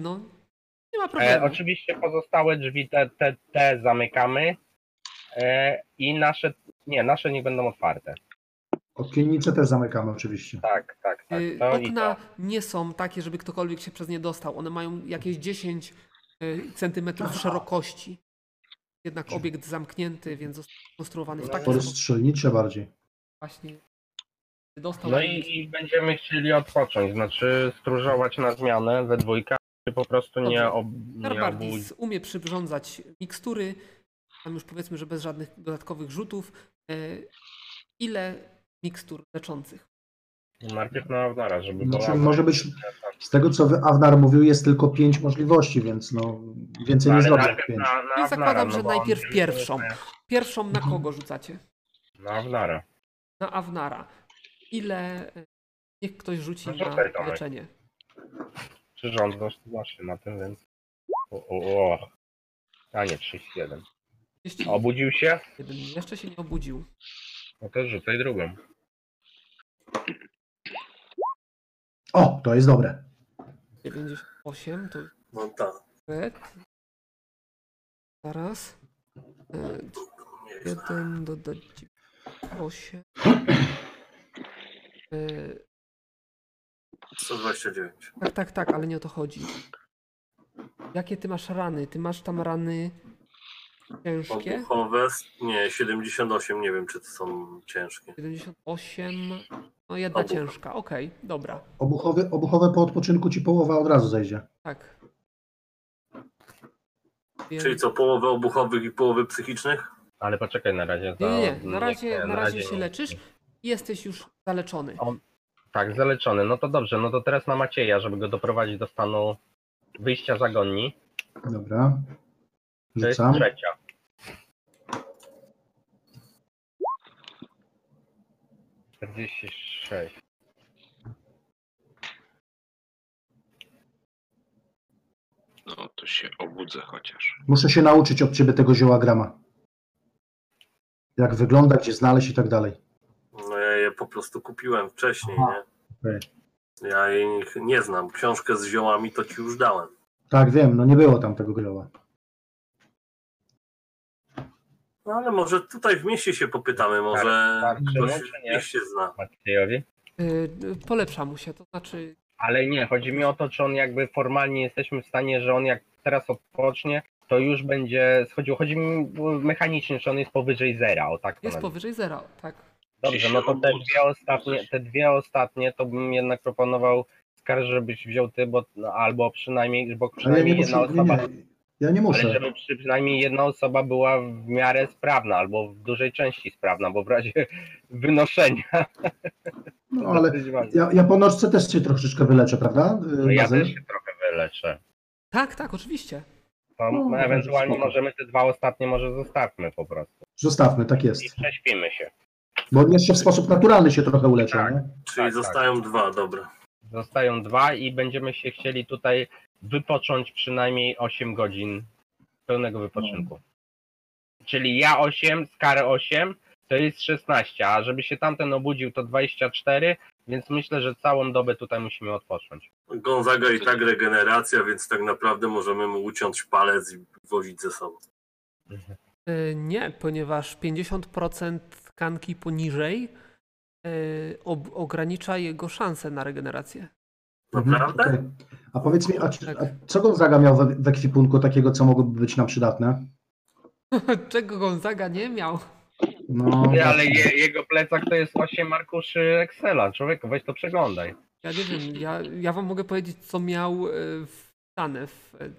Speaker 1: No, nie ma
Speaker 5: E,
Speaker 1: problemu.
Speaker 5: oczywiście pozostałe drzwi te, te, te zamykamy e, i nasze, nie, nasze nie będą otwarte.
Speaker 2: Okiennice też zamykamy oczywiście.
Speaker 5: Tak, tak, tak.
Speaker 1: Y,
Speaker 5: To i
Speaker 1: Okna
Speaker 5: to.
Speaker 1: nie są takie, żeby ktokolwiek się przez nie dostał. One mają jakieś 10 y, centymetrów szerokości. Jednak obiekt zamknięty, więc został skonstruowany w taki
Speaker 2: Otwory
Speaker 1: sposób
Speaker 2: strzelnicze bardziej.
Speaker 1: właśnie dostał.
Speaker 5: No i, i będziemy chcieli odpocząć, znaczy stróżować na zmianę we dwójkę, czy po prostu nie,
Speaker 1: Dobrze.
Speaker 5: ob, nie obudzić.
Speaker 1: Carbardis umie przyrządzać mikstury, tam już powiedzmy, że bez żadnych dodatkowych rzutów. E, Ile mikstur leczących?
Speaker 5: Najpierw na Avnara, żeby
Speaker 2: Znaczy,
Speaker 5: była-
Speaker 2: może być- Z tego co wy- Awnar mówił, jest tylko pięć możliwości, więc no więcej nie
Speaker 5: Ale
Speaker 2: zrobię jak
Speaker 5: najpierw
Speaker 2: pięć.
Speaker 5: na, na
Speaker 1: Więc zakładam,
Speaker 5: Avnara,
Speaker 1: że
Speaker 5: no bo on
Speaker 1: najpierw
Speaker 5: jest-
Speaker 1: pierwszą. Pierwszą
Speaker 5: Mhm.
Speaker 1: na kogo rzucacie?
Speaker 5: Na Avnara.
Speaker 1: Na Avnara. Ile. e, Niech ktoś rzuci
Speaker 5: No
Speaker 1: na
Speaker 5: rzucaj, Tomek.
Speaker 1: leczenie.
Speaker 5: Czy rząd zna się na tym, więc... O, o, o. A nie, 31. Obudził się?
Speaker 1: 31. Jeszcze się nie obudził.
Speaker 5: No to rzucaj drugą.
Speaker 2: O, to jest dobre.
Speaker 1: 98 to
Speaker 6: No tak.
Speaker 1: Red. Zaraz. E,
Speaker 6: nie jest.
Speaker 1: 1 dodać 8. E,
Speaker 6: 129.
Speaker 1: Tak, tak, tak, ale nie o to chodzi. Jakie ty masz rany? Ty masz tam rany Ciężkie?
Speaker 6: Obuchowe, nie, 78, nie wiem czy to są ciężkie.
Speaker 1: 78. No jedna
Speaker 6: Obuch.
Speaker 1: ciężka. Okej, dobra.
Speaker 2: Obuchowy, obuchowe po odpoczynku ci połowa od razu zejdzie.
Speaker 1: Tak. Więc...
Speaker 6: Czyli co, połowę obuchowych i połowy psychicznych?
Speaker 5: Ale poczekaj na razie.
Speaker 1: Nie,
Speaker 5: to-
Speaker 1: nie, nie. Na razie,
Speaker 5: No, nie,
Speaker 1: na razie się
Speaker 5: nie.
Speaker 1: leczysz i jesteś już zaleczony.
Speaker 5: O. Tak, zaleczony. No to dobrze, no to teraz na Macieja, żeby go doprowadzić do stanu wyjścia z agonii.
Speaker 2: Dobra.
Speaker 5: To jest
Speaker 2: Rzucam.
Speaker 5: trzecia. Czterdzieści sześć.
Speaker 3: No to się obudzę chociaż.
Speaker 2: Muszę się nauczyć od ciebie tego zioła grama. Jak wygląda, gdzie znaleźć i tak dalej.
Speaker 6: No ja je po prostu kupiłem wcześniej,
Speaker 2: Aha,
Speaker 6: nie?
Speaker 2: okej.
Speaker 6: Ja ich nie znam. Książkę z ziołami to ci już dałem.
Speaker 2: Tak, wiem, no nie było tam tego grioła.
Speaker 6: No ale może tutaj w mieście się popytamy, może
Speaker 5: tak,
Speaker 6: ktoś
Speaker 5: czy nie, czy
Speaker 6: w
Speaker 5: nie?
Speaker 6: mieście zna.
Speaker 5: Maciejowi.
Speaker 1: Y, polepsza mu się, to znaczy
Speaker 5: Ale nie, chodzi mi o to, czy on jakby formalnie jesteśmy w stanie, że on jak teraz odpocznie, to już będzie schodził. Chodzi mi mechanicznie, czy on jest powyżej zera, o tak to
Speaker 1: jest
Speaker 5: nazwijmy.
Speaker 1: powyżej zera, tak.
Speaker 5: Dobrze,
Speaker 3: Czyli
Speaker 5: no
Speaker 3: się
Speaker 5: to te
Speaker 3: obudzi.
Speaker 5: dwie ostatnie, te dwie ostatnie to bym jednak proponował skarż, żebyś wziął ty, bo no, albo przynajmniej, bo
Speaker 2: Ale ja nie muszę.
Speaker 5: przynajmniej jedna
Speaker 2: Nie,
Speaker 5: osoba,
Speaker 2: nie, ja nie
Speaker 5: no, ale
Speaker 2: muszę.
Speaker 5: żeby przy, przynajmniej jedna osoba była w miarę sprawna, albo w dużej części sprawna, bo w razie wynoszenia.
Speaker 2: No, ale
Speaker 5: dosyć ważne.
Speaker 2: ja, ja po nożce też się troszeczkę wyleczę, prawda?
Speaker 5: No ja
Speaker 2: Razem.
Speaker 5: też się trochę wyleczę.
Speaker 1: Tak, tak, oczywiście.
Speaker 2: No,
Speaker 5: To no,
Speaker 2: może
Speaker 5: ewentualnie
Speaker 2: spoko.
Speaker 5: możemy te dwa ostatnie może zostawmy po prostu.
Speaker 2: Zostawmy, tak
Speaker 5: I
Speaker 2: jest.
Speaker 5: prześpimy się.
Speaker 2: Bo oni jeszcze w sposób naturalny się trochę uleczą,
Speaker 5: Tak.
Speaker 2: nie?
Speaker 6: Czyli
Speaker 5: tak.
Speaker 6: zostają dwa, dobra.
Speaker 5: Zostają dwa i będziemy się chcieli tutaj wypocząć przynajmniej 8 godzin pełnego wypoczynku. Czyli ja 8, skar 8, to jest 16, a żeby się tamten obudził to 24, więc myślę, że całą dobę tutaj musimy odpocząć.
Speaker 6: Gonzaga i tak regeneracja, więc tak naprawdę możemy mu uciąć palec i wozić ze sobą.
Speaker 1: Y, nie, ponieważ 50% tkanki poniżej y, ob- ogranicza jego szanse na regenerację.
Speaker 5: Mhm.
Speaker 6: Naprawdę?
Speaker 2: Mhm.
Speaker 5: Tak.
Speaker 2: Okej. A powiedz mi, a, czy-
Speaker 1: Tak.
Speaker 2: a co Gonzaga miał w, w ekwipunku takiego, co mogłoby być nam przydatne?
Speaker 1: Czego Gonzaga nie miał?
Speaker 2: No,
Speaker 5: Nie, ale je, jego plecak to jest 8 arkuszy Excela. Człowieku, weź to przeglądaj.
Speaker 1: Ja nie wiem, ja, ja wam mogę powiedzieć, co miał y, wstane w y,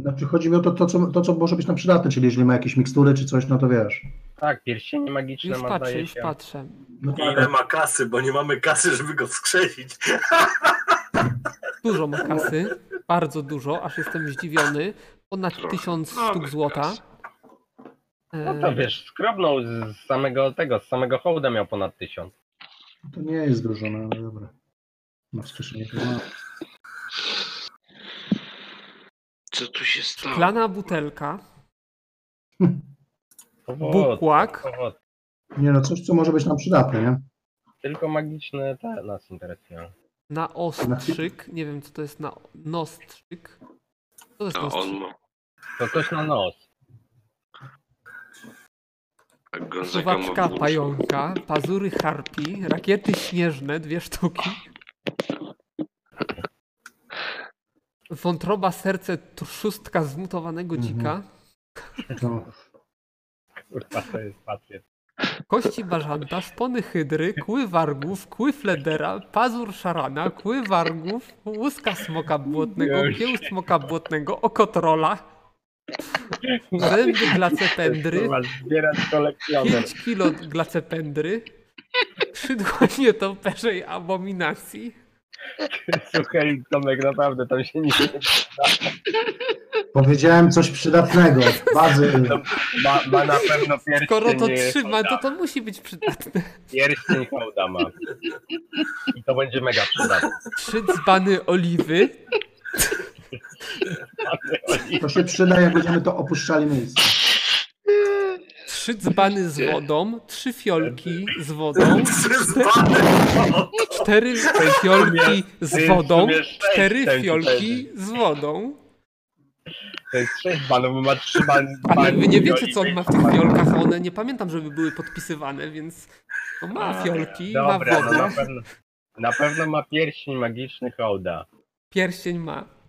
Speaker 2: Znaczy chodzi mi o to, to, co, to, co może być nam przydatne, czyli jeżeli ma jakieś mikstury czy coś, no to wiesz.
Speaker 5: Tak, pierścienie magiczne
Speaker 1: Już
Speaker 5: ma
Speaker 1: patrzę,
Speaker 5: zdaje
Speaker 1: już
Speaker 5: się.
Speaker 1: patrzę.
Speaker 2: No
Speaker 6: I Ile ma kasy, bo nie mamy kasy, żeby go skrzesić.
Speaker 1: Dużo ma kasy, bardzo dużo, aż jestem zdziwiony. Ponad
Speaker 3: Trochę.
Speaker 1: tysiąc
Speaker 3: Mamy
Speaker 1: sztuk złota.
Speaker 3: kasy.
Speaker 5: No to
Speaker 1: E,
Speaker 5: wiesz, skrobnął z z samego tego, z samego hołda miał ponad 1000.
Speaker 2: To nie jest dużo, no ale dobra. No wskrzeszenie to ma.
Speaker 3: Co tu się stało?
Speaker 1: Szklana butelka,
Speaker 5: Powolutku,
Speaker 1: bukłak,
Speaker 5: powolutku.
Speaker 2: Nie no, coś, co może być nam przydatne, nie?
Speaker 5: Tylko magiczne te nas interesują.
Speaker 1: na ostrzyk. Nie wiem, co to jest na nostrzyk. Co to jest
Speaker 5: No,
Speaker 3: A No, on
Speaker 1: nostrzyk?
Speaker 3: ma.
Speaker 5: To coś na nos.
Speaker 3: a Gonzaga ma
Speaker 1: Suwaczka
Speaker 3: włóczkę.
Speaker 1: pająka, pazury harpi, rakiety śnieżne, dwie sztuki. Wątroba, serce, tu- szóstka zmutowanego
Speaker 2: Mhm.
Speaker 1: dzika,
Speaker 2: No,
Speaker 5: Kurwa, to jest patriot.
Speaker 1: kości bażanta, szpony hydry, kły wargów, kły fledera, pazur szarana, kły wargów, łuska smoka błotnego,
Speaker 5: Jezu.
Speaker 1: kieł smoka błotnego, okotrola, zęby glacependry,
Speaker 5: Kurwa, zbierać kolekcjoner.
Speaker 1: 5 kilo glacependry, szydło nietoperzej abominacji,
Speaker 5: Słuchaj, Tomek, naprawdę tam się nie...
Speaker 2: powiedziałem coś przydatnego. Bazy.
Speaker 5: Ma, ma na pewno pierścień...
Speaker 1: Skoro to
Speaker 5: e,
Speaker 1: trzyma,
Speaker 5: hołda.
Speaker 1: to to musi być przydatne.
Speaker 5: Pierścień hołda ma. I to będzie mega przydatne.
Speaker 1: Trzy dzbany oliwy,
Speaker 2: To się przyda, jak będziemy to opuszczali miejsce.
Speaker 1: trzy dzbany z wodą, trzy fiolki z wodą,
Speaker 6: Trzy zbane!
Speaker 1: cztery fiolki
Speaker 5: to
Speaker 1: z
Speaker 5: jest w
Speaker 1: wodą,
Speaker 5: sumie sześć
Speaker 1: cztery
Speaker 5: ten
Speaker 1: fiolki
Speaker 5: tutaj.
Speaker 1: z wodą.
Speaker 5: To jest sześć banów, bo ma trzy ban...
Speaker 1: Ale wy nie
Speaker 5: bani
Speaker 1: wiecie, co on
Speaker 5: oliwy.
Speaker 1: ma w tych fiolkach, a one nie pamiętam, żeby były podpisywane, więc no ma fiolki, ma
Speaker 5: Dobra, no na
Speaker 1: wodę,
Speaker 5: pewno... Na pewno ma pierścień magiczny hołda.
Speaker 1: pierścień ma.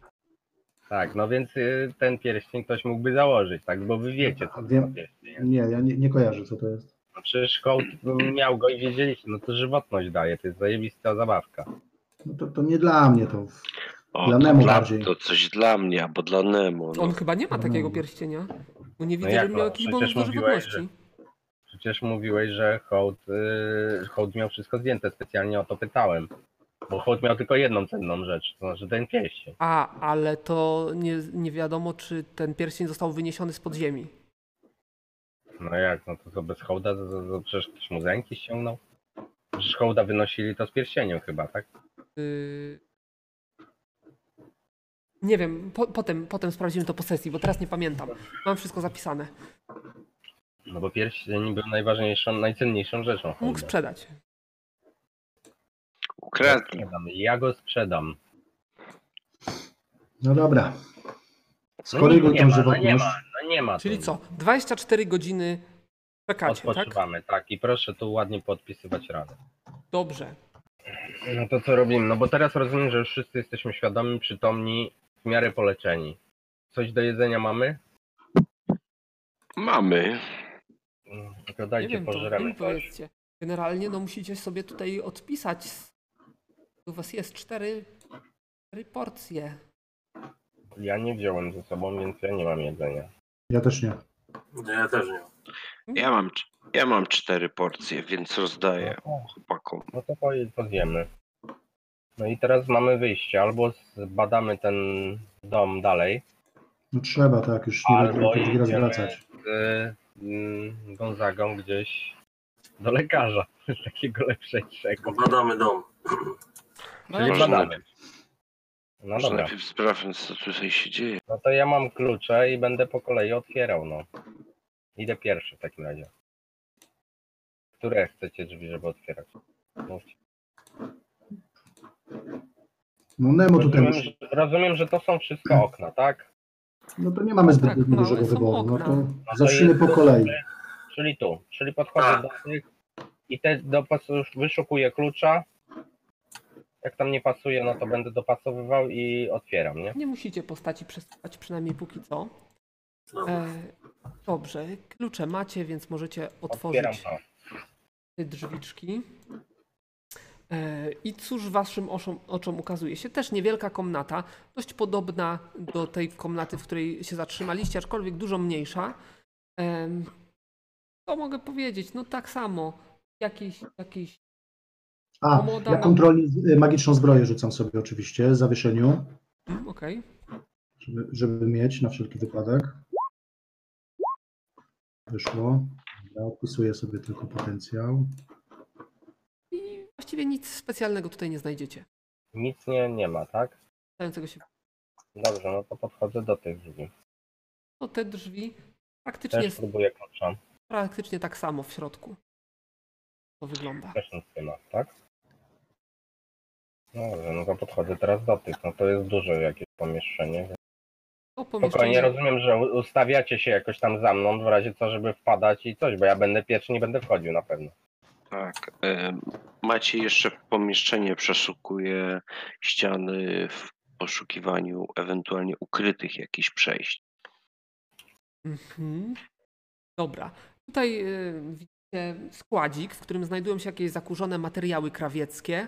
Speaker 5: Tak, no więc y, ten pierścień ktoś mógłby założyć, tak? Bo wy wiecie, co to
Speaker 2: Wiem.
Speaker 5: za pierścień. jest.
Speaker 2: Nie, ja nie, nie kojarzę, co to jest.
Speaker 5: No Przecież kołd miał go i wiedzieliście, no to żywotność daje, to jest zajebista zabawka.
Speaker 2: No to, to nie dla mnie to.
Speaker 3: O,
Speaker 2: Dla
Speaker 3: to
Speaker 2: Nemo bardziej.
Speaker 3: To coś dla mnie, albo dla Nemo. No.
Speaker 1: On chyba nie ma takiego
Speaker 2: Mm.
Speaker 1: pierścienia. Bo nie
Speaker 5: No
Speaker 1: widzę,
Speaker 5: jak
Speaker 1: żeby
Speaker 5: to?
Speaker 1: miał jakiś bonus
Speaker 5: Przecież
Speaker 1: do
Speaker 5: mówiłeś,
Speaker 1: żywotności.
Speaker 5: Przecież mówiłeś, że hołd, y, hołd miał wszystko zdjęte, specjalnie o to pytałem. Bo hołd miał tylko jedną cenną rzecz, to znaczy ten pierścień.
Speaker 1: A, ale to nie, nie wiadomo, czy ten pierścień został wyniesiony z podziemi.
Speaker 5: No jak, no to co bez hołda, to, to, to przecież ktoś mu zęki ściągnął. Przecież hołda wynosili to z pierścieniem chyba, tak?
Speaker 1: Y, Nie wiem, po, potem, potem sprawdzimy to po sesji, bo teraz nie pamiętam. Mam wszystko zapisane.
Speaker 5: No bo pierścień był najważniejszą, najcenniejszą rzeczą
Speaker 1: Mógł
Speaker 5: hołda.
Speaker 1: sprzedać.
Speaker 3: Ukradnij.
Speaker 5: Sprzedam. Ja go sprzedam.
Speaker 2: No dobra.
Speaker 5: no
Speaker 2: Skoryguj
Speaker 5: nie
Speaker 2: tą
Speaker 5: ma, no nie
Speaker 2: żywotność.
Speaker 5: ma, no nie ma.
Speaker 1: Czyli
Speaker 5: tu.
Speaker 1: co? 24 godziny czekacie, tak?
Speaker 5: Odpoczywamy, tak? I proszę tu ładnie podpisywać radę.
Speaker 1: Dobrze.
Speaker 5: No to co robimy? No bo teraz rozumiem, że już wszyscy jesteśmy świadomi, przytomni, w miarę poleczeni. Coś do jedzenia mamy?
Speaker 3: Mamy.
Speaker 5: Mm, To
Speaker 1: Nie
Speaker 5: dajcie,
Speaker 1: wiem, to
Speaker 5: pożremy
Speaker 1: im
Speaker 5: coś.
Speaker 1: powiedzcie. Generalnie no musicie sobie tutaj odpisać. z- U was jest cztery, cztery porcje.
Speaker 5: Ja nie wziąłem ze sobą, więc ja nie mam jedzenia.
Speaker 2: Ja też nie.
Speaker 6: Nie, ja też nie. mam.
Speaker 3: Ja mam, cz- ja mam cztery porcje, więc rozdaję chłopakom.
Speaker 5: No to, po- to zjemy. No i teraz mamy wyjście. Albo zbadamy ten dom dalej,
Speaker 2: No trzeba tak, już nie będę
Speaker 5: albo
Speaker 2: tego drugi raz
Speaker 5: idziemy
Speaker 2: wracać.
Speaker 5: z y, mm, Gonzagą gdzieś do lekarza. Takiego lepszego.
Speaker 6: Badamy dom.
Speaker 5: Czyli
Speaker 3: Można.
Speaker 5: badamy. No
Speaker 3: Może
Speaker 5: dobra.
Speaker 3: najpierw sprawdzę, co tutaj się dzieje.
Speaker 5: No to ja mam klucze i będę po kolei otwierał, no. Idę pierwszy w takim razie. Które chcecie drzwi, żeby otwierać? Mówcie.
Speaker 2: No Nemo tutaj Mm.
Speaker 5: Rozumiem,
Speaker 2: już.
Speaker 5: że, rozumiem, że to są wszystko okna, tak?
Speaker 2: No to nie mamy zbyt
Speaker 1: Tak,
Speaker 2: dużego
Speaker 1: małe są
Speaker 2: wyboru. No to
Speaker 1: okna.
Speaker 5: to
Speaker 2: zacznijmy
Speaker 5: jest
Speaker 2: po
Speaker 5: to,
Speaker 2: kolei.
Speaker 5: że- Czyli tu. Czyli podchodzę
Speaker 6: Tak.
Speaker 5: do tych i te do, wyszukuję klucza. Jak tam nie pasuje, no to będę dopasowywał i otwieram, nie?
Speaker 1: Nie musicie postaci przesuwać, przynajmniej póki co.
Speaker 6: Dobra.
Speaker 1: E, dobrze, klucze macie, więc możecie
Speaker 5: Otwieram
Speaker 1: otworzyć
Speaker 5: to.
Speaker 1: te drzwiczki. E, I cóż waszym oszom, oczom ukazuje się? Też niewielka komnata, dość podobna do tej komnaty, w której się zatrzymaliście, aczkolwiek dużo mniejsza. Em, Co mogę powiedzieć? No tak samo. Jakiś, jakiś
Speaker 2: A,
Speaker 1: Komoda
Speaker 2: ja
Speaker 1: na-
Speaker 2: kontrolnie y, magiczną zbroję rzucam sobie oczywiście, zawieszeniu,
Speaker 1: mm, okej.
Speaker 2: żeby, żeby mieć na wszelki wypadek. Wyszło. Ja odpisuję sobie tylko potencjał.
Speaker 1: I właściwie nic specjalnego tutaj nie znajdziecie.
Speaker 5: Nic nie, nie ma, tak?
Speaker 1: Stającego się.
Speaker 5: Dobrze, no to podchodzę do tych drzwi.
Speaker 1: No te drzwi praktycznie,
Speaker 5: Też próbuję klucza.
Speaker 1: praktycznie tak samo w środku. To wygląda.
Speaker 5: Też nic nie ma, tak? No Dobrze, no to podchodzę teraz do tych. No to jest duże jakieś pomieszczenie. więc
Speaker 1: To
Speaker 5: Spokojnie,
Speaker 1: pomieszczenie.
Speaker 5: rozumiem, że u- ustawiacie się jakoś tam za mną, w razie co, żeby wpadać i coś, bo ja będę pierwszy, nie będę wchodził na pewno.
Speaker 3: Tak. em, Macie jeszcze pomieszczenie, przeszukuje ściany w poszukiwaniu ewentualnie ukrytych jakichś przejść.
Speaker 1: Mhm. Dobra. Tutaj y, widzicie składzik, w którym znajdują się jakieś zakurzone materiały krawieckie,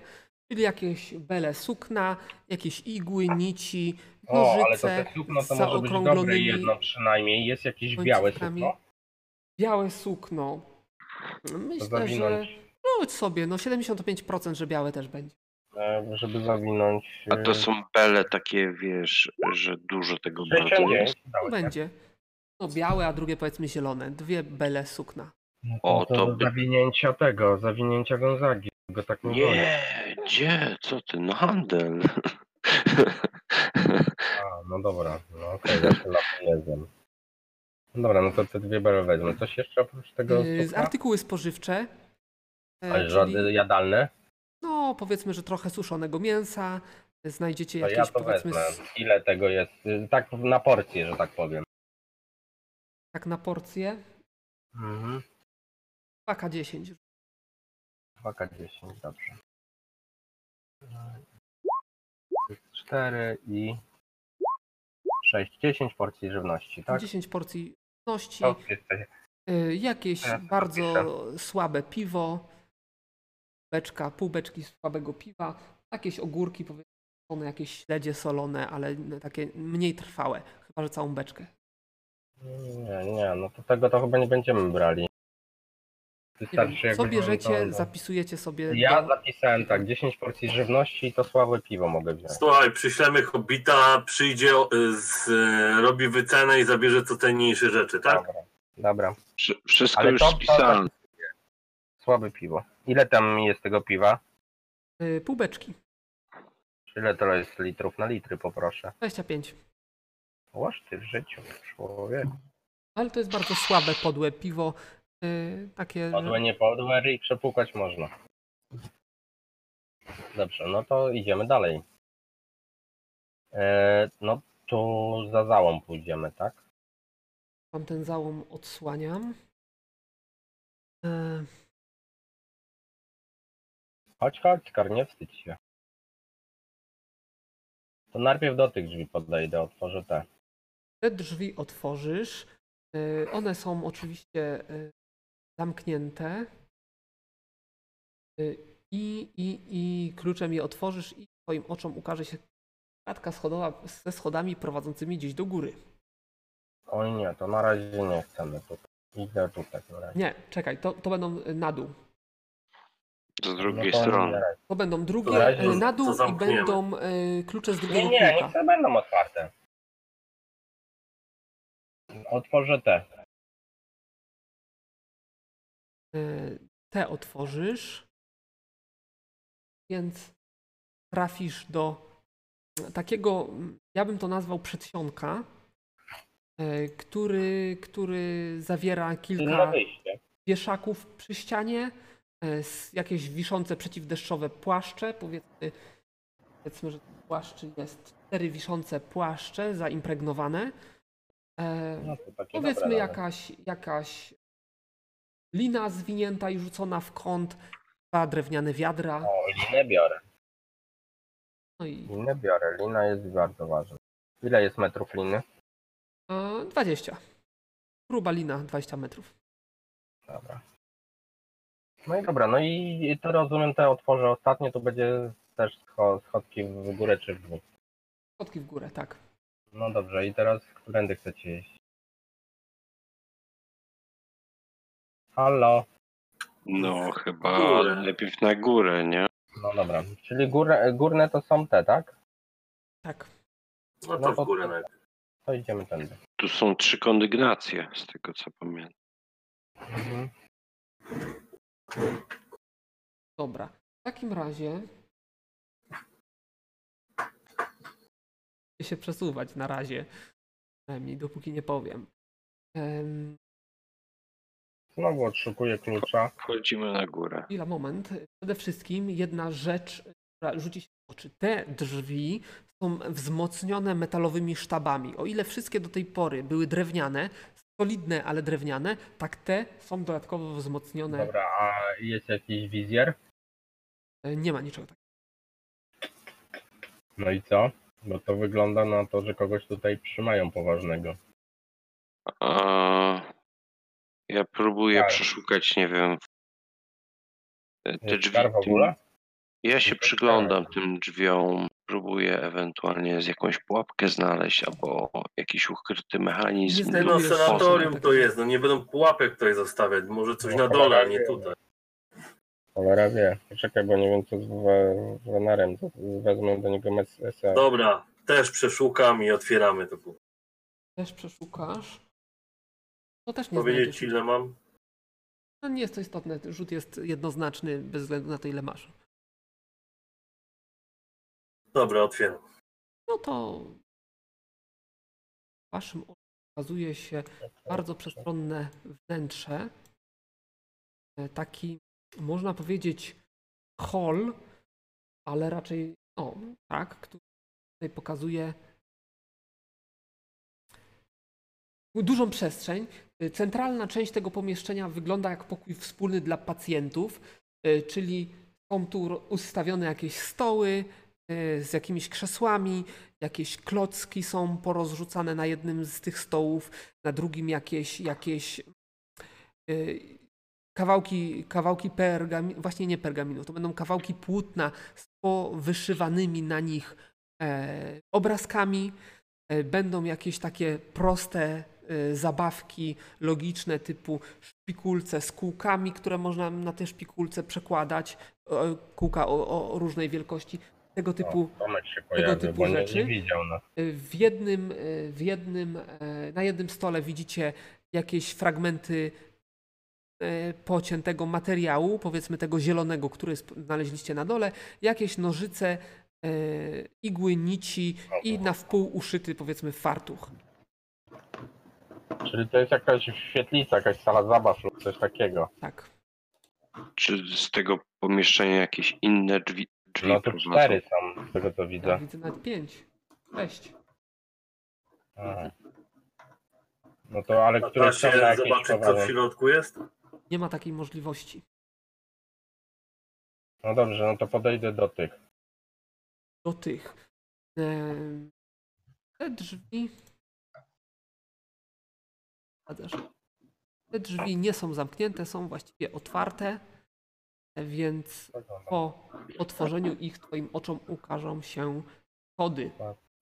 Speaker 1: czyli jakieś bele sukna, jakieś igły, nici,
Speaker 5: O, ale to
Speaker 1: nożyce
Speaker 5: te sukno
Speaker 1: z
Speaker 5: to może być dobre
Speaker 1: zaokrąglonymi
Speaker 5: jedno przynajmniej. Jest jakieś białe
Speaker 1: końcówkami.
Speaker 5: sukno?
Speaker 1: Białe sukno.
Speaker 5: To
Speaker 1: Myślę, że...
Speaker 5: zawinąć,
Speaker 1: Rzuć sobie, no 75% że białe też będzie.
Speaker 5: e, żeby zawinąć...
Speaker 3: A to
Speaker 5: e,
Speaker 3: są bele takie, wiesz, że dużo tego bardzo
Speaker 5: 69.
Speaker 3: jest.
Speaker 5: Udało
Speaker 1: To
Speaker 5: się.
Speaker 1: będzie. No białe, a drugie powiedzmy zielone. Dwie bele sukna.
Speaker 5: No
Speaker 3: O,
Speaker 5: to,
Speaker 3: to
Speaker 5: do
Speaker 3: by-
Speaker 5: zawinięcia tego, zawinięcia Gonzagi. Go tak nie goni.
Speaker 3: Nie, gdzie? Co ty? No handel.
Speaker 5: A, no dobra, no okej, ja się latem jedzem. No Dobra, no to te dwie bele wezmę. Coś jeszcze oprócz tego
Speaker 1: Yy,
Speaker 5: sukna?
Speaker 1: artykuły spożywcze. e,
Speaker 5: Ale
Speaker 1: czyli,
Speaker 5: żadne jadalne?
Speaker 1: no powiedzmy, że trochę suszonego mięsa. e, Znajdziecie
Speaker 5: To
Speaker 1: jakieś
Speaker 5: ja to
Speaker 1: powiedzmy
Speaker 5: wezmę.
Speaker 1: s-
Speaker 5: Ile tego jest? Y, Tak na porcję, że tak powiem.
Speaker 1: tak na porcję.
Speaker 5: Mhm.
Speaker 1: Paka 10.
Speaker 5: Waka 10, dobrze. Cztery i... 6, 10 porcji żywności, tak?
Speaker 1: 10 porcji żywności,
Speaker 5: To jesteś-
Speaker 1: y, jakieś
Speaker 5: Teraz
Speaker 1: bardzo słabe piwo, beczka, pół beczki słabego piwa, jakieś ogórki, powiedzmy, solone, jakieś śledzie solone, ale takie mniej trwałe, chyba że całą beczkę.
Speaker 5: Nie, nie, no to tego to chyba nie będziemy brali.
Speaker 1: Nie
Speaker 5: Wystarczy
Speaker 1: wiem,
Speaker 5: jak
Speaker 1: co
Speaker 5: weźmiemy
Speaker 1: bierzecie,
Speaker 5: to-
Speaker 1: zapisujecie sobie.
Speaker 5: no. Ja
Speaker 1: do-
Speaker 5: zapisałem tak, 10 porcji żywności i to słabe piwo mogę wziąć.
Speaker 6: Słuchaj, przyślemy Hobbita, przyjdzie, y, z, y, robi wycenę i zabierze co cenniejsze rzeczy, tak?
Speaker 5: Dobra. Dobra.
Speaker 3: Wsz- Wszystko
Speaker 5: Ale
Speaker 3: już
Speaker 5: to- to-
Speaker 3: spisane.
Speaker 5: Słabe piwo. Ile tam jest tego piwa?
Speaker 1: y, Pół beczki,
Speaker 5: Ile to jest litrów na litry, poproszę.
Speaker 1: 25.
Speaker 5: Łoż ty w życiu, człowiek.
Speaker 1: Ale to jest bardzo słabe, podłe piwo. y, Takie. że-
Speaker 5: Podłe, nie podłe, ryj przepłukać można. Dobrze, no to idziemy dalej. E, no tu za załą pójdziemy, tak?
Speaker 1: Wam ten załom odsłaniam. E,
Speaker 5: Chodź, chodź, Kar, nie wstydź się. To najpierw do tych drzwi podejdę, otworzę te.
Speaker 1: Te drzwi otworzysz. E, One są oczywiście e, zamknięte. E, I, i, I kluczem je otworzysz, i Twoim oczom ukaże się klatka schodowa ze schodami prowadzącymi gdzieś do góry.
Speaker 5: Oj nie, to na razie nie chcemy tutaj. Idę tu w takim razie.
Speaker 1: Nie, czekaj, to, to będą e, na dół.
Speaker 3: Z
Speaker 5: No
Speaker 3: drugiej
Speaker 5: to nie
Speaker 3: strony.
Speaker 5: raz.
Speaker 1: To będą
Speaker 6: To
Speaker 1: drugie
Speaker 5: razie
Speaker 1: e, na dół
Speaker 6: to
Speaker 1: i
Speaker 6: zamkniemy.
Speaker 1: będą e, klucze z drugiego
Speaker 5: Nie, nie, niech
Speaker 1: kółka.
Speaker 5: to będą otwarte. Otworzę te.
Speaker 1: E, te otworzysz, więc trafisz do takiego, mm, ja bym to nazwał przedsionka, e, który, który zawiera
Speaker 5: Na
Speaker 1: kilka
Speaker 5: wyjście.
Speaker 1: wieszaków przy ścianie, e, s- jakieś wiszące przeciwdeszczowe płaszcze, powiedzmy, powiedzmy, że płaszczy jest cztery wiszące płaszcze zaimpregnowane. E,
Speaker 5: No, to takie
Speaker 1: Powiedzmy
Speaker 5: dobre
Speaker 1: jakaś, jakaś lina zwinięta i rzucona w kąt, dwa drewniane wiadra.
Speaker 5: nawet. O, linę biorę.
Speaker 1: No i
Speaker 5: Linę biorę. Lina jest bardzo ważna. Ile jest metrów liny?
Speaker 1: e, 20. Gruba lina, 20 metrów.
Speaker 5: Dobra. No i dobra, no i to rozumiem, te otworzę ostatnie, to będzie też scho- schodki w górę czy w dół.
Speaker 1: Kotki w górę, tak.
Speaker 5: No dobrze, i teraz którędy chcecie jeść? Halo.
Speaker 3: No chyba
Speaker 6: Górę.
Speaker 3: najpierw na górę, nie?
Speaker 5: No dobra, czyli górne, górne to są te, tak?
Speaker 1: Tak.
Speaker 6: No
Speaker 5: No
Speaker 6: to
Speaker 5: to-
Speaker 6: w górę najpierw.
Speaker 5: To idziemy tędy.
Speaker 3: Tu są trzy kondygnacje, z tego co pamiętam.
Speaker 5: Mhm.
Speaker 1: Dobra. W takim razie. Chcę się przesuwać na razie. Przynajmniej dopóki nie powiem. Em,
Speaker 5: Znowu odszukuję klucza.
Speaker 3: Wchodzimy na górę.
Speaker 1: Chwila, moment. Przede wszystkim jedna rzecz, która rzuci się w oczy. Te drzwi są wzmocnione metalowymi sztabami. O ile wszystkie do tej pory były drewniane, solidne, ale drewniane, tak te są dodatkowo wzmocnione.
Speaker 5: Dobra, a jest jakiś wizjer?
Speaker 1: E, Nie ma niczego takiego.
Speaker 5: No i co? Bo to wygląda na to, że kogoś tutaj trzymają poważnego.
Speaker 3: A, ja próbuję
Speaker 5: Tak.
Speaker 3: przeszukać, nie wiem. e, Te
Speaker 5: Jest
Speaker 3: drzwi.
Speaker 5: kar w ogóle?
Speaker 3: Ja się
Speaker 5: Jest
Speaker 3: przyglądam tym drzwiom. Próbuję ewentualnie z jakąś pułapkę znaleźć albo jakiś ukryty mechanizm.
Speaker 1: Nie
Speaker 3: lub
Speaker 6: No
Speaker 1: lubię
Speaker 6: sanatorium
Speaker 1: sosy.
Speaker 6: to jest, no nie będą pułapek tutaj zostawiać, może coś
Speaker 5: No
Speaker 6: na dole,
Speaker 5: tak,
Speaker 6: a nie tutaj.
Speaker 5: Cholera wie. Poczekaj, bo nie wiem co z we- Wenarem. To Wezmę do niego SR.
Speaker 6: Dobra, też przeszukam i otwieramy to.
Speaker 1: Też przeszukasz. To też nie
Speaker 6: Powiedzieć ci
Speaker 1: znajdziesz.
Speaker 6: ile mam?
Speaker 1: No nie jest to istotne. Rzut jest jednoznaczny bez względu na to, ile masz.
Speaker 6: Dobra, otwieram.
Speaker 1: No to w waszym oczu okazuje się bardzo przestronne wnętrze. E, Taki, można powiedzieć, hol, ale raczej, no tak, który tutaj pokazuje dużą przestrzeń. E, Centralna część tego pomieszczenia wygląda jak pokój wspólny dla pacjentów, e, czyli są tu ro- ustawione jakieś stoły, y, z jakimiś krzesłami, jakieś klocki są porozrzucane na jednym z tych stołów, na drugim jakieś, jakieś y, kawałki, kawałki pergaminu, właśnie nie pergaminu, to będą kawałki płótna z powyszywanymi na nich e, obrazkami, e, będą jakieś takie proste e, zabawki logiczne typu szpikulce z kółkami, które można na te szpikulce przekładać, e, kółka o, o- o różnej wielkości, tego typu
Speaker 5: Tomek się pojawił,
Speaker 1: typu
Speaker 5: bo nie,
Speaker 1: rzeczy.
Speaker 5: nie widział nas.
Speaker 1: w jednym, e, w jednym, e, na jednym stole widzicie jakieś fragmenty e, pociętego materiału, powiedzmy tego zielonego, który sp- znaleźliście na dole, jakieś nożyce, e, igły, nici i na wpół uszyty, powiedzmy, fartuch.
Speaker 5: Czyli to jest jakaś świetlica, jakaś sala zabaw lub coś takiego.
Speaker 1: Tak.
Speaker 3: Czy z tego pomieszczenia jakieś inne drzwi, drzwi
Speaker 5: No to
Speaker 3: prowadzą?
Speaker 5: cztery są, z tego co
Speaker 1: Ja
Speaker 5: widzę.
Speaker 1: widzę nawet pięć. Cześć.
Speaker 5: A. No to ale
Speaker 6: Na
Speaker 5: które są na
Speaker 6: czasie
Speaker 5: jakieś
Speaker 6: zobaczyć, co w
Speaker 5: prowadzą?
Speaker 6: środku jest.
Speaker 1: Nie ma takiej możliwości.
Speaker 5: No dobrze, no to podejdę do tych.
Speaker 1: Do tych. em, Te drzwi. Zgadzasz. Te drzwi nie są zamknięte, są właściwie otwarte, więc po otworzeniu ich twoim oczom ukażą się schody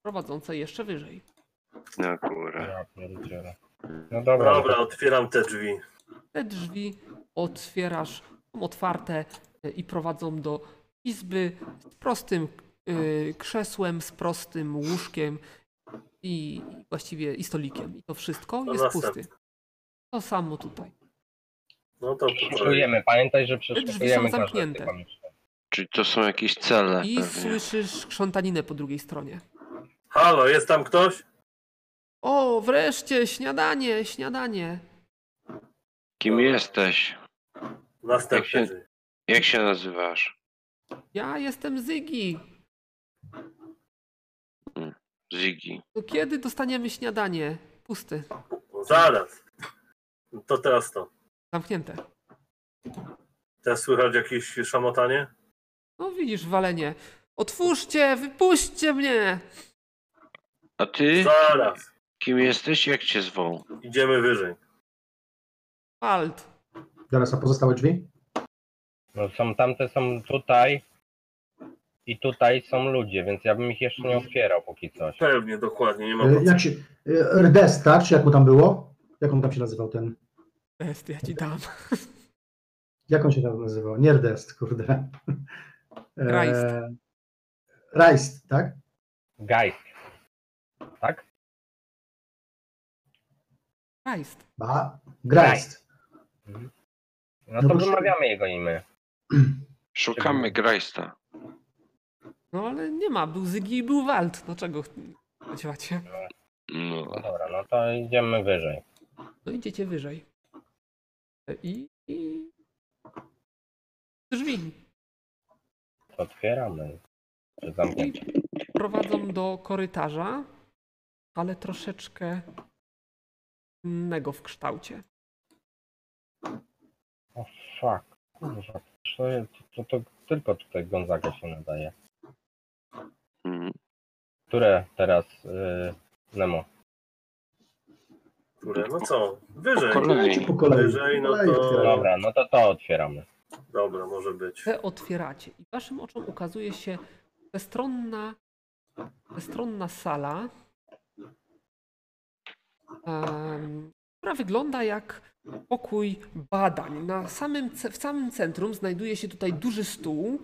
Speaker 1: prowadzące jeszcze wyżej.
Speaker 3: Na górę.
Speaker 5: Ja pierdzielę. No dobra,
Speaker 6: Dobra, otwieram te drzwi.
Speaker 1: Te drzwi otwierasz, są otwarte e, i prowadzą do izby z prostym e, krzesłem, z prostym łóżkiem i i właściwie i stolikiem. I to wszystko
Speaker 6: To
Speaker 1: jest
Speaker 6: następne.
Speaker 1: pusty. To samo tutaj.
Speaker 6: No to
Speaker 5: przeszukujemy. Pamiętaj, że przeszukujemy każde
Speaker 1: zamknięte.
Speaker 5: pomieszczenie.
Speaker 3: Czyli to są jakieś cele
Speaker 1: I
Speaker 3: pewnie.
Speaker 1: słyszysz krzątaninę po drugiej stronie.
Speaker 6: Halo, jest tam ktoś?
Speaker 1: O, wreszcie śniadanie, śniadanie.
Speaker 3: Kim jesteś? Jak się-
Speaker 6: Następne drzwi.
Speaker 3: Jak się nazywasz?
Speaker 1: Ja jestem Zygi.
Speaker 3: Ziggy.
Speaker 1: To kiedy dostaniemy śniadanie? Pusty,
Speaker 6: No Zaraz. No To teraz to.
Speaker 1: zamknięte.
Speaker 6: Teraz słychać jakieś szamotanie?
Speaker 1: No widzisz, walenie. Otwórzcie, wypuśćcie mnie!
Speaker 3: A ty?
Speaker 6: Zaraz.
Speaker 3: Kim jesteś? Jak cię zwą?
Speaker 6: Idziemy wyżej.
Speaker 1: Alt.
Speaker 2: Teraz, a pozostałe drzwi?
Speaker 5: No są tamte są tutaj i tutaj są ludzie, więc ja bym ich jeszcze nie otwierał póki coś.
Speaker 6: Pewnie, dokładnie, nie ma
Speaker 2: E,
Speaker 6: problemu.
Speaker 2: Jak się, e, Rdesta, czy jak mu tam było? Jak on tam się nazywał ten?
Speaker 1: Jest, ja ci dam.
Speaker 2: Jak on się tam nazywał? Nie Rdest, kurde. E,
Speaker 1: Rajst.
Speaker 2: Rajst, tak?
Speaker 5: Geist. Tak?
Speaker 1: Christ.
Speaker 2: Ba, Grajst.
Speaker 5: No
Speaker 2: No
Speaker 5: to
Speaker 2: bo-
Speaker 5: wymawiamy jego imię.
Speaker 3: Szukamy Grajsta.
Speaker 1: No ale nie ma, był Zygi i był Walt. No czego spodziewacie?
Speaker 3: No.
Speaker 5: No dobra, no to idziemy wyżej.
Speaker 1: No idziecie wyżej. I... i... Drzwi
Speaker 5: Otwieramy. Czy zamknięcie?
Speaker 1: prowadzą do korytarza, ale troszeczkę innego w kształcie.
Speaker 5: O fuck, kurwa, to, to, to tylko tutaj Gonzaga się nadaje.
Speaker 3: Mm.
Speaker 5: Które teraz y, Nemo?
Speaker 6: Które? No co? Wyżej.
Speaker 3: Po kolei.
Speaker 2: Po kolei.
Speaker 6: Wyżej, no
Speaker 2: Po kolei
Speaker 6: to-
Speaker 2: otwieramy.
Speaker 5: Dobra, no to to otwieramy.
Speaker 6: Dobra, może być.
Speaker 1: Te otwieracie i waszym oczom ukazuje się bezstronna, bezstronna sala, em, która wygląda jak pokój badań. Na samym, ce- w samym centrum znajduje się tutaj duży stół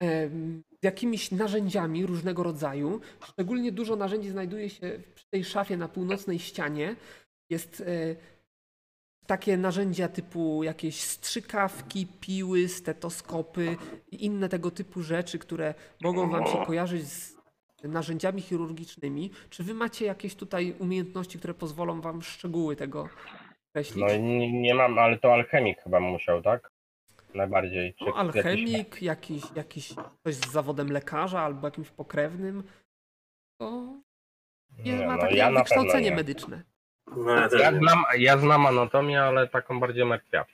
Speaker 1: em, z jakimiś narzędziami różnego rodzaju. Szczególnie dużo narzędzi znajduje się przy tej szafie na północnej ścianie. Jest e, takie narzędzia typu jakieś strzykawki, piły, stetoskopy i inne tego typu rzeczy, które mogą wam się kojarzyć z narzędziami chirurgicznymi. Czy wy macie jakieś tutaj umiejętności, które pozwolą wam szczegóły tego określić?
Speaker 5: No i nie, nie mam, ale to alchemik chyba musiał, tak? Najbardziej.
Speaker 1: No,
Speaker 5: jakiś-
Speaker 1: alchemik, jakiś, jakiś ktoś z zawodem lekarza albo jakimś pokrewnym. To nie, ma takie
Speaker 5: no, na pewno
Speaker 1: wykształcenie
Speaker 5: nie.
Speaker 1: medyczne.
Speaker 6: No ja
Speaker 5: Ja
Speaker 6: też nie.
Speaker 5: znam, ja znam anatomię, ale taką bardziej martwiawą.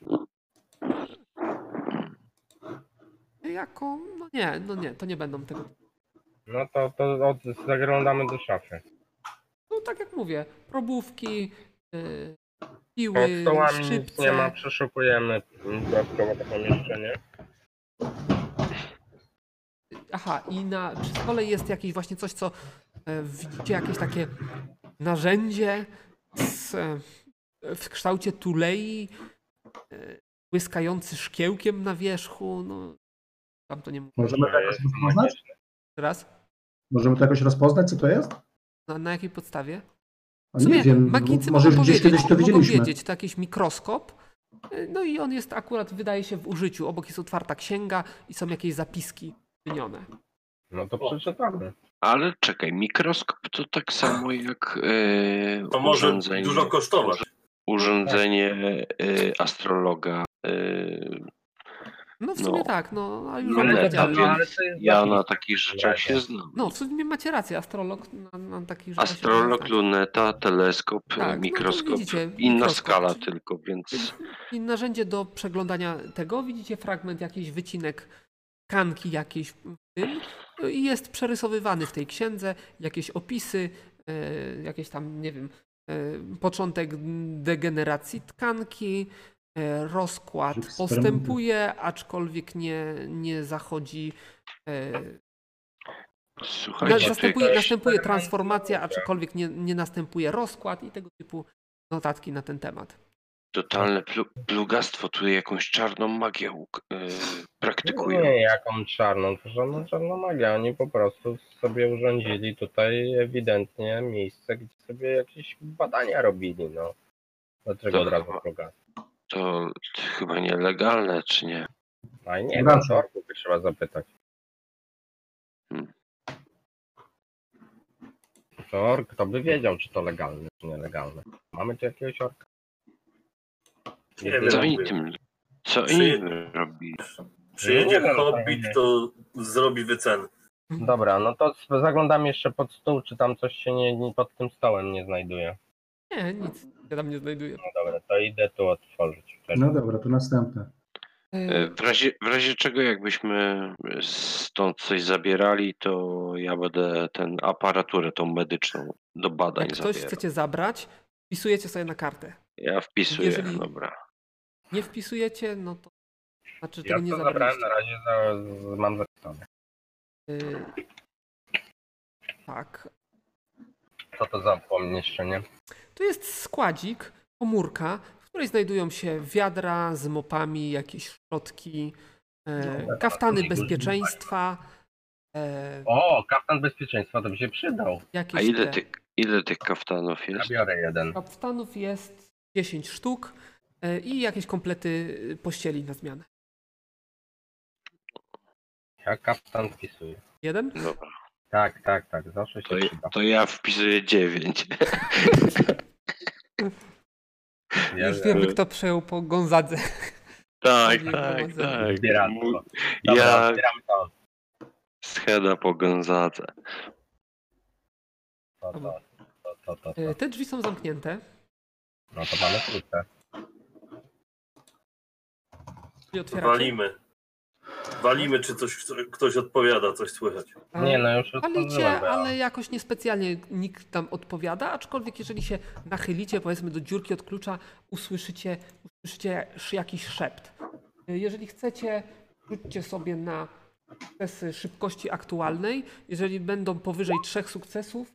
Speaker 1: Jako, no nie, no nie, to nie będą tego.
Speaker 5: No to, to od, zaglądamy do szafy.
Speaker 1: No tak jak mówię, probówki, yy,
Speaker 5: Pod
Speaker 1: piły,
Speaker 5: stołami nic nie ma,
Speaker 1: Yy, szczypce.
Speaker 5: przeszukujemy dodatkowo to pomieszczenie.
Speaker 1: Aha, i na przy stole jest jakieś właśnie coś, co e, widzicie, jakieś takie narzędzie z, e, w kształcie tulei, e, błyskający szkiełkiem na wierzchu. No, tam to nie mówię.
Speaker 2: Możemy to
Speaker 5: To
Speaker 2: jakoś
Speaker 5: jest
Speaker 2: rozpoznać?
Speaker 1: Teraz?
Speaker 2: Możemy to jakoś rozpoznać, co to jest?
Speaker 1: Na, na jakiej podstawie?
Speaker 2: A
Speaker 1: W sumie
Speaker 2: nie wiem,
Speaker 1: magicy
Speaker 2: może już
Speaker 1: mogą
Speaker 2: gdzieś
Speaker 1: wiedzieć,
Speaker 2: kiedyś to widzieliśmy.
Speaker 1: Mogą wiedzieć, to jakiś mikroskop. y, No i on jest akurat, wydaje się, w użyciu. Obok jest otwarta księga i są jakieś zapiski wymienione.
Speaker 5: No to przeczytamy.
Speaker 3: Ale czekaj, mikroskop to tak samo jak yy,
Speaker 6: To może
Speaker 3: urządzenie,
Speaker 6: dużo kosztować.
Speaker 3: urządzenie yy, astrologa. Yy,
Speaker 1: No w sumie
Speaker 3: No.
Speaker 1: tak, no a już
Speaker 3: No,
Speaker 1: wam
Speaker 3: ale
Speaker 1: powiedziałem.
Speaker 3: tak,
Speaker 5: ale to jest
Speaker 3: ja
Speaker 5: zapis.
Speaker 3: na takich rzeczach się znam.
Speaker 1: No w sumie macie rację, astrolog na, na takich rzeczach się
Speaker 3: Astrolog,
Speaker 1: nie zna.
Speaker 3: luneta, teleskop,
Speaker 1: Tak, no to
Speaker 3: mikroskop.
Speaker 1: widzicie,
Speaker 3: Inna
Speaker 1: mikroskop,
Speaker 3: skala
Speaker 1: czyli-
Speaker 3: tylko, więc
Speaker 1: I narzędzie do przeglądania tego, widzicie fragment, jakiś wycinek tkanki jakiejś w tym no i jest przerysowywany w tej księdze, jakieś opisy, e, jakieś tam, nie wiem, e, początek degeneracji tkanki, e, rozkład
Speaker 2: Eksperymenty.
Speaker 1: postępuje, aczkolwiek nie, nie zachodzi, e, na,
Speaker 3: słuchajcie, tu
Speaker 1: zastępuje,
Speaker 3: jakaś,
Speaker 1: następuje transformacja, aczkolwiek nie, nie następuje rozkład i tego typu notatki na ten temat.
Speaker 3: totalne plu, plugastwo, tu jakąś czarną magię uk- yy, praktykują.
Speaker 5: Nie, jaką czarną, to żadna czarna magia. Oni po prostu sobie urządzili tutaj ewidentnie miejsce, gdzie sobie jakieś badania robili, no. Dlaczego od
Speaker 3: Dobra.
Speaker 5: razu droga?
Speaker 3: To chyba nielegalne, czy nie?
Speaker 5: A nie,
Speaker 2: Dobra.
Speaker 5: no to orków by trzeba zapytać.
Speaker 3: Hmm.
Speaker 5: To ork, to by wiedział, czy to legalne, czy nielegalne. Mamy tu jakiegoś orka?
Speaker 6: Nie wiem,
Speaker 3: Co
Speaker 6: Legalne.
Speaker 3: oni tym, co
Speaker 6: Czy-
Speaker 3: oni robi?
Speaker 5: Nie,
Speaker 6: Przyjedzie
Speaker 5: no,
Speaker 6: hobbit,
Speaker 5: fajnie.
Speaker 6: to zrobi wycenę.
Speaker 5: Dobra, no to sp- zaglądam jeszcze pod stół, czy tam coś się nie, nie pod tym stołem nie znajduje.
Speaker 1: Nie, nic ja tam nie znajduję.
Speaker 5: No dobra, to idę tu otworzyć. wtedy.
Speaker 2: No dobra, to następne.
Speaker 1: E,
Speaker 3: E, W razie, w razie czego, jakbyśmy stąd coś zabierali, to ja będę ten aparaturę tą medyczną do badań
Speaker 1: Jak ktoś
Speaker 3: zabierał.
Speaker 1: chcecie zabrać, wpisujecie sobie na kartę.
Speaker 3: Ja wpisuję,
Speaker 1: jeżeli-
Speaker 3: dobra.
Speaker 1: Nie wpisujecie, no to znaczy
Speaker 5: Ja
Speaker 1: tego nie
Speaker 5: to zabrałem, na
Speaker 1: zabraliście.
Speaker 5: razie za, z, mam zapisane.
Speaker 1: Y, tak.
Speaker 5: Co to za pomieszczenie?
Speaker 1: Tu jest składzik, komórka, w której znajdują się wiadra z mopami, jakieś szczotki,
Speaker 3: No,
Speaker 1: e,
Speaker 5: tak,
Speaker 1: kaftany
Speaker 5: tak, tak.
Speaker 1: bezpieczeństwa, e,
Speaker 5: O, kaftan bezpieczeństwa, to by się przydał.
Speaker 1: jakieś
Speaker 3: A ile
Speaker 1: te-
Speaker 3: tych, ile tych kaftanów
Speaker 5: Ja
Speaker 3: jest?
Speaker 5: biorę jeden.
Speaker 1: Kapstanów jest 10 sztuk e, i jakieś komplety e, pościeli na zmianę.
Speaker 5: Ja kaftan wpisuję.
Speaker 1: Jeden?
Speaker 2: No,
Speaker 3: Dobra,
Speaker 5: Tak, tak, tak, zawsze się
Speaker 3: to,
Speaker 5: przyda.
Speaker 3: to ja wpisuję 9.
Speaker 5: Ja
Speaker 1: Już
Speaker 5: wiem.
Speaker 1: wiemy, kto przejął po Gonzadze.
Speaker 3: tak,
Speaker 1: Nie
Speaker 3: tak,
Speaker 1: wiadomo,
Speaker 3: tak.
Speaker 5: Zbieractwo.
Speaker 3: Mój-
Speaker 5: Dobra,
Speaker 3: Ja
Speaker 5: zbieram to.
Speaker 3: z Heda po Gonzadze.
Speaker 5: To, to, to, to, to, to.
Speaker 1: E, Te drzwi są zamknięte.
Speaker 5: No to mamy
Speaker 1: Tak.
Speaker 5: klucze.
Speaker 1: I otwieracie.
Speaker 6: Walimy. Walimy, czy coś, ktoś odpowiada, coś słychać.
Speaker 1: E,
Speaker 5: Nie no, już
Speaker 1: Palicie,
Speaker 5: otworzyłem, ja.
Speaker 1: ale jakoś niespecjalnie nikt tam odpowiada, aczkolwiek jeżeli się nachylicie, powiedzmy, do dziurki od klucza, usłyszycie, usłyszycie sz- jakiś szept. E, Jeżeli chcecie, rzućcie sobie na sukcesy szybkości aktualnej. Jeżeli będą powyżej trzech sukcesów,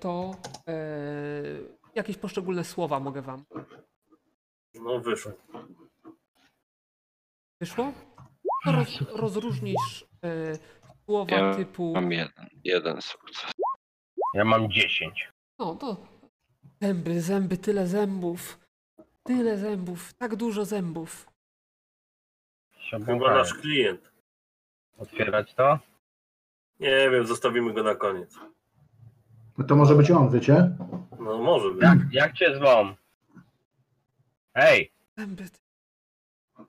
Speaker 1: to e, jakieś poszczególne słowa mogę wam.
Speaker 6: No wyszło.
Speaker 1: Wyszło? To roz, rozróżnisz e, słowa
Speaker 3: Ja
Speaker 1: typu...
Speaker 3: Mam jeden, jeden sukces.
Speaker 5: Ja mam 10.
Speaker 1: No to zęby, zęby, tyle zębów. Tyle zębów, tak dużo zębów.
Speaker 5: Się
Speaker 6: Chyba
Speaker 5: obłąkałem.
Speaker 6: nasz klient.
Speaker 5: Otwierać to?
Speaker 6: Nie wiem, zostawimy go na koniec.
Speaker 2: No to może być on, wiecie?
Speaker 6: No może być.
Speaker 5: Jak, jak cię zwą? Ej!
Speaker 1: Zęby.
Speaker 3: Tak,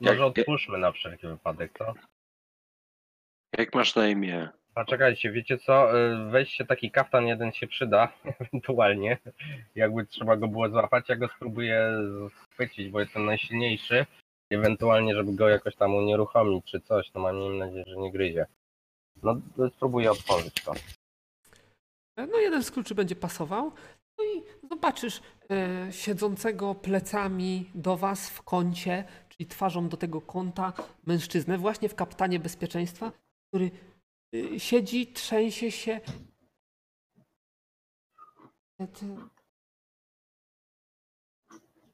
Speaker 5: Może otwórzmy na wszelki wypadek, co?
Speaker 3: Jak masz na imię?
Speaker 5: A czekajcie, wiecie co? Y, Weźcie taki kaftan, jeden się przyda, ewentualnie. Jakby trzeba go było złapać, ja go spróbuję chwycić, bo jestem najsilniejszy. Ewentualnie, żeby go jakoś tam unieruchomić czy coś, no mam miejmy nadzieję, że nie gryzie. No to spróbuję otworzyć to.
Speaker 1: No jeden z kluczy będzie pasował. No i zobaczysz e, siedzącego plecami do was w kącie, czyli twarzą do tego kąta mężczyznę właśnie w kaptanie bezpieczeństwa, który e, siedzi, trzęsie się. E, ty-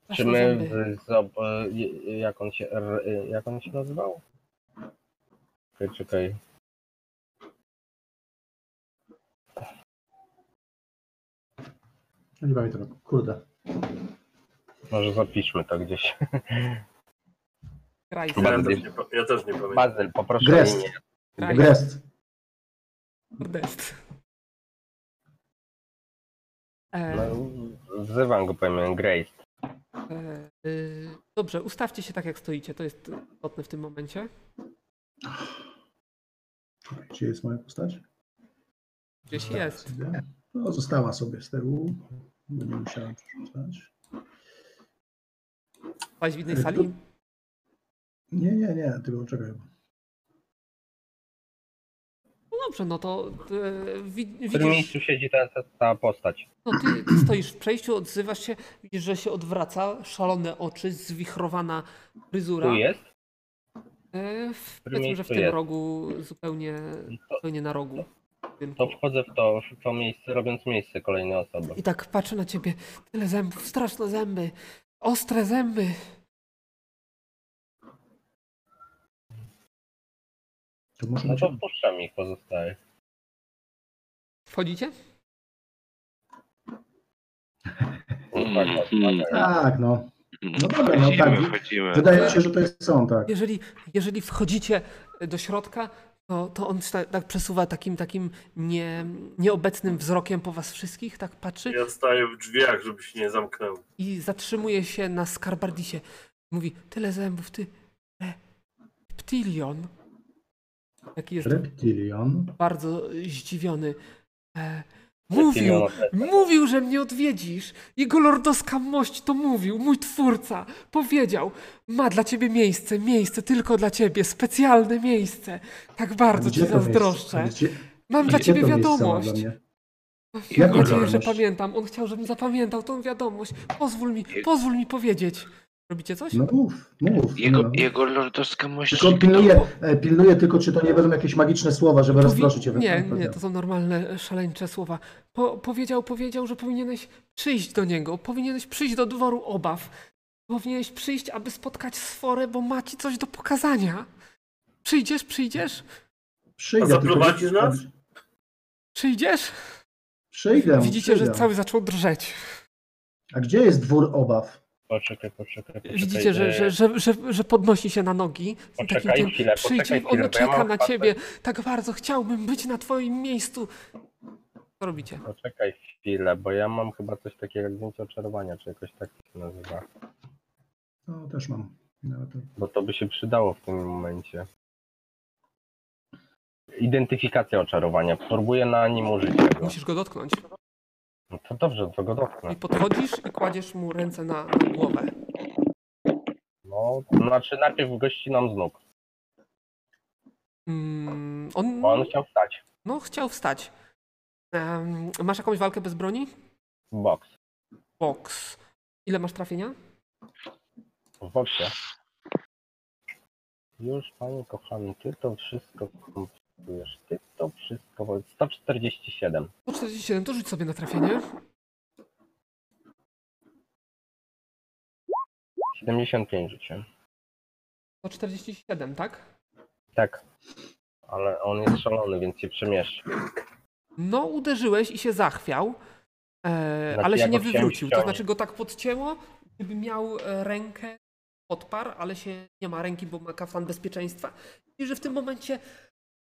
Speaker 5: Czy
Speaker 1: Straszne
Speaker 5: my,
Speaker 1: zęby.
Speaker 5: w- zob- y- y- jak on się, r- y- jak on się nazywał? Czekaj, czekaj.
Speaker 2: Ja nie pamiętam, kurde.
Speaker 5: Może zapiszmy to gdzieś.
Speaker 1: Graj,
Speaker 6: Ja
Speaker 5: Bazyl.
Speaker 6: też nie, pa- ja też nie pamiętam.
Speaker 5: Bazyl, poproszę o
Speaker 2: Grest.
Speaker 5: imię.
Speaker 1: graj,
Speaker 2: Grest.
Speaker 1: Ernest.
Speaker 5: No,
Speaker 1: E,
Speaker 5: wzywam go po imieniu Grace.
Speaker 1: e, y, Dobrze, ustawcie się tak jak stoicie, to jest istotne w tym momencie.
Speaker 2: Gdzie jest moja postać?
Speaker 5: Tak.
Speaker 1: Gdzieś
Speaker 2: Została
Speaker 1: jest.
Speaker 2: sobie. Tak, No, została sobie z tyłu. Będę musiała przerzucać.
Speaker 1: Paść w innej sali?
Speaker 2: Nie, nie, nie, tylko czekaj.
Speaker 1: No dobrze, no to e, wi-
Speaker 5: W którym
Speaker 1: widzisz,
Speaker 5: miejscu siedzi ta, ta, ta postać?
Speaker 1: no ty, ty stoisz w przejściu, odzywasz się, widzisz, że się odwraca, szalone oczy, zwichrowana fryzura.
Speaker 5: Tu jest?
Speaker 1: E, w,
Speaker 5: którym
Speaker 1: powiedzmy, że w
Speaker 5: miejscu
Speaker 1: tym
Speaker 5: jest?
Speaker 1: rogu, zupełnie,
Speaker 5: To,
Speaker 1: zupełnie na rogu.
Speaker 5: to wchodzę w to, w to miejsce, robiąc miejsce kolejnej osoby.
Speaker 1: I tak patrzę na ciebie, tyle zębów, straszne zęby, ostre zęby.
Speaker 2: To muszę
Speaker 5: No
Speaker 2: być...
Speaker 5: to wpuszczam ich pozostałych.
Speaker 1: Wchodzicie?
Speaker 3: Hmm,
Speaker 5: Tak, tak,
Speaker 3: Mhm,
Speaker 5: tak.
Speaker 2: Tak, no. No dobra, no
Speaker 3: Wchodzimy,
Speaker 2: tak.
Speaker 3: wchodzimy.
Speaker 2: Wydaje mi się, że to jest są, tak.
Speaker 1: Jeżeli, jeżeli wchodzicie e, do środka, to, to on się tak, tak przesuwa takim takim nie, nieobecnym wzrokiem po was wszystkich, tak patrzy.
Speaker 6: Ja staję w drzwiach, żeby się nie zamknęło.
Speaker 1: i zatrzymuje się na skarbardisie. Mówi, tyle zębów, ty reptilion. Taki jest
Speaker 2: Reptilion.
Speaker 1: bardzo zdziwiony. E, mówił,
Speaker 5: Reptilian Orchestra.
Speaker 1: mówił, że mnie odwiedzisz. Jego lordowska mość to mówił, mój twórca. Powiedział, ma dla ciebie miejsce, miejsce tylko dla ciebie, specjalne miejsce. Tak bardzo
Speaker 2: Gdzie
Speaker 1: ci
Speaker 2: to miejsce?
Speaker 1: zazdroszczę.
Speaker 2: Gdzie,
Speaker 1: Mam dla
Speaker 2: gdzie
Speaker 1: ciebie
Speaker 2: to miejsce ma
Speaker 1: wiadomość.
Speaker 2: dla mnie?
Speaker 1: Mam
Speaker 2: Jaką
Speaker 1: nadzieję, że
Speaker 2: wiadomość?
Speaker 1: pamiętam. On chciał, żebym zapamiętał tą wiadomość. Pozwól mi,
Speaker 3: Je-
Speaker 1: pozwól mi powiedzieć. Robicie coś?
Speaker 2: No mów, mów.
Speaker 3: Jego,
Speaker 2: no.
Speaker 3: jego lordowska mość.
Speaker 2: Tylko pilnuję, e, pilnuję tylko, czy to nie będą jakieś magiczne słowa, żeby rozproszyć
Speaker 1: nie,
Speaker 2: ewentualnie.
Speaker 1: nie, to są normalne, e, szaleńcze słowa. Po, powiedział, powiedział, że powinieneś przyjść do niego. Powinieneś przyjść do dworu obaw. Powinieneś przyjść, aby spotkać sforę, bo ma ci coś do pokazania. Przyjdziesz, przyjdziesz?
Speaker 2: Przyjdę.
Speaker 6: A
Speaker 2: tylko-
Speaker 6: zaprowadzisz nas?
Speaker 1: Przyjdziesz?
Speaker 2: Przyjdę.
Speaker 1: Widzicie, że
Speaker 2: przyjdę.
Speaker 1: cały zaczął drżeć.
Speaker 2: A gdzie jest dwór obaw?
Speaker 5: Poczekaj, poczekaj, poczekaj.
Speaker 1: Widzicie, że,
Speaker 5: e,
Speaker 1: że, że, że, że podnosi się na nogi. Z takim
Speaker 5: Poczekaj
Speaker 1: tym,
Speaker 5: chwilę,
Speaker 1: przyjdź,
Speaker 5: poczekaj
Speaker 1: on
Speaker 5: chwilę, bo ja
Speaker 1: czeka
Speaker 5: mam
Speaker 1: na
Speaker 5: facet.
Speaker 1: ciebie. Tak bardzo chciałbym być na twoim miejscu. Co robicie?
Speaker 5: Poczekaj chwilę, bo ja mam chyba coś takiego jak zdjęcie oczarowania, czy jakoś tak to się nazywa.
Speaker 2: No, też mam. Nawet to-
Speaker 5: Bo to by się przydało w tym momencie. Identyfikacja oczarowania. Próbuję na nim użyć tego.
Speaker 1: Musisz go dotknąć.
Speaker 5: No to dobrze, to go dotknę.
Speaker 1: I podchodzisz i kładziesz mu ręce na, na głowę.
Speaker 5: No, to znaczy najpierw gościnam z nóg.
Speaker 1: Mm, on,
Speaker 5: Bo on chciał wstać.
Speaker 1: no, chciał wstać. Em, masz jakąś walkę bez broni?
Speaker 5: W boks.
Speaker 1: Boks. Ile masz trafienia?
Speaker 5: W boksie. Już, panie kochany, ty to wszystko komplikujesz. Ty to wszystko... 147.
Speaker 1: 147, to rzuć sobie na trafienie.
Speaker 5: 75 rzuciłem.
Speaker 1: 147, tak?
Speaker 5: Tak. Ale on jest szalony, więc się przemieszczy.
Speaker 1: No, uderzyłeś i się zachwiał, e,
Speaker 5: Znaczy,
Speaker 1: ale się
Speaker 5: ja
Speaker 1: nie
Speaker 5: go chciałem
Speaker 1: wywrócił. To
Speaker 5: ściągnąć.
Speaker 1: znaczy go tak podcięło, gdyby miał e, rękę, odparł, ale się nie ma ręki, bo ma kaftan bezpieczeństwa. I że w tym momencie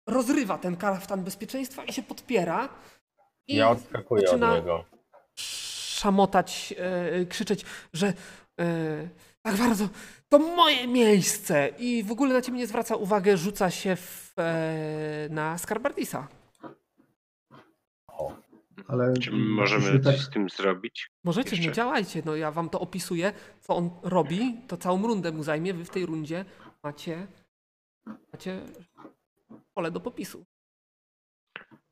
Speaker 1: rozrywa ten kaftan bezpieczeństwa i się podpiera. I
Speaker 5: Ja odskakuję
Speaker 1: zaczyna-
Speaker 5: od niego.
Speaker 1: szamotać, e, krzyczeć, że e, tak bardzo, to moje miejsce! I w ogóle na ciebie nie zwraca uwagę, rzuca się w, e, na Skarbardisa.
Speaker 5: O.
Speaker 2: ale tak-
Speaker 3: Czy możemy
Speaker 2: musimy
Speaker 3: coś z tym zrobić?
Speaker 1: Możecie, nie
Speaker 3: Jeszcze.
Speaker 1: działajcie, no ja wam to opisuję, co on robi, to całą rundę mu zajmie, wy w tej rundzie macie, macie pole do popisu.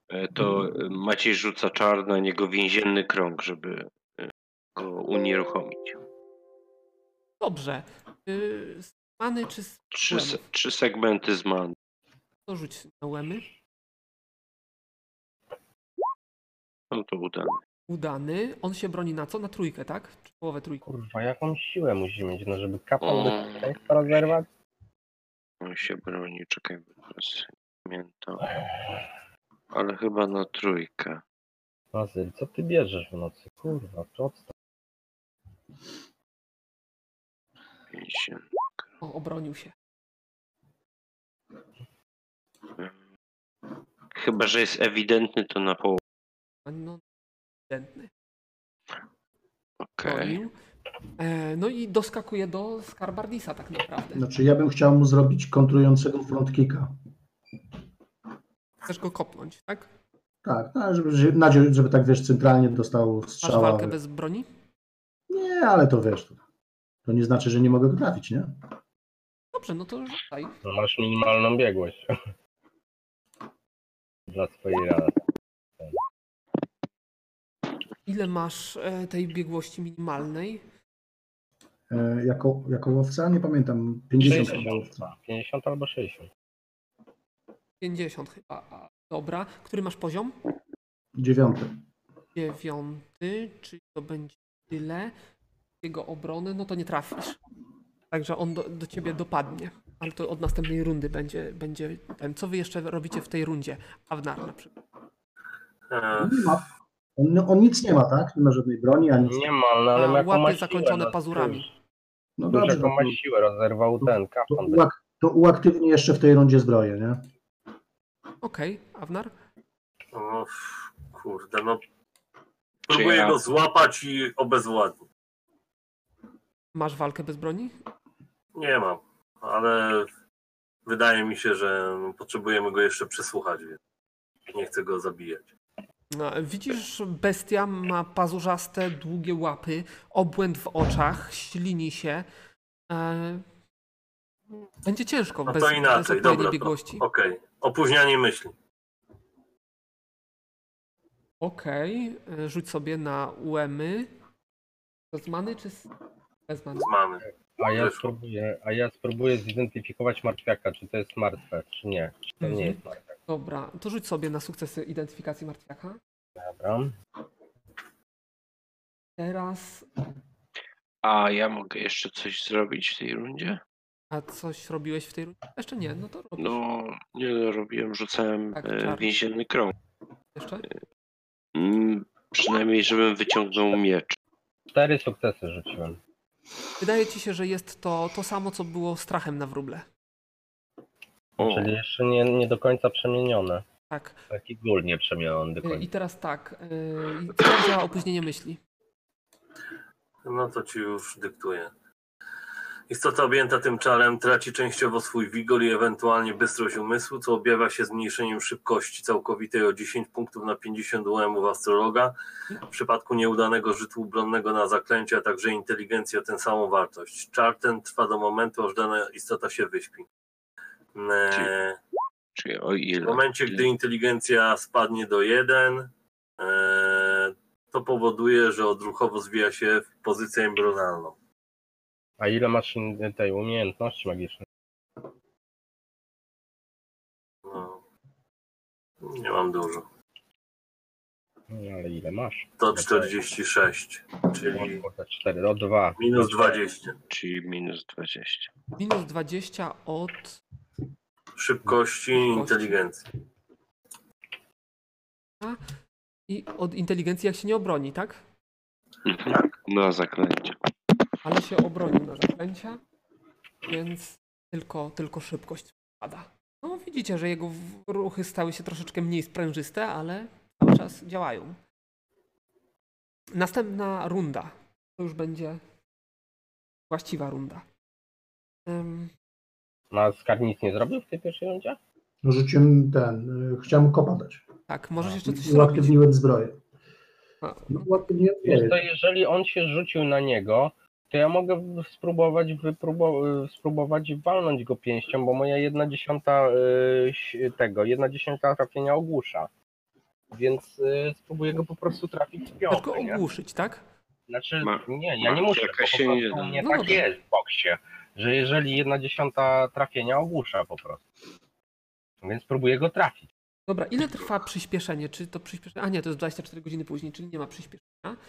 Speaker 3: E, To e, Maciej rzuca czar na niego więzienny krąg, żeby e, go unieruchomić.
Speaker 1: Dobrze, yy, z many czy z
Speaker 3: Trzy,
Speaker 1: Łemów?
Speaker 3: se- trzy segmenty z man.
Speaker 1: to rzuć na łemy,
Speaker 3: No to udane.
Speaker 1: udany, on się broni na co? Na trójkę, tak? Czy połowę trójki?
Speaker 5: Kurwa, jaką siłę musi mieć, no żeby kapał do
Speaker 3: Mm.
Speaker 5: teksta rozerwać?
Speaker 3: On się broni, czekaj, bo teraz nie pamiętam. Ale chyba na trójkę.
Speaker 5: Bazyl, co ty bierzesz w nocy? Kurwa, to odstaw.
Speaker 3: Więzienny.
Speaker 1: O, obronił się.
Speaker 3: Chyba, że jest ewidentny, to na połowę.
Speaker 1: A No, ewidentny,
Speaker 3: Okej.
Speaker 1: bronił. E, no i doskakuje do Skarbardisa tak naprawdę.
Speaker 2: Znaczy ja bym chciał mu zrobić kontrującego frontkicka.
Speaker 1: Chcesz go kopnąć, tak?
Speaker 2: Tak, no, żeby, żeby, nadzieję, żeby tak wiesz, centralnie dostał
Speaker 1: Masz
Speaker 2: strzała.
Speaker 1: walkę bez broni?
Speaker 2: Nie, ale to wiesz. To, to nie znaczy, że nie mogę go trafić, nie?
Speaker 1: Dobrze, no to rzucaj.
Speaker 5: No masz minimalną biegłość. Dla swojej rady.
Speaker 1: Ile masz e, tej biegłości minimalnej?
Speaker 2: E, jako, jako łowca? Nie pamiętam. 50 chyba łowca.
Speaker 5: 50 albo 60.
Speaker 1: 50 chyba. a, Dobra. Który masz poziom?
Speaker 2: Dziewiąty.
Speaker 1: 9, czyli to będzie tyle. Jego obrony, no to nie trafisz. Także on do, do ciebie dopadnie. Ale to od następnej rundy będzie, będzie ten. Co wy jeszcze robicie w tej rundzie? Awnar na przykład.
Speaker 6: E,
Speaker 2: On, nie ma, on, on nic nie ma, tak? Nie ma żadnej broni, ani nic.
Speaker 5: Nie ma, no ale
Speaker 1: A,
Speaker 5: ma jaką
Speaker 1: łapy
Speaker 5: ma siłę,
Speaker 1: zakończone
Speaker 5: no,
Speaker 1: pazurami.
Speaker 5: cóż,
Speaker 2: No
Speaker 5: Cóż,
Speaker 2: dobrze,
Speaker 5: jaką
Speaker 2: to,
Speaker 5: ma siłę, rozerwał ten
Speaker 2: to,
Speaker 5: kafan.
Speaker 2: uak, to uaktywnię jeszcze w tej rundzie zbroję, nie?
Speaker 1: Okej, Awnar?
Speaker 6: o, no, f- kurde, no. Próbuję
Speaker 3: ja-
Speaker 6: go złapać i obezwładnić.
Speaker 1: Masz walkę bez broni?
Speaker 6: Nie mam, ale wydaje mi się, że potrzebujemy go jeszcze przesłuchać, więc nie chcę go zabijać.
Speaker 1: No, Widzisz, bestia ma pazurzaste, długie łapy, obłęd w oczach, ślini się. E, Będzie ciężko
Speaker 6: No
Speaker 1: bez,
Speaker 6: to
Speaker 1: bez
Speaker 6: inaczej,
Speaker 1: odpowiedniej
Speaker 6: dobra. to-
Speaker 1: biegłości.
Speaker 6: Okej, opóźnianie myśli.
Speaker 1: Okej, e, rzuć sobie na uemy. To z many czy z... bez many?
Speaker 6: Mamy.
Speaker 5: A ja,
Speaker 6: Wyszło.
Speaker 5: spróbuję, a ja spróbuję zidentyfikować martwiaka, czy to jest martwe, czy nie. Czy to
Speaker 1: Mhm.
Speaker 5: nie jest martwe,
Speaker 1: Dobra, to rzuć sobie na sukcesy identyfikacji martwiaka.
Speaker 5: dobra.
Speaker 1: Teraz,
Speaker 3: A ja mogę jeszcze coś zrobić w tej rundzie?
Speaker 1: a coś robiłeś w tej rundzie? Jeszcze nie, no to robisz
Speaker 3: No, nie no, robiłem, rzucałem
Speaker 1: Tak,
Speaker 3: e,
Speaker 1: czarny.
Speaker 3: więzienny krąg.
Speaker 1: jeszcze.
Speaker 3: Mm, przynajmniej, żebym wyciągnął miecz.
Speaker 5: Cztery sukcesy rzuciłem.
Speaker 1: Wydaje ci się, że jest to to samo, co było strachem na wróble.
Speaker 3: O,
Speaker 5: Czyli jeszcze nie, nie do końca przemienione.
Speaker 1: Tak.
Speaker 5: Taki gól nie przemieniony do
Speaker 1: E, I
Speaker 5: końca.
Speaker 1: teraz tak, e, i co tam działa opóźnienie myśli?
Speaker 6: No to ci już dyktuję. Istota objęta tym czarem traci częściowo swój wigor i ewentualnie bystrość umysłu, co objawia się zmniejszeniem szybkości całkowitej o 10 punktów na 50 UM u astrologa, w przypadku nieudanego rzutu obronnego na zaklęcie, a także inteligencji o tę samą wartość. Czar ten trwa do momentu, aż dana istota się wyśpi. Eee,
Speaker 3: czyli o ile?
Speaker 6: w momencie, gdy inteligencja spadnie do 1, to powoduje, że odruchowo zwija się w pozycję embrionalną.
Speaker 5: A ile masz in- tej umiejętności magicznej?
Speaker 6: No. Nie mam dużo.
Speaker 5: Nie, No, ale ile masz?
Speaker 6: To 46, czyli
Speaker 5: Kurwa, Cztery, no dwa.
Speaker 6: minus 20.
Speaker 3: Czyli minus 20.
Speaker 1: Minus 20 od.
Speaker 6: Szybkości i inteligencji.
Speaker 1: I od inteligencji, jak się nie obroni, tak?
Speaker 3: Mhm. Na zaklęcie.
Speaker 1: Ale się obronił na zaklęcia, więc tylko, tylko szybkość spada. No, widzicie, że jego w- ruchy stały się troszeczkę mniej sprężyste, ale cały czas działają. Następna runda. To już będzie właściwa runda. Em,
Speaker 5: No, a skarb nic nie zrobił w tej pierwszej rundzie?
Speaker 2: No, rzuciłem ten, y, chciałem kopa dać.
Speaker 1: tak, możesz jeszcze coś
Speaker 2: I
Speaker 1: zrobić.
Speaker 2: uaktywniłem zbroję. No, ładnie nie
Speaker 5: Wiesz
Speaker 2: odpowiedź.
Speaker 5: co, jeżeli on się rzucił na niego, to ja mogę w- spróbować, wypróbo- spróbować walnąć go pięścią, bo moja jedna dziesiąta y, ś- tego, jedna dziesiąta trafienia ogłusza. Więc y, spróbuję go po prostu trafić w
Speaker 1: Tylko
Speaker 5: piątkę, nie?
Speaker 1: ogłuszyć, tak?
Speaker 5: Znaczy,
Speaker 3: Ma-
Speaker 5: nie, ja nie
Speaker 3: Marcin,
Speaker 5: muszę,
Speaker 3: jaka
Speaker 5: tylko po
Speaker 3: się
Speaker 5: prostu
Speaker 3: nie da.
Speaker 5: nie
Speaker 1: No
Speaker 5: tak
Speaker 1: dobrze.
Speaker 5: jest w boksie, że jeżeli jedna dziesiąta trafienia ogłusza po prostu. Więc próbuję go trafić.
Speaker 1: Dobra, ile trwa przyspieszenie? Czy to przyspieszenie? A nie, to jest 24 godziny później, czyli nie ma przyspieszenia.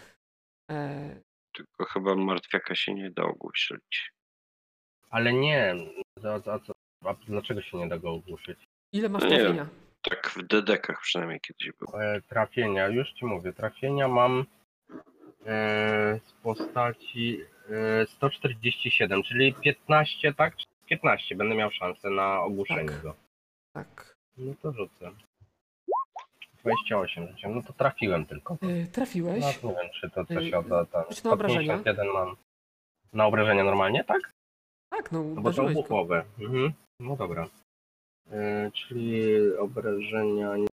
Speaker 1: E,
Speaker 3: Tylko chyba martwiaka się nie da ogłuszyć.
Speaker 5: Ale nie, a, a, co- a dlaczego się nie da go ogłuszyć?
Speaker 1: ile masz
Speaker 3: No nie wiem.
Speaker 1: trafienia?
Speaker 3: Tak w dedekach przynajmniej kiedyś było.
Speaker 5: E, trafienia, już ci mówię, trafienia mam e, z postaci e, 147, czyli 15, tak? 15 będę miał szansę na ogłuszenie
Speaker 1: Tak.
Speaker 5: go.
Speaker 1: Tak.
Speaker 5: No to rzucę. 28 rzuciłem, no to trafiłem tylko.
Speaker 1: E, trafiłeś.
Speaker 5: No, nie wiem, czy to coś
Speaker 1: Y,
Speaker 5: oda tam.
Speaker 1: rzuć na obrażenia.
Speaker 5: 151 mam. Na obrażenia normalnie, tak?
Speaker 1: Tak, no
Speaker 5: No bo to
Speaker 1: uderzyłeś go.
Speaker 5: obuchowe. Mhm. No dobra. E, czyli obrażenia... nie-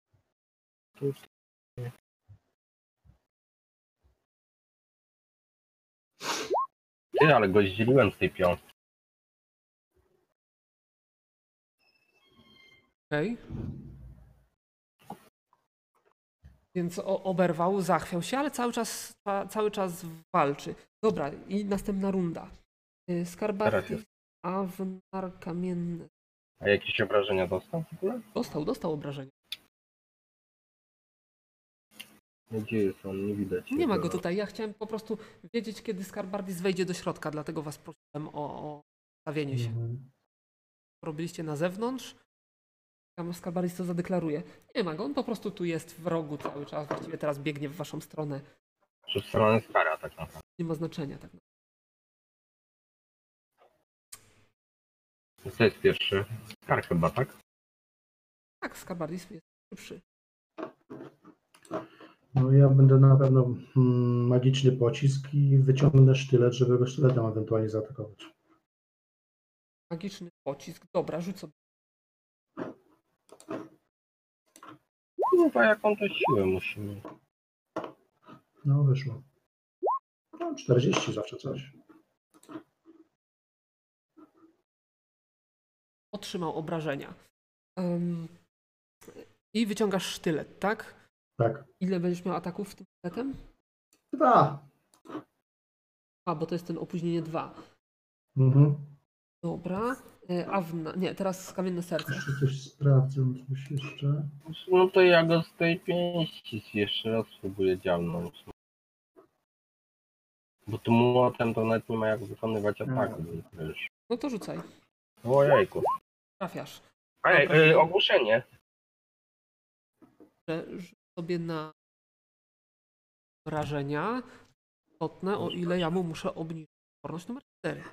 Speaker 5: tu- tu- Ty, ale go zdzieliłem z tej piątki.
Speaker 1: Okej. Więc o, oberwał, zachwiał się, ale cały czas, ca- cały czas walczy. Dobra, i następna runda. E,
Speaker 5: Teraz
Speaker 1: Skarbatis,
Speaker 5: jest.
Speaker 1: Awnar Kamienny.
Speaker 5: A jakieś obrażenia dostał w ogóle?
Speaker 1: Dostał, dostał obrażenia.
Speaker 5: Gdzie jest on? Nie widać.
Speaker 1: Nie ma
Speaker 5: jego.
Speaker 1: go tutaj. Ja chciałem po prostu wiedzieć, kiedy Skarbardis wejdzie do środka, dlatego was prosiłem o, o stawienie
Speaker 2: Mhm.
Speaker 1: się. Robiliście na zewnątrz. Tam Skarbardis to zadeklaruje. Nie ma go, on po prostu tu jest w rogu cały czas. Właściwie teraz biegnie w waszą stronę.
Speaker 5: Przez stronę stara tak naprawdę.
Speaker 1: Nie ma znaczenia tak naprawdę.
Speaker 5: To jest pierwszy. Skar chyba, tak?
Speaker 1: Tak, Skarbardis jest szybszy.
Speaker 2: No ja będę na pewno mm, magiczny pocisk i wyciągnę sztylet, żeby go sztyletem ewentualnie zaatakować.
Speaker 1: Magiczny pocisk. Dobra, rzuć sobie.
Speaker 5: Kurwa, jaką No to siłę musimy.
Speaker 2: No wyszło. No, 40 zawsze coś.
Speaker 1: Otrzymał obrażenia. Ym, I wyciągasz sztylet, tak?
Speaker 2: Tak.
Speaker 1: Ile będziesz miał ataków tym sztyletem?
Speaker 2: Dwa.
Speaker 1: A, bo to jest ten opóźnienie 2.
Speaker 2: Mhm.
Speaker 1: Dobra. E, Awna, nie, teraz kamienne serce.
Speaker 2: Jeszcze coś sprawdzę, coś jeszcze.
Speaker 5: No to ja go z tej pięści jeszcze raz spróbuję działnąć. Bo tym młotem to nawet nie ma jak wykonywać ataku. Wiesz.
Speaker 1: No to rzucaj.
Speaker 5: Ojejku.
Speaker 1: Trafiasz.
Speaker 5: Ej, y, ogłoszenie.
Speaker 1: Że- Rzuć sobie na wrażenia. Istotne, o ile ja mu muszę obniżyć odporność numer 4.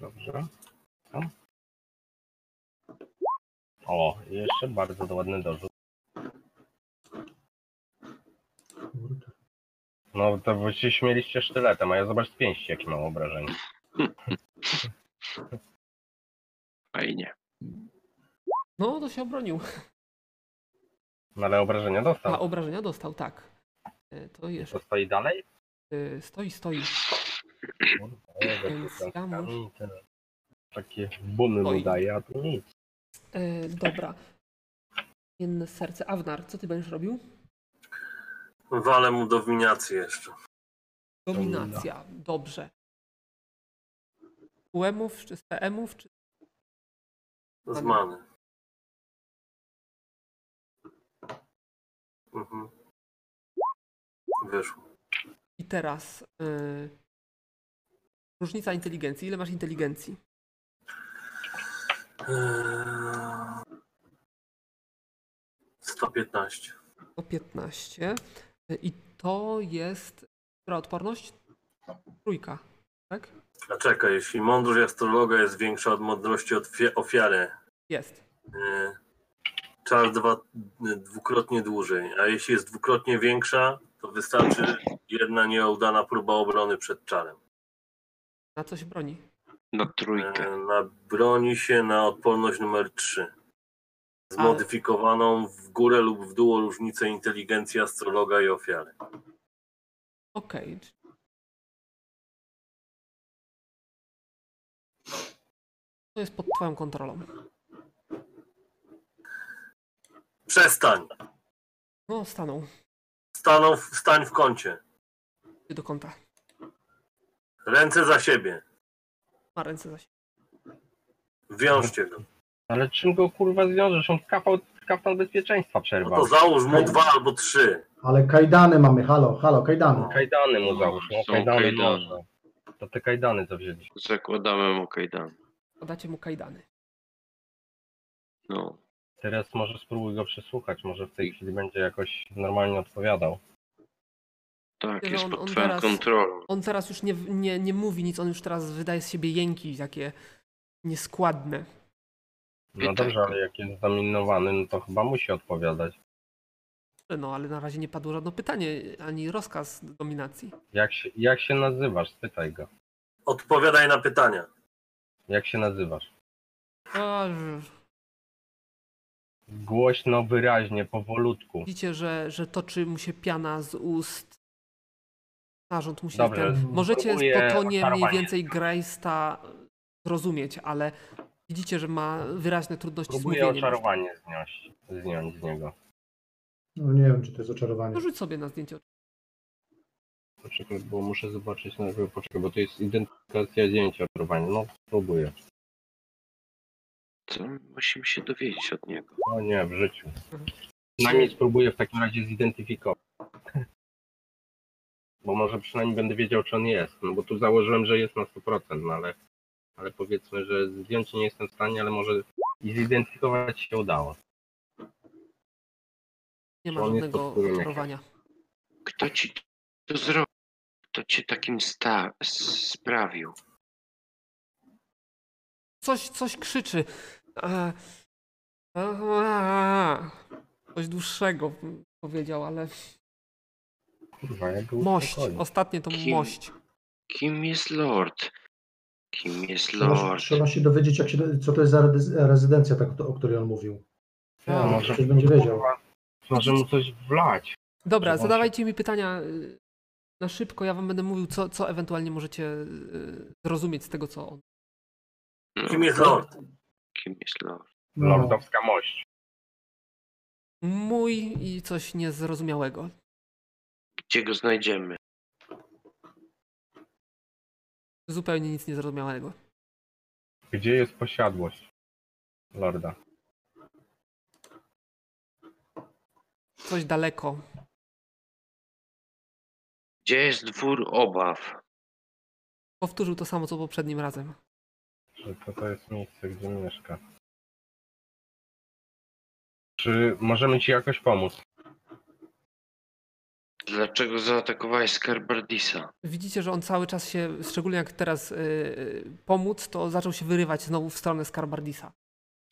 Speaker 5: Dobrze. Co? O, jeszcze bardzo ładny dorzut.
Speaker 2: Kurde.
Speaker 5: No to wy się śmieliście sztyletem, a ja zobacz z pięści jakie mam obrażenie.
Speaker 3: Fajnie.
Speaker 1: No, to się obronił.
Speaker 5: No ale obrażenia
Speaker 1: A
Speaker 5: dostał.
Speaker 1: obrażenia dostał, tak. E, To jeszcze
Speaker 5: To stoi dalej?
Speaker 1: e, stoi, stoi.
Speaker 5: Kurwa, ja go
Speaker 1: Więc
Speaker 5: tu
Speaker 1: ja muszę-
Speaker 5: tam- te- Takie bumy mu
Speaker 1: Oj.
Speaker 5: daje, a tu nic.
Speaker 1: E, Dobra. Kamienne serce. Awnar, co ty będziesz robił?
Speaker 6: Walę mu dominację jeszcze.
Speaker 1: Dominacja. Dobrze. Z UM-ów, czy z PM-ów, czy
Speaker 6: Z many. Mhm. Wyszło.
Speaker 1: I teraz y, różnica inteligencji. Ile masz inteligencji?
Speaker 6: Eee, 115.
Speaker 1: O 15. Y, I to jest. Która odporność? Trójka. Tak?
Speaker 6: A czekaj, jeśli mądrość astrologa jest większa od mądrości otwie- ofiary,
Speaker 1: Jest.
Speaker 6: eee, czas dwa, dwukrotnie dłużej. A jeśli jest dwukrotnie większa, to wystarczy jedna nieudana próba obrony przed czarem.
Speaker 1: Na co się broni?
Speaker 3: Na trójkę.
Speaker 6: E, Na broni się na odporność numer 3. Zmodyfikowaną w górę lub w dół o różnicę inteligencji astrologa i ofiary.
Speaker 1: Okej. To jest pod twoją kontrolą.
Speaker 6: Przestań.
Speaker 1: No, stanął
Speaker 6: Stanął, w- stań w kącie.
Speaker 1: Ty do kąta.
Speaker 6: Ręce za siebie.
Speaker 1: Ma ręce za siebie.
Speaker 6: Wiążcie go.
Speaker 5: Ale czym go kurwa zwiążesz? On kapał, kapał bezpieczeństwa
Speaker 6: No
Speaker 5: przerwał.
Speaker 6: to załóż mu dwa albo trzy.
Speaker 2: Ale kajdany mamy, halo, halo,
Speaker 3: No.
Speaker 2: kajdany.
Speaker 5: Kajdany mu załóż, no
Speaker 3: Są
Speaker 5: kajdany
Speaker 3: kajdany.
Speaker 5: można. To te kajdany co wzięli.
Speaker 3: Zakładamy mu kajdan.
Speaker 1: Podacie mu kajdany.
Speaker 3: No.
Speaker 5: Teraz może spróbuj go przesłuchać, może w tej chwili będzie jakoś normalnie odpowiadał.
Speaker 3: Tak,
Speaker 1: Tyle
Speaker 3: jest
Speaker 1: on-
Speaker 3: pod
Speaker 1: on
Speaker 3: twoją
Speaker 1: teraz-
Speaker 3: kontrolą.
Speaker 1: On teraz już nie, nie, nie mówi nic, on już teraz wydaje z siebie jęki takie nieskładne.
Speaker 5: No
Speaker 3: I
Speaker 5: dobrze,
Speaker 3: tak.
Speaker 5: ale jak jest zaminowany, no to chyba musi odpowiadać.
Speaker 1: No, ale na razie nie padło żadne pytanie, ani rozkaz dominacji.
Speaker 5: Jak się, jak się nazywasz? Spytaj go.
Speaker 6: Odpowiadaj na pytania.
Speaker 5: Jak się nazywasz?
Speaker 1: A, że-
Speaker 5: Głośno, wyraźnie, powolutku.
Speaker 1: widzicie, że, że toczy mu się piana z ust. Narząd musi
Speaker 5: Dobrze,
Speaker 1: ten... Możecie
Speaker 5: spróbuję
Speaker 1: po tonie mniej
Speaker 5: oczarowanie.
Speaker 1: więcej Grejsta zrozumieć, ale widzicie, że ma wyraźne trudności z
Speaker 5: Próbuję
Speaker 1: mówieniem.
Speaker 5: oczarowanie znieść, zdjąć z niego.
Speaker 2: No nie wiem, czy to jest oczarowanie.
Speaker 1: No, rzuć sobie na zdjęcie.
Speaker 5: Poczekaj, bo muszę zobaczyć najpierw, poczekaj, bo to jest identyfikacja zdjęcia oczarowania. No, spróbuję.
Speaker 3: Co? Musimy się dowiedzieć od niego.
Speaker 5: O No nie, w życiu. Przynajmniej spróbuję w takim razie zidentyfikować. Bo może przynajmniej będę wiedział, czy on jest. No bo tu założyłem, że jest na 100%, no ale, ale powiedzmy, że zdjęć nie jestem w stanie, ale może i zidentyfikować się udało.
Speaker 1: Nie ma
Speaker 5: On jest
Speaker 1: żadnego
Speaker 5: pod wpływem
Speaker 1: oczarowania.
Speaker 3: Kto ci to zrobił? Kto cię takim sta- sprawił?
Speaker 1: Coś, coś krzyczy. E, e, e, Coś dłuższego powiedział, ale
Speaker 5: Kurwa, jak go
Speaker 1: mość.
Speaker 5: uspokoić?
Speaker 1: Ostatnie to
Speaker 3: Kim?
Speaker 1: mość.
Speaker 3: Kim jest lord? Kim jest
Speaker 2: Trzeba,
Speaker 3: lord?
Speaker 2: trzeba się dowiedzieć, jak się, do- co to jest za rezy- rezydencja, tak, o której on mówił.
Speaker 3: No.
Speaker 5: Ja, może,
Speaker 2: Ktoś będzie wiedział.
Speaker 5: kurwa, może mu coś wlać.
Speaker 1: Dobra,
Speaker 5: Zobaczę.
Speaker 1: zadawajcie mi pytania y, na szybko. Ja wam będę mówił, co, co ewentualnie możecie y, zrozumieć z tego, co on.
Speaker 3: No,
Speaker 6: Kim jest Lord?
Speaker 3: Kim jest lord?
Speaker 2: No,
Speaker 5: Lordowska mość.
Speaker 1: Mój i coś niezrozumiałego.
Speaker 3: Gdzie go znajdziemy?
Speaker 1: Zupełnie nic niezrozumiałego.
Speaker 5: Gdzie jest posiadłość lorda?
Speaker 1: Coś daleko.
Speaker 3: Gdzie jest dwór obaw?
Speaker 1: Powtórzył to samo, co poprzednim razem.
Speaker 5: Czy to, to jest miejsce, gdzie mieszka? Czy możemy ci jakoś pomóc?
Speaker 3: Dlaczego zaatakowałeś Skarbardisa?
Speaker 1: Widzicie, że on cały czas się, szczególnie jak teraz y, y, pomóc, to zaczął się wyrywać znowu w stronę Skarbardisa.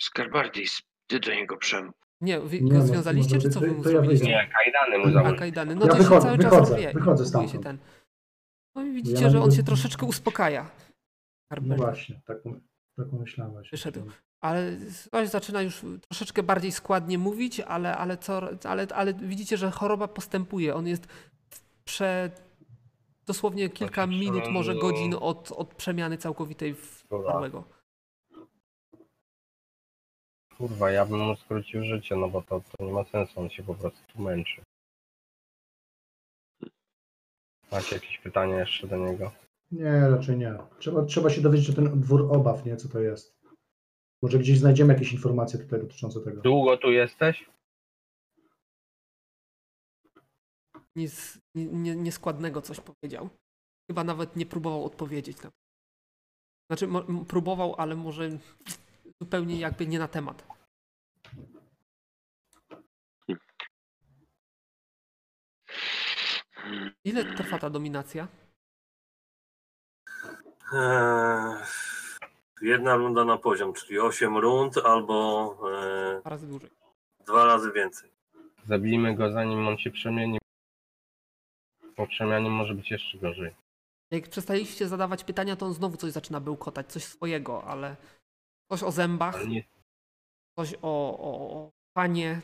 Speaker 3: Skarbardis, ty do niego przemów.
Speaker 1: Nie, wy
Speaker 2: Nie,
Speaker 1: go
Speaker 2: no,
Speaker 1: związaliście,
Speaker 2: no,
Speaker 1: czy co
Speaker 2: to-
Speaker 1: wy mu
Speaker 2: to ja wyjdę.
Speaker 1: zrobiliście?
Speaker 5: Nie, kajdany mu
Speaker 1: A
Speaker 5: założył.
Speaker 1: kajdany. No
Speaker 2: Ja
Speaker 1: to się
Speaker 2: wychodzę,
Speaker 1: cały czas
Speaker 2: wychodzę,
Speaker 1: rozwija i
Speaker 2: wychodzę
Speaker 1: próbuje się
Speaker 2: stamtąd.
Speaker 1: ten. No i
Speaker 2: Ja
Speaker 1: widzicie, że on
Speaker 2: będę-
Speaker 1: się troszeczkę uspokaja.
Speaker 2: no
Speaker 1: Skarbardis.
Speaker 2: właśnie, tak, tak myślałem. właśnie.
Speaker 1: Wyszedł. ale ktoś zaczyna już troszeczkę bardziej składnie mówić, ale, ale, co, ale, ale widzicie, że choroba postępuje. On jest prze dosłownie kilka
Speaker 5: Znaczy,
Speaker 1: minut, może
Speaker 5: przynajmniej-
Speaker 1: godzin od, od przemiany całkowitej w
Speaker 5: Dobra.
Speaker 1: chorego.
Speaker 5: Kurwa, ja bym mu skrócił życie, no bo to, to nie ma sensu, on się po prostu tu męczy. Macie jakieś pytania jeszcze do niego?
Speaker 2: Nie, raczej nie. Trzeba, trzeba się dowiedzieć o ten dwór obaw, nie, co to jest. Może gdzieś znajdziemy jakieś informacje tutaj dotyczące tego.
Speaker 5: Długo tu jesteś?
Speaker 1: Nic nie- nie- nieskładnego coś powiedział. Chyba nawet nie próbował odpowiedzieć na to. Znaczy, mo, m- próbował, ale może zupełnie jakby nie na temat.
Speaker 3: Hmm,
Speaker 1: Ile trwa ta dominacja?
Speaker 6: Eee, jedna runda na poziom, czyli 8 rund albo eee,
Speaker 1: Dwa razy dłużej.
Speaker 6: dwa razy więcej.
Speaker 5: Zabijmy go zanim on się przemieni. Po przemianie może być jeszcze gorzej.
Speaker 1: Jak przestaliście zadawać pytania, to on znowu coś zaczyna bełkotać, coś swojego, ale coś o zębach,
Speaker 5: Ale nie,
Speaker 1: coś o, o, o panie,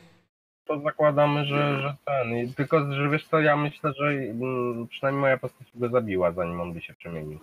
Speaker 5: to zakładamy, że, że ten. I Tylko, że wiesz co, ja myślę, że mm, przynajmniej moja postać by go zabiła, zanim on by się przemienił.